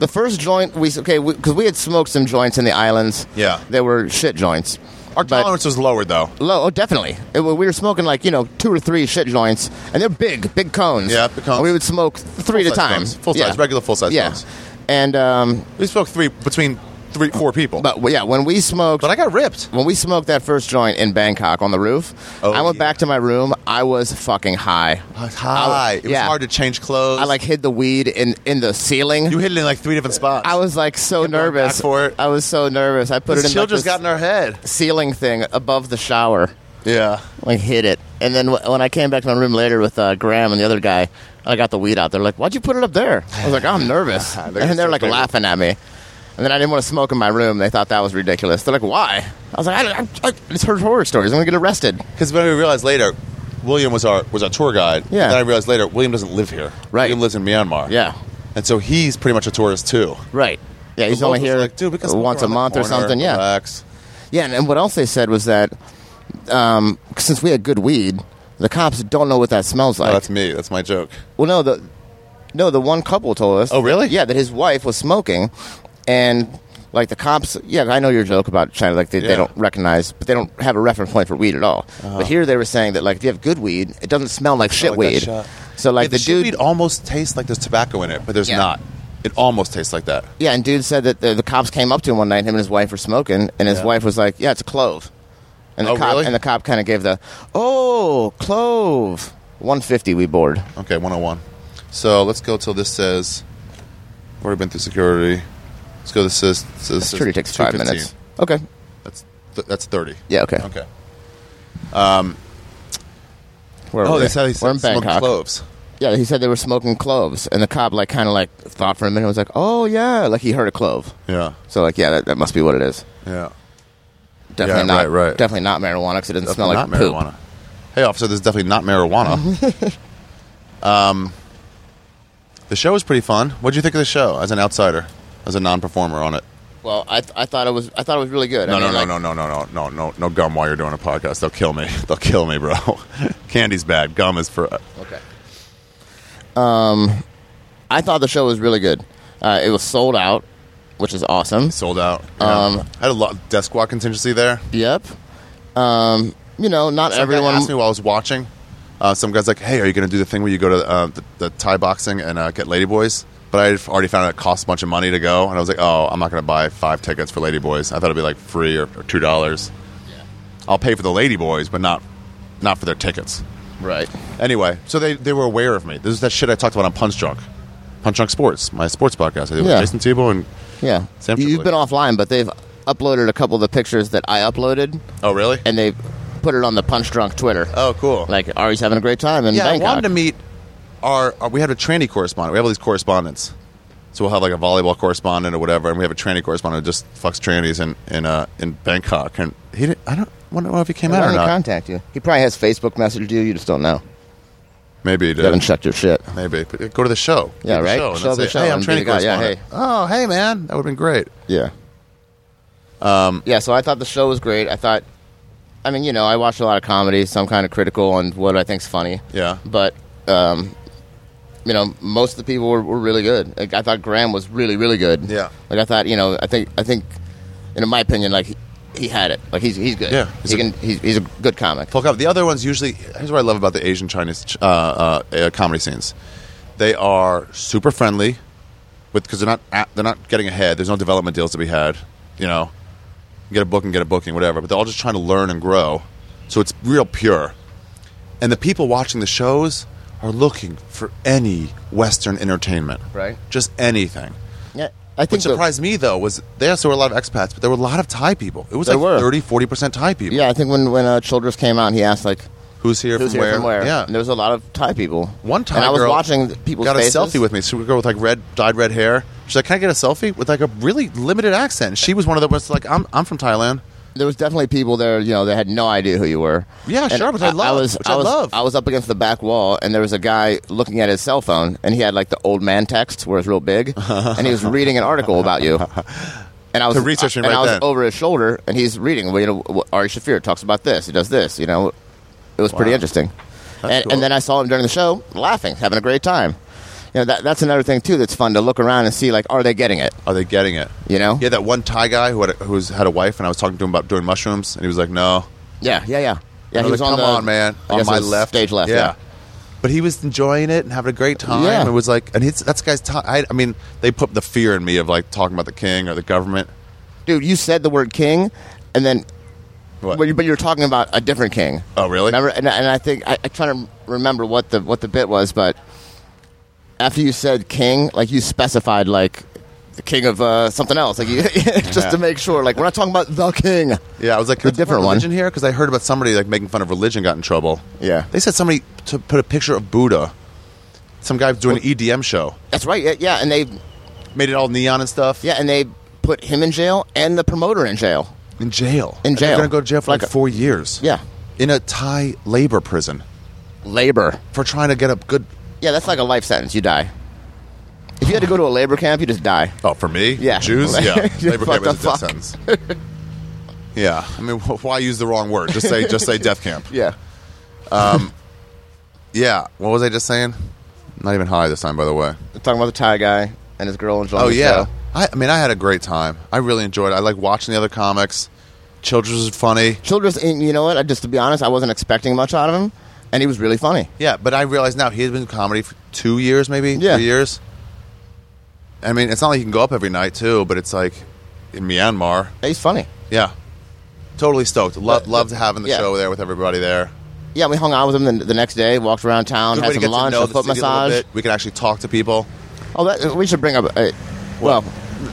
[SPEAKER 2] the first joint we okay because we, had smoked some joints in the islands.
[SPEAKER 1] Yeah.
[SPEAKER 2] they were shit joints.
[SPEAKER 1] Our
[SPEAKER 2] But-
[SPEAKER 1] tolerance was lowered though.
[SPEAKER 2] Low, oh, definitely. It, we were smoking like you know two or three shit joints, and they're big, big cones.
[SPEAKER 1] Yeah, big cones.
[SPEAKER 2] And we would smoke three at a
[SPEAKER 1] Full-size
[SPEAKER 2] time,
[SPEAKER 1] cones. Full-size,
[SPEAKER 2] Yeah.
[SPEAKER 1] regular full-size
[SPEAKER 2] Yeah,
[SPEAKER 1] cones.
[SPEAKER 2] and um,
[SPEAKER 1] We spoke three between three, four people.
[SPEAKER 2] but well, yeah, when we smoked,
[SPEAKER 1] but I got ripped.
[SPEAKER 2] when we smoked that first joint in Bangkok on the roof,
[SPEAKER 1] Oh,
[SPEAKER 2] I went
[SPEAKER 1] yeah.
[SPEAKER 2] back to my room. I was fucking high.
[SPEAKER 1] Hi. It was
[SPEAKER 2] yeah.
[SPEAKER 1] hard to change clothes.
[SPEAKER 2] I like hid the weed in in the ceiling.
[SPEAKER 1] You hit it in like three different spots.
[SPEAKER 2] I was like so
[SPEAKER 1] going back
[SPEAKER 2] nervous.
[SPEAKER 1] for it.
[SPEAKER 2] I was so nervous. I put
[SPEAKER 1] This
[SPEAKER 2] it in
[SPEAKER 1] chill
[SPEAKER 2] like,
[SPEAKER 1] just
[SPEAKER 2] this
[SPEAKER 1] got in our head.
[SPEAKER 2] ceiling thing above the shower.
[SPEAKER 1] Yeah.
[SPEAKER 2] like hid it. And then wh- when I came back to my room later with uh, Graham and the other guy, I got the weed out. They're like, "Why'd you put it up there?" I was
[SPEAKER 1] (laughs)
[SPEAKER 2] like, "I'm nervous," and
[SPEAKER 1] They're
[SPEAKER 2] they're
[SPEAKER 1] so
[SPEAKER 2] like
[SPEAKER 1] big.
[SPEAKER 2] laughing at me. And then I didn't want to smoke in my room. They thought that was ridiculous. They're like, "Why?" I was like, "I, I, I just heard horror stories. I'm gonna get arrested."
[SPEAKER 1] Because when we realized later, William was our was our tour guide.
[SPEAKER 2] Yeah.
[SPEAKER 1] And then I realized later, William doesn't live here.
[SPEAKER 2] Right.
[SPEAKER 1] William lives in Myanmar.
[SPEAKER 2] Yeah,
[SPEAKER 1] And so he's pretty much a tourist too.
[SPEAKER 2] right. Yeah, he's
[SPEAKER 1] The
[SPEAKER 2] only
[SPEAKER 1] locals
[SPEAKER 2] here
[SPEAKER 1] are like, Dude, we can smoke
[SPEAKER 2] once a
[SPEAKER 1] around the
[SPEAKER 2] month or
[SPEAKER 1] corner,
[SPEAKER 2] something. Yeah,
[SPEAKER 1] Relax.
[SPEAKER 2] yeah. And, and what else they said was that um, since we had good weed, the cops don't know what that smells
[SPEAKER 1] Oh,
[SPEAKER 2] like.
[SPEAKER 1] that's me. That's my joke.
[SPEAKER 2] Well, no, the no, the one couple told us.
[SPEAKER 1] Oh, really?
[SPEAKER 2] yeah, that his wife was smoking, and like the cops. Yeah, I know your joke about China. Like they, they
[SPEAKER 1] Yeah. Uh-huh.
[SPEAKER 2] don't recognize, but they don't have a reference point for weed at all. But here they were saying that like if you have good weed, it doesn't smell like shit
[SPEAKER 1] like that
[SPEAKER 2] weed.
[SPEAKER 1] shot.
[SPEAKER 2] So like
[SPEAKER 1] Yeah,
[SPEAKER 2] the,
[SPEAKER 1] the
[SPEAKER 2] dude,
[SPEAKER 1] weed almost tastes like there's tobacco in it, but there's
[SPEAKER 2] Yeah.
[SPEAKER 1] not. It almost tastes like that.
[SPEAKER 2] yeah, and dude said that the, the cops came up to him one night. Him and his wife were smoking, and his
[SPEAKER 1] Yeah.
[SPEAKER 2] wife was like, "Yeah, it's a clove." And the
[SPEAKER 1] Oh,
[SPEAKER 2] cop
[SPEAKER 1] really?
[SPEAKER 2] and the cop kind of gave the oh clove one fifty we board.
[SPEAKER 1] Okay, 101. So let's go till this says. We've already been through security. Let's go. This says. says
[SPEAKER 2] This truly takes five
[SPEAKER 1] 215.
[SPEAKER 2] minutes. Okay.
[SPEAKER 1] That's th- that's 30.
[SPEAKER 2] Yeah. Okay.
[SPEAKER 1] Okay.
[SPEAKER 2] Where
[SPEAKER 1] Oh,
[SPEAKER 2] were we?
[SPEAKER 1] that's how they
[SPEAKER 2] We're
[SPEAKER 1] said
[SPEAKER 2] in
[SPEAKER 1] smoke
[SPEAKER 2] Bangkok.
[SPEAKER 1] cloves.
[SPEAKER 2] Yeah, he said they were smoking cloves, and the cop like kind of like thought for a minute, was like, "Oh yeah," like he heard a clove.
[SPEAKER 1] Yeah.
[SPEAKER 2] So like, yeah, that, that must be what it is.
[SPEAKER 1] Yeah.
[SPEAKER 2] Definitely
[SPEAKER 1] Yeah,
[SPEAKER 2] not.
[SPEAKER 1] right, right.
[SPEAKER 2] Definitely not marijuana because it doesn't smell like
[SPEAKER 1] not
[SPEAKER 2] poop.
[SPEAKER 1] marijuana. Hey, officer, this is definitely not marijuana. um,
[SPEAKER 2] (laughs)
[SPEAKER 1] the show was pretty fun. What did you think of the show as an outsider, as a non-performer on it?
[SPEAKER 2] Well, I, I thought it was I thought it was really good.
[SPEAKER 1] No,
[SPEAKER 2] I mean,
[SPEAKER 1] no,
[SPEAKER 2] like,
[SPEAKER 1] no, no, no, no, no, no, no, no gum while you're doing a podcast. They'll kill me. (laughs) They'll kill me, bro. Candy's bad. Gum is for.
[SPEAKER 2] Okay. Um, I thought the show was really good. Uh, it was sold out, which is awesome.
[SPEAKER 1] sold out. you know.
[SPEAKER 2] Um,
[SPEAKER 1] I had a lot of desk squad contingency there.
[SPEAKER 2] Yep. Um, you know, not
[SPEAKER 1] Some guy
[SPEAKER 2] everyone.
[SPEAKER 1] asked me while I was watching. Uh, some guy's like, "Hey, are you going to do the thing where you go to uh, the, the Thai boxing and uh, get ladyboys?" But I had already found out it costs a bunch of money to go, and I was like, "Oh, I'm not going to buy five tickets for ladyboys. I thought it'd be like free or, or two dollars. I'll pay for the ladyboys, but not not for their tickets."
[SPEAKER 2] right.
[SPEAKER 1] Anyway, so they, they were aware of me. This is that shit I talked about on Punch Drunk, Punch Drunk Sports, my sports podcast. I did
[SPEAKER 2] Yeah.
[SPEAKER 1] with Jason Tebow and
[SPEAKER 2] Yeah.
[SPEAKER 1] Sam
[SPEAKER 2] You've
[SPEAKER 1] Tripoli.
[SPEAKER 2] been offline, but they've uploaded a couple of the pictures that I uploaded.
[SPEAKER 1] oh really?
[SPEAKER 2] and they put it on the punch drunk Twitter.
[SPEAKER 1] oh cool.
[SPEAKER 2] Like Ari's having a great time in
[SPEAKER 1] yeah,
[SPEAKER 2] Bangkok.
[SPEAKER 1] I wanted to meet our, our- We have a tranny correspondent. We have all these correspondents. So we'll have like a volleyball correspondent or whatever, and we have a tranny correspondent who just fucks trannies in in uh, in Bangkok. And he, didn't, I don't I don't know if he came
[SPEAKER 2] Why
[SPEAKER 1] out
[SPEAKER 2] don't
[SPEAKER 1] or
[SPEAKER 2] he
[SPEAKER 1] not.
[SPEAKER 2] contact you? He probably has Facebook messaged you. You just don't know.
[SPEAKER 1] Maybe you
[SPEAKER 2] You haven't
[SPEAKER 1] did.
[SPEAKER 2] checked your shit.
[SPEAKER 1] Maybe. But go to the show.
[SPEAKER 2] Yeah,
[SPEAKER 1] Go to the
[SPEAKER 2] right?
[SPEAKER 1] Show and
[SPEAKER 2] Show
[SPEAKER 1] then
[SPEAKER 2] up the
[SPEAKER 1] say,
[SPEAKER 2] show
[SPEAKER 1] Hey,
[SPEAKER 2] and
[SPEAKER 1] I'm
[SPEAKER 2] be
[SPEAKER 1] training
[SPEAKER 2] the guy. Yeah,
[SPEAKER 1] correspondent. Oh, hey, man. That would have been great.
[SPEAKER 2] Yeah.
[SPEAKER 1] Mm.
[SPEAKER 2] Um, yeah, so I thought the show was great. I thought, I mean, you know, I watch a lot of comedy, so I'm kind of critical on what I think's funny.
[SPEAKER 1] Yeah.
[SPEAKER 2] But, um, you know, most of the people were, were really good. Like, I thought Graham was really, really good.
[SPEAKER 1] Yeah.
[SPEAKER 2] Like I thought, you know, I think, I think, and in my opinion, like he, he had it. Like he's he's good.
[SPEAKER 1] Yeah.
[SPEAKER 2] He can. He's, he's a good comic.
[SPEAKER 1] Full comedy. The other ones usually. Here's what I love about the Asian Chinese uh, uh, uh, comedy scenes. They are super friendly, with because they're not at, they're not getting ahead. There's no development deals to be had. You know, get a booking, get a booking, whatever. But they're all just trying to learn and grow. So it's real pure. And the people watching the shows are looking for any Western entertainment,
[SPEAKER 2] Right.
[SPEAKER 1] Just anything.
[SPEAKER 2] Yeah. I
[SPEAKER 1] What
[SPEAKER 2] think. the-
[SPEAKER 1] surprised me though was there also were a lot of expats, but there were a lot of Thai people. It was
[SPEAKER 2] There
[SPEAKER 1] like
[SPEAKER 2] were.
[SPEAKER 1] 30, 40 percent Thai people.
[SPEAKER 2] yeah, I think when when uh, Childress came out, and he asked like,
[SPEAKER 1] Who's here,
[SPEAKER 2] "Who's
[SPEAKER 1] from,
[SPEAKER 2] here
[SPEAKER 1] where?
[SPEAKER 2] from where?"
[SPEAKER 1] Yeah.
[SPEAKER 2] And there was a lot of Thai people.
[SPEAKER 1] One time,
[SPEAKER 2] and I was
[SPEAKER 1] girl
[SPEAKER 2] watching the people's
[SPEAKER 1] got
[SPEAKER 2] faces.
[SPEAKER 1] a selfie with me. So we girl with like red dyed red hair. She's like, "Can I get a selfie?" With like a really limited accent. And She was one of the ones like, "I'm I'm from Thailand."
[SPEAKER 2] there was definitely people there, you know, that had no idea who you were.
[SPEAKER 1] Yeah,
[SPEAKER 2] And
[SPEAKER 1] sure, which I love,
[SPEAKER 2] was,
[SPEAKER 1] which I
[SPEAKER 2] was,
[SPEAKER 1] love.
[SPEAKER 2] I was up against the back wall, and there was a guy looking at his cell phone, and he had like the old man text where it's real
[SPEAKER 1] (laughs)
[SPEAKER 2] big, and he was reading an article about you. And I was
[SPEAKER 1] The research
[SPEAKER 2] and
[SPEAKER 1] right
[SPEAKER 2] I was
[SPEAKER 1] then.
[SPEAKER 2] over his shoulder, and he's reading. Well, you know, what- Ari Shafir talks about this. He does this. You know, it was pretty interesting. And,
[SPEAKER 1] cool.
[SPEAKER 2] and then I saw him during the show, laughing, having a great time. You know, that, that's another thing too that's fun to look around and see like, are they getting it?
[SPEAKER 1] Are they getting it?
[SPEAKER 2] You know?
[SPEAKER 1] Yeah, that one Thai guy who had a, who's had a wife, and I was talking to him about doing mushrooms, and he was like, "No."
[SPEAKER 2] Yeah, yeah, yeah. Yeah,
[SPEAKER 1] And I
[SPEAKER 2] he was
[SPEAKER 1] like,
[SPEAKER 2] on
[SPEAKER 1] "Come
[SPEAKER 2] the
[SPEAKER 1] on, man,
[SPEAKER 2] I
[SPEAKER 1] on
[SPEAKER 2] guess it
[SPEAKER 1] my
[SPEAKER 2] was
[SPEAKER 1] left,
[SPEAKER 2] stage left. yeah.
[SPEAKER 1] But he was enjoying it and having a great time.
[SPEAKER 2] Yeah.
[SPEAKER 1] It was like, and he's that's guy's time. I, I mean, they put the fear in me of like talking about the king or the government.
[SPEAKER 2] dude, you said the word king, and then,
[SPEAKER 1] What?
[SPEAKER 2] but you, but you were talking about a different king.
[SPEAKER 1] Oh, really?
[SPEAKER 2] Remember, and, and I think I, I'm trying to remember what the what the bit was, but after you said king, like you specified like the king of uh, something else, like you, (laughs) just to make sure, like we're not talking about the king.
[SPEAKER 1] Yeah, I was like,
[SPEAKER 2] The
[SPEAKER 1] "That's
[SPEAKER 2] different
[SPEAKER 1] more
[SPEAKER 2] one.
[SPEAKER 1] religion here because I heard about somebody like making fun of religion got in trouble.
[SPEAKER 2] Yeah.
[SPEAKER 1] they said somebody to put a picture of Buddha. Some guy was doing an EDM show,
[SPEAKER 2] That's right. Yeah, yeah, and they
[SPEAKER 1] made it all neon and stuff.
[SPEAKER 2] yeah, and they put him in jail and the promoter in jail.
[SPEAKER 1] in jail.
[SPEAKER 2] In
[SPEAKER 1] And they're
[SPEAKER 2] jail.
[SPEAKER 1] gonna go to jail for like,
[SPEAKER 2] Like a-
[SPEAKER 1] four years.
[SPEAKER 2] Yeah,
[SPEAKER 1] in a Thai labor prison
[SPEAKER 2] labor.
[SPEAKER 1] for trying to get a good.
[SPEAKER 2] Yeah, that's like a life sentence. You die. If you had to go to a labor camp, you just die.
[SPEAKER 1] Oh, for me,
[SPEAKER 2] Yeah.
[SPEAKER 1] (laughs) Jews, yeah,
[SPEAKER 2] You
[SPEAKER 1] labor camp
[SPEAKER 2] fuck
[SPEAKER 1] is a death
[SPEAKER 2] the fuck.
[SPEAKER 1] sentence. (laughs) yeah, I mean, wh- why use the wrong word? Just say, just say death camp.
[SPEAKER 2] Yeah.
[SPEAKER 1] (laughs) Yeah. What was I just saying? Not even high this time, by the way.
[SPEAKER 2] talking about the Thai guy and his girl enjoying
[SPEAKER 1] Oh
[SPEAKER 2] the
[SPEAKER 1] yeah,
[SPEAKER 2] show.
[SPEAKER 1] I, I mean, I had a great time. I really enjoyed. it. I like watching the other comics. Childress was funny.
[SPEAKER 2] Childress, and you know what? I, just to be honest, I wasn't expecting much out of him, and he was really funny.
[SPEAKER 1] Yeah, but I realize now he has been in comedy for two years, maybe
[SPEAKER 2] Yeah.
[SPEAKER 1] three years. I mean, it's not like he can go up every night too, but it's like in Myanmar.
[SPEAKER 2] He's funny.
[SPEAKER 1] Yeah, totally stoked. Lo-
[SPEAKER 2] But-
[SPEAKER 1] loved having the
[SPEAKER 2] yeah.
[SPEAKER 1] show there with everybody there.
[SPEAKER 2] Yeah, we hung out with him the, the next day, walked around town,
[SPEAKER 1] Good way
[SPEAKER 2] had
[SPEAKER 1] to
[SPEAKER 2] some
[SPEAKER 1] get to
[SPEAKER 2] lunch,
[SPEAKER 1] know
[SPEAKER 2] a
[SPEAKER 1] the
[SPEAKER 2] foot
[SPEAKER 1] city little
[SPEAKER 2] massage.
[SPEAKER 1] bit. We can actually talk to people.
[SPEAKER 2] Oh, that, we should bring up. Uh, well,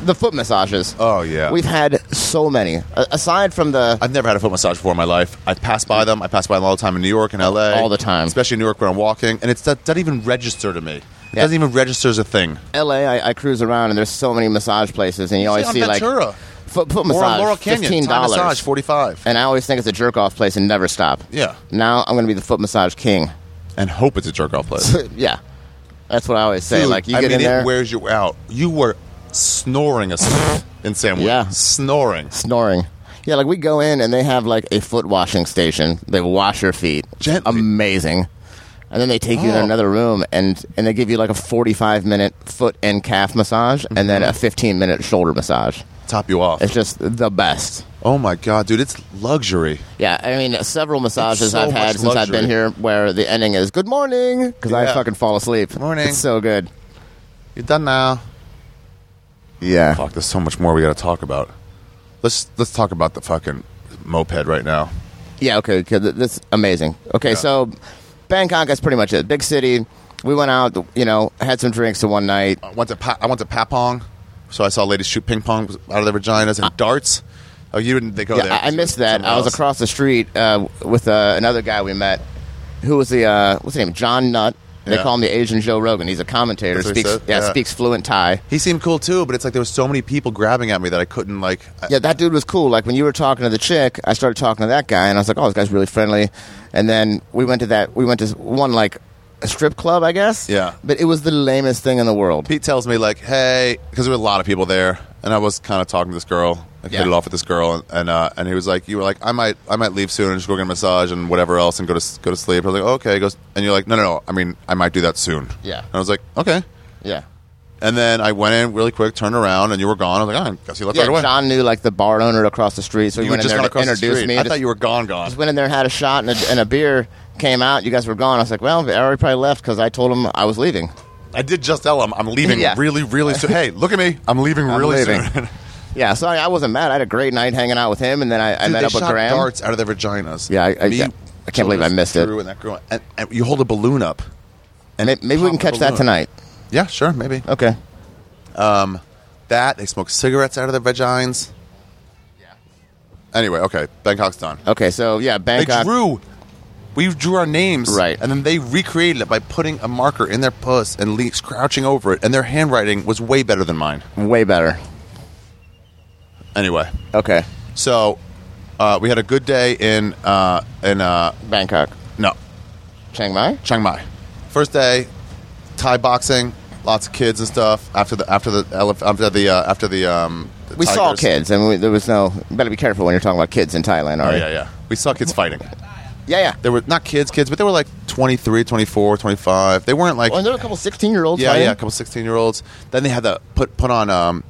[SPEAKER 2] the foot massages.
[SPEAKER 1] Oh, yeah.
[SPEAKER 2] we've had so many. A aside from the
[SPEAKER 1] I've never had a foot massage before in my life. I pass by them. I pass by them all the time in New York and LA.
[SPEAKER 2] All the time.
[SPEAKER 1] Especially in New York when I'm walking. And it's that doesn't even register to me. It
[SPEAKER 2] Yeah.
[SPEAKER 1] doesn't even register as a thing.
[SPEAKER 2] L.A., I, I cruise around and there's so many massage places, and you always
[SPEAKER 1] on
[SPEAKER 2] see like
[SPEAKER 1] Ventura.
[SPEAKER 2] foot, foot
[SPEAKER 1] Or on
[SPEAKER 2] massage,
[SPEAKER 1] Laurel Canyon.
[SPEAKER 2] fifteen
[SPEAKER 1] Thai massage,
[SPEAKER 2] dollars,
[SPEAKER 1] 45
[SPEAKER 2] and I always think it's a jerk off place and never stop.
[SPEAKER 1] Yeah.
[SPEAKER 2] Now I'm going to be the foot massage king.
[SPEAKER 1] And hope it's a jerk off
[SPEAKER 2] (laughs)
[SPEAKER 1] place.
[SPEAKER 2] yeah, that's what I always say.
[SPEAKER 1] Dude,
[SPEAKER 2] like you
[SPEAKER 1] I
[SPEAKER 2] get
[SPEAKER 1] mean,
[SPEAKER 2] in there,
[SPEAKER 1] it wears you out. You were snoring a
[SPEAKER 2] (laughs)
[SPEAKER 1] in San Juan.
[SPEAKER 2] Yeah.
[SPEAKER 1] Snoring.
[SPEAKER 2] snoring. Yeah, like we go in and they have like a foot washing station. They wash your feet,
[SPEAKER 1] Gently.
[SPEAKER 2] amazing. And then they take you
[SPEAKER 1] Oh.
[SPEAKER 2] to another room and and they give you like a forty five minute foot and calf massage and then
[SPEAKER 1] Mm-hmm.
[SPEAKER 2] a fifteen minute shoulder massage.
[SPEAKER 1] Top you off.
[SPEAKER 2] It's just the best.
[SPEAKER 1] oh my God, dude, it's luxury.
[SPEAKER 2] Yeah, I mean, several massages
[SPEAKER 1] so
[SPEAKER 2] I've had
[SPEAKER 1] much
[SPEAKER 2] since I've been
[SPEAKER 1] luxury.
[SPEAKER 2] here where the ending is "Good morning" because I
[SPEAKER 1] Yeah.
[SPEAKER 2] fucking fall asleep.
[SPEAKER 1] Morning.
[SPEAKER 2] it's so good.
[SPEAKER 1] You're done now.
[SPEAKER 2] Yeah,
[SPEAKER 1] Fuck, there's so much more we got to talk about. Let's let's talk about the fucking moped right now.
[SPEAKER 2] Yeah, okay, okay th- that's amazing. Okay, so Bangkok, that's pretty much it. Big city. We went out, you know, had some drinks to one night.
[SPEAKER 1] I went to pa- I went to Papong, so I saw ladies shoot ping pong out of their vaginas and darts. Oh, you didn't? They go
[SPEAKER 2] Uh, Yeah,
[SPEAKER 1] there.
[SPEAKER 2] I, I missed that.
[SPEAKER 1] Somewhere
[SPEAKER 2] I was
[SPEAKER 1] else.
[SPEAKER 2] across the street uh, with uh, another guy we met, who was the uh, what's his name, John Nutt. They
[SPEAKER 1] Yeah.
[SPEAKER 2] call him the Asian Joe Rogan. He's a commentator.
[SPEAKER 1] That's what he
[SPEAKER 2] Speaks,
[SPEAKER 1] said?
[SPEAKER 2] yeah,
[SPEAKER 1] Yeah.
[SPEAKER 2] speaks fluent Thai.
[SPEAKER 1] He seemed cool too, but it's like there was so many people grabbing at me that I couldn't like. I-
[SPEAKER 2] Yeah, that dude was cool. Like when you were talking to the chick, I started talking to that guy, and I was like, "Oh, this guy's really friendly." And then we went to that. We went to one like a strip club, I guess.
[SPEAKER 1] Yeah.
[SPEAKER 2] But it was the lamest thing in the world.
[SPEAKER 1] Pete tells me like, "Hey," because there were a lot of people there, and I was kind of talking to this girl. I hit
[SPEAKER 2] Yeah.
[SPEAKER 1] it off with this girl, and and, uh, and he was like, "You were like, I might I might leave soon and just go get a massage and whatever else and go to go to sleep." I was like, "Okay," he goes, and you're like, "No, no, no. I mean, I might do that soon."
[SPEAKER 2] Yeah.
[SPEAKER 1] and I was like, "Okay."
[SPEAKER 2] Yeah.
[SPEAKER 1] And then I went in really quick, turned around, and you were gone. I was like, "I guess he left
[SPEAKER 2] Yeah,
[SPEAKER 1] right away."
[SPEAKER 2] John knew like the bar owner across the street, so he
[SPEAKER 1] you were
[SPEAKER 2] went in
[SPEAKER 1] just
[SPEAKER 2] there
[SPEAKER 1] gone
[SPEAKER 2] to
[SPEAKER 1] across the
[SPEAKER 2] introduce
[SPEAKER 1] street.
[SPEAKER 2] me.
[SPEAKER 1] I
[SPEAKER 2] Just-
[SPEAKER 1] thought you were gone, gone.
[SPEAKER 2] just went in there and had a shot and a, and a beer came out. You guys were gone. I was like, well, I already probably left because I told him I was leaving.
[SPEAKER 1] I did just tell him I'm leaving
[SPEAKER 2] Yeah.
[SPEAKER 1] really, really soon. Hey, look at me. I'm leaving
[SPEAKER 2] I'm
[SPEAKER 1] really
[SPEAKER 2] leaving.
[SPEAKER 1] soon.
[SPEAKER 2] Yeah, so I, I wasn't mad. I had a great night hanging out with him, and then I, I
[SPEAKER 1] Dude,
[SPEAKER 2] met
[SPEAKER 1] they
[SPEAKER 2] up with
[SPEAKER 1] shot
[SPEAKER 2] Graham.
[SPEAKER 1] darts out of their vaginas.
[SPEAKER 2] Yeah, I- I-
[SPEAKER 1] Me
[SPEAKER 2] yeah. I can't believe I missed it.
[SPEAKER 1] threw in that girl. And, and you hold a balloon up.
[SPEAKER 2] And may- maybe we can
[SPEAKER 1] pop a
[SPEAKER 2] catch that
[SPEAKER 1] balloon.
[SPEAKER 2] tonight.
[SPEAKER 1] Yeah, sure, maybe.
[SPEAKER 2] Okay.
[SPEAKER 1] That they smoke cigarettes out of their vagines. Yeah. Anyway, okay, Bangkok's done.
[SPEAKER 2] Okay. So yeah,
[SPEAKER 1] They
[SPEAKER 2] Bangkok.
[SPEAKER 1] drew. We drew our names,
[SPEAKER 2] Right.
[SPEAKER 1] And then they recreated it by putting a marker in their puss and le- crouching over it. And their handwriting was way better than mine.
[SPEAKER 2] way better.
[SPEAKER 1] Anyway,
[SPEAKER 2] Okay.
[SPEAKER 1] so uh, we had a good day in uh, in uh,
[SPEAKER 2] Bangkok.
[SPEAKER 1] no
[SPEAKER 2] Chiang Mai.
[SPEAKER 1] Chiang Mai. First day, Thai boxing, lots of kids and stuff. After the after the elef- after the uh, after the um, the
[SPEAKER 2] We saw
[SPEAKER 1] tigers.
[SPEAKER 2] kids, and we, there was no. Better be careful when you're talking about kids in Thailand. All
[SPEAKER 1] Oh
[SPEAKER 2] right.
[SPEAKER 1] yeah, yeah. We saw kids fighting.
[SPEAKER 2] yeah, yeah.
[SPEAKER 1] They were not kids, kids, but they were like 23, 24, 25. They weren't like
[SPEAKER 2] Well, and there were a couple 16 year olds.
[SPEAKER 1] yeah, yeah, a couple sixteen year olds. Then they had the put put on um,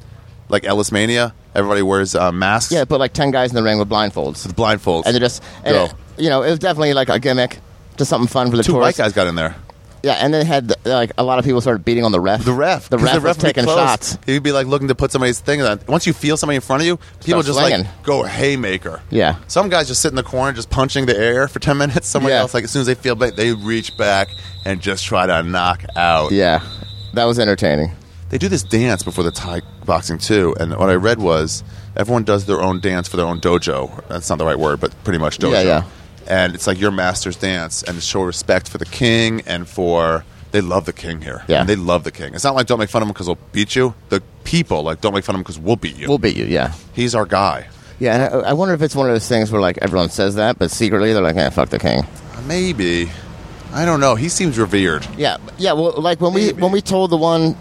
[SPEAKER 1] like Ellis Mania. Everybody wears uh, masks.
[SPEAKER 2] Yeah, but like 10 guys in the ring with blindfolds,
[SPEAKER 1] with blindfolds.
[SPEAKER 2] and they're just. And
[SPEAKER 1] Go.
[SPEAKER 2] it- you know, it was definitely like a gimmick, just something fun for the
[SPEAKER 1] two white
[SPEAKER 2] tourists.
[SPEAKER 1] guys got in there.
[SPEAKER 2] Yeah, and they had like a lot of people started beating on the ref.
[SPEAKER 1] The ref,
[SPEAKER 2] The
[SPEAKER 1] 'cause
[SPEAKER 2] ref, was
[SPEAKER 1] would be
[SPEAKER 2] taking
[SPEAKER 1] close.
[SPEAKER 2] shots.
[SPEAKER 1] He'd be like looking to put somebody's thing on. Once you feel somebody in front of you, people just
[SPEAKER 2] swinging.
[SPEAKER 1] like go haymaker.
[SPEAKER 2] Yeah.
[SPEAKER 1] Some guys just sit in the corner, just punching the air for ten minutes. (laughs) Somebody
[SPEAKER 2] Yeah.
[SPEAKER 1] else, like as soon as they feel bad, they reach back and just try to knock out.
[SPEAKER 2] Yeah, that was entertaining.
[SPEAKER 1] They do this dance before the Thai boxing too, and what I read was everyone does their own dance for their own dojo. That's not the right word, but pretty much dojo.
[SPEAKER 2] Yeah, yeah.
[SPEAKER 1] And it's like your master's dance, and to show respect for the king and for they love the king here.
[SPEAKER 2] Yeah.
[SPEAKER 1] And they love the king. It's not like don't make fun of him because he'll beat you. The people like don't make fun of him because we'll beat you.
[SPEAKER 2] We'll beat you. Yeah.
[SPEAKER 1] He's our guy.
[SPEAKER 2] Yeah, and I, I wonder if it's one of those things where like everyone says that, but secretly they're like, "Yeah, fuck the king."
[SPEAKER 1] Maybe I don't know. He seems revered.
[SPEAKER 2] Yeah, yeah. Well, like when we when we told the one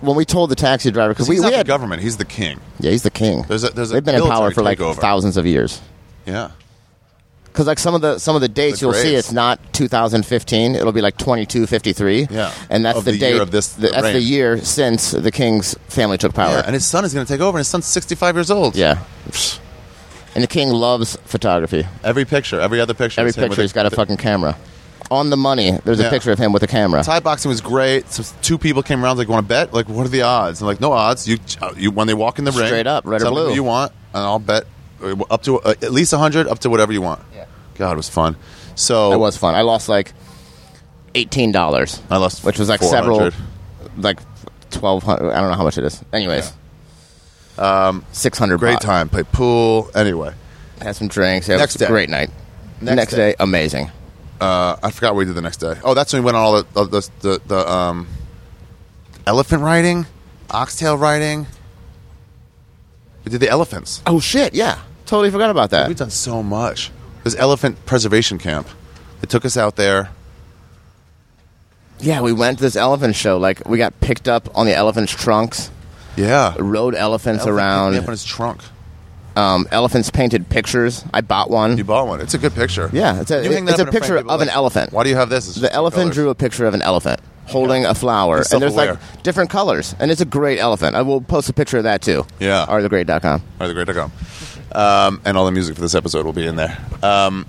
[SPEAKER 2] when we told the taxi driver because
[SPEAKER 1] He's
[SPEAKER 2] we,
[SPEAKER 1] not
[SPEAKER 2] we
[SPEAKER 1] the
[SPEAKER 2] had
[SPEAKER 1] government. He's the king.
[SPEAKER 2] yeah he's the king.
[SPEAKER 1] There's a- there's a
[SPEAKER 2] They've been in power
[SPEAKER 1] military
[SPEAKER 2] for like
[SPEAKER 1] takeover.
[SPEAKER 2] thousands of years.
[SPEAKER 1] Yeah.
[SPEAKER 2] Because like some of the some of the dates
[SPEAKER 1] The
[SPEAKER 2] you'll see,
[SPEAKER 1] grades.
[SPEAKER 2] it's not 2015. It'll be like 2253.
[SPEAKER 1] Yeah.
[SPEAKER 2] and that's
[SPEAKER 1] Of
[SPEAKER 2] the,
[SPEAKER 1] the
[SPEAKER 2] date
[SPEAKER 1] year of this-
[SPEAKER 2] the- that's
[SPEAKER 1] reign.
[SPEAKER 2] the year since the king's family took power.
[SPEAKER 1] Yeah. And his son is going to take over. And his son's 65 years old.
[SPEAKER 2] Yeah. And the king loves photography.
[SPEAKER 1] Every picture, every other picture.
[SPEAKER 2] Every
[SPEAKER 1] is him with
[SPEAKER 2] picture, he's got a
[SPEAKER 1] the-
[SPEAKER 2] fucking camera. On the money, there's
[SPEAKER 1] Yeah.
[SPEAKER 2] a picture of him with a camera.
[SPEAKER 1] Thai boxing was great. So two people came around like, "Want to bet? Like, what are the odds?" And like, "No odds. You, uh, you when they walk in the ring,
[SPEAKER 2] Straight up, red or
[SPEAKER 1] tell me
[SPEAKER 2] blue.
[SPEAKER 1] who you want, and I'll bet uh, up to uh, at least hundred, up to whatever you want."
[SPEAKER 2] Yeah.
[SPEAKER 1] God, it was fun. So
[SPEAKER 2] That was fun. I lost like eighteen dollars,
[SPEAKER 1] I lost,
[SPEAKER 2] which was like several,
[SPEAKER 1] 400.
[SPEAKER 2] like twelve hundred. I don't know how much it is. Anyways, um, six hundred.
[SPEAKER 1] Great time. Played pool. Anyway,
[SPEAKER 2] Had some drinks. It
[SPEAKER 1] Next
[SPEAKER 2] was a
[SPEAKER 1] day.
[SPEAKER 2] great night.
[SPEAKER 1] Next
[SPEAKER 2] Next,
[SPEAKER 1] day.
[SPEAKER 2] day. amazing.
[SPEAKER 1] uh, I forgot what we did the next day. Oh, that's when we went on all the the, the, the, the um, elephant riding, oxtail riding. We did the elephants.
[SPEAKER 2] Oh shit! Yeah, totally forgot about
[SPEAKER 1] We've
[SPEAKER 2] that.
[SPEAKER 1] done so much. There's Uh, elephant preservation camp. They took us out there.
[SPEAKER 2] Yeah, we went to this elephant show. Like we got picked up on the elephant's trunks,
[SPEAKER 1] Yeah.
[SPEAKER 2] rode
[SPEAKER 1] Elephant
[SPEAKER 2] elephants
[SPEAKER 1] picked me up on
[SPEAKER 2] around.
[SPEAKER 1] his trunk.
[SPEAKER 2] Um, elephants painted pictures. I bought one.
[SPEAKER 1] You bought one. It's a good picture.
[SPEAKER 2] Yeah, it's a-
[SPEAKER 1] You hang that
[SPEAKER 2] it's
[SPEAKER 1] up
[SPEAKER 2] a
[SPEAKER 1] in frame,
[SPEAKER 2] picture
[SPEAKER 1] people are
[SPEAKER 2] of an elephant.
[SPEAKER 1] Why do you have this? It's
[SPEAKER 2] the
[SPEAKER 1] just
[SPEAKER 2] elephant
[SPEAKER 1] colors.
[SPEAKER 2] drew a picture of an elephant holding a flower
[SPEAKER 1] He's
[SPEAKER 2] and there's like
[SPEAKER 1] self-aware.
[SPEAKER 2] different colors and it's a great elephant i will post a picture of that too
[SPEAKER 1] Yeah.
[SPEAKER 2] arthegreat.com
[SPEAKER 1] Or the great dot com. Um, and all the music for this episode will be in there. Um,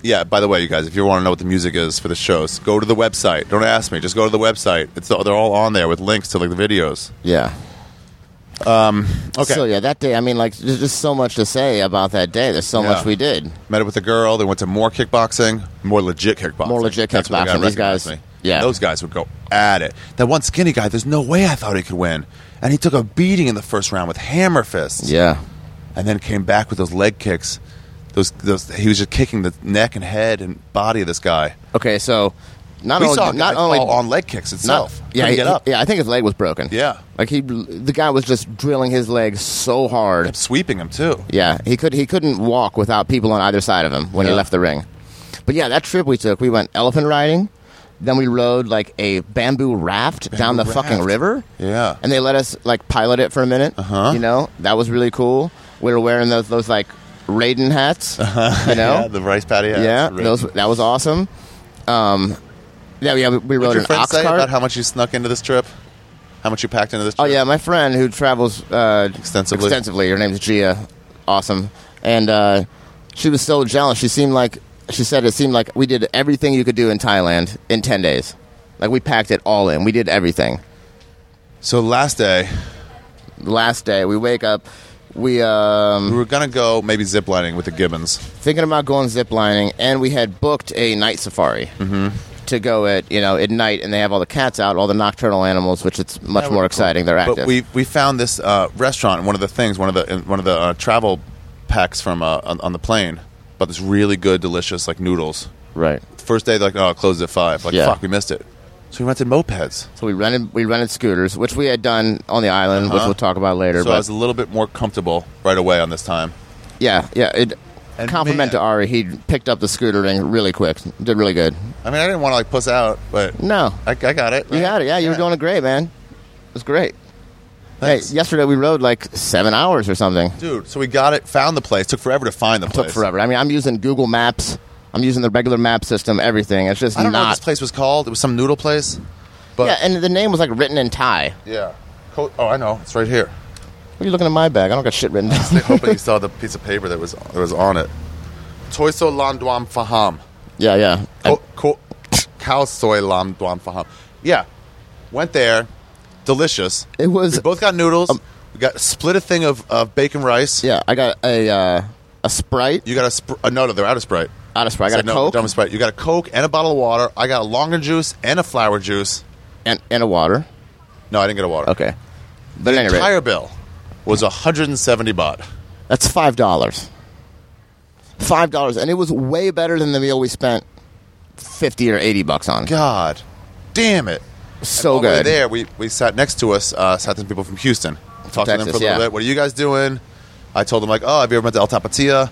[SPEAKER 1] yeah, by the way, you guys, if you want to know what the music is for the shows, go to the website. Don't ask me. Just go to the website. It's they're all on there with links to like the videos.
[SPEAKER 2] yeah
[SPEAKER 1] Um, Okay.
[SPEAKER 2] so yeah that day i mean like there's just so much to say about that day there's so
[SPEAKER 1] Yeah.
[SPEAKER 2] much we did
[SPEAKER 1] Met up with a girl. They went to more kickboxing, more legit kickboxing.
[SPEAKER 2] More legit
[SPEAKER 1] That's where they
[SPEAKER 2] kickboxing.
[SPEAKER 1] gotta
[SPEAKER 2] These
[SPEAKER 1] recognize
[SPEAKER 2] guys-
[SPEAKER 1] me.
[SPEAKER 2] yeah.
[SPEAKER 1] those guys would go at it. That one skinny guy. There's no way I thought he could win, and he took a beating in the first round with hammer fists.
[SPEAKER 2] yeah
[SPEAKER 1] and then came back with those leg kicks. Those, those he was just kicking the neck and head and body of this guy.
[SPEAKER 2] okay so not
[SPEAKER 1] we
[SPEAKER 2] only
[SPEAKER 1] saw a guy
[SPEAKER 2] not only
[SPEAKER 1] fall on leg kicks
[SPEAKER 2] not,
[SPEAKER 1] itself.
[SPEAKER 2] yeah
[SPEAKER 1] Couldn't
[SPEAKER 2] he-
[SPEAKER 1] get up.
[SPEAKER 2] yeah i think his leg was broken
[SPEAKER 1] Yeah.
[SPEAKER 2] like he the guy was just drilling his leg so hard
[SPEAKER 1] Sweeping him too.
[SPEAKER 2] Yeah, he could he couldn't walk without people on either side of him when
[SPEAKER 1] Yeah.
[SPEAKER 2] he left the ring. But yeah, that trip we took, we went elephant riding. Then we rode like a bamboo raft down the
[SPEAKER 1] raft.
[SPEAKER 2] fucking river.
[SPEAKER 1] Yeah.
[SPEAKER 2] And they let us like pilot it for a minute.
[SPEAKER 1] Uh-huh.
[SPEAKER 2] You know, that was really cool. We were wearing those, those like Raiden hats. You know?
[SPEAKER 1] Uh-huh. (laughs) yeah, the rice patty.
[SPEAKER 2] yeah, those, that was awesome. Um, yeah, yeah, we, we
[SPEAKER 1] What
[SPEAKER 2] rode
[SPEAKER 1] your
[SPEAKER 2] an
[SPEAKER 1] friends
[SPEAKER 2] ox
[SPEAKER 1] say
[SPEAKER 2] cart.
[SPEAKER 1] about how much you snuck into this trip? How much you packed into this?
[SPEAKER 2] Oh
[SPEAKER 1] trip?
[SPEAKER 2] yeah, my friend who travels uh,
[SPEAKER 1] Extensively.
[SPEAKER 2] Extensively, her name's Gia. Awesome, and uh, she was so jealous. She seemed like she said it seemed like we did everything you could do in Thailand in ten days. Like we packed it all in. We did everything.
[SPEAKER 1] So last day,
[SPEAKER 2] The last day, we wake up. We
[SPEAKER 1] we
[SPEAKER 2] um,
[SPEAKER 1] were gonna go maybe ziplining with the Gibbons.
[SPEAKER 2] thinking about going ziplining, and we had booked a night safari
[SPEAKER 1] Mm-hmm.
[SPEAKER 2] to go at you know at night, and they have all the cats out, all the nocturnal animals, which it's much more exciting. They're active.
[SPEAKER 1] But we we found this uh, restaurant. and One of the things, one of the in one of the uh, travel packs from uh, on, on the plane, but this really good, delicious like noodles.
[SPEAKER 2] right.
[SPEAKER 1] First day, they're like oh, it closed at five. Like
[SPEAKER 2] Yeah.
[SPEAKER 1] fuck, we missed it. So we rented mopeds.
[SPEAKER 2] So we rented we rented scooters, which we had done on the island, which we'll talk about later.
[SPEAKER 1] Uh-huh. So
[SPEAKER 2] but
[SPEAKER 1] I was a little bit more comfortable right away on this time.
[SPEAKER 2] yeah, yeah. It,
[SPEAKER 1] And uh,
[SPEAKER 2] compliment to
[SPEAKER 1] man-
[SPEAKER 2] Ari, he picked up the scooter ring really quick. Did really good.
[SPEAKER 1] I mean, I didn't want to like puss out, but
[SPEAKER 2] No,
[SPEAKER 1] I, I got it.
[SPEAKER 2] you had it. Yeah, you were doing great, man. It was great. Hey,
[SPEAKER 1] Thanks.
[SPEAKER 2] yesterday we rode like seven hours or something.
[SPEAKER 1] Dude, so we got it, found the place. Took forever to find the place.
[SPEAKER 2] Took forever. I mean, I'm using Google Maps. I'm using the regular map system. Everything. It's just
[SPEAKER 1] I don't know what
[SPEAKER 2] not.
[SPEAKER 1] this place was called. It was some noodle place. But
[SPEAKER 2] yeah, and the name was like written in Thai.
[SPEAKER 1] yeah. Co- Oh, I know. It's right here.
[SPEAKER 2] What are you looking at my bag? I don't got shit written down.
[SPEAKER 1] (laughs) They hoping you saw the piece of paper that was that was on it. Toiso Landuam Faham.
[SPEAKER 2] yeah, yeah.
[SPEAKER 1] Co- co- Cow soy lam duam faham. Yeah. Went there. Delicious.
[SPEAKER 2] It was- um,
[SPEAKER 1] We both got noodles. we got split a thing of, of bacon rice.
[SPEAKER 2] yeah, I got a uh, a Sprite.
[SPEAKER 1] You got a sp- uh, no, no, they're out of Sprite.
[SPEAKER 2] out of Sprite. I got
[SPEAKER 1] Said,
[SPEAKER 2] a
[SPEAKER 1] no,
[SPEAKER 2] Coke
[SPEAKER 1] Dumb Sprite. You got a Coke and a bottle of water. I got a longer juice and a flower juice.
[SPEAKER 2] and, and a water.
[SPEAKER 1] No, I didn't get a water.
[SPEAKER 2] Okay. But at any rate,
[SPEAKER 1] Entire bill was 170 baht.
[SPEAKER 2] that's five dollars. Five dollars, and it was way better than the meal we spent fifty or eighty bucks on.
[SPEAKER 1] God, damn it.
[SPEAKER 2] so
[SPEAKER 1] While we were
[SPEAKER 2] good.
[SPEAKER 1] there, we, we sat next to us, uh, sat some people from Houston. Talked to them
[SPEAKER 2] Texas,
[SPEAKER 1] for a little
[SPEAKER 2] yeah.
[SPEAKER 1] bit. What are you guys doing? I told them like, oh, have you ever been to El Tapatia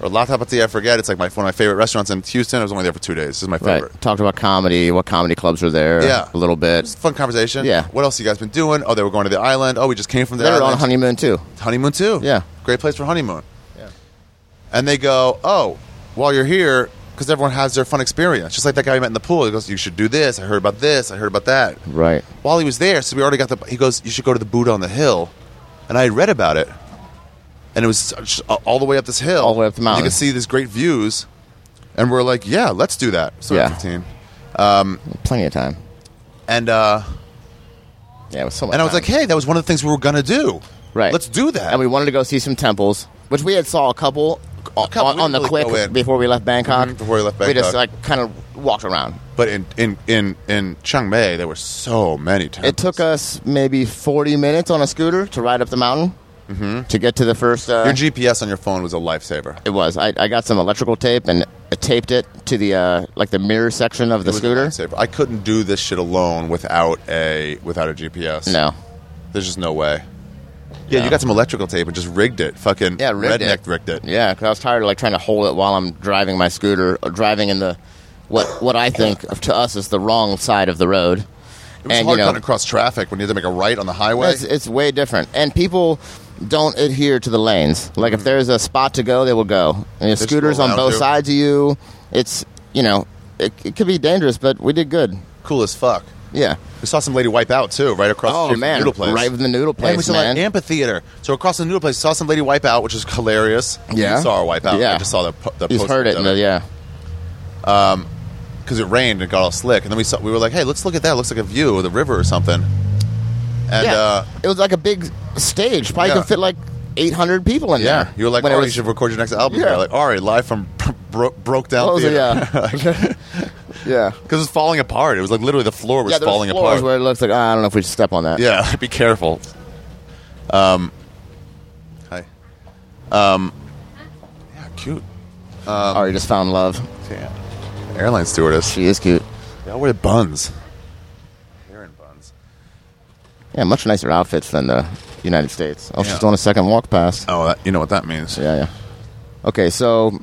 [SPEAKER 1] or La Tapatia? I forget. It's like my one of my favorite restaurants in Houston. I was only there for two days. This is my
[SPEAKER 2] right.
[SPEAKER 1] favorite.
[SPEAKER 2] Talked about comedy, what comedy clubs are there.
[SPEAKER 1] Yeah.
[SPEAKER 2] a little bit.
[SPEAKER 1] Fun conversation.
[SPEAKER 2] Yeah.
[SPEAKER 1] What else you guys been doing? Oh, they were going to the island. Oh, we just came from the
[SPEAKER 2] They were
[SPEAKER 1] island.
[SPEAKER 2] on honeymoon too.
[SPEAKER 1] honeymoon too.
[SPEAKER 2] Yeah.
[SPEAKER 1] great place for honeymoon. Yeah. And they go, oh, while you're here, because everyone has their fun experience. Just like that guy we met in the pool. He goes, you should do this. I heard about this. I heard about that.
[SPEAKER 2] Right.
[SPEAKER 1] While he was there, so we already got the. He goes, you should go to the Buddha on the hill, and I had read about it, and it was just all the way up this hill,
[SPEAKER 2] All the way up the mountain.
[SPEAKER 1] You could see these great views, and we're like, yeah, let's do that. So
[SPEAKER 2] Yeah.
[SPEAKER 1] 15.
[SPEAKER 2] Plenty of time.
[SPEAKER 1] And uh,
[SPEAKER 2] Yeah, it was so much.
[SPEAKER 1] and I was
[SPEAKER 2] time.
[SPEAKER 1] like, hey, that was one of the things we were gonna do.
[SPEAKER 2] right,
[SPEAKER 1] Let's do that.
[SPEAKER 2] And we wanted to go see some temples, which we had saw a couple,
[SPEAKER 1] A couple,
[SPEAKER 2] on,
[SPEAKER 1] we
[SPEAKER 2] on the
[SPEAKER 1] didn't really go
[SPEAKER 2] quick
[SPEAKER 1] in.
[SPEAKER 2] before we left Bangkok.
[SPEAKER 1] Mhm, before we left
[SPEAKER 2] we just
[SPEAKER 1] Bangkok.
[SPEAKER 2] like kind of walked around.
[SPEAKER 1] But in in in in Chiang Mai, there were so many times.
[SPEAKER 2] It took us maybe 40 minutes on a scooter to ride up the mountain to get to the first. Uh,
[SPEAKER 1] Mm-hmm. Your GPS on your phone was a lifesaver.
[SPEAKER 2] it was. I, I got some electrical tape and I taped it to the uh, like the mirror section of the
[SPEAKER 1] It was a
[SPEAKER 2] scooter.
[SPEAKER 1] lifesaver. I couldn't do this shit alone without a without a GPS.
[SPEAKER 2] No,
[SPEAKER 1] there's just no way. Yeah,
[SPEAKER 2] No.
[SPEAKER 1] you got some electrical tape and just rigged it. Fucking
[SPEAKER 2] yeah, rigged
[SPEAKER 1] redneck
[SPEAKER 2] it.
[SPEAKER 1] rigged it.
[SPEAKER 2] Yeah, because I was tired of like trying to hold it while I'm driving my scooter, or driving in the what what I think of, to us is the wrong side of the road.
[SPEAKER 1] It was
[SPEAKER 2] and
[SPEAKER 1] hard
[SPEAKER 2] you know,
[SPEAKER 1] cutting across traffic when you had to make a right on the highway.
[SPEAKER 2] It's, it's way different, and people don't adhere to the lanes. Like if there's a spot to go, they will go. And your
[SPEAKER 1] Mm-hmm. just
[SPEAKER 2] scooters
[SPEAKER 1] go
[SPEAKER 2] on
[SPEAKER 1] around
[SPEAKER 2] both
[SPEAKER 1] you.
[SPEAKER 2] sides of you. It's you know, it, it could be dangerous, but we did good.
[SPEAKER 1] cool as fuck.
[SPEAKER 2] Yeah.
[SPEAKER 1] We saw some lady wipe out too, right across the
[SPEAKER 2] Oh
[SPEAKER 1] street from
[SPEAKER 2] man,
[SPEAKER 1] the noodle place.
[SPEAKER 2] right in the noodle
[SPEAKER 1] and we
[SPEAKER 2] place,
[SPEAKER 1] saw
[SPEAKER 2] man.
[SPEAKER 1] an amphitheater. So across the noodle place, saw some lady wipe out, which is hilarious.
[SPEAKER 2] Yeah.
[SPEAKER 1] you saw her wipe out.
[SPEAKER 2] Yeah.
[SPEAKER 1] I just saw the po- the.
[SPEAKER 2] He's
[SPEAKER 1] post
[SPEAKER 2] heard it,
[SPEAKER 1] of
[SPEAKER 2] in the, yeah.
[SPEAKER 1] because it rained and it got all slick. And then we saw, we were like, hey, let's look at that. It looks like a view of the river or something. And
[SPEAKER 2] yeah.
[SPEAKER 1] uh,
[SPEAKER 2] it was like a big stage. Probably
[SPEAKER 1] Yeah.
[SPEAKER 2] could fit like 800 people in
[SPEAKER 1] yeah,
[SPEAKER 2] there.
[SPEAKER 1] you were like,
[SPEAKER 2] When it
[SPEAKER 1] Ari, you
[SPEAKER 2] was-
[SPEAKER 1] should record your next album.
[SPEAKER 2] Yeah.
[SPEAKER 1] Yeah. Like, Ari, live from (laughs) bro- broke down
[SPEAKER 2] Oh, so
[SPEAKER 1] theater. (laughs)
[SPEAKER 2] yeah. yeah.
[SPEAKER 1] Because it's falling apart. It was like literally the floor was
[SPEAKER 2] Yeah, there's
[SPEAKER 1] falling
[SPEAKER 2] floors
[SPEAKER 1] apart.
[SPEAKER 2] where it looks like, ah, I don't know if we should step on that.
[SPEAKER 1] (laughs) yeah, like, be careful. Um, hi. Um, yeah, cute.
[SPEAKER 2] Ari just found love.
[SPEAKER 1] Damn. Airline stewardess.
[SPEAKER 2] She is cute.
[SPEAKER 1] Y'all wear buns. Hair and buns.
[SPEAKER 2] Yeah, much nicer outfits than the United States. Oh, she's
[SPEAKER 1] Yeah.
[SPEAKER 2] doing a second walk pass.
[SPEAKER 1] Oh, that, you know what that means.
[SPEAKER 2] Yeah, yeah. Okay, so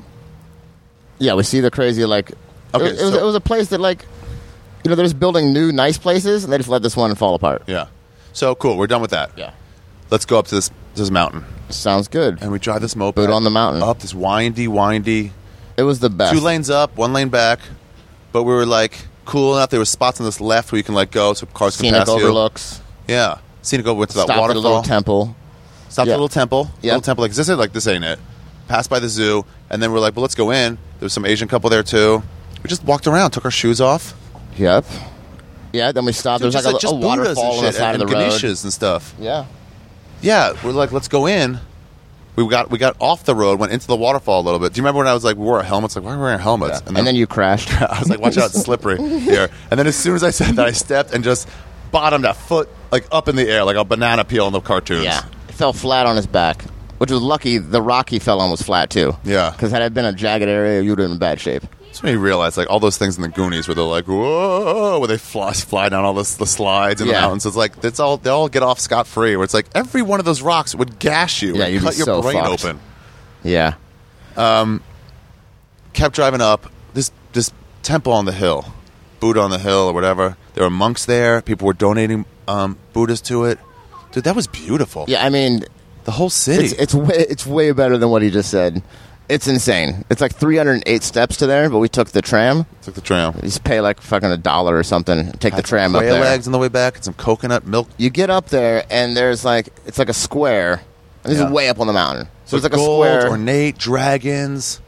[SPEAKER 2] yeah, we see the crazy like.
[SPEAKER 1] Okay,
[SPEAKER 2] it, was, it was-
[SPEAKER 1] so-
[SPEAKER 2] it was a place that like, you know, they're just building new nice places, and they just let this one fall apart.
[SPEAKER 1] Yeah. So cool. We're done with that.
[SPEAKER 2] Yeah.
[SPEAKER 1] Let's go up to this this mountain,
[SPEAKER 2] Sounds good.
[SPEAKER 1] and we drive this moped
[SPEAKER 2] Boot on the mountain.
[SPEAKER 1] up this windy, windy,
[SPEAKER 2] It was the best.
[SPEAKER 1] two lanes up, one lane back. But we were like cool enough. There were spots on this left where you can like go, so cars can
[SPEAKER 2] Scenic
[SPEAKER 1] pass you.
[SPEAKER 2] overlooks.
[SPEAKER 1] Yeah. Scenic over went to that
[SPEAKER 2] Stopped at a
[SPEAKER 1] waterfall.
[SPEAKER 2] little temple.
[SPEAKER 1] Stopped
[SPEAKER 2] Yeah.
[SPEAKER 1] at a little temple.
[SPEAKER 2] Yeah.
[SPEAKER 1] Little temple. Like, is this it? Like, this ain't it. Passed by the zoo. And then we're like, well, let's go in. There was some Asian couple there, too. We just walked around, took our shoes off.
[SPEAKER 2] Yep. Yeah. Then we stopped. There's
[SPEAKER 1] Dude,
[SPEAKER 2] like, a,
[SPEAKER 1] just
[SPEAKER 2] a
[SPEAKER 1] Buddhas
[SPEAKER 2] waterfall on the
[SPEAKER 1] and shit
[SPEAKER 2] side
[SPEAKER 1] and,
[SPEAKER 2] of the
[SPEAKER 1] and
[SPEAKER 2] road.
[SPEAKER 1] Ganeshas and stuff.
[SPEAKER 2] Yeah.
[SPEAKER 1] Yeah. We're like, let's go in. We got we got off the road, went into the waterfall a little bit. Do you remember when I was like, we wore our helmets? Like, why are we wearing helmets?
[SPEAKER 2] And, then you crashed. (laughs)
[SPEAKER 1] I was like, watch out, it's slippery here. And then as soon as I said that, I stepped and just bottomed a foot like up in the air, like a banana peel in the cartoons.
[SPEAKER 2] yeah. It fell flat on his back, which was lucky. The rock he fell on was flat too.
[SPEAKER 1] Yeah.
[SPEAKER 2] Because had it been a jagged area, you would have been in bad shape.
[SPEAKER 1] That's when you realize, like all those things in the Goonies, where they're like, "Whoa!" where they fly, fly down all this, the slides and the
[SPEAKER 2] Yeah.
[SPEAKER 1] mountains. It's like that's all they all get off scot free. Where it's like every one of those rocks would gash you
[SPEAKER 2] Yeah,
[SPEAKER 1] and
[SPEAKER 2] you'd be
[SPEAKER 1] cut your
[SPEAKER 2] so
[SPEAKER 1] brain
[SPEAKER 2] fucked.
[SPEAKER 1] open.
[SPEAKER 2] Yeah.
[SPEAKER 1] Kept driving up this this temple on the hill, Buddha on the hill or whatever. There were monks there. People were donating um, Buddhas to it. Dude, that was beautiful.
[SPEAKER 2] Yeah. I mean,
[SPEAKER 1] the whole city.
[SPEAKER 2] it's it's way it's way better than what he just said. It's insane. It's like 308 steps to there, but we took the tram.
[SPEAKER 1] Took the tram.
[SPEAKER 2] You just pay like fucking a dollar or something. Take the
[SPEAKER 1] Had
[SPEAKER 2] tram
[SPEAKER 1] some
[SPEAKER 2] up
[SPEAKER 1] quail
[SPEAKER 2] there.
[SPEAKER 1] eggs on the way back and some coconut milk.
[SPEAKER 2] you get up there and there's like it's like a square. And this
[SPEAKER 1] Yeah.
[SPEAKER 2] is way up on the mountain. So it's
[SPEAKER 1] With
[SPEAKER 2] like a
[SPEAKER 1] gold,
[SPEAKER 2] square.
[SPEAKER 1] ornate dragons,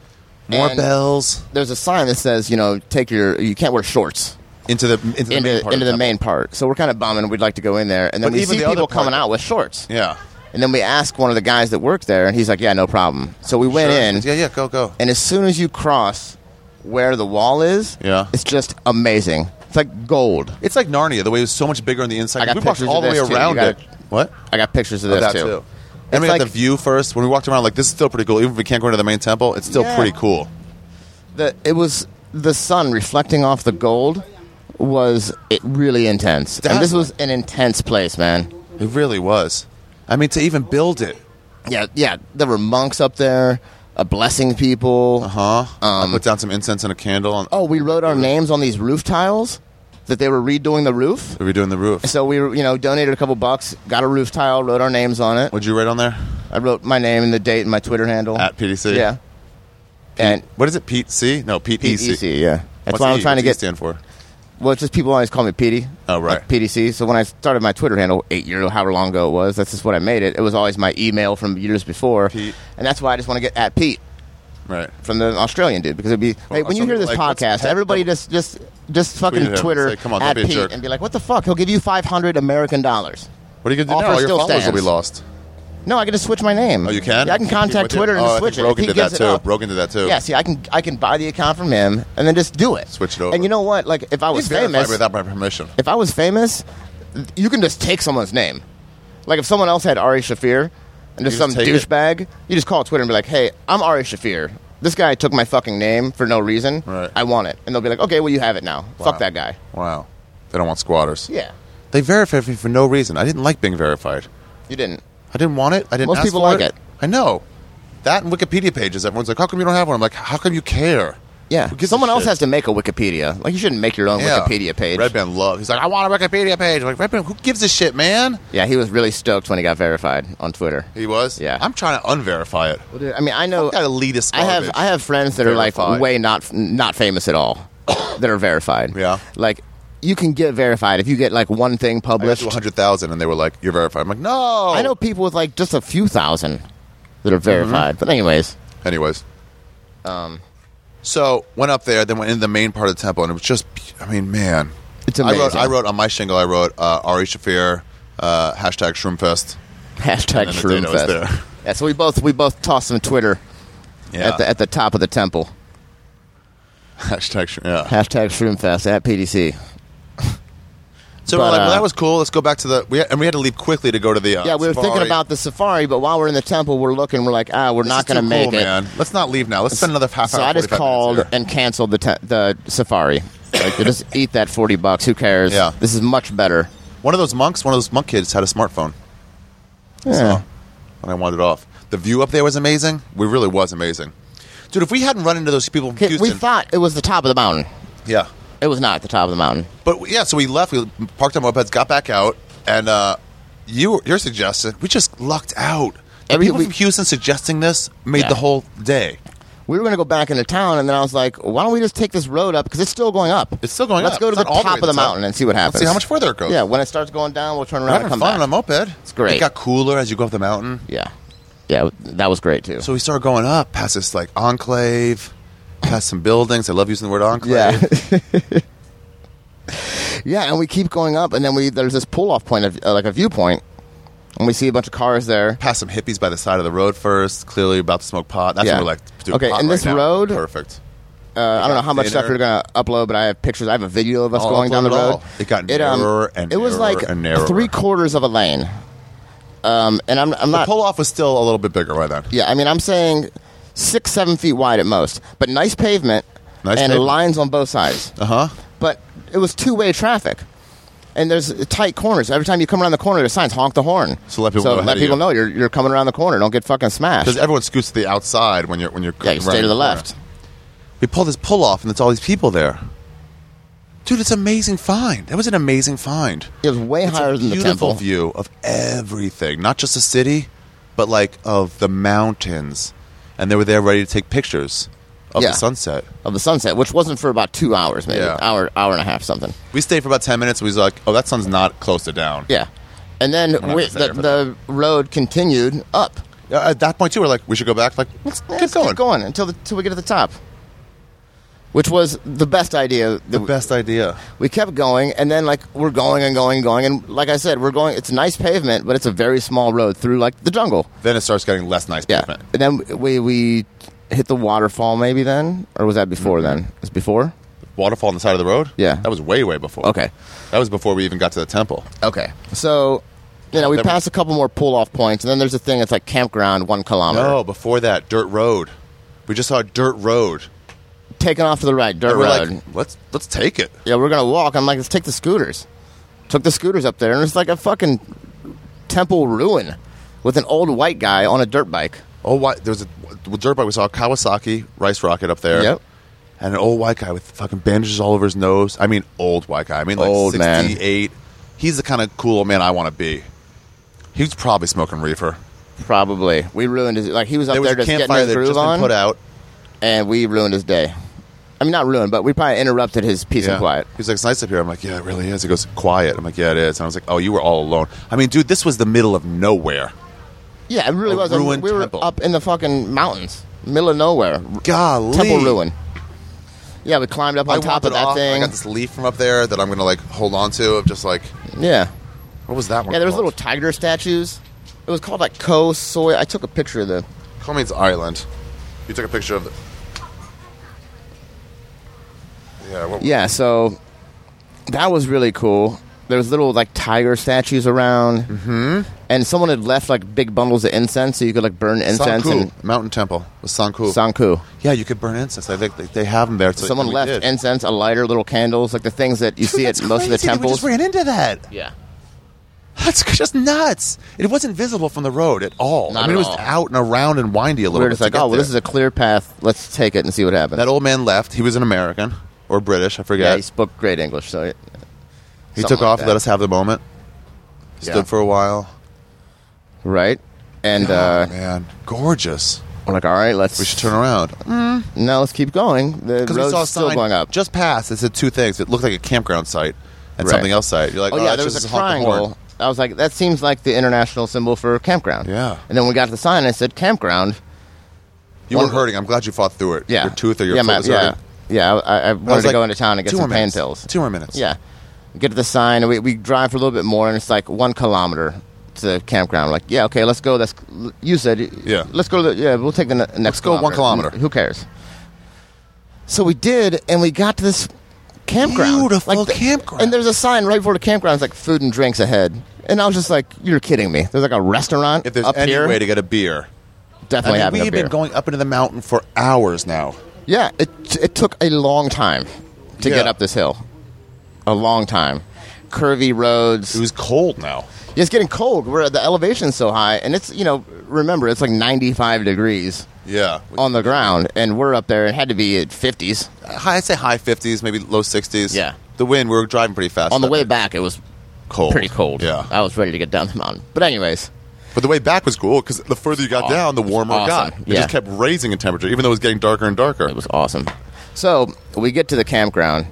[SPEAKER 1] more
[SPEAKER 2] And-
[SPEAKER 1] bells
[SPEAKER 2] there's a sign that says, you know, take your you can't wear shorts
[SPEAKER 1] into the into the
[SPEAKER 2] into
[SPEAKER 1] main part of
[SPEAKER 2] into
[SPEAKER 1] the
[SPEAKER 2] the
[SPEAKER 1] temple.
[SPEAKER 2] main part. So we're kind of bumming. We'd like to go in there, and then
[SPEAKER 1] But
[SPEAKER 2] we
[SPEAKER 1] even
[SPEAKER 2] see
[SPEAKER 1] the other
[SPEAKER 2] people
[SPEAKER 1] part-
[SPEAKER 2] coming out with shorts.
[SPEAKER 1] Yeah.
[SPEAKER 2] And then we ask one of the guys that worked there, and he's like, "Yeah, no problem." So we went
[SPEAKER 1] Sure.
[SPEAKER 2] in,
[SPEAKER 1] Yeah, yeah, go, go.
[SPEAKER 2] and as soon as you cross where the wall is,
[SPEAKER 1] Yeah.
[SPEAKER 2] it's just amazing. It's like gold.
[SPEAKER 1] It's like Narnia, the way it was so much bigger on the inside.
[SPEAKER 2] I got
[SPEAKER 1] we walked
[SPEAKER 2] pictures
[SPEAKER 1] all
[SPEAKER 2] of
[SPEAKER 1] the way
[SPEAKER 2] this, too. You
[SPEAKER 1] around
[SPEAKER 2] gotta-
[SPEAKER 1] it. What?
[SPEAKER 2] I got pictures of
[SPEAKER 1] Oh,
[SPEAKER 2] this
[SPEAKER 1] that
[SPEAKER 2] too.
[SPEAKER 1] too.
[SPEAKER 2] It's
[SPEAKER 1] And we got
[SPEAKER 2] like
[SPEAKER 1] the view first. When we walked around, like this is still pretty cool. Even if we can't go into the main temple, it's still
[SPEAKER 2] Yeah.
[SPEAKER 1] pretty cool.
[SPEAKER 2] the it was the sun reflecting off the gold was it really intense. And this was an intense place, man.
[SPEAKER 1] It really was. I mean, to even build it,
[SPEAKER 2] Yeah, yeah. There were monks up there, uh, blessing people.
[SPEAKER 1] huh?
[SPEAKER 2] Um.
[SPEAKER 1] I put down some incense and a candle. On,
[SPEAKER 2] Oh, we wrote our names on these roof tiles that they were redoing the roof.
[SPEAKER 1] we were doing the roof.
[SPEAKER 2] So we, were, you know, donated a couple bucks, got a roof tile, wrote our names on it.
[SPEAKER 1] What'd you write on there?
[SPEAKER 2] I wrote my name and the date and my Twitter handle.
[SPEAKER 1] At E PDC.
[SPEAKER 2] yeah. And
[SPEAKER 1] What is it? Pete E C? No, Pete EC.
[SPEAKER 2] PDC, yeah. That's
[SPEAKER 1] What's
[SPEAKER 2] what I'm
[SPEAKER 1] E?
[SPEAKER 2] trying to
[SPEAKER 1] What's E
[SPEAKER 2] get.
[SPEAKER 1] stand for.
[SPEAKER 2] Well, it's just people always call me PD.
[SPEAKER 1] Oh, right.
[SPEAKER 2] Like PDC. So when I started my Twitter handle eight years, however long ago it was, that's just what I made it. It was always my email from years before,
[SPEAKER 1] Pete.
[SPEAKER 2] and that's why I just want to get at Pete
[SPEAKER 1] Right.
[SPEAKER 2] from the Australian dude because it'd be
[SPEAKER 1] Well,
[SPEAKER 2] like when you
[SPEAKER 1] some
[SPEAKER 2] hear this
[SPEAKER 1] people like, let's
[SPEAKER 2] podcast,
[SPEAKER 1] pet
[SPEAKER 2] everybody
[SPEAKER 1] them.
[SPEAKER 2] just just just fucking
[SPEAKER 1] Tweet him.
[SPEAKER 2] Twitter
[SPEAKER 1] Say, "Come on, don't
[SPEAKER 2] at
[SPEAKER 1] be a
[SPEAKER 2] Pete
[SPEAKER 1] jerk."
[SPEAKER 2] and be like, what the fuck? He'll give you five hundred American dollars.
[SPEAKER 1] What are you gonna do
[SPEAKER 2] Offer
[SPEAKER 1] now? All your
[SPEAKER 2] still
[SPEAKER 1] followers will be
[SPEAKER 2] stands.
[SPEAKER 1] lost.
[SPEAKER 2] No, I can just switch my name.
[SPEAKER 1] Oh, you can.
[SPEAKER 2] Yeah, I can contact
[SPEAKER 1] People did-
[SPEAKER 2] Twitter and
[SPEAKER 1] oh, I think
[SPEAKER 2] switch it.
[SPEAKER 1] Rogan
[SPEAKER 2] if he
[SPEAKER 1] did that
[SPEAKER 2] gives it
[SPEAKER 1] too.
[SPEAKER 2] up-
[SPEAKER 1] Rogan did that too.
[SPEAKER 2] Yeah, see, I can I can buy the account from him and then just do it.
[SPEAKER 1] Switch it over.
[SPEAKER 2] And you know what? Like if I
[SPEAKER 1] He
[SPEAKER 2] was
[SPEAKER 1] verified
[SPEAKER 2] famous,
[SPEAKER 1] without my permission.
[SPEAKER 2] if I was famous, th- you can just take someone's name. Like if someone else had Ari Shafir and just
[SPEAKER 1] You just
[SPEAKER 2] some
[SPEAKER 1] take it.
[SPEAKER 2] douchebag, you just call Twitter and be like, "Hey, I'm Ari Shafir. This guy took my fucking name for no reason.
[SPEAKER 1] Right.
[SPEAKER 2] I want it." And they'll be like, "Okay, well you have it now. Fuck that guy."
[SPEAKER 1] Wow. They don't want squatters.
[SPEAKER 2] Yeah,
[SPEAKER 1] They verified me for no reason. I didn't like being verified.
[SPEAKER 2] you didn't.
[SPEAKER 1] I didn't want it. I didn't.
[SPEAKER 2] Most
[SPEAKER 1] ask
[SPEAKER 2] people
[SPEAKER 1] for
[SPEAKER 2] like it.
[SPEAKER 1] I know. That and Wikipedia pages. Everyone's like, "How come you don't have one?" I'm like, "How come you care?"
[SPEAKER 2] Yeah,
[SPEAKER 1] Who gives a
[SPEAKER 2] someone else
[SPEAKER 1] shit?
[SPEAKER 2] has to make a Wikipedia. Like you shouldn't make your own
[SPEAKER 1] Yeah.
[SPEAKER 2] Wikipedia page.
[SPEAKER 1] Red Band love. He's like, "I want a Wikipedia page." I'm like, Red Band, who gives a shit, man?
[SPEAKER 2] yeah, he was really stoked when he got verified on Twitter.
[SPEAKER 1] He was.
[SPEAKER 2] Yeah.
[SPEAKER 1] I'm trying to unverify it.
[SPEAKER 2] Well, dude, I mean, I know.
[SPEAKER 1] Fuck that elitist.
[SPEAKER 2] I have
[SPEAKER 1] garbage.
[SPEAKER 2] I have friends that are
[SPEAKER 1] Verified.
[SPEAKER 2] like way not not famous at all (coughs) that are verified.
[SPEAKER 1] Yeah.
[SPEAKER 2] like you can get verified if you get like one thing
[SPEAKER 1] I got
[SPEAKER 2] published.
[SPEAKER 1] to 100,000 and they were like, "You're verified." I'm like, "No."
[SPEAKER 2] I know people with like just a few thousand that are
[SPEAKER 1] Mm-hmm.
[SPEAKER 2] verified. But anyways, (laughs)
[SPEAKER 1] Anyways, um, so went up there, then went into the main part of the temple, and it was just, I mean, man,
[SPEAKER 2] It's
[SPEAKER 1] I wrote,
[SPEAKER 2] amazing.
[SPEAKER 1] I wrote on my shingle, I wrote uh, Ari Shafir, uh, hashtag Shroomfest.
[SPEAKER 2] hashtag
[SPEAKER 1] And then the data was there. (laughs)
[SPEAKER 2] shroomfest. Yeah, so we both we both tossed some Twitter
[SPEAKER 1] Yeah,
[SPEAKER 2] at the at the top of the temple.
[SPEAKER 1] hashtag Shroom. Yeah.
[SPEAKER 2] (laughs) Hashtag shroomfest at PDC.
[SPEAKER 1] So we're
[SPEAKER 2] But,
[SPEAKER 1] like, well,
[SPEAKER 2] uh,
[SPEAKER 1] that was cool. Let's go back to the. We and we had to leave quickly to go to the. Uh,
[SPEAKER 2] Yeah, we were thinking
[SPEAKER 1] safari.
[SPEAKER 2] about the safari, but while we're in the temple, we're looking. We're like, ah, we're
[SPEAKER 1] This
[SPEAKER 2] not
[SPEAKER 1] is too
[SPEAKER 2] going to make
[SPEAKER 1] cool,
[SPEAKER 2] it.
[SPEAKER 1] Man. Let's not leave now. Let's spend another half
[SPEAKER 2] So
[SPEAKER 1] hour.
[SPEAKER 2] I just
[SPEAKER 1] 45 minutes
[SPEAKER 2] called
[SPEAKER 1] here.
[SPEAKER 2] and canceled the te- the safari. Like,
[SPEAKER 1] (laughs)
[SPEAKER 2] just eat that forty bucks. Who cares?
[SPEAKER 1] Yeah.
[SPEAKER 2] this is much better.
[SPEAKER 1] One of those monks, one of those monk kids, had a smartphone. Oh,
[SPEAKER 2] Yeah.
[SPEAKER 1] and I wandered off. The view up there was amazing. We really was amazing. dude. If we hadn't run into those people from
[SPEAKER 2] Ki-
[SPEAKER 1] Houston,
[SPEAKER 2] We thought it was the top of the mountain.
[SPEAKER 1] yeah.
[SPEAKER 2] It was not at the top of the mountain.
[SPEAKER 1] But yeah, so we left. We parked our mopeds, got back out, and uh, you your suggestion. We just lucked out. The
[SPEAKER 2] Every
[SPEAKER 1] people
[SPEAKER 2] week-
[SPEAKER 1] from Houston suggesting this made
[SPEAKER 2] Yeah.
[SPEAKER 1] the whole day.
[SPEAKER 2] We were going to go back into town, and then I was like, why don't we just take this road up? Because it's still going up.
[SPEAKER 1] It's still going
[SPEAKER 2] Let's
[SPEAKER 1] up.
[SPEAKER 2] go to
[SPEAKER 1] It's
[SPEAKER 2] the
[SPEAKER 1] not all the
[SPEAKER 2] top
[SPEAKER 1] way
[SPEAKER 2] of
[SPEAKER 1] to
[SPEAKER 2] the
[SPEAKER 1] the top.
[SPEAKER 2] mountain and see what happens.
[SPEAKER 1] Let's see how much further it goes.
[SPEAKER 2] Yeah, when it starts going down, we'll turn
[SPEAKER 1] We're
[SPEAKER 2] around
[SPEAKER 1] having
[SPEAKER 2] and come
[SPEAKER 1] fun
[SPEAKER 2] back.
[SPEAKER 1] on a moped. It's
[SPEAKER 2] great.
[SPEAKER 1] It got cooler as you go up the mountain.
[SPEAKER 2] Yeah. Yeah, that was great, too.
[SPEAKER 1] So we started going up past this like enclave, past some buildings. I love using the word enclave.
[SPEAKER 2] Yeah. (laughs)
[SPEAKER 1] (laughs)
[SPEAKER 2] yeah, and we keep going up, and then we there's this pull off point of uh, like a viewpoint, and we see a bunch of cars there.
[SPEAKER 1] Past some hippies by the side of the road first. Clearly about to smoke pot. That's
[SPEAKER 2] Yeah.
[SPEAKER 1] what we're like. Dude,
[SPEAKER 2] Okay,
[SPEAKER 1] pot
[SPEAKER 2] and
[SPEAKER 1] right
[SPEAKER 2] this
[SPEAKER 1] now.
[SPEAKER 2] road-
[SPEAKER 1] perfect.
[SPEAKER 2] Uh, I don't know how much stuff
[SPEAKER 1] thinner.
[SPEAKER 2] you're gonna upload, but I have pictures. I have a video of us
[SPEAKER 1] I'll
[SPEAKER 2] going down the
[SPEAKER 1] upload it
[SPEAKER 2] road.
[SPEAKER 1] all. It got narrower and
[SPEAKER 2] it was
[SPEAKER 1] narrower
[SPEAKER 2] like
[SPEAKER 1] and narrower.
[SPEAKER 2] three quarters of a lane. Um, and I'm I'm
[SPEAKER 1] The
[SPEAKER 2] not
[SPEAKER 1] pull off was still a little bit bigger by then.
[SPEAKER 2] yeah. I mean, I'm saying six seven feet wide at most, but nice pavement
[SPEAKER 1] Nice
[SPEAKER 2] and
[SPEAKER 1] pavement.
[SPEAKER 2] lines on both sides.
[SPEAKER 1] Uh huh.
[SPEAKER 2] but it was two way traffic. And there's tight corners. Every time you come around the corner, there's signs. Honk the horn.
[SPEAKER 1] So let people know ahead of
[SPEAKER 2] people
[SPEAKER 1] you.
[SPEAKER 2] know you're, you're coming around the corner. Don't get fucking smashed.
[SPEAKER 1] Because everyone scoots to the outside when you're when you're
[SPEAKER 2] yeah, you stay
[SPEAKER 1] running
[SPEAKER 2] to the
[SPEAKER 1] corner.
[SPEAKER 2] left.
[SPEAKER 1] We pull this pull off, and it's all these people there. Dude, it's an amazing find. That was an amazing find.
[SPEAKER 2] It was way
[SPEAKER 1] It's
[SPEAKER 2] higher
[SPEAKER 1] a
[SPEAKER 2] than the
[SPEAKER 1] beautiful
[SPEAKER 2] temple.
[SPEAKER 1] view of everything, not just the city, but like of the mountains. And they were there ready to take pictures of
[SPEAKER 2] Yeah.
[SPEAKER 1] the sunset.
[SPEAKER 2] Of the sunset, which wasn't for about two hours, maybe
[SPEAKER 1] Yeah.
[SPEAKER 2] hour, hour and a half, something.
[SPEAKER 1] We stayed for about ten minutes. and We was like, "Oh, that sun's not close to down."
[SPEAKER 2] Yeah, and then
[SPEAKER 1] not
[SPEAKER 2] we,
[SPEAKER 1] gonna stay there
[SPEAKER 2] the,
[SPEAKER 1] for
[SPEAKER 2] the road continued up.
[SPEAKER 1] Uh, At that point, too, we're like, "We should go back." Like, let's
[SPEAKER 2] Yeah,
[SPEAKER 1] keep
[SPEAKER 2] let's
[SPEAKER 1] going.
[SPEAKER 2] keep going until the, until we get to the top, which was the best idea.
[SPEAKER 1] The
[SPEAKER 2] that we-
[SPEAKER 1] best idea.
[SPEAKER 2] we kept going and then like we're going and going and going and like i said we're going it's nice pavement but it's a very small road through like the jungle
[SPEAKER 1] Then it starts getting less nice
[SPEAKER 2] yeah
[SPEAKER 1] pavement.
[SPEAKER 2] and then we we hit the waterfall maybe then or was that before
[SPEAKER 1] Mm-hmm.
[SPEAKER 2] then it was before
[SPEAKER 1] Waterfall on the side of the road.
[SPEAKER 2] Yeah.
[SPEAKER 1] that was way, way before.
[SPEAKER 2] okay
[SPEAKER 1] that was before we even got to the temple.
[SPEAKER 2] okay so you know we
[SPEAKER 1] Then we-
[SPEAKER 2] passed a couple more pull off points and then there's a thing that's like campground one kilometer
[SPEAKER 1] No, before that, dirt road. We just saw a dirt road.
[SPEAKER 2] taking off to the right dirt
[SPEAKER 1] And we're
[SPEAKER 2] road
[SPEAKER 1] like, let's let's take it.
[SPEAKER 2] yeah we're gonna walk i'm like let's take the scooters took the scooters up there and it's like a fucking temple ruin with an old white guy on a dirt bike
[SPEAKER 1] Oh, why? There was a well, dirt bike. We saw a Kawasaki Rice Rocket up there.
[SPEAKER 2] Yep.
[SPEAKER 1] And an old white guy with fucking bandages all over his nose. I mean, old white guy. I mean, like
[SPEAKER 2] Old man.
[SPEAKER 1] 68. He's the kind of cool old man I want to be. He was probably smoking reefer.
[SPEAKER 2] Probably. We ruined his like he was up
[SPEAKER 1] There
[SPEAKER 2] there,
[SPEAKER 1] was a
[SPEAKER 2] just getting
[SPEAKER 1] campfire
[SPEAKER 2] his
[SPEAKER 1] that had
[SPEAKER 2] groove
[SPEAKER 1] just been
[SPEAKER 2] on,
[SPEAKER 1] put out.
[SPEAKER 2] and we ruined his day. I mean, not ruined, but we probably interrupted his peace and quiet.
[SPEAKER 1] He's like, it's nice up here. I'm like, yeah, it really is. He goes, quiet. I'm like, yeah, it is. And I was like, oh, you were all alone. I mean, dude, this was the middle of nowhere.
[SPEAKER 2] Yeah, it really
[SPEAKER 1] A
[SPEAKER 2] was.
[SPEAKER 1] ruined
[SPEAKER 2] we were
[SPEAKER 1] temple.
[SPEAKER 2] up in the fucking mountains, middle of nowhere,
[SPEAKER 1] Golly.
[SPEAKER 2] temple ruin. Yeah, we climbed up on
[SPEAKER 1] I
[SPEAKER 2] top
[SPEAKER 1] wanted
[SPEAKER 2] of that
[SPEAKER 1] off.
[SPEAKER 2] thing.
[SPEAKER 1] I got this leaf from up there that I'm gonna like hold on to. Of just like,
[SPEAKER 2] yeah,
[SPEAKER 1] what was that one?
[SPEAKER 2] yeah. There was
[SPEAKER 1] called?
[SPEAKER 2] little tiger statues. It was called like Ko Soy. I took a picture of the.
[SPEAKER 1] Coleman's Island. You took a picture of the. Yeah. What,
[SPEAKER 2] Yeah, so that was really cool. There was little like tiger statues around, mm-hmm. and someone had left like big bundles of incense, so you could like burn incense
[SPEAKER 1] Sanku
[SPEAKER 2] and
[SPEAKER 1] Mountain Temple was Sanku.
[SPEAKER 2] Sanku.
[SPEAKER 1] yeah, you could burn incense. I think they, they have them there. So
[SPEAKER 2] Someone
[SPEAKER 1] and we
[SPEAKER 2] left
[SPEAKER 1] did.
[SPEAKER 2] incense, a lighter, little candles, like the things that you
[SPEAKER 1] Dude,
[SPEAKER 2] see at
[SPEAKER 1] that's
[SPEAKER 2] most of the
[SPEAKER 1] crazy that
[SPEAKER 2] temples.
[SPEAKER 1] We just ran into that.
[SPEAKER 2] yeah.
[SPEAKER 1] That's (laughs) just nuts. It wasn't visible from the road at all.
[SPEAKER 2] Not
[SPEAKER 1] I mean, it
[SPEAKER 2] at
[SPEAKER 1] was
[SPEAKER 2] all.
[SPEAKER 1] out and around and windy a
[SPEAKER 2] We
[SPEAKER 1] little
[SPEAKER 2] were
[SPEAKER 1] bit.
[SPEAKER 2] just like,
[SPEAKER 1] to get
[SPEAKER 2] oh, well,
[SPEAKER 1] there.
[SPEAKER 2] this is a clear path. Let's take it and see what happens.
[SPEAKER 1] That old man left. He was an American or British. I
[SPEAKER 2] yeah,
[SPEAKER 1] forget.
[SPEAKER 2] he spoke great English, so it-
[SPEAKER 1] he
[SPEAKER 2] something
[SPEAKER 1] took
[SPEAKER 2] like
[SPEAKER 1] off.
[SPEAKER 2] that.
[SPEAKER 1] Let us have the moment. Stood
[SPEAKER 2] Yeah.
[SPEAKER 1] for a while.
[SPEAKER 2] right. And
[SPEAKER 1] oh,
[SPEAKER 2] uh,
[SPEAKER 1] man, gorgeous.
[SPEAKER 2] we're like, all right, let's.
[SPEAKER 1] We should turn around.
[SPEAKER 2] No, let's keep going. The
[SPEAKER 1] Because we
[SPEAKER 2] road's
[SPEAKER 1] saw a
[SPEAKER 2] still
[SPEAKER 1] sign
[SPEAKER 2] going up.
[SPEAKER 1] just past. It said two things. It looked like a campground site and
[SPEAKER 2] Right.
[SPEAKER 1] something else site. You're like,
[SPEAKER 2] oh,
[SPEAKER 1] oh, that's
[SPEAKER 2] yeah, there was
[SPEAKER 1] just
[SPEAKER 2] a
[SPEAKER 1] honk the horn.
[SPEAKER 2] triangle. I was like, that seems like the international symbol for campground.
[SPEAKER 1] Yeah.
[SPEAKER 2] And then we got to the sign and it said campground.
[SPEAKER 1] You
[SPEAKER 2] One-
[SPEAKER 1] were hurting. I'm glad you fought through it.
[SPEAKER 2] Yeah.
[SPEAKER 1] Your tooth or your
[SPEAKER 2] yeah,
[SPEAKER 1] foot
[SPEAKER 2] my-
[SPEAKER 1] was
[SPEAKER 2] yeah,
[SPEAKER 1] hurting.
[SPEAKER 2] yeah. I, I wanted
[SPEAKER 1] I was
[SPEAKER 2] to
[SPEAKER 1] like,
[SPEAKER 2] go into town and get
[SPEAKER 1] two more
[SPEAKER 2] some pain
[SPEAKER 1] minutes.
[SPEAKER 2] pills.
[SPEAKER 1] Two more minutes.
[SPEAKER 2] Yeah. Get to the sign, and we, we drive for a little bit more, and it's like one kilometer to the campground. We're like, yeah, okay, let's go. That's you said.
[SPEAKER 1] Yeah.
[SPEAKER 2] Let's go to the, yeah, we'll take the ne- next
[SPEAKER 1] Let's go one kilometer.
[SPEAKER 2] Who cares? So we did, and we got to this campground.
[SPEAKER 1] Beautiful
[SPEAKER 2] the-
[SPEAKER 1] campground.
[SPEAKER 2] And there's a sign right before the campground. It's like food and drinks ahead. And I was just like, you're kidding me. There's like a restaurant
[SPEAKER 1] If there's
[SPEAKER 2] up
[SPEAKER 1] any
[SPEAKER 2] here.
[SPEAKER 1] way to get a beer. I
[SPEAKER 2] definitely
[SPEAKER 1] mean,
[SPEAKER 2] having a
[SPEAKER 1] we've been
[SPEAKER 2] beer.
[SPEAKER 1] going up into the mountain for hours now.
[SPEAKER 2] Yeah, it it took a long time to
[SPEAKER 1] Yeah.
[SPEAKER 2] get up this hill. A long time. curvy roads.
[SPEAKER 1] It was cold now.
[SPEAKER 2] it's getting cold. We're the elevation's so high, and it's you know remember it's like 95 degrees
[SPEAKER 1] Yeah.
[SPEAKER 2] on the ground, and we're up there. It had to be at 50s.
[SPEAKER 1] High, I'd say high 50s, maybe low 60s.
[SPEAKER 2] Yeah.
[SPEAKER 1] The wind, we were driving pretty fast.
[SPEAKER 2] On the
[SPEAKER 1] that
[SPEAKER 2] way
[SPEAKER 1] night.
[SPEAKER 2] back, it was
[SPEAKER 1] cold.
[SPEAKER 2] pretty cold. Uh,
[SPEAKER 1] Yeah.
[SPEAKER 2] I was ready to get down the mountain. But anyways,
[SPEAKER 1] But the way back was cool because the further you got
[SPEAKER 2] Awesome.
[SPEAKER 1] down, the warmer
[SPEAKER 2] Awesome.
[SPEAKER 1] it got. It
[SPEAKER 2] Yeah.
[SPEAKER 1] just kept raising in temperature, even though it was getting darker and darker.
[SPEAKER 2] it was awesome. So we get to the campground,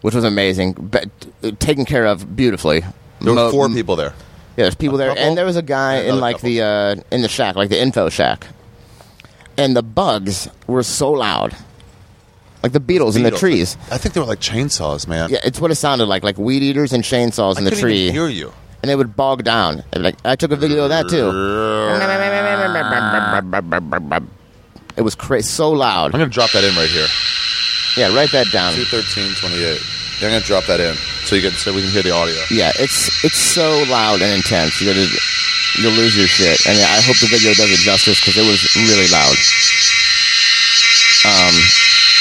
[SPEAKER 2] which was amazing, but uh, taken care of beautifully.
[SPEAKER 1] there were
[SPEAKER 2] Mo-
[SPEAKER 1] four people there.
[SPEAKER 2] Yeah, there's people there,
[SPEAKER 1] couple?
[SPEAKER 2] and there was a guy in
[SPEAKER 1] Another
[SPEAKER 2] like the uh, in the shack, like the info shack, and the bugs were so loud, like the beetles, in the
[SPEAKER 1] Beetles.
[SPEAKER 2] trees.
[SPEAKER 1] I think they were like chainsaws, man.
[SPEAKER 2] Yeah, it's what it sounded like, like weed eaters and chainsaws in
[SPEAKER 1] I
[SPEAKER 2] the
[SPEAKER 1] couldn't
[SPEAKER 2] tree,
[SPEAKER 1] even hear you.
[SPEAKER 2] and they would bog down. And, Like I took a video of that too. It was crazy, so
[SPEAKER 1] I'm
[SPEAKER 2] loud.
[SPEAKER 1] going to drop that in right here.
[SPEAKER 2] Yeah, write that down.
[SPEAKER 1] 21328. I'm going to drop that in so you can so we can hear the audio.
[SPEAKER 2] Yeah, it's it's so loud and intense. You're gonna you'll lose your shit. And I hope the video does it justice because it was really loud. Um,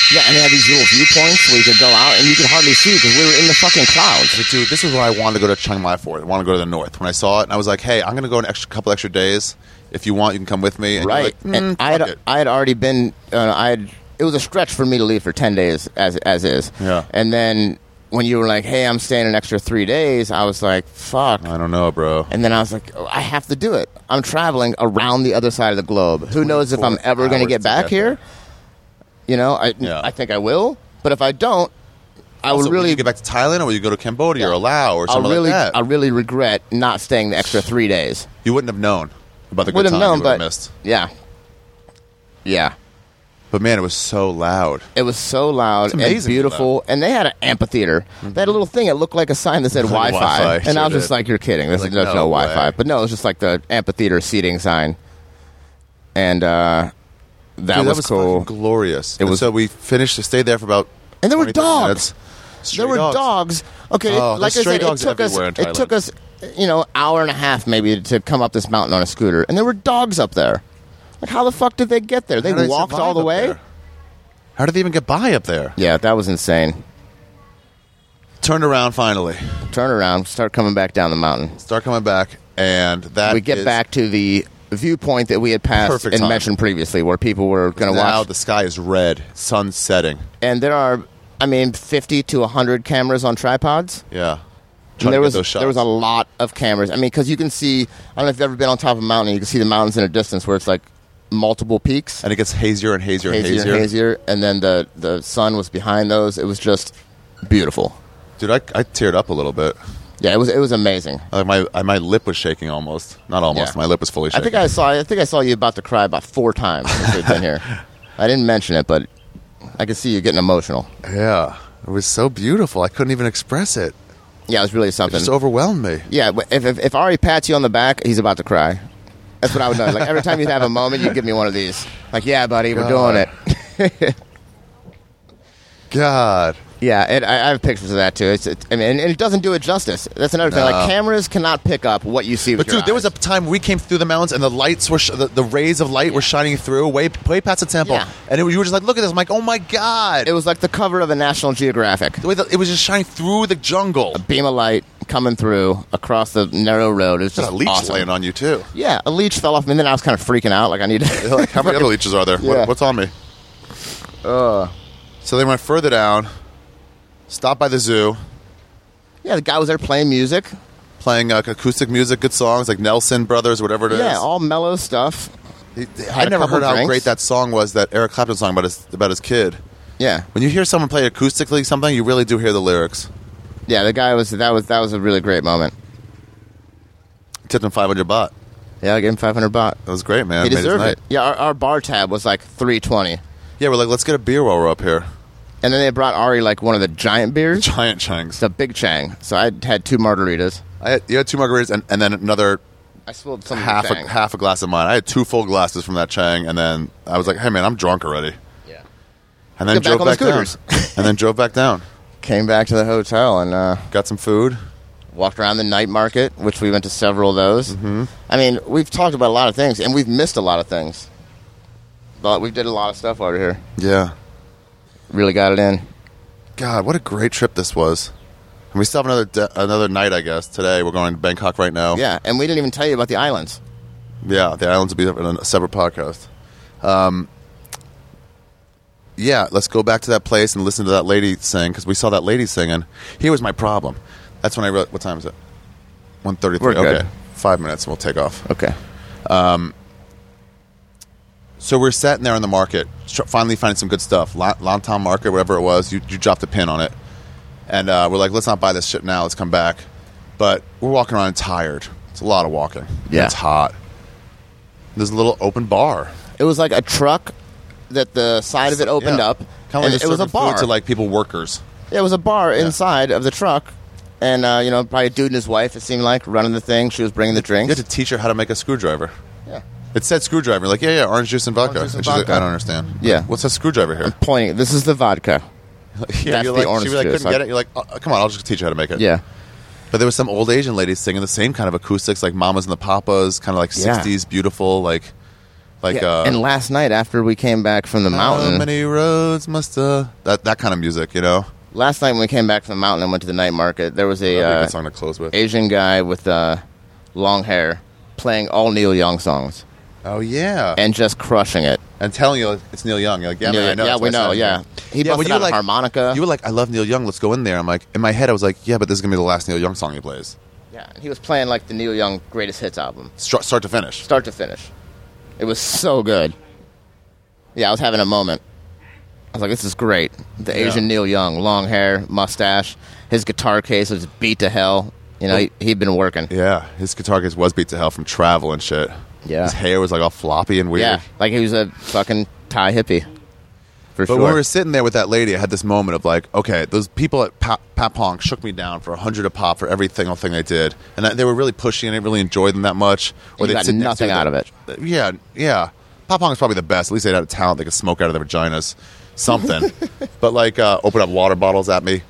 [SPEAKER 2] yeah, and they had these little viewpoints where you could go out and you could hardly see because we were in the fucking clouds.
[SPEAKER 1] But dude, this is what I wanted to go to Chiang Mai for. I wanted to go to the north. When I saw it, and I was like, "Hey, I'm going to go an extra couple extra days. If you want, you can come with me." And you're
[SPEAKER 2] Right,
[SPEAKER 1] like, "Mm,
[SPEAKER 2] and I
[SPEAKER 1] fuck
[SPEAKER 2] had
[SPEAKER 1] it."
[SPEAKER 2] I had already been uh, I had it was a stretch for me to leave for ten days as as is.
[SPEAKER 1] Yeah.
[SPEAKER 2] and then when you were like, "Hey, I'm staying an extra three days," I was like, "Fuck."
[SPEAKER 1] I don't know, bro.
[SPEAKER 2] And then I was like, oh, I have to do it. I'm traveling around the other side of the globe. Who knows if I'm
[SPEAKER 1] 24
[SPEAKER 2] ever going to
[SPEAKER 1] hours
[SPEAKER 2] get
[SPEAKER 1] to
[SPEAKER 2] back
[SPEAKER 1] get
[SPEAKER 2] here? You know, I
[SPEAKER 1] Yeah.
[SPEAKER 2] I think I will, but if I don't, I
[SPEAKER 1] Also,
[SPEAKER 2] will
[SPEAKER 1] would
[SPEAKER 2] really
[SPEAKER 1] you get back to Thailand, or would you go to Cambodia or Laos or
[SPEAKER 2] I'll
[SPEAKER 1] something
[SPEAKER 2] really
[SPEAKER 1] like that?
[SPEAKER 2] I'll really regret not staying the extra 3 days.
[SPEAKER 1] you wouldn't have known about the good
[SPEAKER 2] Would
[SPEAKER 1] time
[SPEAKER 2] have
[SPEAKER 1] you
[SPEAKER 2] known
[SPEAKER 1] would have
[SPEAKER 2] but
[SPEAKER 1] missed.
[SPEAKER 2] yeah. Yeah.
[SPEAKER 1] But man, it was so loud.
[SPEAKER 2] It was so loud and
[SPEAKER 1] amazing,
[SPEAKER 2] beautiful, and they had an amphitheater. They had a little thing that looked like a sign that said Wi-Fi,
[SPEAKER 1] Wi-Fi,
[SPEAKER 2] and
[SPEAKER 1] sure
[SPEAKER 2] I was just
[SPEAKER 1] did.
[SPEAKER 2] like, "You're kidding! There's,
[SPEAKER 1] Like,
[SPEAKER 2] there's no,
[SPEAKER 1] no way.
[SPEAKER 2] Wi-Fi." But no, it was just like the amphitheater seating sign, and uh, that,
[SPEAKER 1] Dude,
[SPEAKER 2] was, cool.
[SPEAKER 1] fucking glorious. It
[SPEAKER 2] was-
[SPEAKER 1] was so we finished to stay there for about
[SPEAKER 2] And there were
[SPEAKER 1] 20, 30
[SPEAKER 2] dogs.
[SPEAKER 1] minutes. Stray
[SPEAKER 2] there were dogs. Okay,
[SPEAKER 1] Oh,
[SPEAKER 2] like
[SPEAKER 1] there's
[SPEAKER 2] I
[SPEAKER 1] stray
[SPEAKER 2] said, it
[SPEAKER 1] dogs
[SPEAKER 2] took us.
[SPEAKER 1] everywhere in
[SPEAKER 2] It
[SPEAKER 1] Thailand.
[SPEAKER 2] took us, you know, hour and a half maybe to come up this mountain on a scooter, and there were dogs up there. Like, how the fuck did they get there? They
[SPEAKER 1] How did
[SPEAKER 2] walked
[SPEAKER 1] survive
[SPEAKER 2] all the
[SPEAKER 1] up
[SPEAKER 2] way.
[SPEAKER 1] there? How did they even get by up there?
[SPEAKER 2] Yeah, that was insane.
[SPEAKER 1] Turned around finally.
[SPEAKER 2] Turn around, start coming back down the mountain.
[SPEAKER 1] Start coming back, and that
[SPEAKER 2] we get
[SPEAKER 1] is-
[SPEAKER 2] back to the viewpoint that we had passed
[SPEAKER 1] Perfect
[SPEAKER 2] and
[SPEAKER 1] time.
[SPEAKER 2] mentioned previously, where people were going to
[SPEAKER 1] Now
[SPEAKER 2] watch.
[SPEAKER 1] the sky is red, sun setting.
[SPEAKER 2] and there are, I mean, fifty to hundred cameras on tripods.
[SPEAKER 1] Yeah. Trying
[SPEAKER 2] And
[SPEAKER 1] to
[SPEAKER 2] there
[SPEAKER 1] get
[SPEAKER 2] was
[SPEAKER 1] those shots.
[SPEAKER 2] there was a lot of cameras. I mean, because you can see. I don't know if you've ever been on top of a mountain. You can see the mountains in a distance where it's like multiple peaks,
[SPEAKER 1] and it gets hazier and hazier,
[SPEAKER 2] hazier,
[SPEAKER 1] and hazier.
[SPEAKER 2] and hazier, and then the the sun was behind those. It was just beautiful.
[SPEAKER 1] Dude, I, I teared up a little bit.
[SPEAKER 2] Yeah, it was it was amazing.
[SPEAKER 1] Like my I, my lip was shaking almost. Not almost.
[SPEAKER 2] Yeah.
[SPEAKER 1] My lip was fully
[SPEAKER 2] I
[SPEAKER 1] shaking.
[SPEAKER 2] think I saw I think I saw you about to cry about four times since we've been here.
[SPEAKER 1] (laughs)
[SPEAKER 2] I didn't mention it, but I could see you getting emotional.
[SPEAKER 1] Yeah. It was so beautiful. I couldn't even express it.
[SPEAKER 2] Yeah, it was really
[SPEAKER 1] It
[SPEAKER 2] something.
[SPEAKER 1] just overwhelmed me.
[SPEAKER 2] yeah, but if, if if Ari pats you on the back, he's about to cry. That's what I would know. Like every time you'd have a moment, you'd give me one of these. Like, yeah, buddy, we're doing it. (laughs)
[SPEAKER 1] God.
[SPEAKER 2] Yeah, and I, I have pictures of that too. It's, it, I mean, and, it doesn't do it justice. That's another thing. Like cameras cannot pick up what you see.
[SPEAKER 1] But dude, there was a time we came through the mountains and the lights were sh- the, the rays of light were shining through way way past the temple,
[SPEAKER 2] Yeah.
[SPEAKER 1] and it, you were just like, "Look at this!" I'm like, "Oh my god!"
[SPEAKER 2] It was like the cover of a National Geographic.
[SPEAKER 1] the way that, it was just shining through the jungle.
[SPEAKER 2] Beam of light coming through across the narrow road. It was
[SPEAKER 1] There's
[SPEAKER 2] just
[SPEAKER 1] a leech
[SPEAKER 2] awesome.
[SPEAKER 1] laying on you too.
[SPEAKER 2] Yeah, a leech fell off me, and then I was kind of freaking out. Like I need
[SPEAKER 1] They're like,
[SPEAKER 2] to.
[SPEAKER 1] how many other leeches are there?
[SPEAKER 2] Yeah. Uh.
[SPEAKER 1] What, what's on me? Uh. So they went further down, stopped by the zoo,
[SPEAKER 2] (laughs) yeah, the guy was there playing music.
[SPEAKER 1] playing uh, acoustic music, good songs like Nelson Brothers, whatever it is.
[SPEAKER 2] Yeah, all mellow stuff.
[SPEAKER 1] He- I
[SPEAKER 2] had a
[SPEAKER 1] never
[SPEAKER 2] couple
[SPEAKER 1] heard how
[SPEAKER 2] drinks.
[SPEAKER 1] great that song was, that Eric Clapton song about his about his kid.
[SPEAKER 2] Yeah,
[SPEAKER 1] When you hear someone play acoustically something, you really do hear the lyrics.
[SPEAKER 2] yeah. The guy was that was that was a really great moment.
[SPEAKER 1] Tipped him 500 baht.
[SPEAKER 2] Yeah, I gave him five hundred baht.
[SPEAKER 1] That was great, man.
[SPEAKER 2] He
[SPEAKER 1] Made his
[SPEAKER 2] deserved
[SPEAKER 1] night.
[SPEAKER 2] it. Yeah, our, our bar tab was like three twenty.
[SPEAKER 1] Yeah, we're like, let's get a beer while we're up here. (laughs)
[SPEAKER 2] And then they brought Ari like one of the giant (laughs) beers.
[SPEAKER 1] Giant Changs.
[SPEAKER 2] It's a big Chang. So I had two margaritas.
[SPEAKER 1] I had, you had two margaritas and, and then another
[SPEAKER 2] I spilled some
[SPEAKER 1] half
[SPEAKER 2] of the Chang.
[SPEAKER 1] a, half a glass of mine. I had two full glasses from that Chang, and then I was like, hey, man, I'm drunk already.
[SPEAKER 2] Yeah.
[SPEAKER 1] And then
[SPEAKER 2] Get back
[SPEAKER 1] drove
[SPEAKER 2] on the
[SPEAKER 1] back down. (laughs)
[SPEAKER 2] scooters.
[SPEAKER 1] and then drove back down.
[SPEAKER 2] Came back to the hotel and uh,
[SPEAKER 1] Got some food.
[SPEAKER 2] walked around the night market, which we went to several of those. Mm-hmm. I mean, we've talked about a lot of things, and we've missed a lot of things. But we did a lot of stuff over here.
[SPEAKER 1] Yeah.
[SPEAKER 2] Really got it in.
[SPEAKER 1] God, what a great trip this was. And we still have another de- another night, I guess. Today we're going to Bangkok right now.
[SPEAKER 2] Yeah, and we didn't even tell you about the islands.
[SPEAKER 1] Yeah, the islands will be on a separate podcast. Um, yeah, let's go back to that place and listen to that lady sing because we saw that lady singing. Here was my problem. That's when I realized. What time is it? One
[SPEAKER 2] We're
[SPEAKER 1] thirty-three.
[SPEAKER 2] good.
[SPEAKER 1] Okay, five minutes and we'll take off.
[SPEAKER 2] Okay.
[SPEAKER 1] So we're sitting there in the market, tr- finally finding some good stuff. Lan- Lantan Market, whatever it was, you, you dropped a pin on it. And uh, we're like, let's not buy this shit now, let's come back. But we're walking around tired. It's a lot of walking.
[SPEAKER 2] Yeah.
[SPEAKER 1] It's hot. There's a little open bar.
[SPEAKER 2] It was like a truck that the side of it opened
[SPEAKER 1] Yeah.
[SPEAKER 2] up.
[SPEAKER 1] Kinda
[SPEAKER 2] and
[SPEAKER 1] like
[SPEAKER 2] it was a
[SPEAKER 1] serving food
[SPEAKER 2] bar.
[SPEAKER 1] to like people workers.
[SPEAKER 2] Yeah, it was a bar inside of the truck. And, uh, you know, probably a dude and his wife, it seemed like, running the thing. She was bringing the
[SPEAKER 1] You
[SPEAKER 2] drinks.
[SPEAKER 1] had to teach her how to make a screwdriver.
[SPEAKER 2] yeah.
[SPEAKER 1] It said screwdriver. Like, yeah, yeah, orange juice and vodka.
[SPEAKER 2] juice and
[SPEAKER 1] and she's like,
[SPEAKER 2] vodka.
[SPEAKER 1] I don't understand.
[SPEAKER 2] Yeah.
[SPEAKER 1] What's a screwdriver
[SPEAKER 2] (laughs)
[SPEAKER 1] here?
[SPEAKER 2] Pointing. This is the vodka.
[SPEAKER 1] yeah,
[SPEAKER 2] that's
[SPEAKER 1] you're
[SPEAKER 2] the
[SPEAKER 1] like,
[SPEAKER 2] orange
[SPEAKER 1] she was like,
[SPEAKER 2] juice.
[SPEAKER 1] couldn't get it. You're like, oh, come on, I'll just teach you how to make it.
[SPEAKER 2] Yeah.
[SPEAKER 1] But there was some old Asian ladies singing the same kind of acoustics, like Mamas and the Papas, kind of like
[SPEAKER 2] Yeah.
[SPEAKER 1] '60s beautiful, like like
[SPEAKER 2] Yeah,
[SPEAKER 1] uh,
[SPEAKER 2] and last night after we came back from the
[SPEAKER 1] How
[SPEAKER 2] mountain,
[SPEAKER 1] many roads must uh, that that kind of music, you know?
[SPEAKER 2] last night when we came back from the mountain and went to the night market, there was a
[SPEAKER 1] That'd be a
[SPEAKER 2] uh,
[SPEAKER 1] good song to close with.
[SPEAKER 2] Asian guy with uh, long hair playing all Neil Young songs
[SPEAKER 1] Oh yeah, and,
[SPEAKER 2] and just crushing it.
[SPEAKER 1] telling you like, it's Neil Young. You're like, yeah,
[SPEAKER 2] Neil-
[SPEAKER 1] man, I know.
[SPEAKER 2] yeah,
[SPEAKER 1] that's why
[SPEAKER 2] we
[SPEAKER 1] I
[SPEAKER 2] know.
[SPEAKER 1] said it.
[SPEAKER 2] Yeah, he
[SPEAKER 1] yeah,
[SPEAKER 2] busted
[SPEAKER 1] when you were
[SPEAKER 2] out a
[SPEAKER 1] like
[SPEAKER 2] harmonica.
[SPEAKER 1] You were like, I love Neil Young. Let's go in there. I'm like, in my head, I was like, yeah, but this is gonna be the last Neil Young song he plays,
[SPEAKER 2] yeah, and he was playing like the Neil Young greatest hits album,
[SPEAKER 1] Start start to finish.
[SPEAKER 2] start to finish. It was so good. Yeah, I was having a moment. I was like, "This is great." The
[SPEAKER 1] Yeah.
[SPEAKER 2] Asian Neil Young, long hair, mustache, his guitar case was beat to hell. You know, he, he'd been working.
[SPEAKER 1] Yeah, his guitar case was beat to hell from travel and shit.
[SPEAKER 2] Yeah.
[SPEAKER 1] his hair was like all floppy and weird.
[SPEAKER 2] Yeah, like he was a fucking Thai hippie.
[SPEAKER 1] But
[SPEAKER 2] For sure.
[SPEAKER 1] when we were sitting there with that lady, I had this moment of like, okay, those people at Pa- Papong shook me down for a hundred a pop for every single thing they did, and that, they were really pushy, and I didn't really enjoyed them that much.
[SPEAKER 2] You
[SPEAKER 1] they'd
[SPEAKER 2] got
[SPEAKER 1] sit next
[SPEAKER 2] nothing
[SPEAKER 1] to the-
[SPEAKER 2] out of it.
[SPEAKER 1] the- uh, Yeah, yeah. Papong is probably the best. At least they had a talent they could smoke out of their vaginas,
[SPEAKER 2] (laughs)
[SPEAKER 1] something. but like, uh, open up water bottles at me,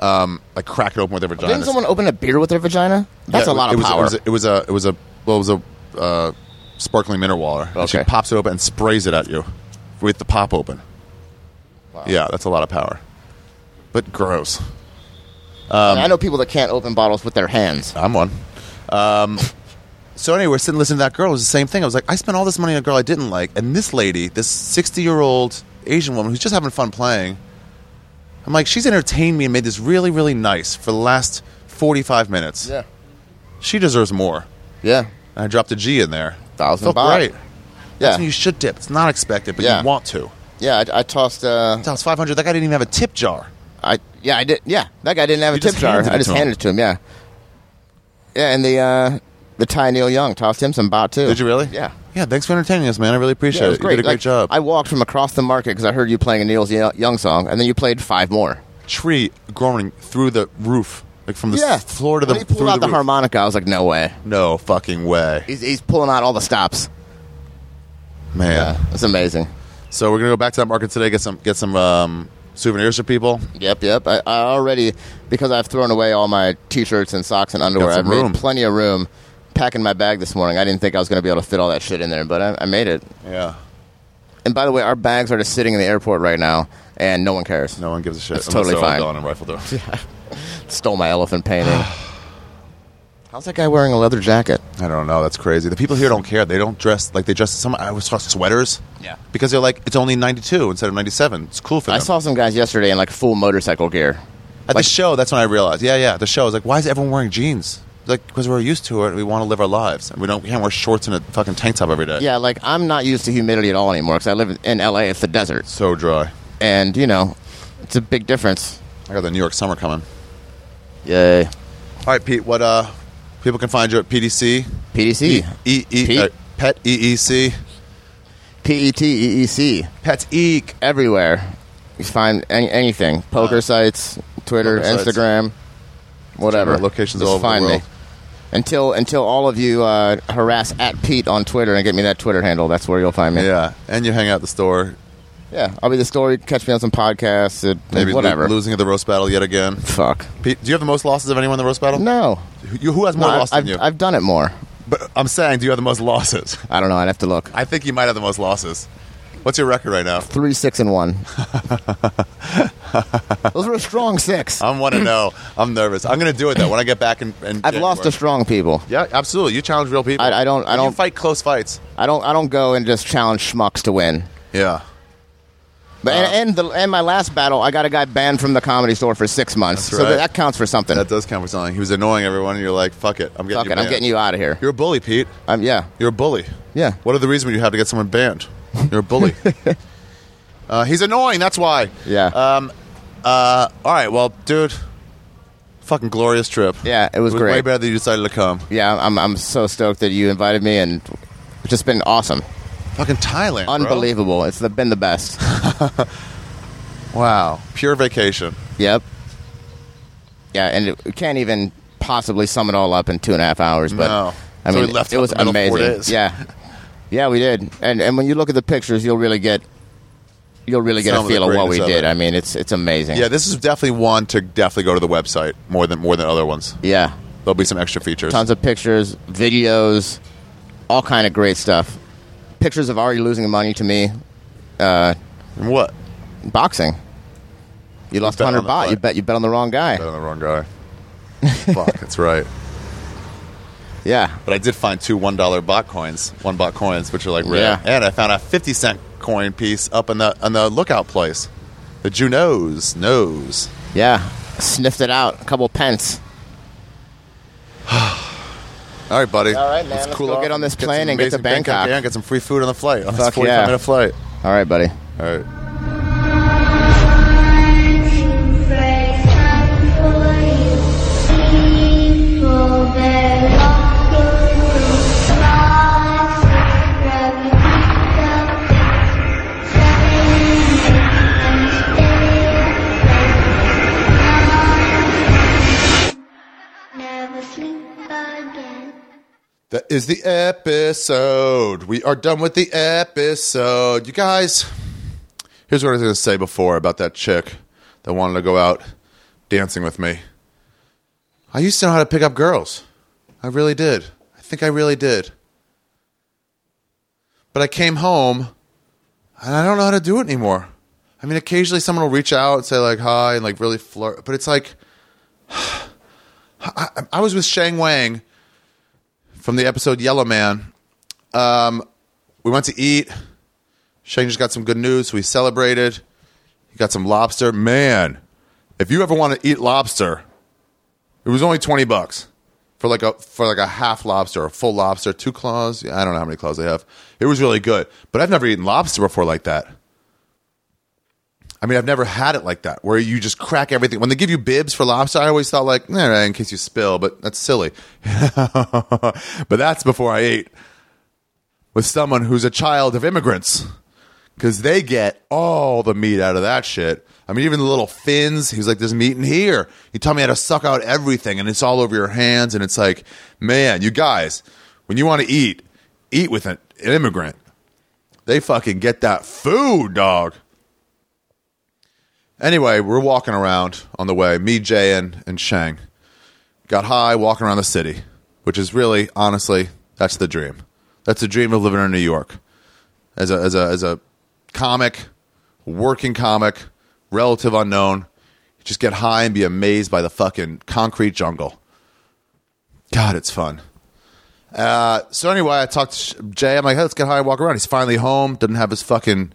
[SPEAKER 1] um, like crack it open with their vaginas.
[SPEAKER 2] Didn't someone open a beer with their vagina? That's
[SPEAKER 1] Yeah,
[SPEAKER 2] a lot
[SPEAKER 1] it
[SPEAKER 2] of
[SPEAKER 1] was,
[SPEAKER 2] power.
[SPEAKER 1] It was, it was a, it was a, well, it was a uh, sparkling mineral water. And She
[SPEAKER 2] Okay.
[SPEAKER 1] pops it open and sprays it at you with the pop open. Yeah, that's a lot of power, but gross. um,
[SPEAKER 2] I know people that can't open bottles with their hands.
[SPEAKER 1] I'm one. Um, (laughs) so anyway, we're sitting listening to that girl. It was the same thing. I was like, I spent all this money on a girl I didn't like, and this lady, this 60 year old Asian woman who's just having fun playing. I'm like, she's entertained me and made this really, really nice for the last 45 minutes. She deserves more.
[SPEAKER 2] Yeah.
[SPEAKER 1] And I dropped a G in there.
[SPEAKER 2] Thousand
[SPEAKER 1] Felt
[SPEAKER 2] baht.
[SPEAKER 1] great. That's when
[SPEAKER 2] Yeah.
[SPEAKER 1] you should dip. It's not expected, but
[SPEAKER 2] Yeah.
[SPEAKER 1] you want to.
[SPEAKER 2] Yeah, I, I tossed uh
[SPEAKER 1] That was 500. That guy didn't even have a tip jar.
[SPEAKER 2] I yeah, I did yeah. That guy didn't have a
[SPEAKER 1] You
[SPEAKER 2] tip
[SPEAKER 1] just
[SPEAKER 2] jar.
[SPEAKER 1] handed
[SPEAKER 2] I
[SPEAKER 1] it
[SPEAKER 2] just
[SPEAKER 1] to him.
[SPEAKER 2] handed it to him, yeah. Yeah, and the uh the Thai Neil Young tossed him some bot too.
[SPEAKER 1] Did you really?
[SPEAKER 2] Yeah.
[SPEAKER 1] Yeah, thanks for entertaining us, man. I really appreciate
[SPEAKER 2] Yeah, it
[SPEAKER 1] it.
[SPEAKER 2] was
[SPEAKER 1] You
[SPEAKER 2] great.
[SPEAKER 1] did a great
[SPEAKER 2] Like,
[SPEAKER 1] job.
[SPEAKER 2] I walked from across the market because I heard you playing a Neil Young song, and then you played five more.
[SPEAKER 1] tree growing through the roof, like from the s- floor to the
[SPEAKER 2] when he pulled
[SPEAKER 1] through
[SPEAKER 2] out the,
[SPEAKER 1] roof.
[SPEAKER 2] harmonica, I was like, no way.
[SPEAKER 1] No fucking way,
[SPEAKER 2] He's, he's pulling out all the stops.
[SPEAKER 1] man.
[SPEAKER 2] That's amazing.
[SPEAKER 1] So we're gonna go back to that market today. Get some get some um, souvenirs for people.
[SPEAKER 2] Yep, yep. I, I already because I've thrown away all my t-shirts and socks and underwear.
[SPEAKER 1] Got
[SPEAKER 2] I've
[SPEAKER 1] some room.
[SPEAKER 2] made plenty of room. Packing my bag this morning, I didn't think I was going to be able to fit all that shit in there, but I, I made it.
[SPEAKER 1] Yeah.
[SPEAKER 2] And by the way, our bags are just sitting in the airport right now, and no one cares.
[SPEAKER 1] No one gives a shit.
[SPEAKER 2] That's
[SPEAKER 1] unless
[SPEAKER 2] totally
[SPEAKER 1] they're all
[SPEAKER 2] fine.
[SPEAKER 1] gone and rifled over.
[SPEAKER 2] Stole my
[SPEAKER 1] (sighs)
[SPEAKER 2] elephant painting. How's that guy wearing a leather jacket?
[SPEAKER 1] I don't know. That's crazy. The people here don't care. They don't dress like they dress. Some I always saw sweaters.
[SPEAKER 2] Yeah.
[SPEAKER 1] Because they're like it's only ninety two instead of ninety seven. It's cool for them.
[SPEAKER 2] I saw some guys yesterday in like full motorcycle gear.
[SPEAKER 1] At the show, that's when I realized. Yeah, yeah. The show I was like, why is everyone wearing jeans? Like, because we're used to it. and We want to live our lives, and we don't. We can't wear shorts and a fucking tank top every day.
[SPEAKER 2] Yeah, like I'm not used to humidity at all anymore because I live in LA. It's the desert,
[SPEAKER 1] So dry.
[SPEAKER 2] and you know, it's a big difference.
[SPEAKER 1] I got the New York summer coming.
[SPEAKER 2] Yay,
[SPEAKER 1] All right, Pete. What uh, people can find you at PDC,
[SPEAKER 2] PDC,
[SPEAKER 1] E E
[SPEAKER 2] Pete?
[SPEAKER 1] uh, Pet EEC,
[SPEAKER 2] P E T E E C,
[SPEAKER 1] Pet Eek.
[SPEAKER 2] everywhere. You find any, anything: poker sites, Twitter,
[SPEAKER 1] Uh, poker sites.
[SPEAKER 2] Instagram, whatever.
[SPEAKER 1] Sure, locations
[SPEAKER 2] Just
[SPEAKER 1] all over the
[SPEAKER 2] find
[SPEAKER 1] world.
[SPEAKER 2] me. Until until all of you uh, harass at Pete on Twitter and get me that Twitter handle, that's where you'll find me.
[SPEAKER 1] Yeah, and you hang out at the store.
[SPEAKER 2] Yeah, I'll be the story. Catch me on some podcasts, uh,
[SPEAKER 1] Maybe lo-
[SPEAKER 2] whatever.
[SPEAKER 1] losing at the roast battle yet again.
[SPEAKER 2] Fuck.
[SPEAKER 1] Pete, do you have the most losses of anyone in the roast battle?
[SPEAKER 2] No,
[SPEAKER 1] Who, you- who has
[SPEAKER 2] no
[SPEAKER 1] more
[SPEAKER 2] I-
[SPEAKER 1] losses
[SPEAKER 2] I've,
[SPEAKER 1] than you?
[SPEAKER 2] I've done it more.
[SPEAKER 1] but I'm saying, do you have the most losses? (laughs)
[SPEAKER 2] I don't know. I'd have to look.
[SPEAKER 1] I (laughs) think you might have the most losses. What's your record right now?
[SPEAKER 2] Three, six, and one. Those were a strong six.
[SPEAKER 1] I (clears throat) want to know. I'm nervous. I'm going to do it though when I get back and. and
[SPEAKER 2] I've lost to strong people.
[SPEAKER 1] Yeah, absolutely. You challenge real people.
[SPEAKER 2] I- I don't- I
[SPEAKER 1] You
[SPEAKER 2] don't-
[SPEAKER 1] fight close fights.
[SPEAKER 2] I don't. I don't go and just challenge schmucks to win.
[SPEAKER 1] Yeah.
[SPEAKER 2] But and, and the and my last battle, I got a guy banned from the comedy store for six months.
[SPEAKER 1] That's
[SPEAKER 2] So
[SPEAKER 1] right.
[SPEAKER 2] that counts for something.
[SPEAKER 1] That does count for something. He was annoying everyone, and you're like, "Fuck it, I'm getting
[SPEAKER 2] Fuck
[SPEAKER 1] you
[SPEAKER 2] it, I'm
[SPEAKER 1] banned."
[SPEAKER 2] getting you out of here.
[SPEAKER 1] You're a bully, Pete.
[SPEAKER 2] Um, yeah,
[SPEAKER 1] You're a bully.
[SPEAKER 2] yeah.
[SPEAKER 1] What are the reasons you have to get someone banned? You're a
[SPEAKER 2] (laughs)
[SPEAKER 1] bully. uh, he's annoying. That's why.
[SPEAKER 2] Yeah.
[SPEAKER 1] Um. Uh. All right. Well, dude. Fucking glorious trip.
[SPEAKER 2] Yeah, it was
[SPEAKER 1] It was way
[SPEAKER 2] great.
[SPEAKER 1] better that you decided to come.
[SPEAKER 2] Yeah, I'm I'm so stoked that you invited me, and it's just been awesome,
[SPEAKER 1] Fucking Thailand. bro.
[SPEAKER 2] unbelievable. It's the, been the best.
[SPEAKER 1] (laughs) Wow. Pure vacation.
[SPEAKER 2] yep. Yeah, and it, we can't even possibly sum it all up in two and a half hours. But
[SPEAKER 1] No.
[SPEAKER 2] I
[SPEAKER 1] So
[SPEAKER 2] mean,
[SPEAKER 1] we left
[SPEAKER 2] it
[SPEAKER 1] out
[SPEAKER 2] was
[SPEAKER 1] the middle four
[SPEAKER 2] amazing.
[SPEAKER 1] days.
[SPEAKER 2] Yeah, yeah, we did. And and when you look at the pictures, you'll really get you'll really get
[SPEAKER 1] Some
[SPEAKER 2] a
[SPEAKER 1] of the
[SPEAKER 2] feel of, what we
[SPEAKER 1] greatness of
[SPEAKER 2] did.
[SPEAKER 1] it.
[SPEAKER 2] I mean, it's it's amazing.
[SPEAKER 1] Yeah. This is definitely one to definitely go to the website more than more than other ones.
[SPEAKER 2] yeah.
[SPEAKER 1] There'll be some extra features.
[SPEAKER 2] Tons of pictures, videos, all kind of great stuff. Pictures of Ari losing money to me.
[SPEAKER 1] And what?
[SPEAKER 2] Boxing. You lost
[SPEAKER 1] bet on
[SPEAKER 2] 100
[SPEAKER 1] the
[SPEAKER 2] baht.
[SPEAKER 1] fight.
[SPEAKER 2] You bet you bet on the wrong guy.
[SPEAKER 1] Bet on the wrong
[SPEAKER 2] (laughs)
[SPEAKER 1] guy. Fuck. That's right.
[SPEAKER 2] Yeah.
[SPEAKER 1] But I did find two one dollar bot coins, one bot coins, which are like rare.
[SPEAKER 2] Yeah.
[SPEAKER 1] And I found a fifty cent coin piece up in the on the lookout place. The Junos knows.
[SPEAKER 2] Yeah. Sniffed it out. A couple pence.
[SPEAKER 1] All right, buddy.
[SPEAKER 2] All right, man. Let's go
[SPEAKER 1] off
[SPEAKER 2] get on this plane
[SPEAKER 1] some
[SPEAKER 2] and get to
[SPEAKER 1] amazing Bangkok
[SPEAKER 2] Bangkok.
[SPEAKER 1] air and get some free food on the flight. On this
[SPEAKER 2] Fuck
[SPEAKER 1] forty-five
[SPEAKER 2] yeah.
[SPEAKER 1] minute flight.
[SPEAKER 2] All right, buddy.
[SPEAKER 1] All right.
[SPEAKER 5] Never sleep again.
[SPEAKER 1] That is the episode. We are done with the episode. You guys, here's what I was going to say before about that chick that wanted to go out dancing with me. I used to know how to pick up girls. I really did. I think I really did. But I came home and I don't know how to do it anymore. I mean, occasionally someone will reach out and say, like, hi, and like really flirt. But it's like, (sighs) I, I- I was with Shang Wang from the episode Yellow Man. Um, we went to eat. Shane just got some good news, so we celebrated. He got some lobster. Man, if you ever want to eat lobster, it was only twenty bucks for like a for like a half lobster, a full lobster, two claws. I don't know how many claws they have. It was really good, but I've never eaten lobster before like that. I mean, I've never had it like that, where you just crack everything. When they give you bibs for lobster, I always thought like, nah, nah, in case you spill, but that's silly. (laughs) but that's before I ate with someone who's a child of immigrants, because they get all the meat out of that shit. I mean, even the little fins. He's like, "There's meat in here." He taught me how to suck out everything, and it's all over your hands. And it's like, man, you guys, when you want to eat, eat with an, an immigrant. They fucking get that food, dog. Anyway, we're walking around on the way. Me, Jay, and, and Shang got high walking around the city, which is really, honestly, that's the dream. That's the dream of living in New York as a as a as a comic, working comic, relative unknown. Just get high and be amazed by the fucking concrete jungle. God, it's fun. Uh, so anyway, I talked to Sh- Jay. I'm like, hey, let's get high and walk around. He's finally home. Doesn't have his fucking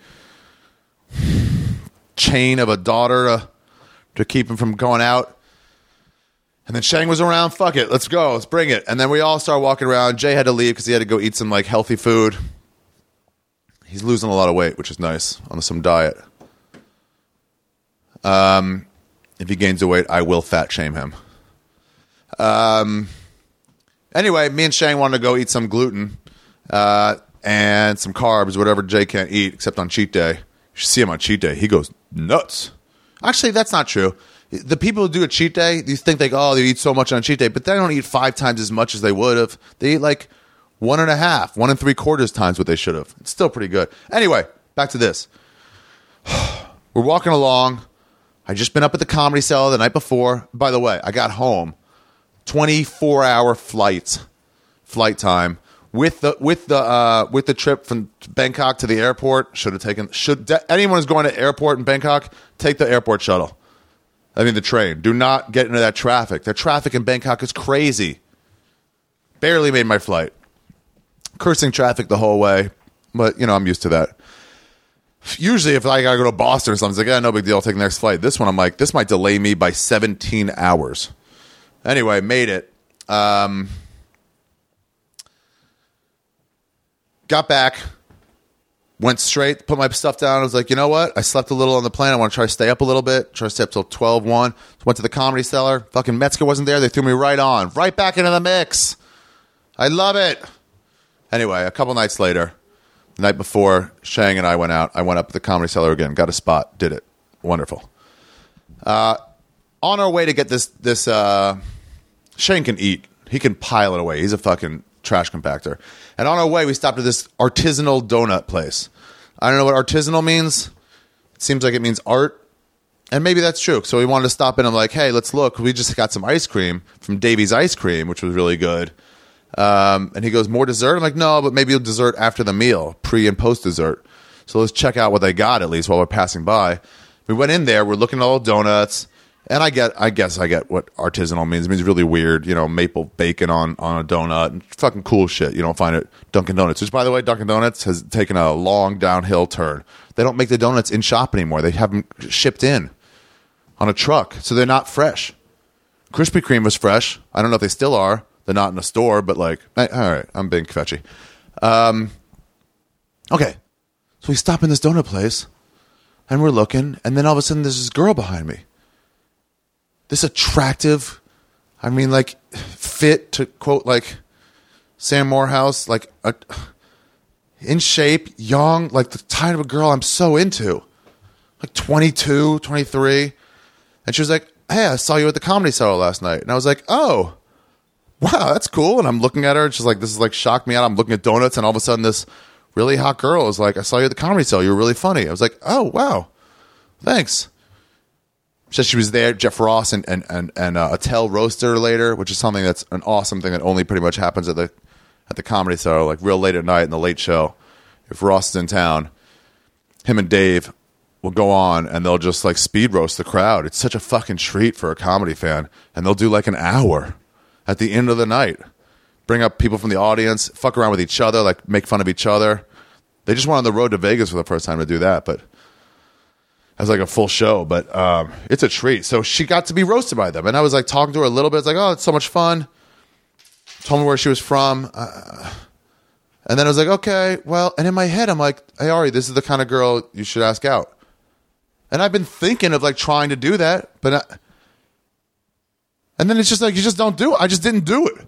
[SPEAKER 1] chain of a daughter to, to keep him from going out. And then Shang was around. Fuck it, let's go, let's bring it. And then we all start walking around. Jay had to leave because he had to go eat some like healthy food. He's losing a lot of weight, which is nice on some diet. Um, if he gains the weight, I will fat shame him. Um, anyway, me and Shang wanted to go eat some gluten uh, and some carbs, whatever Jay can't eat, except on cheat day. You should see him on cheat day. He goes nuts. Actually, that's not true. The people who do a cheat day, you think like, oh, they eat so much on cheat day, but they don't eat five times as much as they would have. They eat like one and a half, one and three quarters times what they should have. It's still pretty good. Anyway, back to this. (sighs) We're walking along. I just been up at the comedy cellar the night before. By the way, I got home. 24 hour flight flight time with the with the uh, with the trip from Bangkok to the airport. Should have taken. Should de- anyone who's going to airport in Bangkok take the airport shuttle? I mean the train. Do not get into that traffic. The traffic in Bangkok is crazy. Barely made my flight. Cursing traffic the whole way, but you know I'm used to that. Usually, if I gotta go to Boston or something, it's like, ah, no big deal. I'll take the next flight. This one, I'm like, this might delay me by 17 hours. Anyway, made it. Um, got back, went straight, put my stuff down. I was like, you know what? I slept a little on the plane. I want to try to stay up a little bit, try to stay up till 12, 1. Went to the comedy cellar. Fucking Metzger wasn't there. They threw me right on, right back into the mix. I love it. Anyway, a couple nights later, the night before, Shang and I went out. I went up to the comedy cellar again, got a spot, did it. Wonderful. Uh, on our way to get this, this, uh, Shane can eat. He can pile it away. He's a fucking trash compactor. And on our way, we stopped at this artisanal donut place. I don't know what artisanal means. It seems like it means art. And maybe that's true. So we wanted to stop in. I'm like, hey, let's look. We just got some ice cream from Davy's Ice Cream, which was really good. Um, and he goes, more dessert? I'm like, no, but maybe dessert after the meal, pre and post dessert. So let's check out what they got at least while we're passing by. We went in there. We're looking at all the donuts, and I get, I guess, I get what artisanal means. It means really weird, you know, maple bacon on on a donut, and fucking cool shit. You don't find it Dunkin' Donuts, which by the way, Dunkin' Donuts has taken a long downhill turn. They don't make the donuts in shop anymore. They have them shipped in on a truck, so they're not fresh. Krispy Kreme was fresh. I don't know if they still are. They're not in a store, but like, eh, all right, I'm being fetchy. Um, okay, so we stop in this donut place, and we're looking, and then all of a sudden, there's this girl behind me. This attractive, I mean, like, fit to quote like Sam Morehouse, like a, in shape, young, like the type of girl I'm so into, like 22, 23. And she was like, Hey, I saw you at the comedy cellar last night. And I was like, Oh, wow, that's cool. And I'm looking at her and she's like, This is like shocked me out. I'm looking at donuts. And all of a sudden, this really hot girl is like, I saw you at the comedy cellar. You were really funny. I was like, Oh, wow. Thanks. She said she was there. Jeff Ross and, and, and, and uh, Attell Roaster later, which is something that's an awesome thing that only pretty much happens at the at the comedy cellar, like real late at night in the late show. If Ross is in town, him and Dave will go on and they'll just like speed roast the crowd. It's such a fucking treat for a comedy fan. And they'll do like an hour at the end of the night. Bring up people from the audience, fuck around with each other, like make fun of each other. They just went on the road to Vegas for the first time to do that, but as like a full show, but um, it's a treat. So she got to be roasted by them. And I was like talking to her a little bit. It's like, oh, it's so much fun. Told me where she was from. And then I was like, okay, well, and in my head, I'm like, hey, Ari, this is the kind of girl you should ask out. And I've been thinking of like trying to do that, but I, and then it's just like, you just don't do it. I just didn't do it.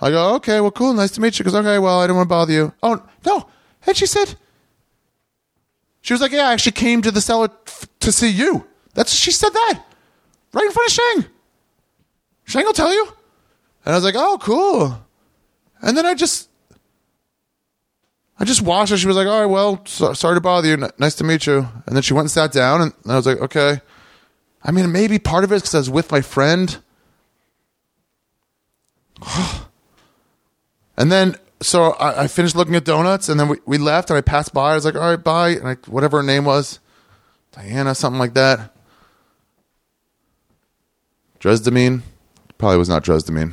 [SPEAKER 1] I go, okay, well, cool. Nice to meet you. Because, okay, well, I didn't want to bother you. Oh, no. And she said, she was like, yeah, I actually came to the cellar f- to see you. That's, she said that right in front of Shang. Shang will tell you. And I was like, oh, cool. And then I just, I just watched her. She was like, "All right, well, so, sorry to bother you. N- nice to meet you." And then she went and sat down, and I was like, "Okay." I mean, maybe part of it is because I was with my friend. (sighs) and then, so I, I finished looking at donuts, and then we, we left, and I passed by. I was like, "All right, bye," and I, whatever her name was, Diana, something like that. Dresdamine, probably was not Dresdamine.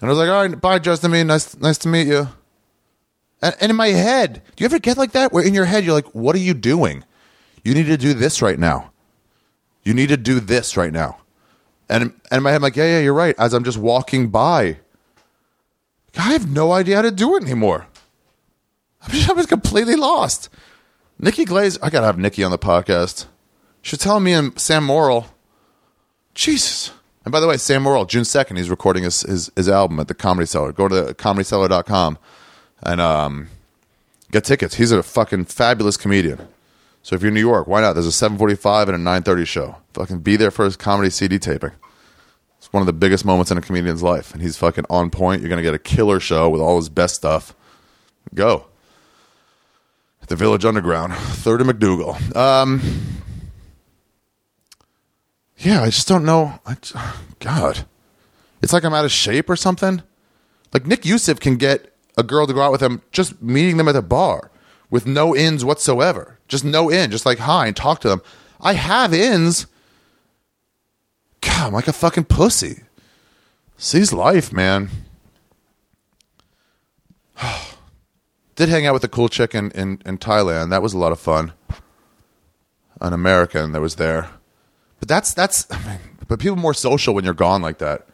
[SPEAKER 1] And I was like, all right, bye, Justin. Nice, nice to meet you. And, and in my head, do you ever get like that? Where in your head, you're like, what are you doing? You need to do this right now. You need to do this right now. And, and in my head, I'm like, yeah, yeah, you're right. As I'm just walking by, I have no idea how to do it anymore. (laughs) I'm just, I'm just completely lost. Nikki Glaze, I got to have Nikki on the podcast. She's telling me and Sam Morrill. Jesus. And by the way, Sam Morrill, June 2nd, he's recording his, his, his album at the Comedy Cellar. Go to comedycellar.com and um, get tickets. He's a fucking fabulous comedian. So if you're in New York, why not? There's a 745 and a 930 show. Fucking be there for his comedy CD taping. It's one of the biggest moments in a comedian's life. And he's fucking on point. You're going to get a killer show with all his best stuff. Go. At the Village Underground, (laughs) 3rd and McDougal. Um, (sighs) yeah, I just don't know. I j- God, it's like I'm out of shape or something. Like Nick Youssef can get a girl to go out with him just meeting them at the bar with no ins whatsoever. Just no in, just like hi and talk to them. I have ins. God, I'm like a fucking pussy. Sees life, man. (sighs) Did hang out with a cool chick in, in, in Thailand. That was a lot of fun. An American that was there. But that's that's I mean, but people are more social when you're gone like that.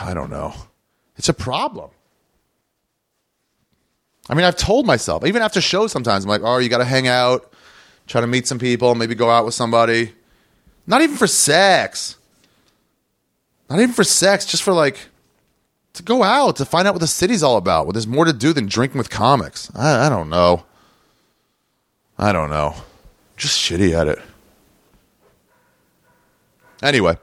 [SPEAKER 1] I don't know. It's a problem. I mean, I've told myself, even after shows sometimes, I'm like, oh, you got to hang out, try to meet some people, maybe go out with somebody. Not even for sex. Not even for sex, just for like, to go out, to find out what the city's all about, when there's more to do than drinking with comics. I, I don't know. I don't know. Just shitty at it. Anyway.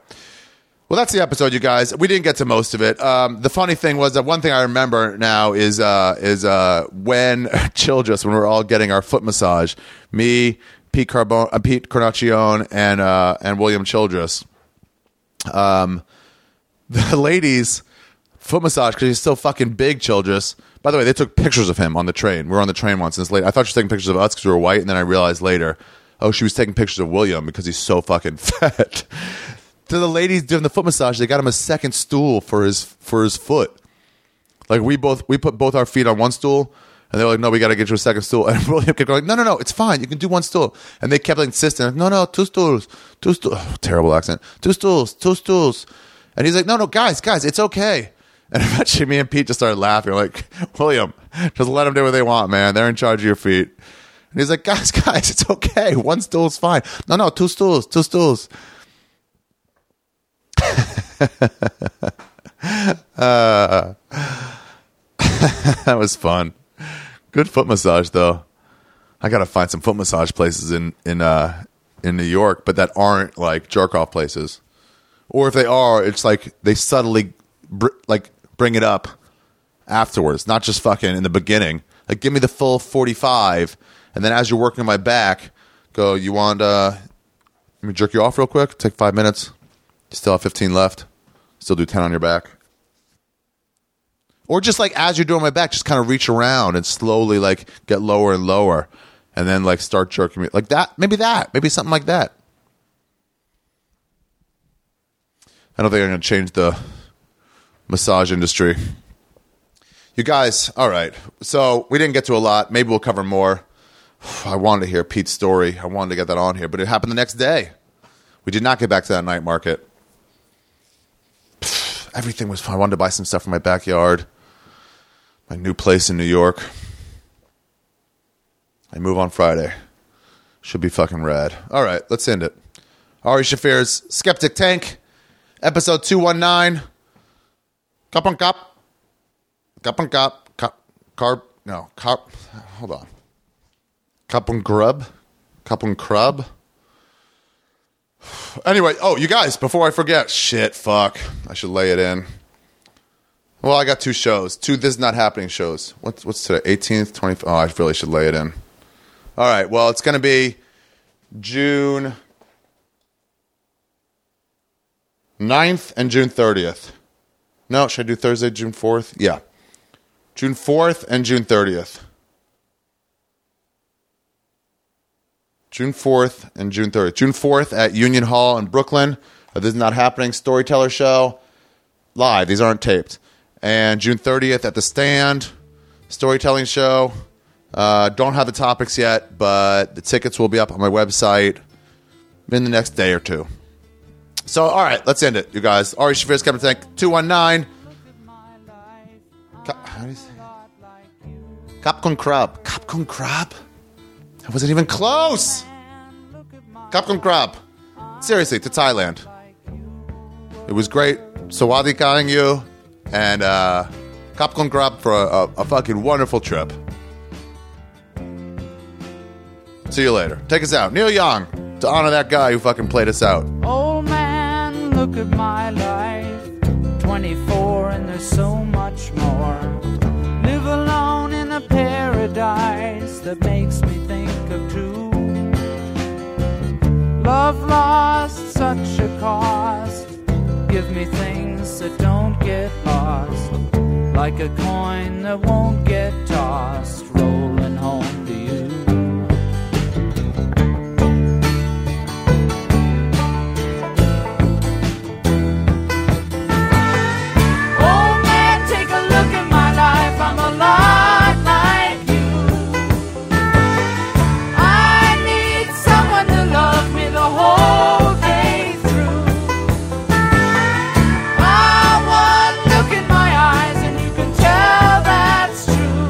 [SPEAKER 1] Well, that's the episode, you guys. We didn't get to most of it. Um, the funny thing was that one thing I remember now is uh, is uh, when (laughs) Childress, when we were all getting our foot massage, me, Pete Carbone, uh, Pete Carnaccione, and uh, and William Childress, um, (laughs) the ladies foot massage because he's so fucking big, Childress. By the way, they took pictures of him on the train. We were on the train once, and this lady, I thought she was taking pictures of us because we were white, and then I realized later, oh, she was taking pictures of William because he's so fucking (laughs) fat. to the ladies doing the foot massage, they got him a second stool for his for his foot. Like we both we put both our feet on one stool, and they were like, "No, we got to get you a second stool." (laughs) And William kept going, "No, no, no, it's fine. You can do one stool." And they kept insisting, like, "No, no, two stools, two stools." terrible accent. Two stools, two stools. And he's like, "No, no, guys, guys, it's okay." (laughs) And eventually, me and Pete just started laughing. We're like, (laughs) "William, just let them do what they want, man. They're in charge of your feet." And he's like, "Guys, (laughs) guys, it's okay. One stool's fine. No, no, two stools, two stools." (laughs) that was fun. Good foot massage though. I gotta find some foot massage places in in uh, in New York, but that aren't like jerk off places. Or if they are, it's like they subtly br- like bring it up afterwards, not just fucking in the beginning. Like give me the full forty five, and then as you're working on my back, go. You want uh, let me jerk you off real quick. Take five minutes. You still have fifteen left. Still do ten on your back or just like as you're doing my back, just kind of reach around and slowly like get lower and lower, and then like start jerking me like that. Maybe that. Maybe something like that. I don't think I'm going to change the massage industry. You guys, all right. So we didn't get to a lot. Maybe we'll cover more. (sighs) I wanted to hear Pete's story. I wanted to get that on here, but it happened the next day. We did not get back to that night market. (sighs) Everything was fun. I wanted to buy some stuff for my backyard my new place in New York. I move on Friday. Should be fucking rad. All right, let's end it. Ari Shafir's Skeptic Tank, episode 219. Cup on cup. Cup on cup. Cup. Carb. No, cup. Hold on. Cup on grub. Cup on crub. Anyway, oh, you guys, before I forget, shit, fuck. I should lay it in. Well, I got two shows. Two this is not happening shows. What's what's today? Eighteenth, twenty. Oh, I really should lay it in. All right. Well, it's going to be June 9th and June thirtieth. No, should I do Thursday, June fourth? Yeah, June fourth and June thirtieth. June 4th and June 30th. June 4th at Union Hall in Brooklyn. Uh, This is not happening. Storyteller show live. These aren't taped. And June 30th at the stand, storytelling show. Uh, don't have the topics yet, but the tickets will be up on my website in the next day or two. So, all right, let's end it, you guys. Ari Shafir's Captain Tank 219. Ca- How do you say? it? Capcom Crab. Capcom Crab? I wasn't even close. Capcom Crab. Seriously, to Thailand. It was great. Sawadi calling you and uh, Capcom Grab for a, a, a fucking wonderful trip. See you later. Take us out. Neil Young, to honor that guy who fucking played us out.
[SPEAKER 6] Old man, look at my life. 24 and there's so much more. Live alone in a paradise that makes me think of two. Love lost, such a cost. Give me things that don't get lost. like a coin that won't get tossed, rolling home to you. Oh man, take a look at my life. I'm a lot like you. I need someone to love me the whole day through. I want look in my eyes, and you can tell that's true.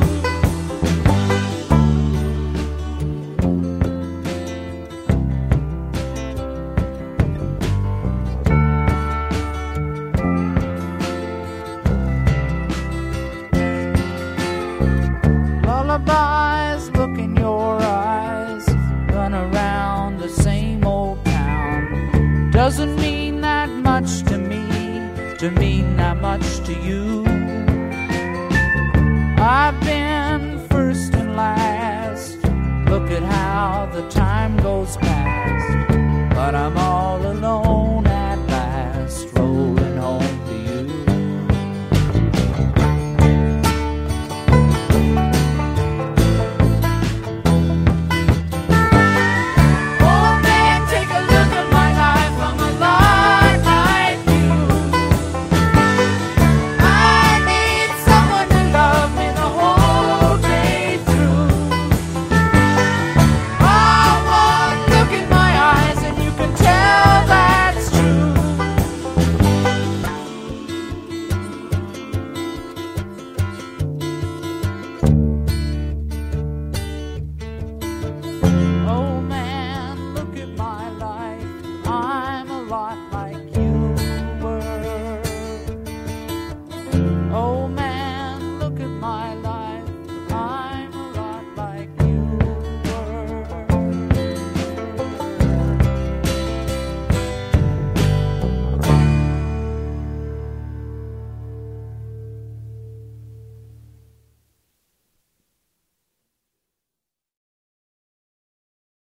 [SPEAKER 6] Lullabies look in your eyes. Run around the same old town. Doesn't mean that much to me, to mean that much to you. I've been first and last. Look at how the time goes past. But I'm Oh, Oh,